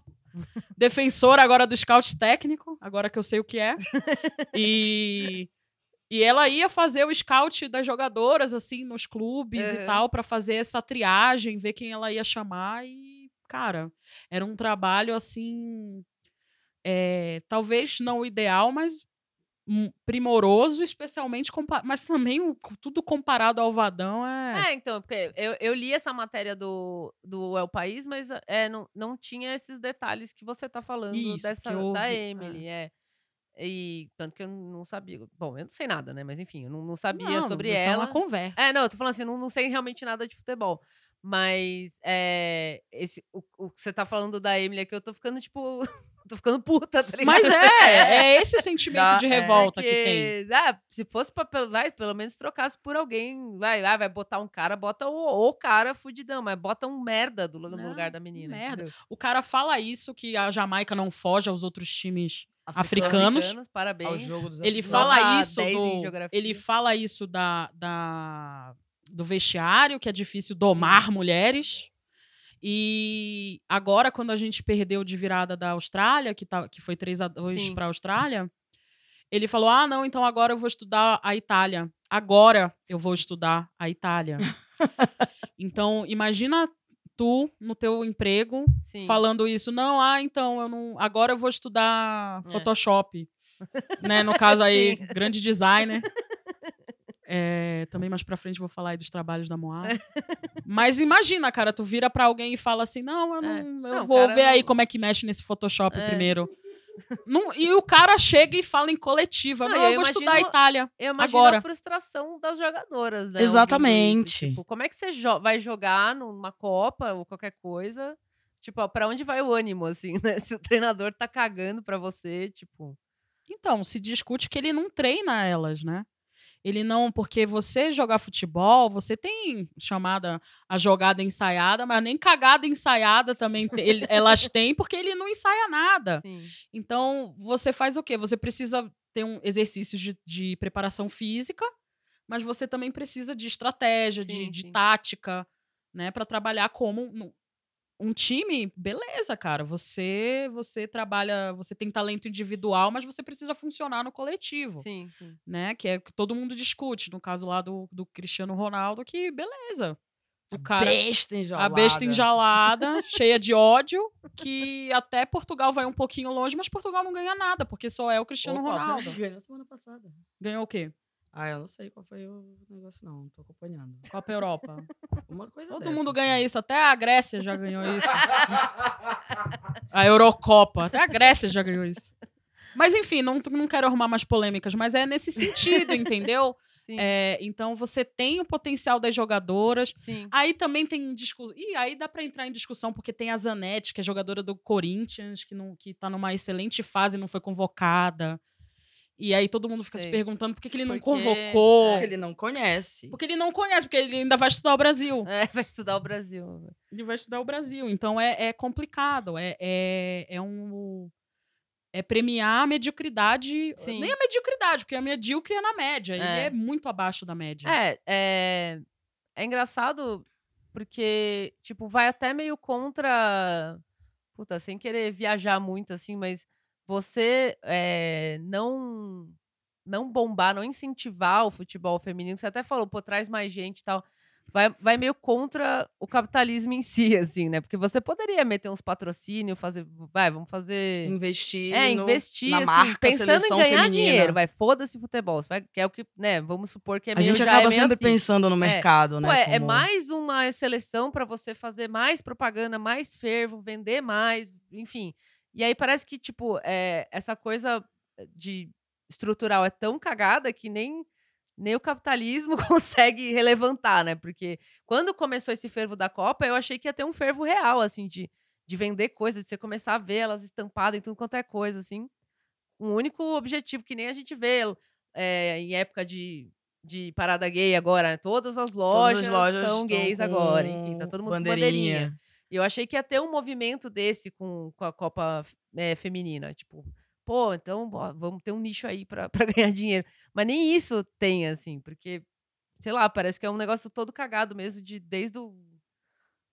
[SPEAKER 6] defensora agora do scout técnico, agora que eu sei o que é. E, e ela ia fazer o scout das jogadoras, assim, nos clubes
[SPEAKER 2] Uhum.
[SPEAKER 6] e tal, para fazer essa triagem, ver quem ela ia chamar. E, cara, era um trabalho, assim, é, talvez não o ideal, mas hum, primoroso, especialmente, compa- mas também o- tudo comparado ao Vadão é...
[SPEAKER 2] É, então, porque eu, eu li essa matéria do, do El País, mas é, não, não tinha esses detalhes que você tá falando
[SPEAKER 6] Isso,
[SPEAKER 2] dessa,
[SPEAKER 6] que eu
[SPEAKER 2] da
[SPEAKER 6] ouvi,
[SPEAKER 2] Emily. É. E tanto que eu não sabia. Bom, eu não sei nada, né? Mas enfim, eu não, não sabia
[SPEAKER 6] Não,
[SPEAKER 2] sobre
[SPEAKER 6] isso É
[SPEAKER 2] ela.
[SPEAKER 6] uma conversa.
[SPEAKER 2] É, não, eu tô falando assim, eu não, não sei realmente nada de futebol. Mas é, esse, o, o que você tá falando da Emily aqui, eu tô ficando, tipo. *laughs* tô ficando puta, *laughs* tá ligado?
[SPEAKER 6] Mas é, é esse o sentimento
[SPEAKER 2] Dá-
[SPEAKER 6] de
[SPEAKER 2] é
[SPEAKER 6] revolta que tem.
[SPEAKER 2] Ah, se fosse pra, pelo- vai, pelo menos trocasse por alguém. Vai, ah, vai botar um cara, bota o, o cara fudidão, mas bota um merda do, lu- no
[SPEAKER 6] Não,
[SPEAKER 2] lugar da menina.
[SPEAKER 6] merda.
[SPEAKER 2] entendeu?
[SPEAKER 6] O cara fala isso, que a Jamaica não foge aos outros times. Africanos.
[SPEAKER 2] parabéns.
[SPEAKER 5] Ao jogo dos
[SPEAKER 6] Ele
[SPEAKER 5] africanos.
[SPEAKER 6] fala
[SPEAKER 2] Nota
[SPEAKER 6] isso
[SPEAKER 2] 10 em
[SPEAKER 6] do,
[SPEAKER 2] geografia.
[SPEAKER 6] ele fala isso da, da- do vestiário, que é difícil domar mulheres. E agora, quando a gente perdeu de virada da Austrália, que, tá, que foi 3 a 2
[SPEAKER 2] Sim.
[SPEAKER 6] para a Austrália, ele falou: Ah, não, então agora eu vou estudar a Itália. Agora eu vou estudar
[SPEAKER 2] *laughs*
[SPEAKER 6] a Itália. então, imagina tu no teu emprego
[SPEAKER 2] Sim.
[SPEAKER 6] falando isso. Não, ah, então eu não. Agora eu vou estudar
[SPEAKER 2] É. *laughs*
[SPEAKER 6] Photoshop. né? No caso aí, grande designer. É, também mais pra frente eu vou falar aí dos trabalhos da Moá. Mas imagina, cara, tu vira pra alguém e fala assim: não, eu não.
[SPEAKER 2] É.
[SPEAKER 6] Eu
[SPEAKER 2] Não,
[SPEAKER 6] vou
[SPEAKER 2] cara,
[SPEAKER 6] ver aí
[SPEAKER 2] não-
[SPEAKER 6] como é que mexe nesse
[SPEAKER 2] É.
[SPEAKER 6] Photoshop
[SPEAKER 2] *laughs*
[SPEAKER 6] primeiro. Não- e o cara chega e fala em coletiva:
[SPEAKER 2] Não,
[SPEAKER 6] não,
[SPEAKER 2] eu
[SPEAKER 6] eu, vou estudar a
[SPEAKER 2] imagino-
[SPEAKER 6] Itália.
[SPEAKER 2] Eu imagino
[SPEAKER 6] Agora.
[SPEAKER 2] a frustração das jogadoras, né? ouvindo
[SPEAKER 6] Exatamente.
[SPEAKER 2] isso. Tipo, como é que você jo- vai jogar numa Copa ou qualquer coisa? Tipo, ó, pra onde vai o ânimo, assim, *laughs* né? Se o treinador tá cagando pra você, tipo...
[SPEAKER 6] Então, se discute que ele não treina elas, né? Ele não, porque você jogar futebol, você tem chamada a jogada ensaiada, mas nem cagada ensaiada também te- ele- elas têm, porque ele não ensaia nada.
[SPEAKER 2] Sim.
[SPEAKER 6] Então, você faz o quê? Você precisa ter um exercício de, de preparação física, mas você também precisa de estratégia, de,
[SPEAKER 2] Sim,
[SPEAKER 6] de
[SPEAKER 2] sim.
[SPEAKER 6] tática, né? Para trabalhar como um, um time, beleza, cara. Você você trabalha, você tem talento individual, mas você precisa funcionar no coletivo,
[SPEAKER 2] Sim, sim.
[SPEAKER 6] né? Que é o que todo mundo discute. No caso lá do, do Cristiano Ronaldo, que beleza. O cara
[SPEAKER 5] Besta enjaulada.
[SPEAKER 6] a besta enjalada, cheia de ódio, que até Portugal vai um pouquinho longe, mas Portugal não ganha nada, porque só é o Cristiano
[SPEAKER 5] Opa,
[SPEAKER 6] Ronaldo.
[SPEAKER 5] *laughs* Ganhou semana passada.
[SPEAKER 6] Ganhou o quê?
[SPEAKER 5] Ah, eu não sei qual foi o negócio, não. Não tô acompanhando.
[SPEAKER 6] Copa Europa.
[SPEAKER 5] Uma coisa
[SPEAKER 6] Todo
[SPEAKER 5] dessa,
[SPEAKER 6] mundo
[SPEAKER 5] assim.
[SPEAKER 6] ganha isso, até a Grécia já ganhou isso. a Eurocopa, até a Grécia já ganhou isso. Mas enfim, não, não quero arrumar mais polêmicas, mas é nesse sentido, entendeu?
[SPEAKER 2] Sim,
[SPEAKER 6] É, então você tem o potencial das jogadoras,
[SPEAKER 2] sim.
[SPEAKER 6] Aí também tem discussão. E aí dá pra entrar em discussão, porque tem a Zanetti, que é jogadora do Corinthians, que, não, que tá numa excelente fase, não foi convocada. E aí todo mundo fica se
[SPEAKER 2] Sei.
[SPEAKER 6] perguntando por que, que ele não
[SPEAKER 2] Porque- é.
[SPEAKER 6] convocou.
[SPEAKER 5] Porque É, ele não conhece.
[SPEAKER 6] Porque ele não conhece, porque ele ainda vai estudar o Brasil.
[SPEAKER 2] É, vai estudar o Brasil. né?
[SPEAKER 6] Ele vai estudar o Brasil. Então é, é complicado. É, é, é um. É premiar a mediocridade.
[SPEAKER 2] Sim.
[SPEAKER 6] Nem a mediocridade, porque a medíocre é na média. Ele
[SPEAKER 2] É.
[SPEAKER 6] é muito abaixo da média.
[SPEAKER 2] É, é, é engraçado porque, tipo, vai até meio contra. Puta, sem querer viajar muito, assim, mas você é, não não bombar, não incentivar o futebol feminino, que você até falou, pô, traz mais gente e tal. Vai, vai meio contra o capitalismo em si, *laughs* assim, né? Porque você poderia meter uns patrocínios, fazer. Vai, vamos fazer.
[SPEAKER 5] Investir.
[SPEAKER 2] É,
[SPEAKER 5] no-
[SPEAKER 2] investir,
[SPEAKER 5] na
[SPEAKER 2] assim,
[SPEAKER 5] marca,
[SPEAKER 2] pensando em
[SPEAKER 5] seleção
[SPEAKER 2] ganhar
[SPEAKER 5] feminina.
[SPEAKER 2] dinheiro. Vai, foda-se futebol. Você vai, que é o que, né, vamos supor que é
[SPEAKER 5] A
[SPEAKER 2] meio
[SPEAKER 5] gente
[SPEAKER 2] já é
[SPEAKER 5] acaba
[SPEAKER 2] meio
[SPEAKER 5] sempre
[SPEAKER 2] assim.
[SPEAKER 5] pensando no mercado, né?
[SPEAKER 2] Pô, é, é
[SPEAKER 5] como-
[SPEAKER 2] mais uma seleção pra você fazer mais propaganda, mais fervo, vender mais, enfim. E aí parece que, tipo, é, essa coisa de estrutural é tão cagada que nem, nem o capitalismo *laughs* consegue relevantar, né? Porque quando começou esse fervo da Copa, eu achei que ia ter um fervo real, assim, de, de vender coisas, de você começar a ver elas estampadas em tudo quanto é coisa, assim. Um único objetivo que nem a gente vê é, em época de, de parada gay agora, né? Todas as
[SPEAKER 5] Todas
[SPEAKER 2] lojas,
[SPEAKER 5] as lojas
[SPEAKER 2] são
[SPEAKER 5] estão
[SPEAKER 2] gays agora,
[SPEAKER 5] com
[SPEAKER 2] enfim, tá todo mundo com bandeirinha. E eu achei que ia ter um movimento desse com, com a Copa eh, Feminina. Tipo, pô, então ó, vamos ter um nicho aí pra, *laughs* pra ganhar dinheiro. Mas nem isso tem, assim, porque, sei lá, parece que é um negócio todo cagado mesmo, de, desde o.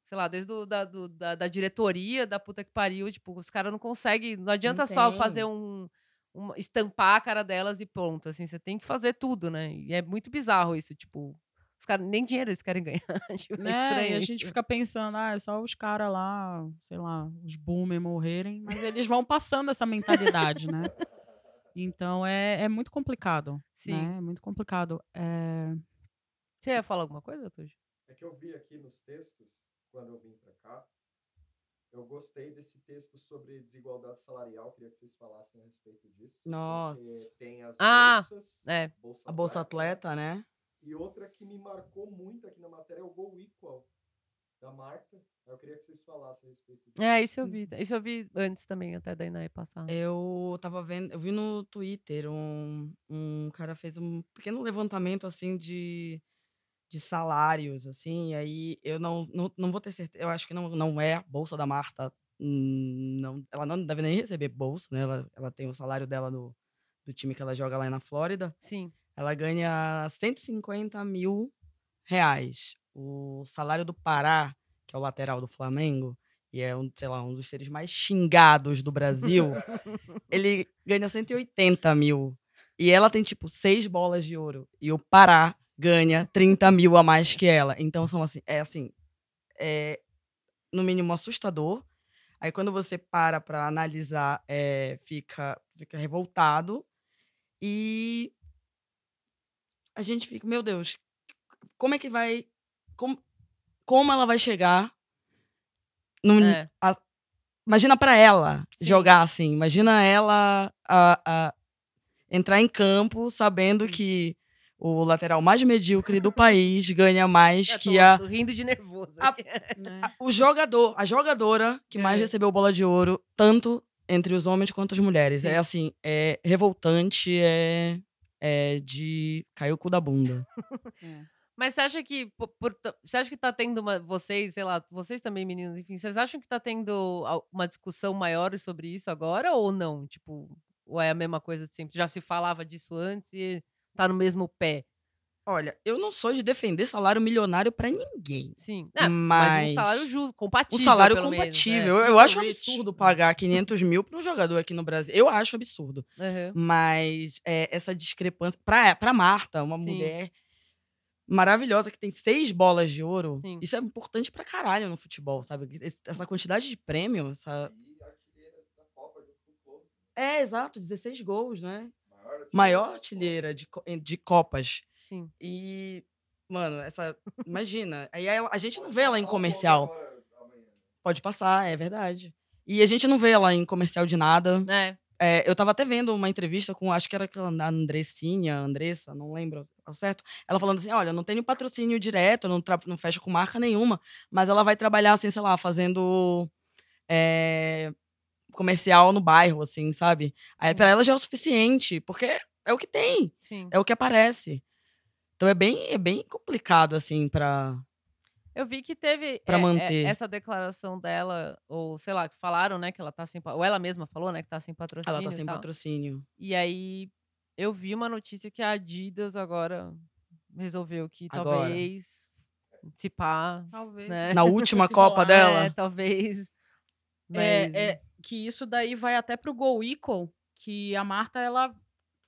[SPEAKER 2] Sei lá, desde o, da, do- da, da diretoria da puta que pariu. Tipo, os caras não conseguem. Não adianta só
[SPEAKER 5] tem.
[SPEAKER 2] fazer um. uma- estampar a cara delas e pronto. Assim, você tem que fazer tudo, né? E é muito bizarro isso. Tipo, os caras nem dinheiro eles querem *laughs* ganhar. tipo, é
[SPEAKER 6] né?
[SPEAKER 2] estranho
[SPEAKER 6] E a
[SPEAKER 2] isso.
[SPEAKER 6] gente fica pensando, ah, é só os caras lá, sei lá, os boomer morrerem, mas eles vão passando essa mentalidade, né? Então é, é muito complicado.
[SPEAKER 2] Sim.
[SPEAKER 6] né? É muito complicado. É,
[SPEAKER 2] Você ia falar alguma coisa, Tujo?
[SPEAKER 7] É que eu vi aqui nos textos, quando eu vim pra cá,
[SPEAKER 8] Eu gostei desse texto sobre desigualdade salarial, queria que vocês falassem a respeito disso.
[SPEAKER 5] Nossa.
[SPEAKER 8] porque Tem as
[SPEAKER 2] Ah,
[SPEAKER 8] bolsas,
[SPEAKER 2] é.
[SPEAKER 8] bolsa
[SPEAKER 5] A Bolsa
[SPEAKER 8] Atleta,
[SPEAKER 5] Atleta, né?
[SPEAKER 8] E outra que me marcou muito aqui na matéria é o Go Equal, da marca. Eu queria que vocês falassem a respeito disso.
[SPEAKER 2] É, isso eu
[SPEAKER 5] Hum.
[SPEAKER 2] vi. Isso eu vi antes também, até da Inaê passar.
[SPEAKER 5] É. Eu tava vendo, eu vi no Twitter um, um cara fez um pequeno levantamento assim de, de salários, assim, e aí eu não, não, não vou ter certeza, eu acho que não, não é a bolsa da Marta, hum, não, ela não deve nem receber bolsa, né? Ela, ela tem o salário dela no, do time que ela joga lá na Flórida.
[SPEAKER 2] Sim.
[SPEAKER 5] Ela ganha 150 mil reais. O salário do Pará, que é o lateral do Flamengo, e é um, sei lá, um dos seres mais xingados do Brasil, ele ganha 180 mil. E ela tem, tipo, seis bolas de ouro. E o Pará ganha 30 mil a mais que ela. Então, são assim, é assim, é, no mínimo assustador. Aí, quando você para pra analisar, é, fica, fica revoltado. E a gente fica, meu Deus, como é que vai. Como, como ela vai chegar? num-
[SPEAKER 2] É.
[SPEAKER 5] Imagina pra ela
[SPEAKER 2] Sim.
[SPEAKER 5] jogar assim. Imagina ela a, a entrar em campo sabendo que o lateral mais medíocre do país ganha mais
[SPEAKER 2] Eu
[SPEAKER 5] que
[SPEAKER 2] tô,
[SPEAKER 5] a
[SPEAKER 2] tô rindo de nervoso.
[SPEAKER 5] A-
[SPEAKER 2] aqui. *laughs*
[SPEAKER 6] né?
[SPEAKER 5] o jogador, a jogadora que mais
[SPEAKER 2] É.
[SPEAKER 5] recebeu bola de ouro, tanto entre os homens quanto as mulheres. É assim, é revoltante, é, é de. caiu o cu da bunda.
[SPEAKER 6] É.
[SPEAKER 2] Mas você acha que po- por t- você acha que tá tendo uma vocês, sei lá, vocês também meninos, enfim, vocês acham que tá tendo al- uma discussão maior sobre isso agora ou não? Tipo, ou é a mesma coisa de sempre? Já se falava disso antes e tá no mesmo pé.
[SPEAKER 5] Olha, eu não sou de defender salário milionário pra ninguém.
[SPEAKER 2] Sim. Ah, mas... um salário
[SPEAKER 5] Mas
[SPEAKER 2] justo,
[SPEAKER 5] O
[SPEAKER 2] compatível.
[SPEAKER 5] salário
[SPEAKER 2] pelo menos, é.
[SPEAKER 5] compatível. Eu- eu
[SPEAKER 6] Muito
[SPEAKER 5] acho um
[SPEAKER 6] rich.
[SPEAKER 5] absurdo pagar 500 mil pra um jogador aqui no Brasil. Eu acho absurdo.
[SPEAKER 2] é. Uhum.
[SPEAKER 5] Mas é, essa discrepância. Pra, pra Marta, uma
[SPEAKER 2] Sim.
[SPEAKER 5] mulher maravilhosa que tem seis bolas de ouro,
[SPEAKER 2] Sim.
[SPEAKER 5] isso é importante pra caralho no futebol, sabe? Esse- Essa quantidade de prêmio. Essa...
[SPEAKER 8] E artilheira da Copa junto com o Klopp,
[SPEAKER 5] É, exato, 16 gols, né?
[SPEAKER 8] maior artilheira
[SPEAKER 5] Maior
[SPEAKER 8] da
[SPEAKER 5] artilheira de, co- de Copas.
[SPEAKER 2] Sim.
[SPEAKER 5] E, mano, essa. Imagina. Aí ela- a gente
[SPEAKER 8] Copa.
[SPEAKER 5] não vê ela em
[SPEAKER 8] Passar o Klopp
[SPEAKER 5] comercial.
[SPEAKER 8] agora, amanhã.
[SPEAKER 5] Pode passar, é verdade. E a gente não vê ela em comercial de nada.
[SPEAKER 2] É.
[SPEAKER 5] É, eu tava até vendo uma entrevista com, acho que era aquela da Andressinha, Andressa, não lembro ao certo. Ela falando assim: olha, eu não tenho patrocínio direto, eu não, tra- não fecho com marca nenhuma, mas ela vai trabalhar, assim, sei lá, fazendo é, comercial no bairro, assim, sabe? Aí pra ela já é o suficiente, porque é o que tem
[SPEAKER 2] Sim.
[SPEAKER 5] é o que aparece. Então é bem, é bem complicado, assim, pra.
[SPEAKER 2] Eu vi que teve
[SPEAKER 5] Pra
[SPEAKER 2] é, é,
[SPEAKER 5] manter.
[SPEAKER 2] essa declaração dela, ou sei lá, que falaram, né, que ela tá sem. pa- Ou ela mesma falou, né, que tá sem patrocínio.
[SPEAKER 5] Ela tá
[SPEAKER 2] e
[SPEAKER 5] sem
[SPEAKER 2] tal.
[SPEAKER 5] patrocínio.
[SPEAKER 2] E aí eu vi uma notícia que a Adidas agora resolveu que
[SPEAKER 5] Agora.
[SPEAKER 2] talvez se pá, né?
[SPEAKER 6] Talvez.
[SPEAKER 5] *laughs* Na
[SPEAKER 2] *laughs*
[SPEAKER 5] última
[SPEAKER 6] Se
[SPEAKER 5] Copa
[SPEAKER 6] rolar,
[SPEAKER 5] dela.
[SPEAKER 2] É, talvez. Mas-
[SPEAKER 6] É, é, que isso daí vai até pro Go Equal, que a Marta, ela.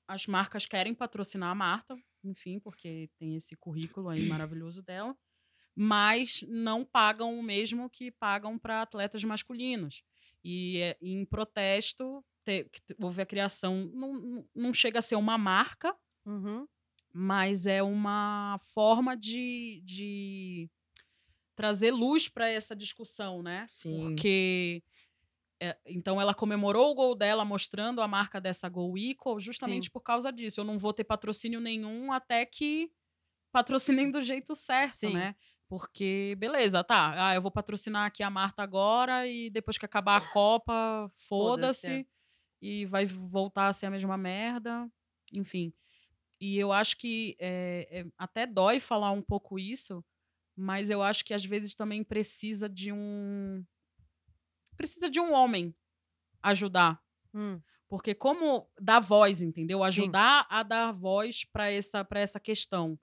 [SPEAKER 6] As marcas querem patrocinar a Marta, enfim, porque tem esse currículo aí maravilhoso dela, mas não pagam o mesmo que pagam para atletas masculinos. E é, em protesto, te- que t- houve a criação. Não, não- não chega a ser uma marca,
[SPEAKER 2] Uhum.
[SPEAKER 6] mas é uma forma de, de trazer luz para essa discussão, né?
[SPEAKER 5] Sim.
[SPEAKER 6] Porque. é, então ela comemorou o gol dela mostrando a marca dessa Go Equal justamente
[SPEAKER 2] Sim.
[SPEAKER 6] por causa disso. Eu não vou ter patrocínio nenhum até que patrocinem do jeito certo,
[SPEAKER 2] Sim.
[SPEAKER 6] né? Porque, beleza, tá. Ah, eu vou patrocinar aqui a Marta agora e depois que acabar a Copa,
[SPEAKER 2] Foda-se,
[SPEAKER 6] foda-se.
[SPEAKER 2] é.
[SPEAKER 6] e vai voltar a ser a mesma merda. Enfim. E eu acho que é, é, até dói falar um pouco isso, mas eu acho que às vezes também precisa de um. Precisa de um homem ajudar.
[SPEAKER 2] Hum.
[SPEAKER 6] Porque como dar voz, entendeu?
[SPEAKER 2] Sim.
[SPEAKER 6] Ajudar a dar voz para essa, pra essa questão.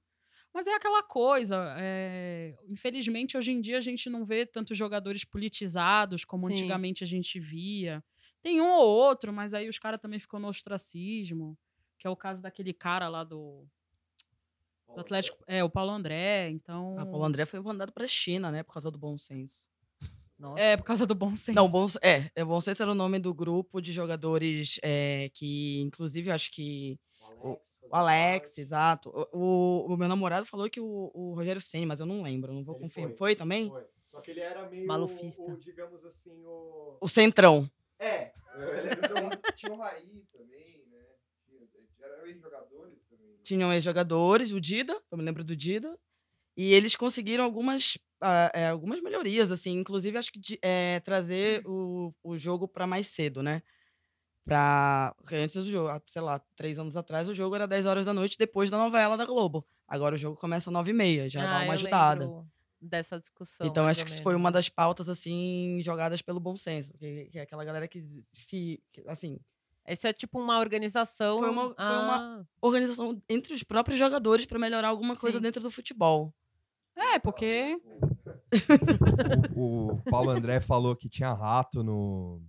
[SPEAKER 6] Mas é aquela coisa. é, Infelizmente, hoje em dia, a gente não vê tantos jogadores politizados como
[SPEAKER 2] Sim.
[SPEAKER 6] antigamente a gente via. Tem um ou outro, mas aí os caras também ficam no ostracismo. Que é o caso daquele cara lá do, do Atlético. É, o Paulo André. Então.
[SPEAKER 2] Hum.
[SPEAKER 5] A Ah, Paulo André foi mandado pra China, né? Por causa do bom senso.
[SPEAKER 2] Nossa.
[SPEAKER 6] É, por causa do bom senso.
[SPEAKER 5] Não, bom, Sen- é, é, bom senso era o nome do grupo de jogadores é, que, inclusive, eu acho que o Alex, exato. O, o- o meu namorado falou que o, o Rogério Senna, mas eu não lembro, eu não vou
[SPEAKER 8] Ele
[SPEAKER 5] confirmar.
[SPEAKER 8] foi.
[SPEAKER 5] Foi também?
[SPEAKER 8] Foi. Só que ele era meio.
[SPEAKER 2] Malufista.
[SPEAKER 8] O, digamos assim, o.
[SPEAKER 5] O centrão.
[SPEAKER 8] É.
[SPEAKER 7] Então, tinha o Raí também, né? Tinha- Eram ex-jogadores também. né?
[SPEAKER 5] Tinham ex-jogadores, o Dida, eu me lembro do Dida. E eles conseguiram algumas, ah, é, algumas melhorias, assim. Inclusive, acho que de- é, trazer
[SPEAKER 2] Uhum.
[SPEAKER 5] o, o jogo para mais cedo, né? Pra... porque Antes do jogo, há, sei lá, três anos atrás, o jogo era 10 horas da noite depois da novela da Globo. Agora o jogo começa às 9 e meia, já
[SPEAKER 2] Ah,
[SPEAKER 5] dá
[SPEAKER 2] eu
[SPEAKER 5] uma ajudada.
[SPEAKER 2] lembro Dessa discussão.
[SPEAKER 5] Então,
[SPEAKER 2] mais
[SPEAKER 5] acho
[SPEAKER 2] ou
[SPEAKER 5] que isso
[SPEAKER 2] menos. né?
[SPEAKER 5] foi uma das pautas, assim, jogadas pelo bom senso. Que, que é aquela galera que se. que, assim,
[SPEAKER 2] Isso é tipo uma organização.
[SPEAKER 5] Foi uma- foi
[SPEAKER 2] ah.
[SPEAKER 5] uma- organização entre os próprios jogadores para melhorar alguma coisa
[SPEAKER 2] Sim.
[SPEAKER 5] dentro do futebol.
[SPEAKER 6] É, porque
[SPEAKER 7] O, o Paulo André falou que tinha rato no.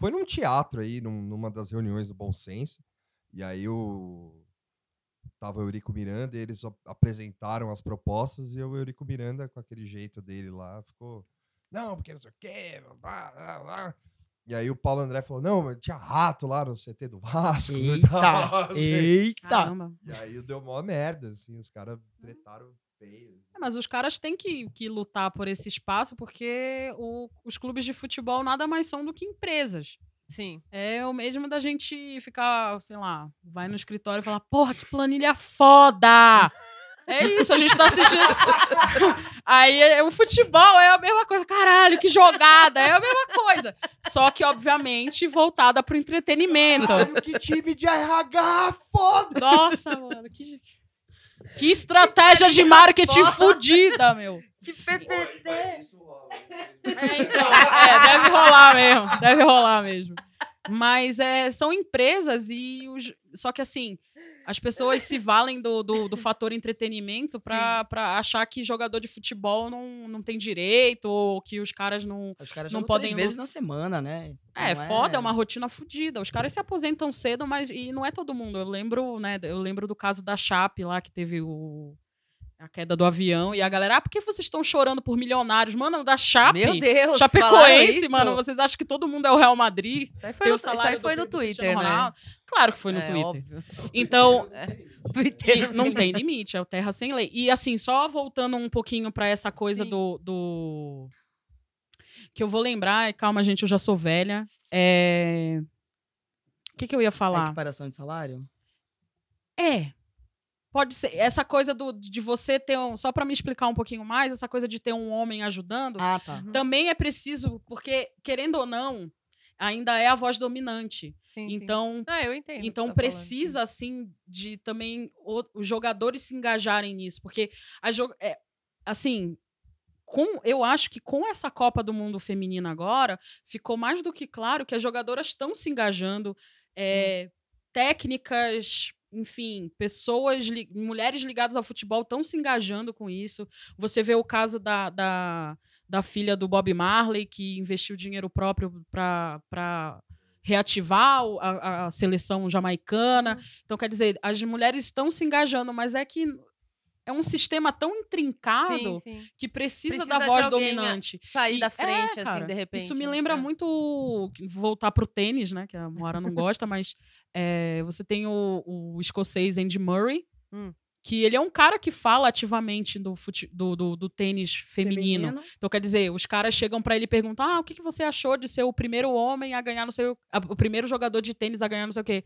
[SPEAKER 7] Foi num teatro aí, num- numa das reuniões do Bom Senso. E aí o. Tava o Eurico Miranda e eles a- apresentaram as propostas e o Eurico Miranda, com aquele jeito dele lá, ficou. Não, porque não sei o quê. Blá, blá, blá. E aí o Paulo André falou: não, mas tinha rato lá no CT do Vasco. e tal.
[SPEAKER 8] *laughs*
[SPEAKER 5] Eita!
[SPEAKER 3] Tá.
[SPEAKER 5] Eita!
[SPEAKER 6] Caramba.
[SPEAKER 7] E aí deu mó merda, assim, os caras tretaram feio.
[SPEAKER 6] É, mas os caras têm que, que lutar por esse espaço, porque o- os clubes de futebol nada mais são do que empresas.
[SPEAKER 2] Sim.
[SPEAKER 6] É o mesmo da gente ficar, sei lá, vai no escritório e falar, porra, que planilha foda! É isso, a gente tá assistindo. *laughs* Aí é, o futebol é a mesma coisa. Caralho, que jogada! É a mesma coisa. Só que, obviamente, voltada pro entretenimento.
[SPEAKER 7] que time de RH foda!
[SPEAKER 6] Nossa, mano, que, que estratégia de marketing fudida, meu.
[SPEAKER 2] Que PPD!
[SPEAKER 7] Isso rola. né?
[SPEAKER 6] É, então, é, deve rolar mesmo, deve rolar mesmo. Mas é, são empresas e os- só que assim as pessoas se valem do, do, do fator entretenimento pra pra achar que jogador de futebol não, não tem direito ou que os caras não
[SPEAKER 5] Os caras
[SPEAKER 6] Não
[SPEAKER 5] não podem
[SPEAKER 6] podem
[SPEAKER 5] vezes na semana, né?
[SPEAKER 6] é,
[SPEAKER 5] Não
[SPEAKER 6] foda, é uma rotina fodida. Os caras se aposentam cedo, mas e não é todo mundo. Eu lembro, né? Eu lembro do caso da Chape lá que teve o a queda do avião e a galera, ah, por que vocês estão chorando por milionários? Mano, da Chape.
[SPEAKER 2] Meu Deus! falaram
[SPEAKER 6] Chapecoense,
[SPEAKER 2] isso?
[SPEAKER 6] mano, vocês acham que todo mundo é o Real Madrid?
[SPEAKER 2] Isso aí foi
[SPEAKER 6] Tem
[SPEAKER 2] no,
[SPEAKER 6] o
[SPEAKER 2] isso aí
[SPEAKER 6] salário
[SPEAKER 2] foi
[SPEAKER 6] do
[SPEAKER 2] no
[SPEAKER 6] Cristiano
[SPEAKER 2] Twitter, né?
[SPEAKER 6] Ronaldo. Claro que foi no
[SPEAKER 2] É,
[SPEAKER 6] Twitter. *laughs*
[SPEAKER 2] óbvio. *laughs*
[SPEAKER 6] Então,
[SPEAKER 2] Twitter
[SPEAKER 6] e- não tem limite, é o terra sem lei. E assim, só voltando um pouquinho pra essa coisa do, do- que eu vou lembrar, e calma gente, eu já sou velha. É... O que que eu ia
[SPEAKER 5] É
[SPEAKER 6] falar?
[SPEAKER 5] equiparação de salário?
[SPEAKER 6] É. Pode ser essa coisa do, de você ter um, só pra me explicar um pouquinho mais, essa coisa de ter um homem ajudando.
[SPEAKER 5] Ah, *laughs* tá.
[SPEAKER 2] Uhum.
[SPEAKER 6] também é preciso, porque, querendo ou não, ainda é a voz dominante.
[SPEAKER 2] *laughs* Sim, sim.
[SPEAKER 6] Então,
[SPEAKER 2] Ah, eu entendo. o que
[SPEAKER 6] então
[SPEAKER 2] você tá
[SPEAKER 6] precisa, assim, de também o- os jogadores se engajarem nisso. Porque, a jo- é, assim, com, eu acho que com essa Copa do Mundo Feminina agora, ficou mais do que claro que as jogadoras estão se engajando. é, técnicas, enfim, pessoas, li- mulheres ligadas ao futebol estão se engajando com isso. Você vê o caso da, da, da filha do Bob Marley, que investiu dinheiro próprio para reativar o- a, a seleção jamaicana.
[SPEAKER 2] Uhum.
[SPEAKER 6] Então, quer dizer, as mulheres estão se engajando, mas é que é um sistema tão intrincado
[SPEAKER 2] falando. Sim, sim.
[SPEAKER 6] que precisa,
[SPEAKER 2] Precisa
[SPEAKER 6] da
[SPEAKER 2] de
[SPEAKER 6] voz
[SPEAKER 2] alguém, né?
[SPEAKER 6] dominante.
[SPEAKER 2] Sair
[SPEAKER 6] E-
[SPEAKER 2] da
[SPEAKER 6] é,
[SPEAKER 2] frente, assim,
[SPEAKER 6] cara,
[SPEAKER 2] de repente.
[SPEAKER 6] Isso me
[SPEAKER 2] né?
[SPEAKER 6] lembra
[SPEAKER 2] É.
[SPEAKER 6] muito voltar pro tênis, né? Que a Moara não gosta, mas é, você tem o, o escocês Andy Murray,
[SPEAKER 2] Hum.
[SPEAKER 6] que ele é um cara que fala ativamente do, fute- do, do- do tênis feminino. Então, quer dizer, os caras chegam pra ele e perguntam: ah, o que, que você achou de ser o primeiro homem a ganhar, não sei o. a- o primeiro jogador de tênis a ganhar, não sei o quê.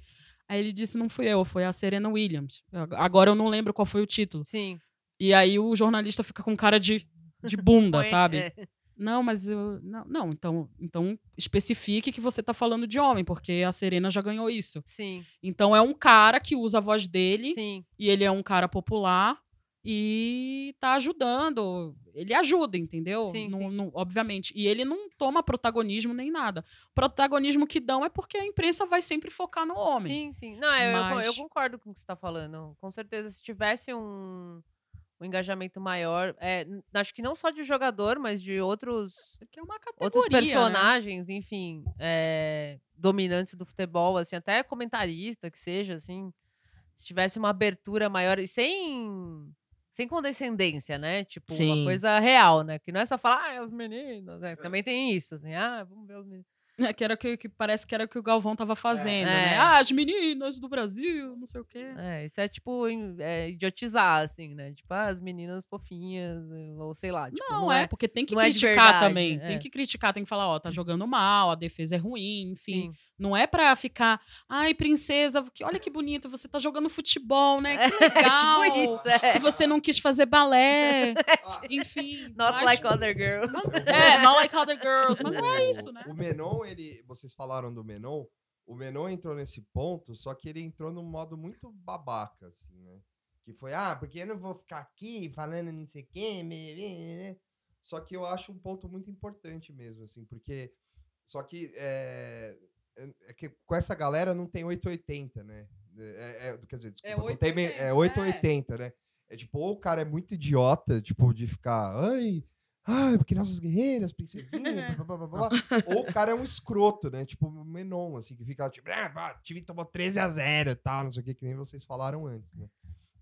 [SPEAKER 6] Aí ele disse: não fui eu, foi a Serena Williams. Ag- Agora eu não lembro qual foi o título.
[SPEAKER 2] Sim.
[SPEAKER 6] E aí o jornalista fica com cara de, de bunda,
[SPEAKER 2] Foi-
[SPEAKER 6] sabe?
[SPEAKER 2] é.
[SPEAKER 6] Não, mas eu. Não, não, então, então especifique que você tá falando de homem, porque a Serena já ganhou isso.
[SPEAKER 2] Sim,
[SPEAKER 6] Então é um cara que usa a voz dele
[SPEAKER 2] sim.
[SPEAKER 6] e ele é um cara popular e tá ajudando. Ele ajuda, entendeu?
[SPEAKER 2] Sim,
[SPEAKER 6] Não-
[SPEAKER 2] sim.
[SPEAKER 6] não- obviamente. E ele não toma protagonismo nem nada. O protagonismo que dão é porque a imprensa vai sempre focar no
[SPEAKER 2] Sim,
[SPEAKER 6] homem.
[SPEAKER 2] sim. Não, é, eu, eu con- eu
[SPEAKER 6] Mas-
[SPEAKER 2] concordo com o que você está falando. Com certeza, se tivesse um, um engajamento maior, é, n- acho que não só de jogador, mas de outros,
[SPEAKER 6] Que é uma categoria.
[SPEAKER 2] outros
[SPEAKER 6] né?
[SPEAKER 2] personagens, enfim, é, dominantes do futebol, assim, até comentarista que seja, assim, se tivesse uma abertura maior e sem sem condescendência, né? Tipo, uma
[SPEAKER 5] Sim.
[SPEAKER 2] é coisa real, né? Que não é só falar, ah, as meninas, né? Também tem isso, assim, ah, vamos ver os meninos.
[SPEAKER 6] É, que era o que, que parece que era o que o Galvão tava fazendo,
[SPEAKER 2] É.
[SPEAKER 6] né? Ah, as meninas do Brasil, não sei o quê.
[SPEAKER 2] É, isso é tipo em- é, idiotizar, assim, né? Tipo, ah, as meninas fofinhas, ou sei lá. Tipo,
[SPEAKER 6] não, é, porque tem que
[SPEAKER 2] não é de
[SPEAKER 6] criticar
[SPEAKER 2] verdade,
[SPEAKER 6] também.
[SPEAKER 2] é.
[SPEAKER 6] Tem que criticar, tem que falar, ó, tá jogando mal, a defesa é ruim, enfim.
[SPEAKER 2] Sim.
[SPEAKER 6] Não é pra ficar, ai, princesa, que, olha que bonito, você tá jogando futebol, né?
[SPEAKER 2] *laughs*
[SPEAKER 6] Que legal.
[SPEAKER 2] tipo isso, é.
[SPEAKER 6] Que você não quis fazer balé.
[SPEAKER 7] Ah,
[SPEAKER 6] enfim.
[SPEAKER 2] *laughs* Not
[SPEAKER 6] mas-
[SPEAKER 2] like other girls.
[SPEAKER 6] É, not like other girls. Mas não
[SPEAKER 2] *laughs*
[SPEAKER 6] é isso, né?
[SPEAKER 1] O Menon, ele. Vocês falaram do Menon. O Menon entrou nesse ponto, só que ele entrou num modo muito babaca, assim, né? Que foi, ah, porque eu não vou ficar aqui falando não sei quem. me- me- me- me." Só que eu acho um ponto muito importante mesmo, assim, porque. Só que. É, é- é que com essa galera não tem 880, né? É, é- quer dizer, desculpa, não tem me-
[SPEAKER 6] 880,
[SPEAKER 1] é 880, né? É tipo, ou o cara é muito idiota, tipo, de ficar, ai, ai, porque nossas guerreiras,
[SPEAKER 2] *laughs*
[SPEAKER 1] princesinhas, blá, blá, blá, blá, blá. Ou o cara é um escroto, né? Tipo, o Menon, assim, que fica, tipo, ah, pá, o time tomou 13 a 0 e tal, não sei o que, que nem vocês falaram antes, né?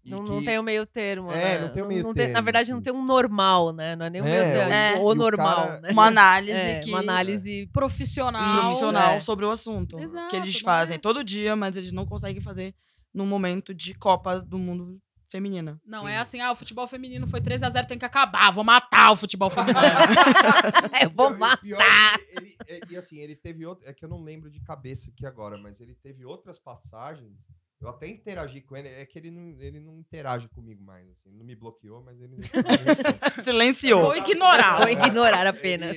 [SPEAKER 1] E
[SPEAKER 2] Não, não
[SPEAKER 1] que-
[SPEAKER 2] tem o meio termo,
[SPEAKER 1] É,
[SPEAKER 2] né?
[SPEAKER 1] não tem o meio
[SPEAKER 2] tem- Na
[SPEAKER 1] termo,
[SPEAKER 2] verdade, não
[SPEAKER 1] assim.
[SPEAKER 2] tem um normal, né? Não é nem o meio
[SPEAKER 1] É,
[SPEAKER 2] termo,
[SPEAKER 5] é,
[SPEAKER 2] é tipo,
[SPEAKER 1] e
[SPEAKER 2] o
[SPEAKER 1] o
[SPEAKER 2] normal,
[SPEAKER 1] cara-
[SPEAKER 2] né?
[SPEAKER 5] Uma análise
[SPEAKER 2] É,
[SPEAKER 5] que
[SPEAKER 2] uma análise
[SPEAKER 6] Profissional.
[SPEAKER 5] profissional
[SPEAKER 2] é.
[SPEAKER 5] sobre o assunto.
[SPEAKER 6] Exato,
[SPEAKER 5] que eles
[SPEAKER 6] não
[SPEAKER 5] fazem
[SPEAKER 6] é?
[SPEAKER 5] todo dia, mas eles não conseguem fazer no momento de Copa do Mundo feminina. *laughs*
[SPEAKER 6] Não é assim, ah, o futebol feminino foi 3 a 0 tem que acabar, vou matar o futebol
[SPEAKER 2] *laughs*
[SPEAKER 6] feminino.
[SPEAKER 1] *laughs*
[SPEAKER 2] É, *laughs* eu vou
[SPEAKER 1] Não, e o
[SPEAKER 2] matar.
[SPEAKER 1] pior é que ele- é- e assim, ele teve outro. É que eu não lembro de cabeça aqui agora, mas ele teve outras passagens. Eu até interagi com ele. É que ele não, ele não interage comigo mais. assim, ele não me bloqueou, mas ele.
[SPEAKER 5] Silenciou.
[SPEAKER 6] Foi ignorar.
[SPEAKER 2] Vou ignorar apenas.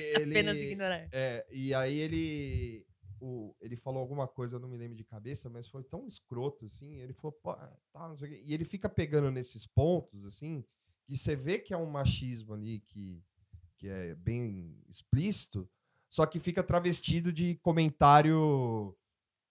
[SPEAKER 1] *laughs* Ele- ele-
[SPEAKER 2] Apenas ignorar.
[SPEAKER 1] É, e aí ele. o- ele falou alguma coisa, eu não me lembro de cabeça, mas foi tão escroto, assim. Ele falou, pô, ah, tá, não sei o quê. E ele fica pegando nesses pontos, assim, e você vê que é um machismo ali que, que é bem explícito, só que fica travestido de comentário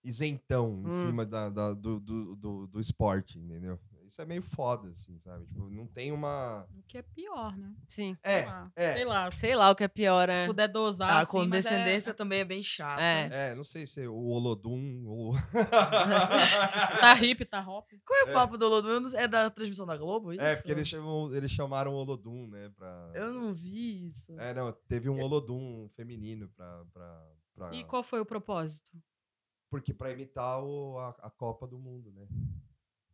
[SPEAKER 1] isentão em
[SPEAKER 2] Hum.
[SPEAKER 1] cima da, da- do, do, do, do esporte, entendeu? Isso é meio foda, assim, sabe? Tipo, não tem uma.
[SPEAKER 6] O que é pior, né?
[SPEAKER 2] Sim.
[SPEAKER 6] Sei
[SPEAKER 1] É,
[SPEAKER 6] lá.
[SPEAKER 1] é.
[SPEAKER 6] Sei lá, se
[SPEAKER 2] Sei lá o que é pior, né?
[SPEAKER 6] puder dosar.
[SPEAKER 5] A
[SPEAKER 6] assim,
[SPEAKER 5] condescendência
[SPEAKER 6] mas
[SPEAKER 5] Ah, também é bem chata.
[SPEAKER 2] É.
[SPEAKER 1] É, não sei se é o Olodum ou.
[SPEAKER 6] é- Tá hip, tá hop.
[SPEAKER 5] Qual é o papo do Olodum? Eu não sei- É da transmissão da Globo? Isso?
[SPEAKER 1] É, porque eles, chamam, eles chamaram Olodum, né? Pra...
[SPEAKER 5] Eu não vi isso.
[SPEAKER 1] É, não, teve um Olodum feminino pra. pra, pra...
[SPEAKER 6] E qual foi o propósito?
[SPEAKER 1] Porque pra imitar o, a, a Copa do Mundo, né?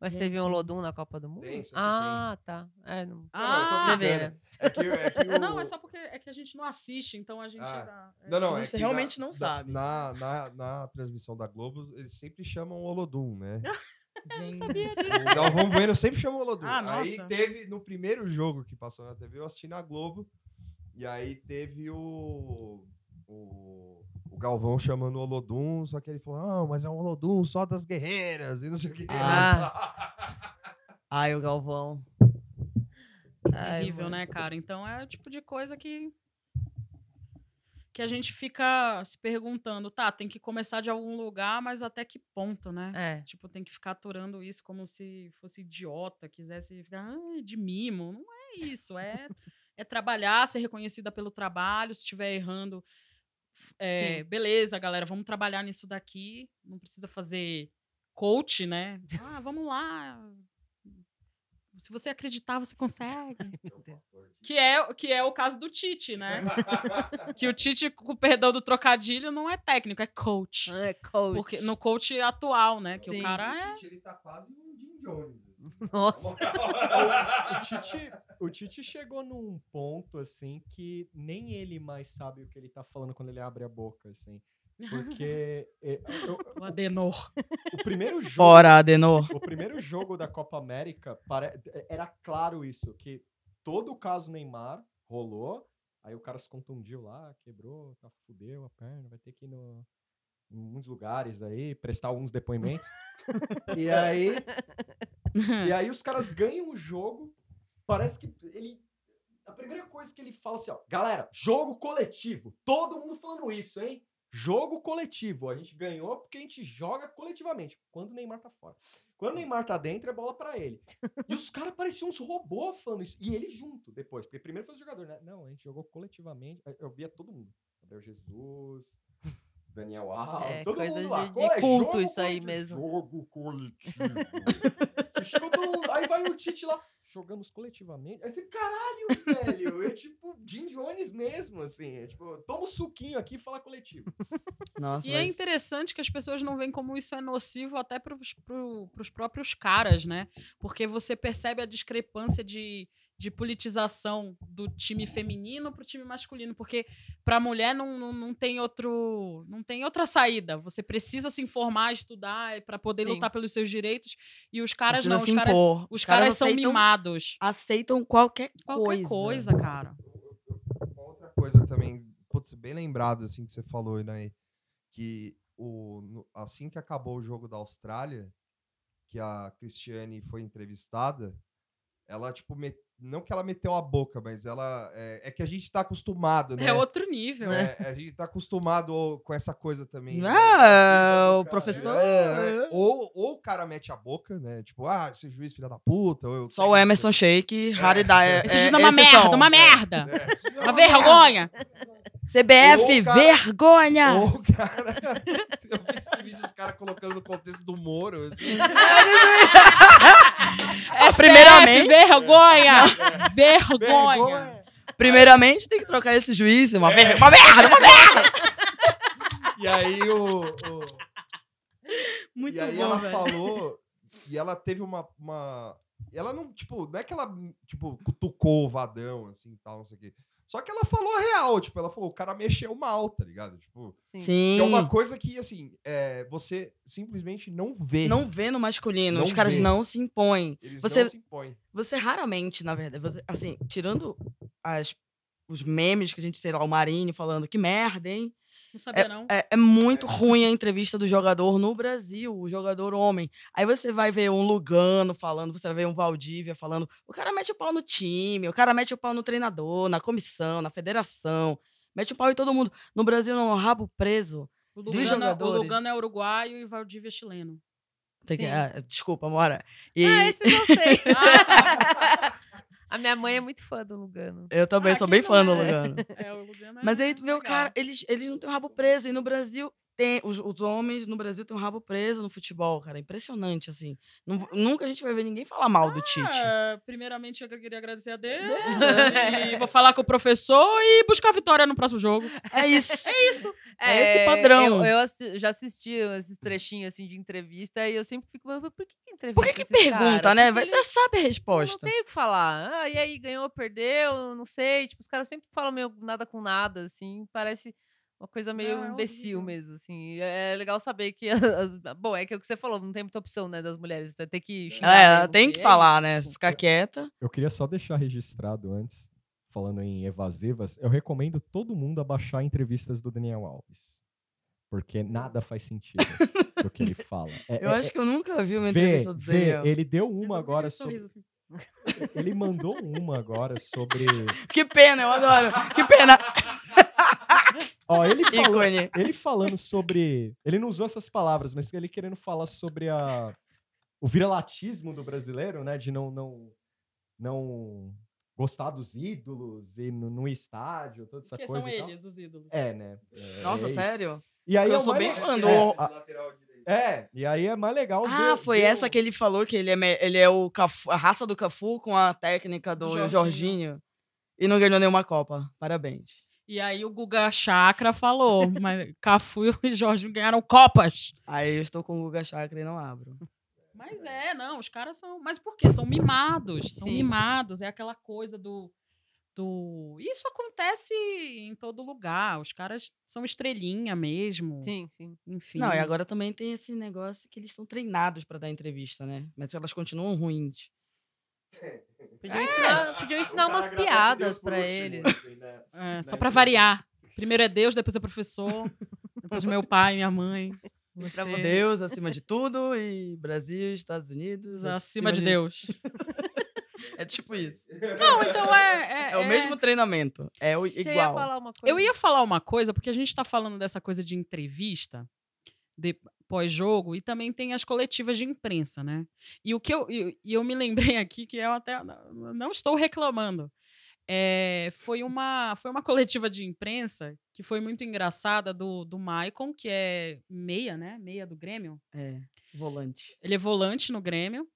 [SPEAKER 2] Mas teve um Lodum na Copa do Mundo?
[SPEAKER 1] Tem, isso aqui
[SPEAKER 2] ah, tá. É, não...
[SPEAKER 6] Ah,
[SPEAKER 2] Você vê,
[SPEAKER 1] brincando.
[SPEAKER 2] né?
[SPEAKER 1] É que, é que o...
[SPEAKER 6] *laughs* Não, é só porque é que a gente não assiste, então a gente.
[SPEAKER 1] Ah.
[SPEAKER 6] dá- é.
[SPEAKER 1] Não, não, é
[SPEAKER 5] Você
[SPEAKER 1] que
[SPEAKER 5] realmente
[SPEAKER 1] na-
[SPEAKER 5] não
[SPEAKER 1] na-
[SPEAKER 5] sabe.
[SPEAKER 1] Na, na, na transmissão da Globo, eles sempre chamam Olodum, né?
[SPEAKER 5] Eu não
[SPEAKER 6] sabia disso.
[SPEAKER 1] O Galvão Bueno sempre chamou Olodum.
[SPEAKER 6] Ah,
[SPEAKER 1] aí
[SPEAKER 6] nossa.
[SPEAKER 1] teve, no primeiro jogo que passou na TV, eu assisti na Globo. E aí teve o. O, o Galvão chamando o Olodum, só que ele falou: não, mas é um Olodum só das guerreiras e não sei o que.
[SPEAKER 3] Ah.
[SPEAKER 1] *laughs*
[SPEAKER 5] Ai, o Galvão.
[SPEAKER 2] Ai,
[SPEAKER 6] Terrível,
[SPEAKER 2] mano.
[SPEAKER 6] né, cara? Então é o tipo de coisa que. Que a gente fica se perguntando, tá, tem que começar de algum lugar, mas até que ponto, né?
[SPEAKER 2] É.
[SPEAKER 6] Tipo, tem que ficar aturando isso como se fosse idiota, quisesse ficar "Ai, de mimo. Não é isso. É, é trabalhar, ser reconhecida pelo trabalho. Se estiver errando, f- é, beleza, galera, vamos trabalhar nisso daqui. Não precisa fazer coach, né? Ah, vamos lá. Se você acreditar, você consegue.
[SPEAKER 1] Então,
[SPEAKER 6] Que é, que é o caso do Tite, né? que o Tite, com o perdão do trocadilho, não é técnico, é coach.
[SPEAKER 2] É, coach.
[SPEAKER 6] Porque, no coach atual, né? Que
[SPEAKER 2] Sim.
[SPEAKER 6] o cara é.
[SPEAKER 1] O Tite, ele tá quase um Jim Jones. assim.
[SPEAKER 3] *laughs*
[SPEAKER 2] Nossa.
[SPEAKER 3] É O Tite, o Tite chegou num ponto, assim, que nem ele mais sabe o que ele tá falando quando ele abre a boca, assim. Porque é, eu-
[SPEAKER 6] O Adenor.
[SPEAKER 3] o primeiro jogo...
[SPEAKER 5] Fora, Adenor.
[SPEAKER 3] O primeiro jogo da Copa América pare- é, era claro isso, que todo o caso Neymar rolou, aí o cara se contundiu lá, quebrou, tá, fudeu a perna, vai ter que ir no, em muitos lugares aí, prestar alguns
[SPEAKER 6] *laughs*
[SPEAKER 3] depoimentos. e aí e aí os caras ganham o jogo. Parece que ele. A primeira coisa que ele fala assim, ó, galera, jogo coletivo. Todo mundo falando isso, hein? Jogo coletivo. A gente ganhou porque a gente joga coletivamente. Quando o Neymar tá fora. Quando o
[SPEAKER 2] Hum.
[SPEAKER 3] Neymar tá dentro, é bola pra
[SPEAKER 2] *laughs*
[SPEAKER 3] ele. E os caras pareciam uns robôs falando isso. E ele junto depois.
[SPEAKER 2] *laughs*
[SPEAKER 3] Porque primeiro foi o jogador, né? Não, a gente jogou coletivamente. Eu via todo mundo. Gabriel Jesus, Daniel Alves,
[SPEAKER 2] É,
[SPEAKER 3] todo
[SPEAKER 2] coisa
[SPEAKER 3] mundo lá.
[SPEAKER 2] de-
[SPEAKER 3] Qual
[SPEAKER 2] de
[SPEAKER 3] é?
[SPEAKER 2] culto
[SPEAKER 3] Jogo
[SPEAKER 2] isso aí
[SPEAKER 3] coletivo.
[SPEAKER 2] mesmo.
[SPEAKER 3] Jogo coletivo. E Chega todo mundo,
[SPEAKER 2] *laughs*
[SPEAKER 3] aí vai o Tite lá, jogamos coletivamente. Aí você, caralho, velho, é tipo Jim Jones mesmo, assim. É tipo, toma um suquinho aqui e fala coletivo.
[SPEAKER 5] Nossa,
[SPEAKER 6] E é
[SPEAKER 5] mas-
[SPEAKER 6] interessante que as pessoas não veem como isso é nocivo até para os próprios caras, né? Porque você percebe a discrepância de, de politização do time feminino para o time masculino. Porque para a mulher não, não, não tem outro, não tem outra saída. Você precisa se informar, estudar eh, para poder
[SPEAKER 2] Sim.
[SPEAKER 6] lutar pelos seus direitos. E os caras
[SPEAKER 5] Precisa
[SPEAKER 6] não,
[SPEAKER 5] se
[SPEAKER 6] os caras,
[SPEAKER 5] impor.
[SPEAKER 6] os caras são
[SPEAKER 5] aceitam-
[SPEAKER 6] mimados.
[SPEAKER 5] Aceitam qualquer,
[SPEAKER 6] Qualquer coisa, cara.
[SPEAKER 1] Uma outra coisa também, putz, bem lembrado assim que você falou, né? Que o, no- assim que acabou o jogo da Austrália, que a Cristiane foi entrevistada, ela, tipo, me- não que ela meteu a boca, mas ela. É, é que a gente tá acostumado, né?
[SPEAKER 6] É outro nível.
[SPEAKER 1] É, a gente tá acostumado ao- com essa coisa também. né?
[SPEAKER 2] Ah, o professor.
[SPEAKER 1] É, é. Ou, ou o cara mete a boca, né? Tipo, ah, esse juiz, filha da puta. Ou eu
[SPEAKER 5] Só o Emerson Shake, raridade.
[SPEAKER 6] Esse é uma merda, uma merda.
[SPEAKER 1] É, isso *laughs* não é
[SPEAKER 6] Uma vergonha.
[SPEAKER 5] CBF,
[SPEAKER 1] Ou o cara-
[SPEAKER 5] vergonha!
[SPEAKER 1] Ou o cara. *laughs* Eu vi esse vídeo dos caras colocando no contexto do Moro. Assim.
[SPEAKER 6] STF,
[SPEAKER 5] Ah, Primeiramente- *laughs*
[SPEAKER 6] vergonha. Vergonha.
[SPEAKER 1] é.
[SPEAKER 5] Primeiramente, tem que trocar esse juiz. Uma, ver... uma merda, uma merda!
[SPEAKER 1] E aí o. o-
[SPEAKER 6] *laughs* Muito
[SPEAKER 1] e aí
[SPEAKER 6] bom,
[SPEAKER 1] ela
[SPEAKER 6] velho.
[SPEAKER 1] falou. E ela teve uma. uma... Ela não, tipo, não é que ela, tipo, cutucou o vadão, assim, tal, não sei o quê. Só que ela falou a real, tipo, ela falou, o cara mexeu mal, tá ligado? Tipo,
[SPEAKER 5] Sim.
[SPEAKER 1] que é uma coisa que, assim, é, você simplesmente não vê.
[SPEAKER 5] Não vê no masculino,
[SPEAKER 1] Não
[SPEAKER 5] os caras
[SPEAKER 1] vê.
[SPEAKER 5] não se impõem.
[SPEAKER 1] Eles
[SPEAKER 5] Você-
[SPEAKER 1] não se impõem.
[SPEAKER 5] Você raramente, na verdade, você- assim, tirando as, os memes que a gente, sei lá, o Marinho falando que merda, hein?
[SPEAKER 6] Não sabia, não.
[SPEAKER 5] É, é muito ruim a entrevista do jogador no Brasil, o jogador homem. Aí você vai ver um Lugano falando, você vai ver um Valdívia falando. O cara mete o pau no time, o cara mete o pau no treinador, na comissão, na federação. Mete o pau em todo mundo. No Brasil, não, é rabo preso.
[SPEAKER 6] O
[SPEAKER 5] Dos
[SPEAKER 6] Lugano, é- o
[SPEAKER 5] jogadores.
[SPEAKER 6] Lugano é uruguaio e o Valdívia é chileno.
[SPEAKER 5] Tem que-
[SPEAKER 2] Sim.
[SPEAKER 5] ah, desculpa, Mora. E
[SPEAKER 2] Ah, esse eu não sei. *laughs* A minha mãe é muito fã do Lugano.
[SPEAKER 5] eu também
[SPEAKER 6] Ah,
[SPEAKER 5] sou bem
[SPEAKER 6] quem não
[SPEAKER 5] fã do
[SPEAKER 6] é? *laughs*
[SPEAKER 5] Lugano.
[SPEAKER 6] É, o Lugano é
[SPEAKER 5] Mas aí tu vê o
[SPEAKER 6] legal.
[SPEAKER 5] cara, eles, eles não têm o rabo preso. E no Brasil, tem, os, os homens no Brasil têm o rabo preso no futebol, cara. É Impressionante, assim. Nu- nunca a gente vai ver ninguém falar mal do Tite.
[SPEAKER 6] Ah, primeiramente, eu queria agradecer a Deus. E vou falar com o professor e buscar a vitória no próximo jogo.
[SPEAKER 5] É isso.
[SPEAKER 6] É isso.
[SPEAKER 5] É esse padrão.
[SPEAKER 2] Eu, eu assi- já assisti esses trechinhos assim de entrevista e eu sempre fico, mas por que que entrevista?
[SPEAKER 5] Por que que
[SPEAKER 2] esses
[SPEAKER 5] pergunta,
[SPEAKER 2] caras?
[SPEAKER 5] né?
[SPEAKER 2] Por que
[SPEAKER 5] Você sabe a
[SPEAKER 2] Eu
[SPEAKER 5] resposta.
[SPEAKER 2] Não tem o que falar. Ah, e aí, ganhou, perdeu, não sei. Tipo, os caras sempre falam meio nada com nada, assim. Parece uma coisa meio
[SPEAKER 6] Não, é
[SPEAKER 2] imbecil
[SPEAKER 6] horrível.
[SPEAKER 2] mesmo, assim. E É legal saber que... *laughs* As, bom, é que é o que você falou, não tem muita opção, né, das mulheres. Você tem que xingar
[SPEAKER 5] É, ela
[SPEAKER 2] mesmo,
[SPEAKER 5] tem
[SPEAKER 2] porque
[SPEAKER 5] que
[SPEAKER 2] é
[SPEAKER 5] falar, né?
[SPEAKER 2] isso.
[SPEAKER 5] Ficar quieta.
[SPEAKER 3] Eu queria só deixar registrado antes, falando em evasivas, eu recomendo todo mundo abaixar entrevistas do Daniel Alves. Porque nada faz sentido do
[SPEAKER 5] *laughs*
[SPEAKER 3] que ele fala. É-
[SPEAKER 5] Eu
[SPEAKER 3] é-
[SPEAKER 5] acho que eu nunca vi uma
[SPEAKER 3] vê,
[SPEAKER 5] entrevista do
[SPEAKER 3] vê,
[SPEAKER 5] Daniel.
[SPEAKER 3] ele deu
[SPEAKER 6] Eu só
[SPEAKER 3] uma
[SPEAKER 6] vi
[SPEAKER 3] agora
[SPEAKER 6] aquele
[SPEAKER 5] um
[SPEAKER 6] sorriso,
[SPEAKER 3] sobre.
[SPEAKER 6] assim.
[SPEAKER 3] *laughs* Ele mandou uma agora sobre.
[SPEAKER 5] Que pena, eu adoro.
[SPEAKER 2] *laughs*
[SPEAKER 5] Que pena.
[SPEAKER 3] Ó, ele falou,
[SPEAKER 2] É
[SPEAKER 5] Ícone.
[SPEAKER 3] ele falando sobre. Ele não usou essas palavras, mas ele querendo falar sobre a, o viralatismo do brasileiro, né? De não, não, não gostar dos ídolos e no, no estádio, toda essa
[SPEAKER 6] Porque
[SPEAKER 3] coisa.
[SPEAKER 6] são
[SPEAKER 3] e tal.
[SPEAKER 6] eles, os ídolos.
[SPEAKER 3] É, né? É,
[SPEAKER 5] Nossa,
[SPEAKER 3] é isso.
[SPEAKER 5] sério?
[SPEAKER 3] E aí
[SPEAKER 5] Eu
[SPEAKER 3] é
[SPEAKER 5] sou
[SPEAKER 3] mais-
[SPEAKER 5] bem fã do-
[SPEAKER 3] É, a- é, e aí é mais legal ver.
[SPEAKER 5] Ah, foi
[SPEAKER 3] ver
[SPEAKER 5] essa
[SPEAKER 3] o-
[SPEAKER 5] que ele falou que ele é, me- ele é o Cafu- a raça do Cafu com a técnica do,
[SPEAKER 6] Do Jorginho.
[SPEAKER 5] Jorginho. E não ganhou nenhuma Copa. Parabéns.
[SPEAKER 6] E aí o Guga Chakra falou, mas Cafu e Jorginho ganharam copas.
[SPEAKER 5] Aí eu estou com o Guga Chakra e não abro.
[SPEAKER 6] Mas é, não, os caras são. Mas por quê? São mimados. São
[SPEAKER 2] Sim.
[SPEAKER 6] mimados. É aquela coisa do. do... Isso acontece em todo lugar. Os caras são estrelinha mesmo.
[SPEAKER 2] Sim, sim.
[SPEAKER 6] Enfim.
[SPEAKER 5] Não, e agora também tem esse negócio que eles estão treinados para dar entrevista, né? Mas elas continuam ruins.
[SPEAKER 2] Podiam
[SPEAKER 5] é.
[SPEAKER 2] ensinar, Ah, podiam ensinar É, umas piadas pra
[SPEAKER 5] *laughs*
[SPEAKER 2] ele.
[SPEAKER 6] É,
[SPEAKER 5] Né?
[SPEAKER 6] só pra variar. Primeiro é Deus, depois é
[SPEAKER 5] *laughs*
[SPEAKER 6] professor, depois meu pai, minha mãe. Você,
[SPEAKER 5] Deus acima de tudo e Brasil, Estados Unidos
[SPEAKER 6] acima, de Deus.
[SPEAKER 5] É tipo isso.
[SPEAKER 6] Não, então é.
[SPEAKER 5] É, o mesmo treinamento. É o
[SPEAKER 2] Você
[SPEAKER 5] igual.
[SPEAKER 2] ia falar uma coisa?
[SPEAKER 6] Eu ia falar uma coisa, porque a gente está falando dessa coisa de entrevista de pós-jogo e também tem as coletivas de imprensa, né? E o que eu, e, e eu me lembrei *laughs* aqui, que eu até Eh, não não estou reclamando, é, foi, uma, foi uma coletiva de imprensa que foi muito engraçada do, do Maicon, que é meia, né? Meia do Grêmio.
[SPEAKER 5] É, volante.
[SPEAKER 6] Ele é volante no Grêmio.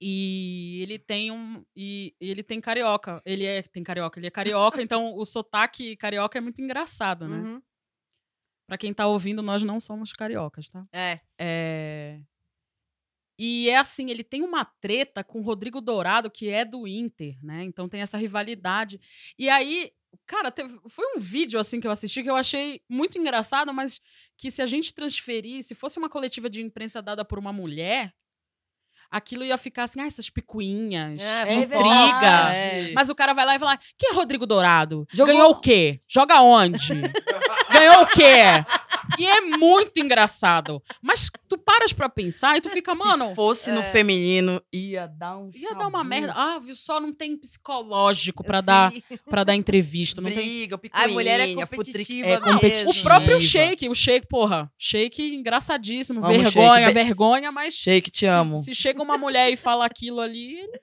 [SPEAKER 6] E ele tem um. E e ele tem carioca. Ele é. Tem carioca, ele é carioca, então o sotaque carioca é muito engraçado, né?
[SPEAKER 2] Uhum.
[SPEAKER 6] Pra quem tá ouvindo, nós não somos cariocas, tá?
[SPEAKER 2] É.
[SPEAKER 6] É... E é assim, ele tem uma treta com o Rodrigo Dourado, que é do Inter, né? Então tem essa rivalidade. E aí, cara, teve- foi um vídeo assim que eu assisti que eu achei muito engraçado, mas que se a gente transferir, se fosse uma coletiva de imprensa dada por uma mulher, aquilo ia ficar assim, ah, essas picuinhas.
[SPEAKER 2] É,
[SPEAKER 6] intriga.
[SPEAKER 2] verdade.
[SPEAKER 5] É.
[SPEAKER 6] Mas o cara vai lá e fala: quem é Rodrigo Dourado?
[SPEAKER 2] Jogou-
[SPEAKER 6] Ganhou o quê? Joga onde?
[SPEAKER 5] *laughs*
[SPEAKER 6] Ganhou o quê? E é muito engraçado. Mas tu paras pra pensar e tu fica, Ah, mano,
[SPEAKER 5] Se fosse no feminino, ia dar um.
[SPEAKER 6] ia dar uma
[SPEAKER 5] chabu,
[SPEAKER 6] merda. Ah, viu só, não tem psicológico pra dar,
[SPEAKER 2] Sim.
[SPEAKER 6] pra dar entrevista. Não tem...
[SPEAKER 5] Briga, picuinha,
[SPEAKER 2] A mulher é
[SPEAKER 5] futri-
[SPEAKER 2] competitiva
[SPEAKER 5] é
[SPEAKER 2] mesmo.
[SPEAKER 5] competitiva.
[SPEAKER 6] O próprio Shake, o Shake, porra, Shake engraçadíssimo,
[SPEAKER 5] Amo
[SPEAKER 6] vergonha,
[SPEAKER 5] Sheik, be-
[SPEAKER 6] vergonha, mas
[SPEAKER 5] Shake, te
[SPEAKER 6] se-
[SPEAKER 5] amo.
[SPEAKER 6] Se, chega uma mulher e fala aquilo ali, ele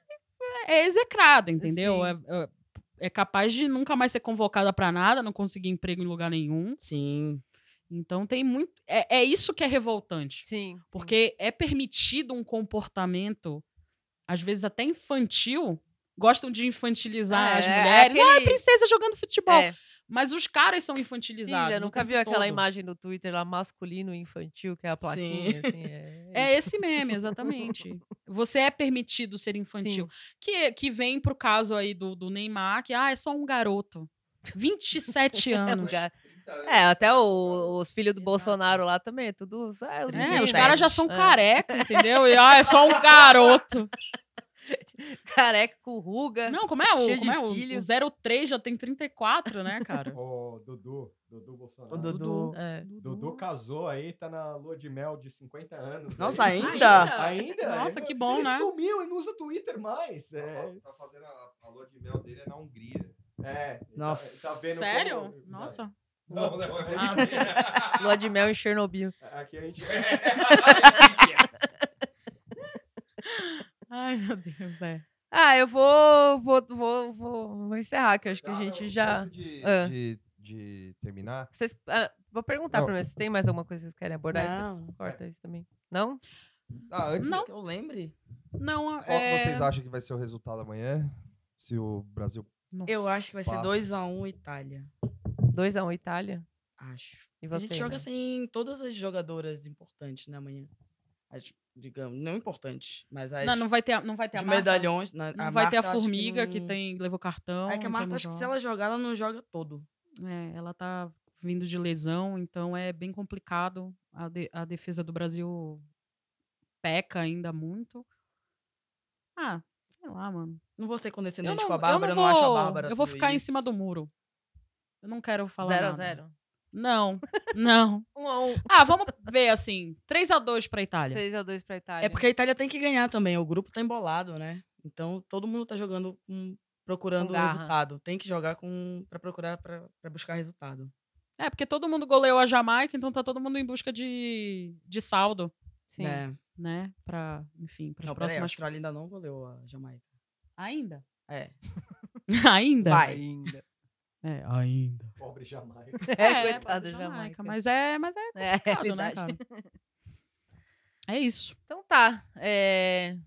[SPEAKER 6] é é execrado, entendeu? É, é- é capaz de nunca mais ser convocada pra nada, não conseguir emprego em lugar nenhum.
[SPEAKER 5] Sim.
[SPEAKER 6] Então tem muito. É, é isso que é revoltante.
[SPEAKER 2] Sim.
[SPEAKER 6] Porque é permitido um comportamento, às vezes até infantil. Gostam de
[SPEAKER 2] Ah,
[SPEAKER 6] infantilizar as
[SPEAKER 2] é, é
[SPEAKER 6] mulheres. Ah, é
[SPEAKER 2] aquele-
[SPEAKER 6] princesa jogando futebol.
[SPEAKER 2] É.
[SPEAKER 6] Mas os caras são
[SPEAKER 2] Sim,
[SPEAKER 6] infantilizados.
[SPEAKER 2] você
[SPEAKER 6] o
[SPEAKER 2] nunca
[SPEAKER 6] tempo
[SPEAKER 2] viu aquela
[SPEAKER 6] todo.
[SPEAKER 2] imagem no Twitter lá masculino e infantil, que é a plaquinha, assim, é,
[SPEAKER 6] *laughs* É esse meme, exatamente. Você é permitido ser infantil. Que, que vem pro caso aí do, do Neymar, que ah, é só um garoto. 27
[SPEAKER 2] É, um
[SPEAKER 6] anos.
[SPEAKER 2] ga- é, até o- os filhos do Bolsonaro lá também, tudo. É, os,
[SPEAKER 6] É, os
[SPEAKER 2] 27.
[SPEAKER 6] caras já são
[SPEAKER 2] É.
[SPEAKER 6] careca, entendeu? E ah, é só um garoto.
[SPEAKER 2] *laughs* Careca com ruga.
[SPEAKER 6] Não, como é o,
[SPEAKER 2] Cheio
[SPEAKER 6] como
[SPEAKER 2] de
[SPEAKER 6] é o,
[SPEAKER 2] filho.
[SPEAKER 6] o 03 já tem 34, né, cara?
[SPEAKER 8] Ô, Dudu, Dudu Bolsonaro.
[SPEAKER 5] O
[SPEAKER 8] Dudu.
[SPEAKER 5] Dudu.
[SPEAKER 2] É.
[SPEAKER 8] casou aí, tá na lua de mel de 50 anos.
[SPEAKER 5] Nossa,
[SPEAKER 8] aí.
[SPEAKER 5] ainda?
[SPEAKER 8] Ainda?
[SPEAKER 6] Nossa,
[SPEAKER 8] Ele-
[SPEAKER 6] que bom,
[SPEAKER 8] ele
[SPEAKER 6] né?
[SPEAKER 8] sumiu, ele não usa Twitter mais. É,
[SPEAKER 7] Tá fazendo a, a lua de mel dele é na Hungria.
[SPEAKER 8] é, ele tá- ele
[SPEAKER 5] Nossa.
[SPEAKER 8] Tá, *laughs* vendo
[SPEAKER 6] Sério?
[SPEAKER 8] como-
[SPEAKER 3] tá
[SPEAKER 6] Nossa.
[SPEAKER 7] Não,
[SPEAKER 1] *laughs*
[SPEAKER 7] não, é
[SPEAKER 6] Ah.
[SPEAKER 2] Lua de mel em Chernobyl.
[SPEAKER 8] Aqui a gente.
[SPEAKER 6] Ai, meu Deus, é.
[SPEAKER 2] Ah, eu vou, vou, vou, vou, vou encerrar, que eu acho que a
[SPEAKER 7] Ah,
[SPEAKER 2] gente
[SPEAKER 1] Tá,
[SPEAKER 7] não,
[SPEAKER 2] já.
[SPEAKER 7] antes De,
[SPEAKER 2] Ah.
[SPEAKER 7] de- de terminar,
[SPEAKER 2] Vocês, ah, vou perguntar
[SPEAKER 7] Não.
[SPEAKER 2] pra vocês, tem mais alguma coisa que vocês querem abordar? Isso
[SPEAKER 5] Não.
[SPEAKER 2] corta isso também. Não?
[SPEAKER 7] ah, antes,
[SPEAKER 6] Não.
[SPEAKER 5] Que eu lembre.
[SPEAKER 6] Não,
[SPEAKER 7] qual
[SPEAKER 6] é...
[SPEAKER 7] vocês acham que vai ser o resultado amanhã? Se o Brasil.
[SPEAKER 6] Nossa.
[SPEAKER 5] Eu acho que vai ser
[SPEAKER 7] Passa.
[SPEAKER 5] 2x1 Itália.
[SPEAKER 2] 2x1 Itália?
[SPEAKER 5] Acho.
[SPEAKER 2] E
[SPEAKER 5] a
[SPEAKER 2] você?
[SPEAKER 5] gente joga
[SPEAKER 2] né?
[SPEAKER 5] sem todas as jogadoras importantes, né, amanhã. As, digamos, não importantes, mas as
[SPEAKER 6] Não, não vai ter, a- não vai ter
[SPEAKER 5] os
[SPEAKER 6] a marca.
[SPEAKER 5] medalhões. na-
[SPEAKER 6] Não vai ter a
[SPEAKER 5] Marta, acho
[SPEAKER 6] formiga que,
[SPEAKER 5] não-
[SPEAKER 6] tem levou cartão.
[SPEAKER 5] É que a
[SPEAKER 6] então
[SPEAKER 5] Marta,
[SPEAKER 6] não
[SPEAKER 5] acho que se
[SPEAKER 6] joga.
[SPEAKER 5] ela jogar, ela não joga todo.
[SPEAKER 6] É, ela tá vindo de lesão, então é bem complicado. A, de- a defesa do Brasil peca ainda muito. Ah, sei lá, mano.
[SPEAKER 5] Não vou ser
[SPEAKER 6] Eu não,
[SPEAKER 5] condescendente Né, com a
[SPEAKER 6] eu
[SPEAKER 5] Bárbara, eu
[SPEAKER 6] não
[SPEAKER 5] não, acho a
[SPEAKER 6] vou-
[SPEAKER 5] Bárbara.
[SPEAKER 6] Eu vou
[SPEAKER 5] tudo
[SPEAKER 6] ficar em
[SPEAKER 5] isso.
[SPEAKER 6] cima do muro. Eu não quero falar.
[SPEAKER 2] 0 a
[SPEAKER 6] nada.
[SPEAKER 2] 0
[SPEAKER 6] Não,
[SPEAKER 5] *laughs*
[SPEAKER 6] não.
[SPEAKER 2] 1 a 1
[SPEAKER 6] Ah, vamos ver assim. 3 a 2 pra Itália.
[SPEAKER 2] 3x2 pra Itália.
[SPEAKER 5] É
[SPEAKER 6] *laughs*
[SPEAKER 5] porque a Itália tem que ganhar também, o grupo tá embolado, né? Então todo mundo tá jogando com- procurando
[SPEAKER 2] Com
[SPEAKER 5] o
[SPEAKER 2] garra.
[SPEAKER 5] resultado. Tem que jogar com para procurar pra pra buscar resultado.
[SPEAKER 6] É, porque todo mundo goleou a Jamaica, então tá todo mundo em busca de, de saldo,
[SPEAKER 2] Sim.
[SPEAKER 5] Né?
[SPEAKER 6] né? Pra, enfim, pras
[SPEAKER 5] Não, peraí, a
[SPEAKER 6] próximas.
[SPEAKER 5] Austrália ainda não goleou a Jamaica.
[SPEAKER 6] Ainda?
[SPEAKER 5] É.
[SPEAKER 6] *laughs* Ainda?
[SPEAKER 5] *laughs* Ainda.
[SPEAKER 6] É, ainda.
[SPEAKER 8] Pobre jamais.
[SPEAKER 6] né,
[SPEAKER 2] É, coitada
[SPEAKER 6] pobre
[SPEAKER 2] da Jamaica.
[SPEAKER 6] Mas é, mas é
[SPEAKER 2] É,
[SPEAKER 6] complicado, né,
[SPEAKER 2] realidade.
[SPEAKER 6] cara?
[SPEAKER 2] *laughs*
[SPEAKER 6] É isso.
[SPEAKER 2] Então tá. é,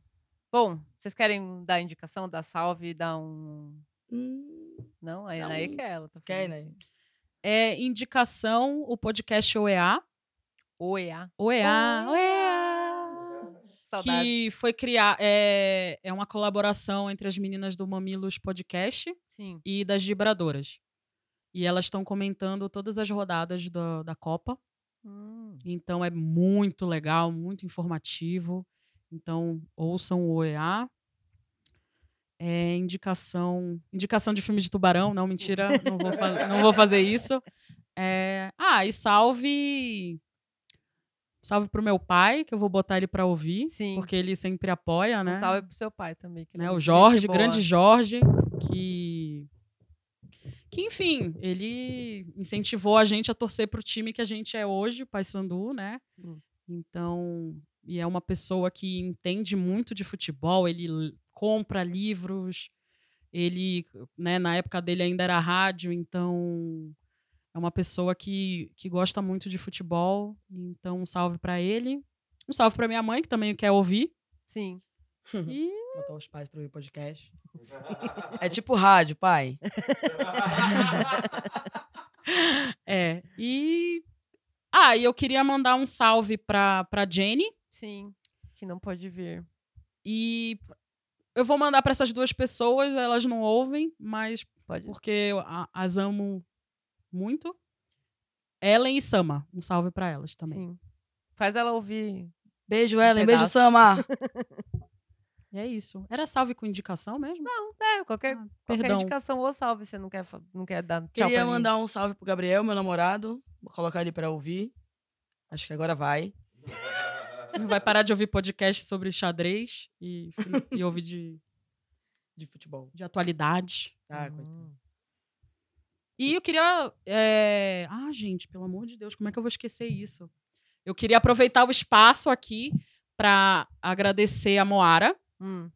[SPEAKER 2] Bom, vocês querem dar indicação, dar salve, dar um. Não, aí
[SPEAKER 5] Hum, Dá
[SPEAKER 2] aí
[SPEAKER 5] um-
[SPEAKER 2] que é ela. Tá
[SPEAKER 5] Quer,
[SPEAKER 2] falando.
[SPEAKER 5] né?
[SPEAKER 6] É indicação, o podcast OEA.
[SPEAKER 2] OEA.
[SPEAKER 6] OEA,
[SPEAKER 2] ah, Saudades.
[SPEAKER 6] Que foi criar... É, é uma colaboração entre as meninas do Mamilos Podcast
[SPEAKER 2] Sim.
[SPEAKER 6] e das Vibradoras. E elas estão comentando todas as rodadas da, da Copa. Então é muito legal, muito informativo. Então ouçam o OEA. É indicação, indicação de filme de tubarão, não mentira, não vou,
[SPEAKER 2] *laughs*
[SPEAKER 6] fa- não vou fazer isso. É, ah, e salve salve pro meu pai, que eu vou botar ele para ouvir,
[SPEAKER 2] Sim.
[SPEAKER 6] porque ele sempre apoia, né?
[SPEAKER 2] Um salve pro seu pai também. Que ele é
[SPEAKER 6] né, O
[SPEAKER 2] muito
[SPEAKER 6] Jorge,
[SPEAKER 2] gente boa.
[SPEAKER 6] grande Jorge, que que enfim, ele incentivou a gente a torcer pro time que a gente é hoje, o Paysandu, né?
[SPEAKER 2] Sim.
[SPEAKER 6] Então, e é uma pessoa que entende muito de futebol, ele l- compra livros, ele, né, na época dele ainda era rádio, então é É uma pessoa que, que gosta muito de futebol. Então, um salve pra ele. Um salve pra minha mãe, que também quer ouvir.
[SPEAKER 2] Sim.
[SPEAKER 6] E
[SPEAKER 5] Botar os pais pra ouvir podcast. É tipo rádio, pai.
[SPEAKER 6] É, e. Ah, e eu queria mandar um salve pra, pra Jenny.
[SPEAKER 2] Sim. Que não pode vir.
[SPEAKER 6] E eu vou mandar pra essas duas pessoas, elas não ouvem, mas
[SPEAKER 2] Pode.
[SPEAKER 6] porque eu a- as amo muito. Ellen e Sama. Um salve pra elas também.
[SPEAKER 2] Sim. Faz ela ouvir.
[SPEAKER 5] Beijo,
[SPEAKER 2] Um
[SPEAKER 5] Ellen. Beijo,
[SPEAKER 2] pedaço.
[SPEAKER 5] Sama.
[SPEAKER 6] E é isso. Era salve com indicação mesmo?
[SPEAKER 2] É, qualquer,
[SPEAKER 6] Ah,
[SPEAKER 2] qualquer
[SPEAKER 6] perdão.
[SPEAKER 2] indicação ou salve, você não quer, fa- não quer dar tchau
[SPEAKER 5] *laughs* Queria
[SPEAKER 2] pra mim.
[SPEAKER 5] mandar um salve pro Gabriel, meu namorado. Vou colocar ele pra ouvir. Acho que agora vai.
[SPEAKER 6] Não vai parar de ouvir podcast sobre xadrez e, e ouvir de,
[SPEAKER 5] De futebol.
[SPEAKER 6] de atualidades.
[SPEAKER 5] Ah, coitado.
[SPEAKER 2] Hum.
[SPEAKER 6] E eu queria. é, Ah, gente, pelo amor de Deus, como é que eu vou esquecer isso? Eu queria aproveitar o espaço aqui para agradecer a Moara.
[SPEAKER 2] Hum.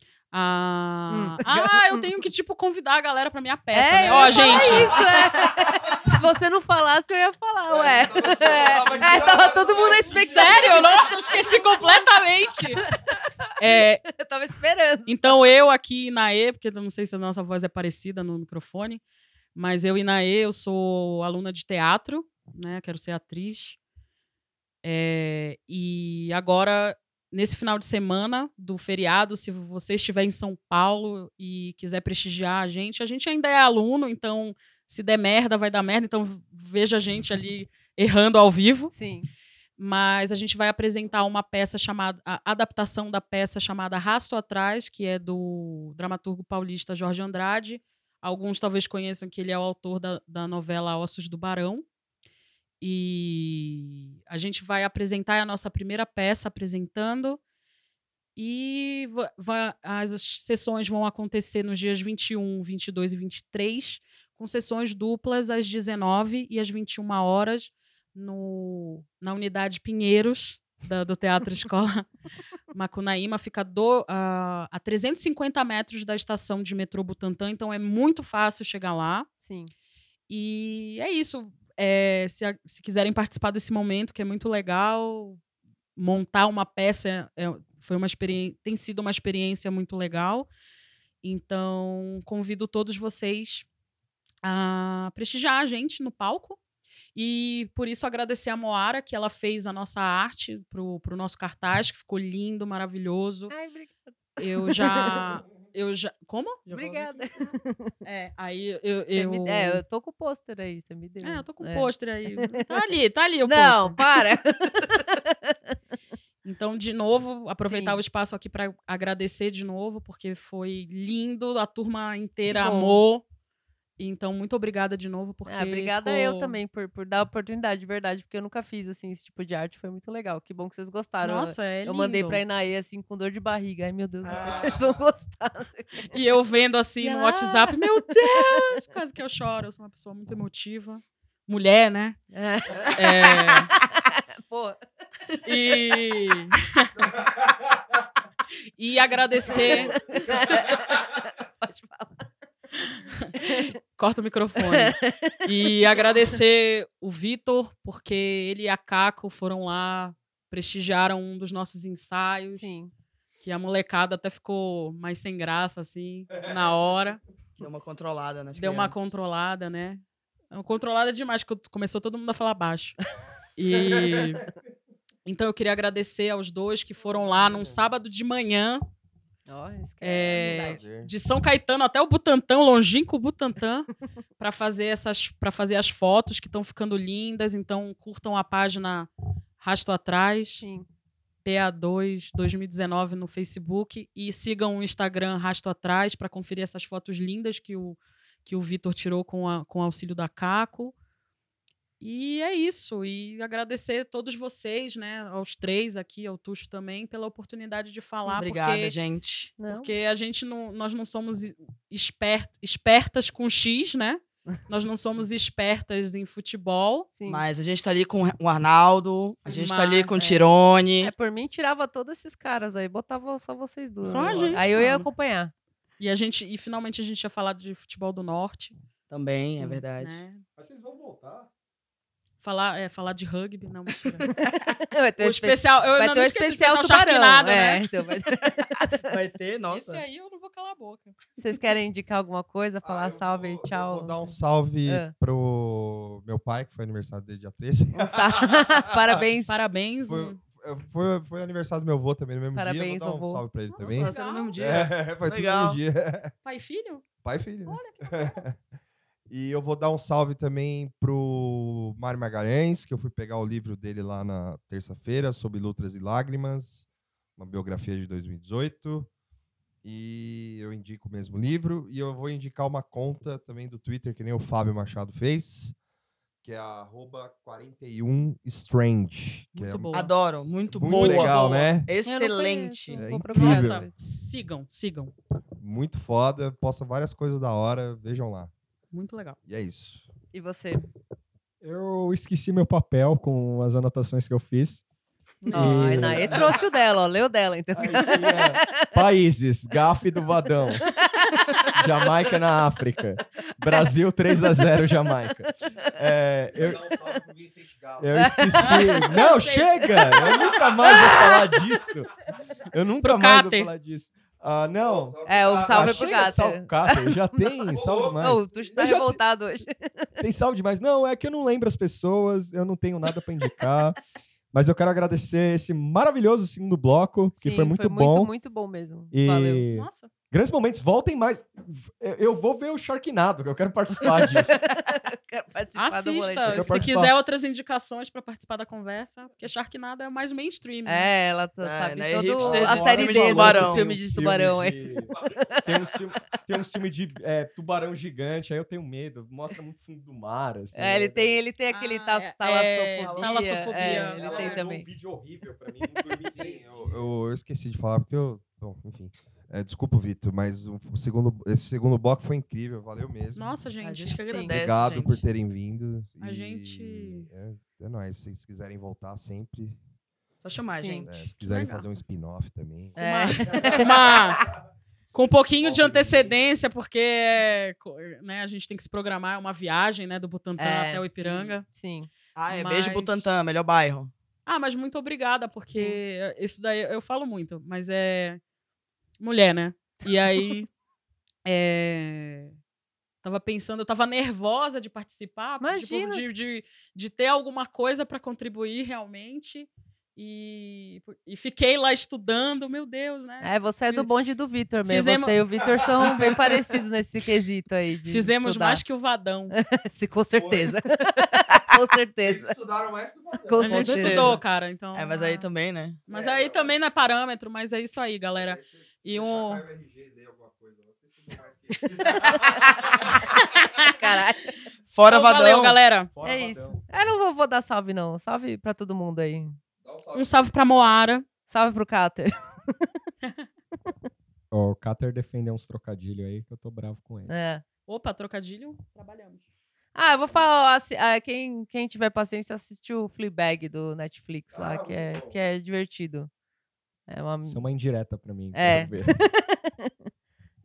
[SPEAKER 2] *laughs*
[SPEAKER 6] a- Ah, eu tenho que, tipo, convidar a galera pra minha peça,
[SPEAKER 2] É,
[SPEAKER 6] né?
[SPEAKER 2] eu
[SPEAKER 6] Ó,
[SPEAKER 2] ia falar
[SPEAKER 6] gente. *laughs*
[SPEAKER 2] isso, é. Se você não falasse, eu ia
[SPEAKER 6] É.
[SPEAKER 2] falar,
[SPEAKER 1] *laughs*
[SPEAKER 2] ué. É, tava todo mundo na expectativa.
[SPEAKER 6] Sério? Nossa, eu esqueci completamente. É,
[SPEAKER 2] *laughs* Eu tava esperando.
[SPEAKER 6] Então eu aqui e Naê, porque eu não sei se a nossa voz é parecida no microfone, mas eu e Naê, eu sou aluna de teatro, né? Quero ser atriz. É, e agora, nesse final de semana do feriado, se você estiver em São Paulo e quiser prestigiar a gente, a gente ainda é aluno, então se der merda, vai dar merda, então veja a gente ali errando ao vivo
[SPEAKER 2] Sim.
[SPEAKER 6] mas a gente vai apresentar uma peça chamada a adaptação da peça chamada Rasto Atrás, que é do dramaturgo paulista Jorge Andrade. Alguns talvez conheçam que ele é o autor da, da novela Ossos do Barão. E a gente vai apresentar é a nossa primeira peça apresentando. E va- va- as sessões vão acontecer nos dias 21, 22 e 23, com sessões duplas às 19 e às 21 horas no, na unidade Pinheiros, da- do Teatro Escola Macunaíma, fica do, ah, a 350 metros da estação de metrô Butantã, então é muito fácil chegar lá.
[SPEAKER 2] Sim.
[SPEAKER 6] E é isso. É, se, a- se quiserem participar desse momento, que é muito legal, montar uma peça é- é- foi uma experiência, tem sido uma experiência muito legal. Então, convido todos vocês a prestigiar a gente no palco. E por isso agradecer a Moara, que ela fez a nossa arte para o nosso cartaz, que ficou lindo, maravilhoso.
[SPEAKER 2] Ai, obrigada.
[SPEAKER 6] Eu
[SPEAKER 2] *laughs*
[SPEAKER 6] já. Eu já. Como?
[SPEAKER 5] Já falou
[SPEAKER 2] Obrigada.
[SPEAKER 6] É, aí eu.
[SPEAKER 2] Você
[SPEAKER 6] eu...
[SPEAKER 2] me- É, eu tô com o pôster aí, você me deu.
[SPEAKER 6] É, eu tô com o
[SPEAKER 2] É.
[SPEAKER 6] pôster
[SPEAKER 2] *laughs*
[SPEAKER 6] aí. Tá ali, tá ali o
[SPEAKER 2] Não,
[SPEAKER 6] pôster.
[SPEAKER 2] para.
[SPEAKER 6] *laughs* Então, de novo, aproveitar
[SPEAKER 2] Sim.
[SPEAKER 6] o espaço aqui para agradecer de novo, porque foi lindo, a turma inteira
[SPEAKER 2] Que bom.
[SPEAKER 6] amou. Então, muito obrigada de novo, porque.
[SPEAKER 2] Ah, obrigada
[SPEAKER 6] ficou-
[SPEAKER 2] eu também por, por dar a oportunidade, de verdade, porque eu nunca fiz assim esse tipo de arte, foi muito legal. Que bom que vocês gostaram.
[SPEAKER 6] Nossa,
[SPEAKER 2] eu
[SPEAKER 6] é lindo. Ah.
[SPEAKER 2] mandei
[SPEAKER 6] *laughs*
[SPEAKER 2] pra Inaê assim com dor de barriga. Ai, meu Deus, não sei se vocês vão gostar. *laughs* não sei o quê.
[SPEAKER 6] E eu vendo assim no
[SPEAKER 2] Ah. *laughs*
[SPEAKER 6] WhatsApp, meu Deus, quase que eu choro. Eu sou uma pessoa muito emotiva. Mulher, né?
[SPEAKER 2] É,
[SPEAKER 6] É.
[SPEAKER 2] pô, *laughs*
[SPEAKER 6] E. e agradecer.
[SPEAKER 2] pode falar.
[SPEAKER 6] Corta o microfone. E agradecer o Vitor, porque ele e a Caco foram lá, prestigiaram um dos nossos ensaios,
[SPEAKER 2] Sim.
[SPEAKER 6] que a molecada até ficou mais sem graça, assim, na hora.
[SPEAKER 5] Deu uma controlada nas
[SPEAKER 6] Deu uma
[SPEAKER 5] crianças.
[SPEAKER 6] controlada, né? Uma Controlada demais, porque começou todo mundo a falar baixo. E. Então eu queria agradecer aos dois que foram lá num sábado de manhã
[SPEAKER 2] Ó, isso que
[SPEAKER 6] É,
[SPEAKER 2] amizade.
[SPEAKER 6] de São Caetano até o Butantão, longínquo Butantã, para fazer essas para fazer as fotos que estão ficando lindas, então curtam a página Rasto Atrás,
[SPEAKER 2] Sim.
[SPEAKER 6] PA2 2019 no Facebook e sigam o Instagram Rasto Atrás para conferir essas fotos lindas que o que o Vitor tirou com, a- com o auxílio da Caco. E é isso. E agradecer a todos vocês, né? Aos três aqui, ao Tuxo também, pela oportunidade de falar.
[SPEAKER 5] Obrigada,
[SPEAKER 6] porque
[SPEAKER 5] gente.
[SPEAKER 2] Não?
[SPEAKER 6] porque a gente não, nós não somos i- esper- espertas com
[SPEAKER 5] *laughs*
[SPEAKER 6] X, né? Nós não somos espertas em futebol.
[SPEAKER 2] Sim.
[SPEAKER 5] Mas a gente tá ali com o Arnaldo, a gente tá ali
[SPEAKER 6] Mas,
[SPEAKER 5] com o
[SPEAKER 6] é.
[SPEAKER 5] Tirone.
[SPEAKER 2] É, por mim, tirava todos esses caras aí, botava só vocês duas.
[SPEAKER 6] Só a
[SPEAKER 2] agora.
[SPEAKER 6] gente,
[SPEAKER 2] Aí eu ia
[SPEAKER 6] mano.
[SPEAKER 2] *laughs* acompanhar.
[SPEAKER 6] E a gente e finalmente a gente ia falar de futebol do norte.
[SPEAKER 5] Também, é
[SPEAKER 6] Sim,
[SPEAKER 5] verdade.
[SPEAKER 6] né?
[SPEAKER 8] Mas vocês vão voltar.
[SPEAKER 6] Falar, é, falar de rugby, não, mentira.
[SPEAKER 2] *laughs* Vai ter
[SPEAKER 6] o
[SPEAKER 2] um espe-
[SPEAKER 6] especial, eu
[SPEAKER 2] vai
[SPEAKER 6] não
[SPEAKER 2] ter um
[SPEAKER 6] esqueci do
[SPEAKER 2] especial tubarão.
[SPEAKER 6] Sharknado,
[SPEAKER 2] é,
[SPEAKER 6] né?
[SPEAKER 2] *laughs* então, vai ter-
[SPEAKER 5] Vai ter,
[SPEAKER 6] Esse é
[SPEAKER 5] nossa.
[SPEAKER 1] Tá
[SPEAKER 6] aí eu não vou calar a boca.
[SPEAKER 2] Vocês querem indicar alguma coisa? Falar
[SPEAKER 1] Ah, eu
[SPEAKER 2] salve,
[SPEAKER 1] vou- eu
[SPEAKER 2] tchau.
[SPEAKER 1] Vou dar
[SPEAKER 2] não
[SPEAKER 1] um
[SPEAKER 2] sei.
[SPEAKER 1] salve
[SPEAKER 2] Ah.
[SPEAKER 1] pro meu pai, que foi aniversário dele dia *laughs* 13.
[SPEAKER 2] Um sa- *laughs* Parabéns.
[SPEAKER 6] Parabéns.
[SPEAKER 1] Foi,
[SPEAKER 6] um-
[SPEAKER 1] foi, foi aniversário do meu avô também no mesmo dia.
[SPEAKER 2] Parabéns,
[SPEAKER 1] Vou dar um
[SPEAKER 2] vovô.
[SPEAKER 1] salve pra ele
[SPEAKER 6] Nossa,
[SPEAKER 1] também.
[SPEAKER 6] nossa, era no mesmo dia.
[SPEAKER 1] É, *laughs* foi tudo
[SPEAKER 5] Legal.
[SPEAKER 1] no mesmo dia. *laughs*
[SPEAKER 6] Pai e filho?
[SPEAKER 1] Pai e filho. né? *laughs* e eu vou dar um salve também pro Mário Margarães, que eu fui pegar o livro dele lá na terça-feira, sobre Lutras e Lágrimas, uma biografia de 2018. E eu indico o mesmo livro. E eu vou indicar uma conta também do Twitter, que nem o Fábio Machado fez, que é arroba 41strange. Que é
[SPEAKER 6] Muito boa.
[SPEAKER 5] Adoro, muito,
[SPEAKER 1] muito
[SPEAKER 5] boa.
[SPEAKER 1] legal,
[SPEAKER 5] boa.
[SPEAKER 1] né?
[SPEAKER 5] Excelente.
[SPEAKER 6] Eu não
[SPEAKER 1] É
[SPEAKER 6] conheço, vou
[SPEAKER 1] incrível.
[SPEAKER 6] procurar saber. Sigam, sigam.
[SPEAKER 1] Muito foda, posta várias coisas da hora, vejam lá.
[SPEAKER 6] Muito legal.
[SPEAKER 1] E é isso.
[SPEAKER 2] E você?
[SPEAKER 3] Eu esqueci meu papel com as anotações que eu fiz.
[SPEAKER 2] Ó, a Inaê trouxe o dela, ó, leu dela, então.
[SPEAKER 3] Aí tinha *laughs* Países, gafe do
[SPEAKER 2] *laughs*
[SPEAKER 3] Vadão. Jamaica na África. Brasil 3 a 0 Jamaica. É, eu,
[SPEAKER 1] dar um salve pro Vicente Galo.
[SPEAKER 3] eu
[SPEAKER 2] *laughs*
[SPEAKER 3] esqueci. Não, chega! Eu nunca mais vou falar disso. Eu nunca
[SPEAKER 6] Pro
[SPEAKER 3] mais
[SPEAKER 6] Cáter.
[SPEAKER 3] vou falar disso. Ah, não.
[SPEAKER 2] É, um
[SPEAKER 3] Ah,
[SPEAKER 2] salve pro
[SPEAKER 3] chega de Salve
[SPEAKER 2] gato.
[SPEAKER 3] pro Cáter.
[SPEAKER 2] *laughs*
[SPEAKER 3] Já tem salve mais.
[SPEAKER 2] Ô, tu tá
[SPEAKER 3] Eu já-
[SPEAKER 2] revoltado hoje.
[SPEAKER 3] Tem salve demais. Não, é que eu não lembro as pessoas, eu não tenho nada pra indicar. Mas eu quero agradecer esse maravilhoso segundo bloco, que
[SPEAKER 2] Sim,
[SPEAKER 3] foi muito bom.
[SPEAKER 2] muito, muito bom mesmo.
[SPEAKER 3] E
[SPEAKER 2] Valeu. *laughs*
[SPEAKER 6] Nossa.
[SPEAKER 3] grandes momentos, voltem mais. Eu- Eu vou ver o Sharknado, que eu quero
[SPEAKER 2] *laughs*
[SPEAKER 3] participar disso.
[SPEAKER 2] Quero participar do
[SPEAKER 6] Assista.
[SPEAKER 2] boletim.
[SPEAKER 3] Quero
[SPEAKER 6] Se
[SPEAKER 3] participar.
[SPEAKER 6] quiser outras indicações pra participar da conversa, porque Sharknado é mais mainstream. né?
[SPEAKER 2] É, ela tá-
[SPEAKER 5] É,
[SPEAKER 2] sabe
[SPEAKER 5] né,
[SPEAKER 2] todo
[SPEAKER 5] hipster
[SPEAKER 2] a
[SPEAKER 5] de
[SPEAKER 2] série
[SPEAKER 5] filme
[SPEAKER 2] D
[SPEAKER 5] de tubarão.
[SPEAKER 2] dos filmes de tubarão é. aí.
[SPEAKER 3] *laughs* Tem um filme, tem um filme de é, tubarão gigante, aí eu tenho medo. Mostra muito fundo do mar. Assim,
[SPEAKER 2] É, ele tem, ele tem aquele
[SPEAKER 6] Ah,
[SPEAKER 2] tal
[SPEAKER 6] é,
[SPEAKER 2] talassofobia.
[SPEAKER 6] é, talassofobia.
[SPEAKER 2] é, ele
[SPEAKER 6] Ela
[SPEAKER 2] tem
[SPEAKER 6] mandou
[SPEAKER 2] também.
[SPEAKER 3] um vídeo horrível pra mim. um não dormi três
[SPEAKER 2] *laughs*
[SPEAKER 1] Eu, eu- eu esqueci de falar, porque eu. Bom, enfim. É, desculpa, Vitor, mas o, o segundo, esse segundo bloco foi incrível, valeu
[SPEAKER 2] É.
[SPEAKER 1] mesmo.
[SPEAKER 6] Nossa, gente.
[SPEAKER 5] A gente
[SPEAKER 2] Sim.
[SPEAKER 5] que agradece.
[SPEAKER 1] Obrigado
[SPEAKER 5] gente.
[SPEAKER 1] por terem vindo.
[SPEAKER 6] A
[SPEAKER 1] e
[SPEAKER 6] gente-
[SPEAKER 1] É, é nóis. Se vocês quiserem voltar sempre,
[SPEAKER 5] Só chamar,
[SPEAKER 2] Sim.
[SPEAKER 5] gente.
[SPEAKER 1] é, se quiserem
[SPEAKER 6] legal.
[SPEAKER 1] fazer um spin-off também.
[SPEAKER 6] Com
[SPEAKER 2] *laughs*
[SPEAKER 6] uma- É. com uma- com um pouquinho de antecedência, porque é, co- né, a gente tem que se programar, é uma viagem né, do Butantã
[SPEAKER 2] É,
[SPEAKER 6] até o Ipiranga.
[SPEAKER 2] Sim.
[SPEAKER 5] Ah, é beijo
[SPEAKER 6] Mas-
[SPEAKER 5] Butantã, melhor bairro.
[SPEAKER 6] Ah, mas muito obrigada, porque isso daí eu falo muito, mas é mulher, né?
[SPEAKER 2] *laughs*
[SPEAKER 6] E aí. é, Tava pensando, eu tava nervosa de participar, tipo,
[SPEAKER 2] Imagina.
[SPEAKER 6] de, de, de ter alguma coisa para contribuir realmente. E, e fiquei lá estudando, meu Deus, né?
[SPEAKER 2] É, você é do
[SPEAKER 6] Fi-
[SPEAKER 2] bonde do Vitor mesmo.
[SPEAKER 6] fizemos-
[SPEAKER 2] Você e o Vitor
[SPEAKER 6] *laughs*
[SPEAKER 2] são bem parecidos nesse quesito aí. de
[SPEAKER 6] Fizemos
[SPEAKER 2] estudar. É.
[SPEAKER 6] mais que o Vadão.
[SPEAKER 2] *laughs* Sim, com certeza. *laughs* com
[SPEAKER 6] *laughs*
[SPEAKER 2] certeza.
[SPEAKER 1] estudaram mais que o
[SPEAKER 2] Com
[SPEAKER 6] a gente
[SPEAKER 2] certeza.
[SPEAKER 6] estudou, cara. Então,
[SPEAKER 5] É, mas aí também, né?
[SPEAKER 6] mas aí também não é parâmetro, mas é isso aí, galera. E um. *laughs*
[SPEAKER 2] Caralho.
[SPEAKER 5] Fora
[SPEAKER 6] Então,
[SPEAKER 5] Vadão.
[SPEAKER 6] valeu, galera.
[SPEAKER 2] É isso. Eu não vou, vou dar salve, não. Salve pra todo mundo aí.
[SPEAKER 6] Um salve pra Moara.
[SPEAKER 2] Salve pro Cáter.
[SPEAKER 3] Ó, o Cater defendeu uns trocadilhos aí que eu tô bravo com ele.
[SPEAKER 2] *laughs* É.
[SPEAKER 6] Opa, trocadilho, trabalhamos.
[SPEAKER 2] Ah, eu vou falar. assi- ah, quem, quem tiver paciência, assiste o Fleabag do Netflix lá, que, é, que é divertido. É uma.
[SPEAKER 3] Isso é uma indireta pra mim.
[SPEAKER 2] É.
[SPEAKER 3] quero
[SPEAKER 2] *laughs*
[SPEAKER 3] ver.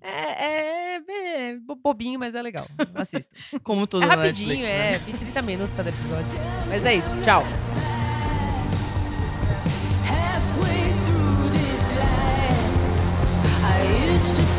[SPEAKER 2] É, é, bem- é bo- bobinho, mas é legal. Assista.
[SPEAKER 5] Como tudo
[SPEAKER 2] é
[SPEAKER 5] no
[SPEAKER 2] rapidinho,
[SPEAKER 5] Netflix, né?
[SPEAKER 2] é. Tem 30 minutos cada episódio. Mas é isso. Tchau.
[SPEAKER 9] Halfway through this life, I used to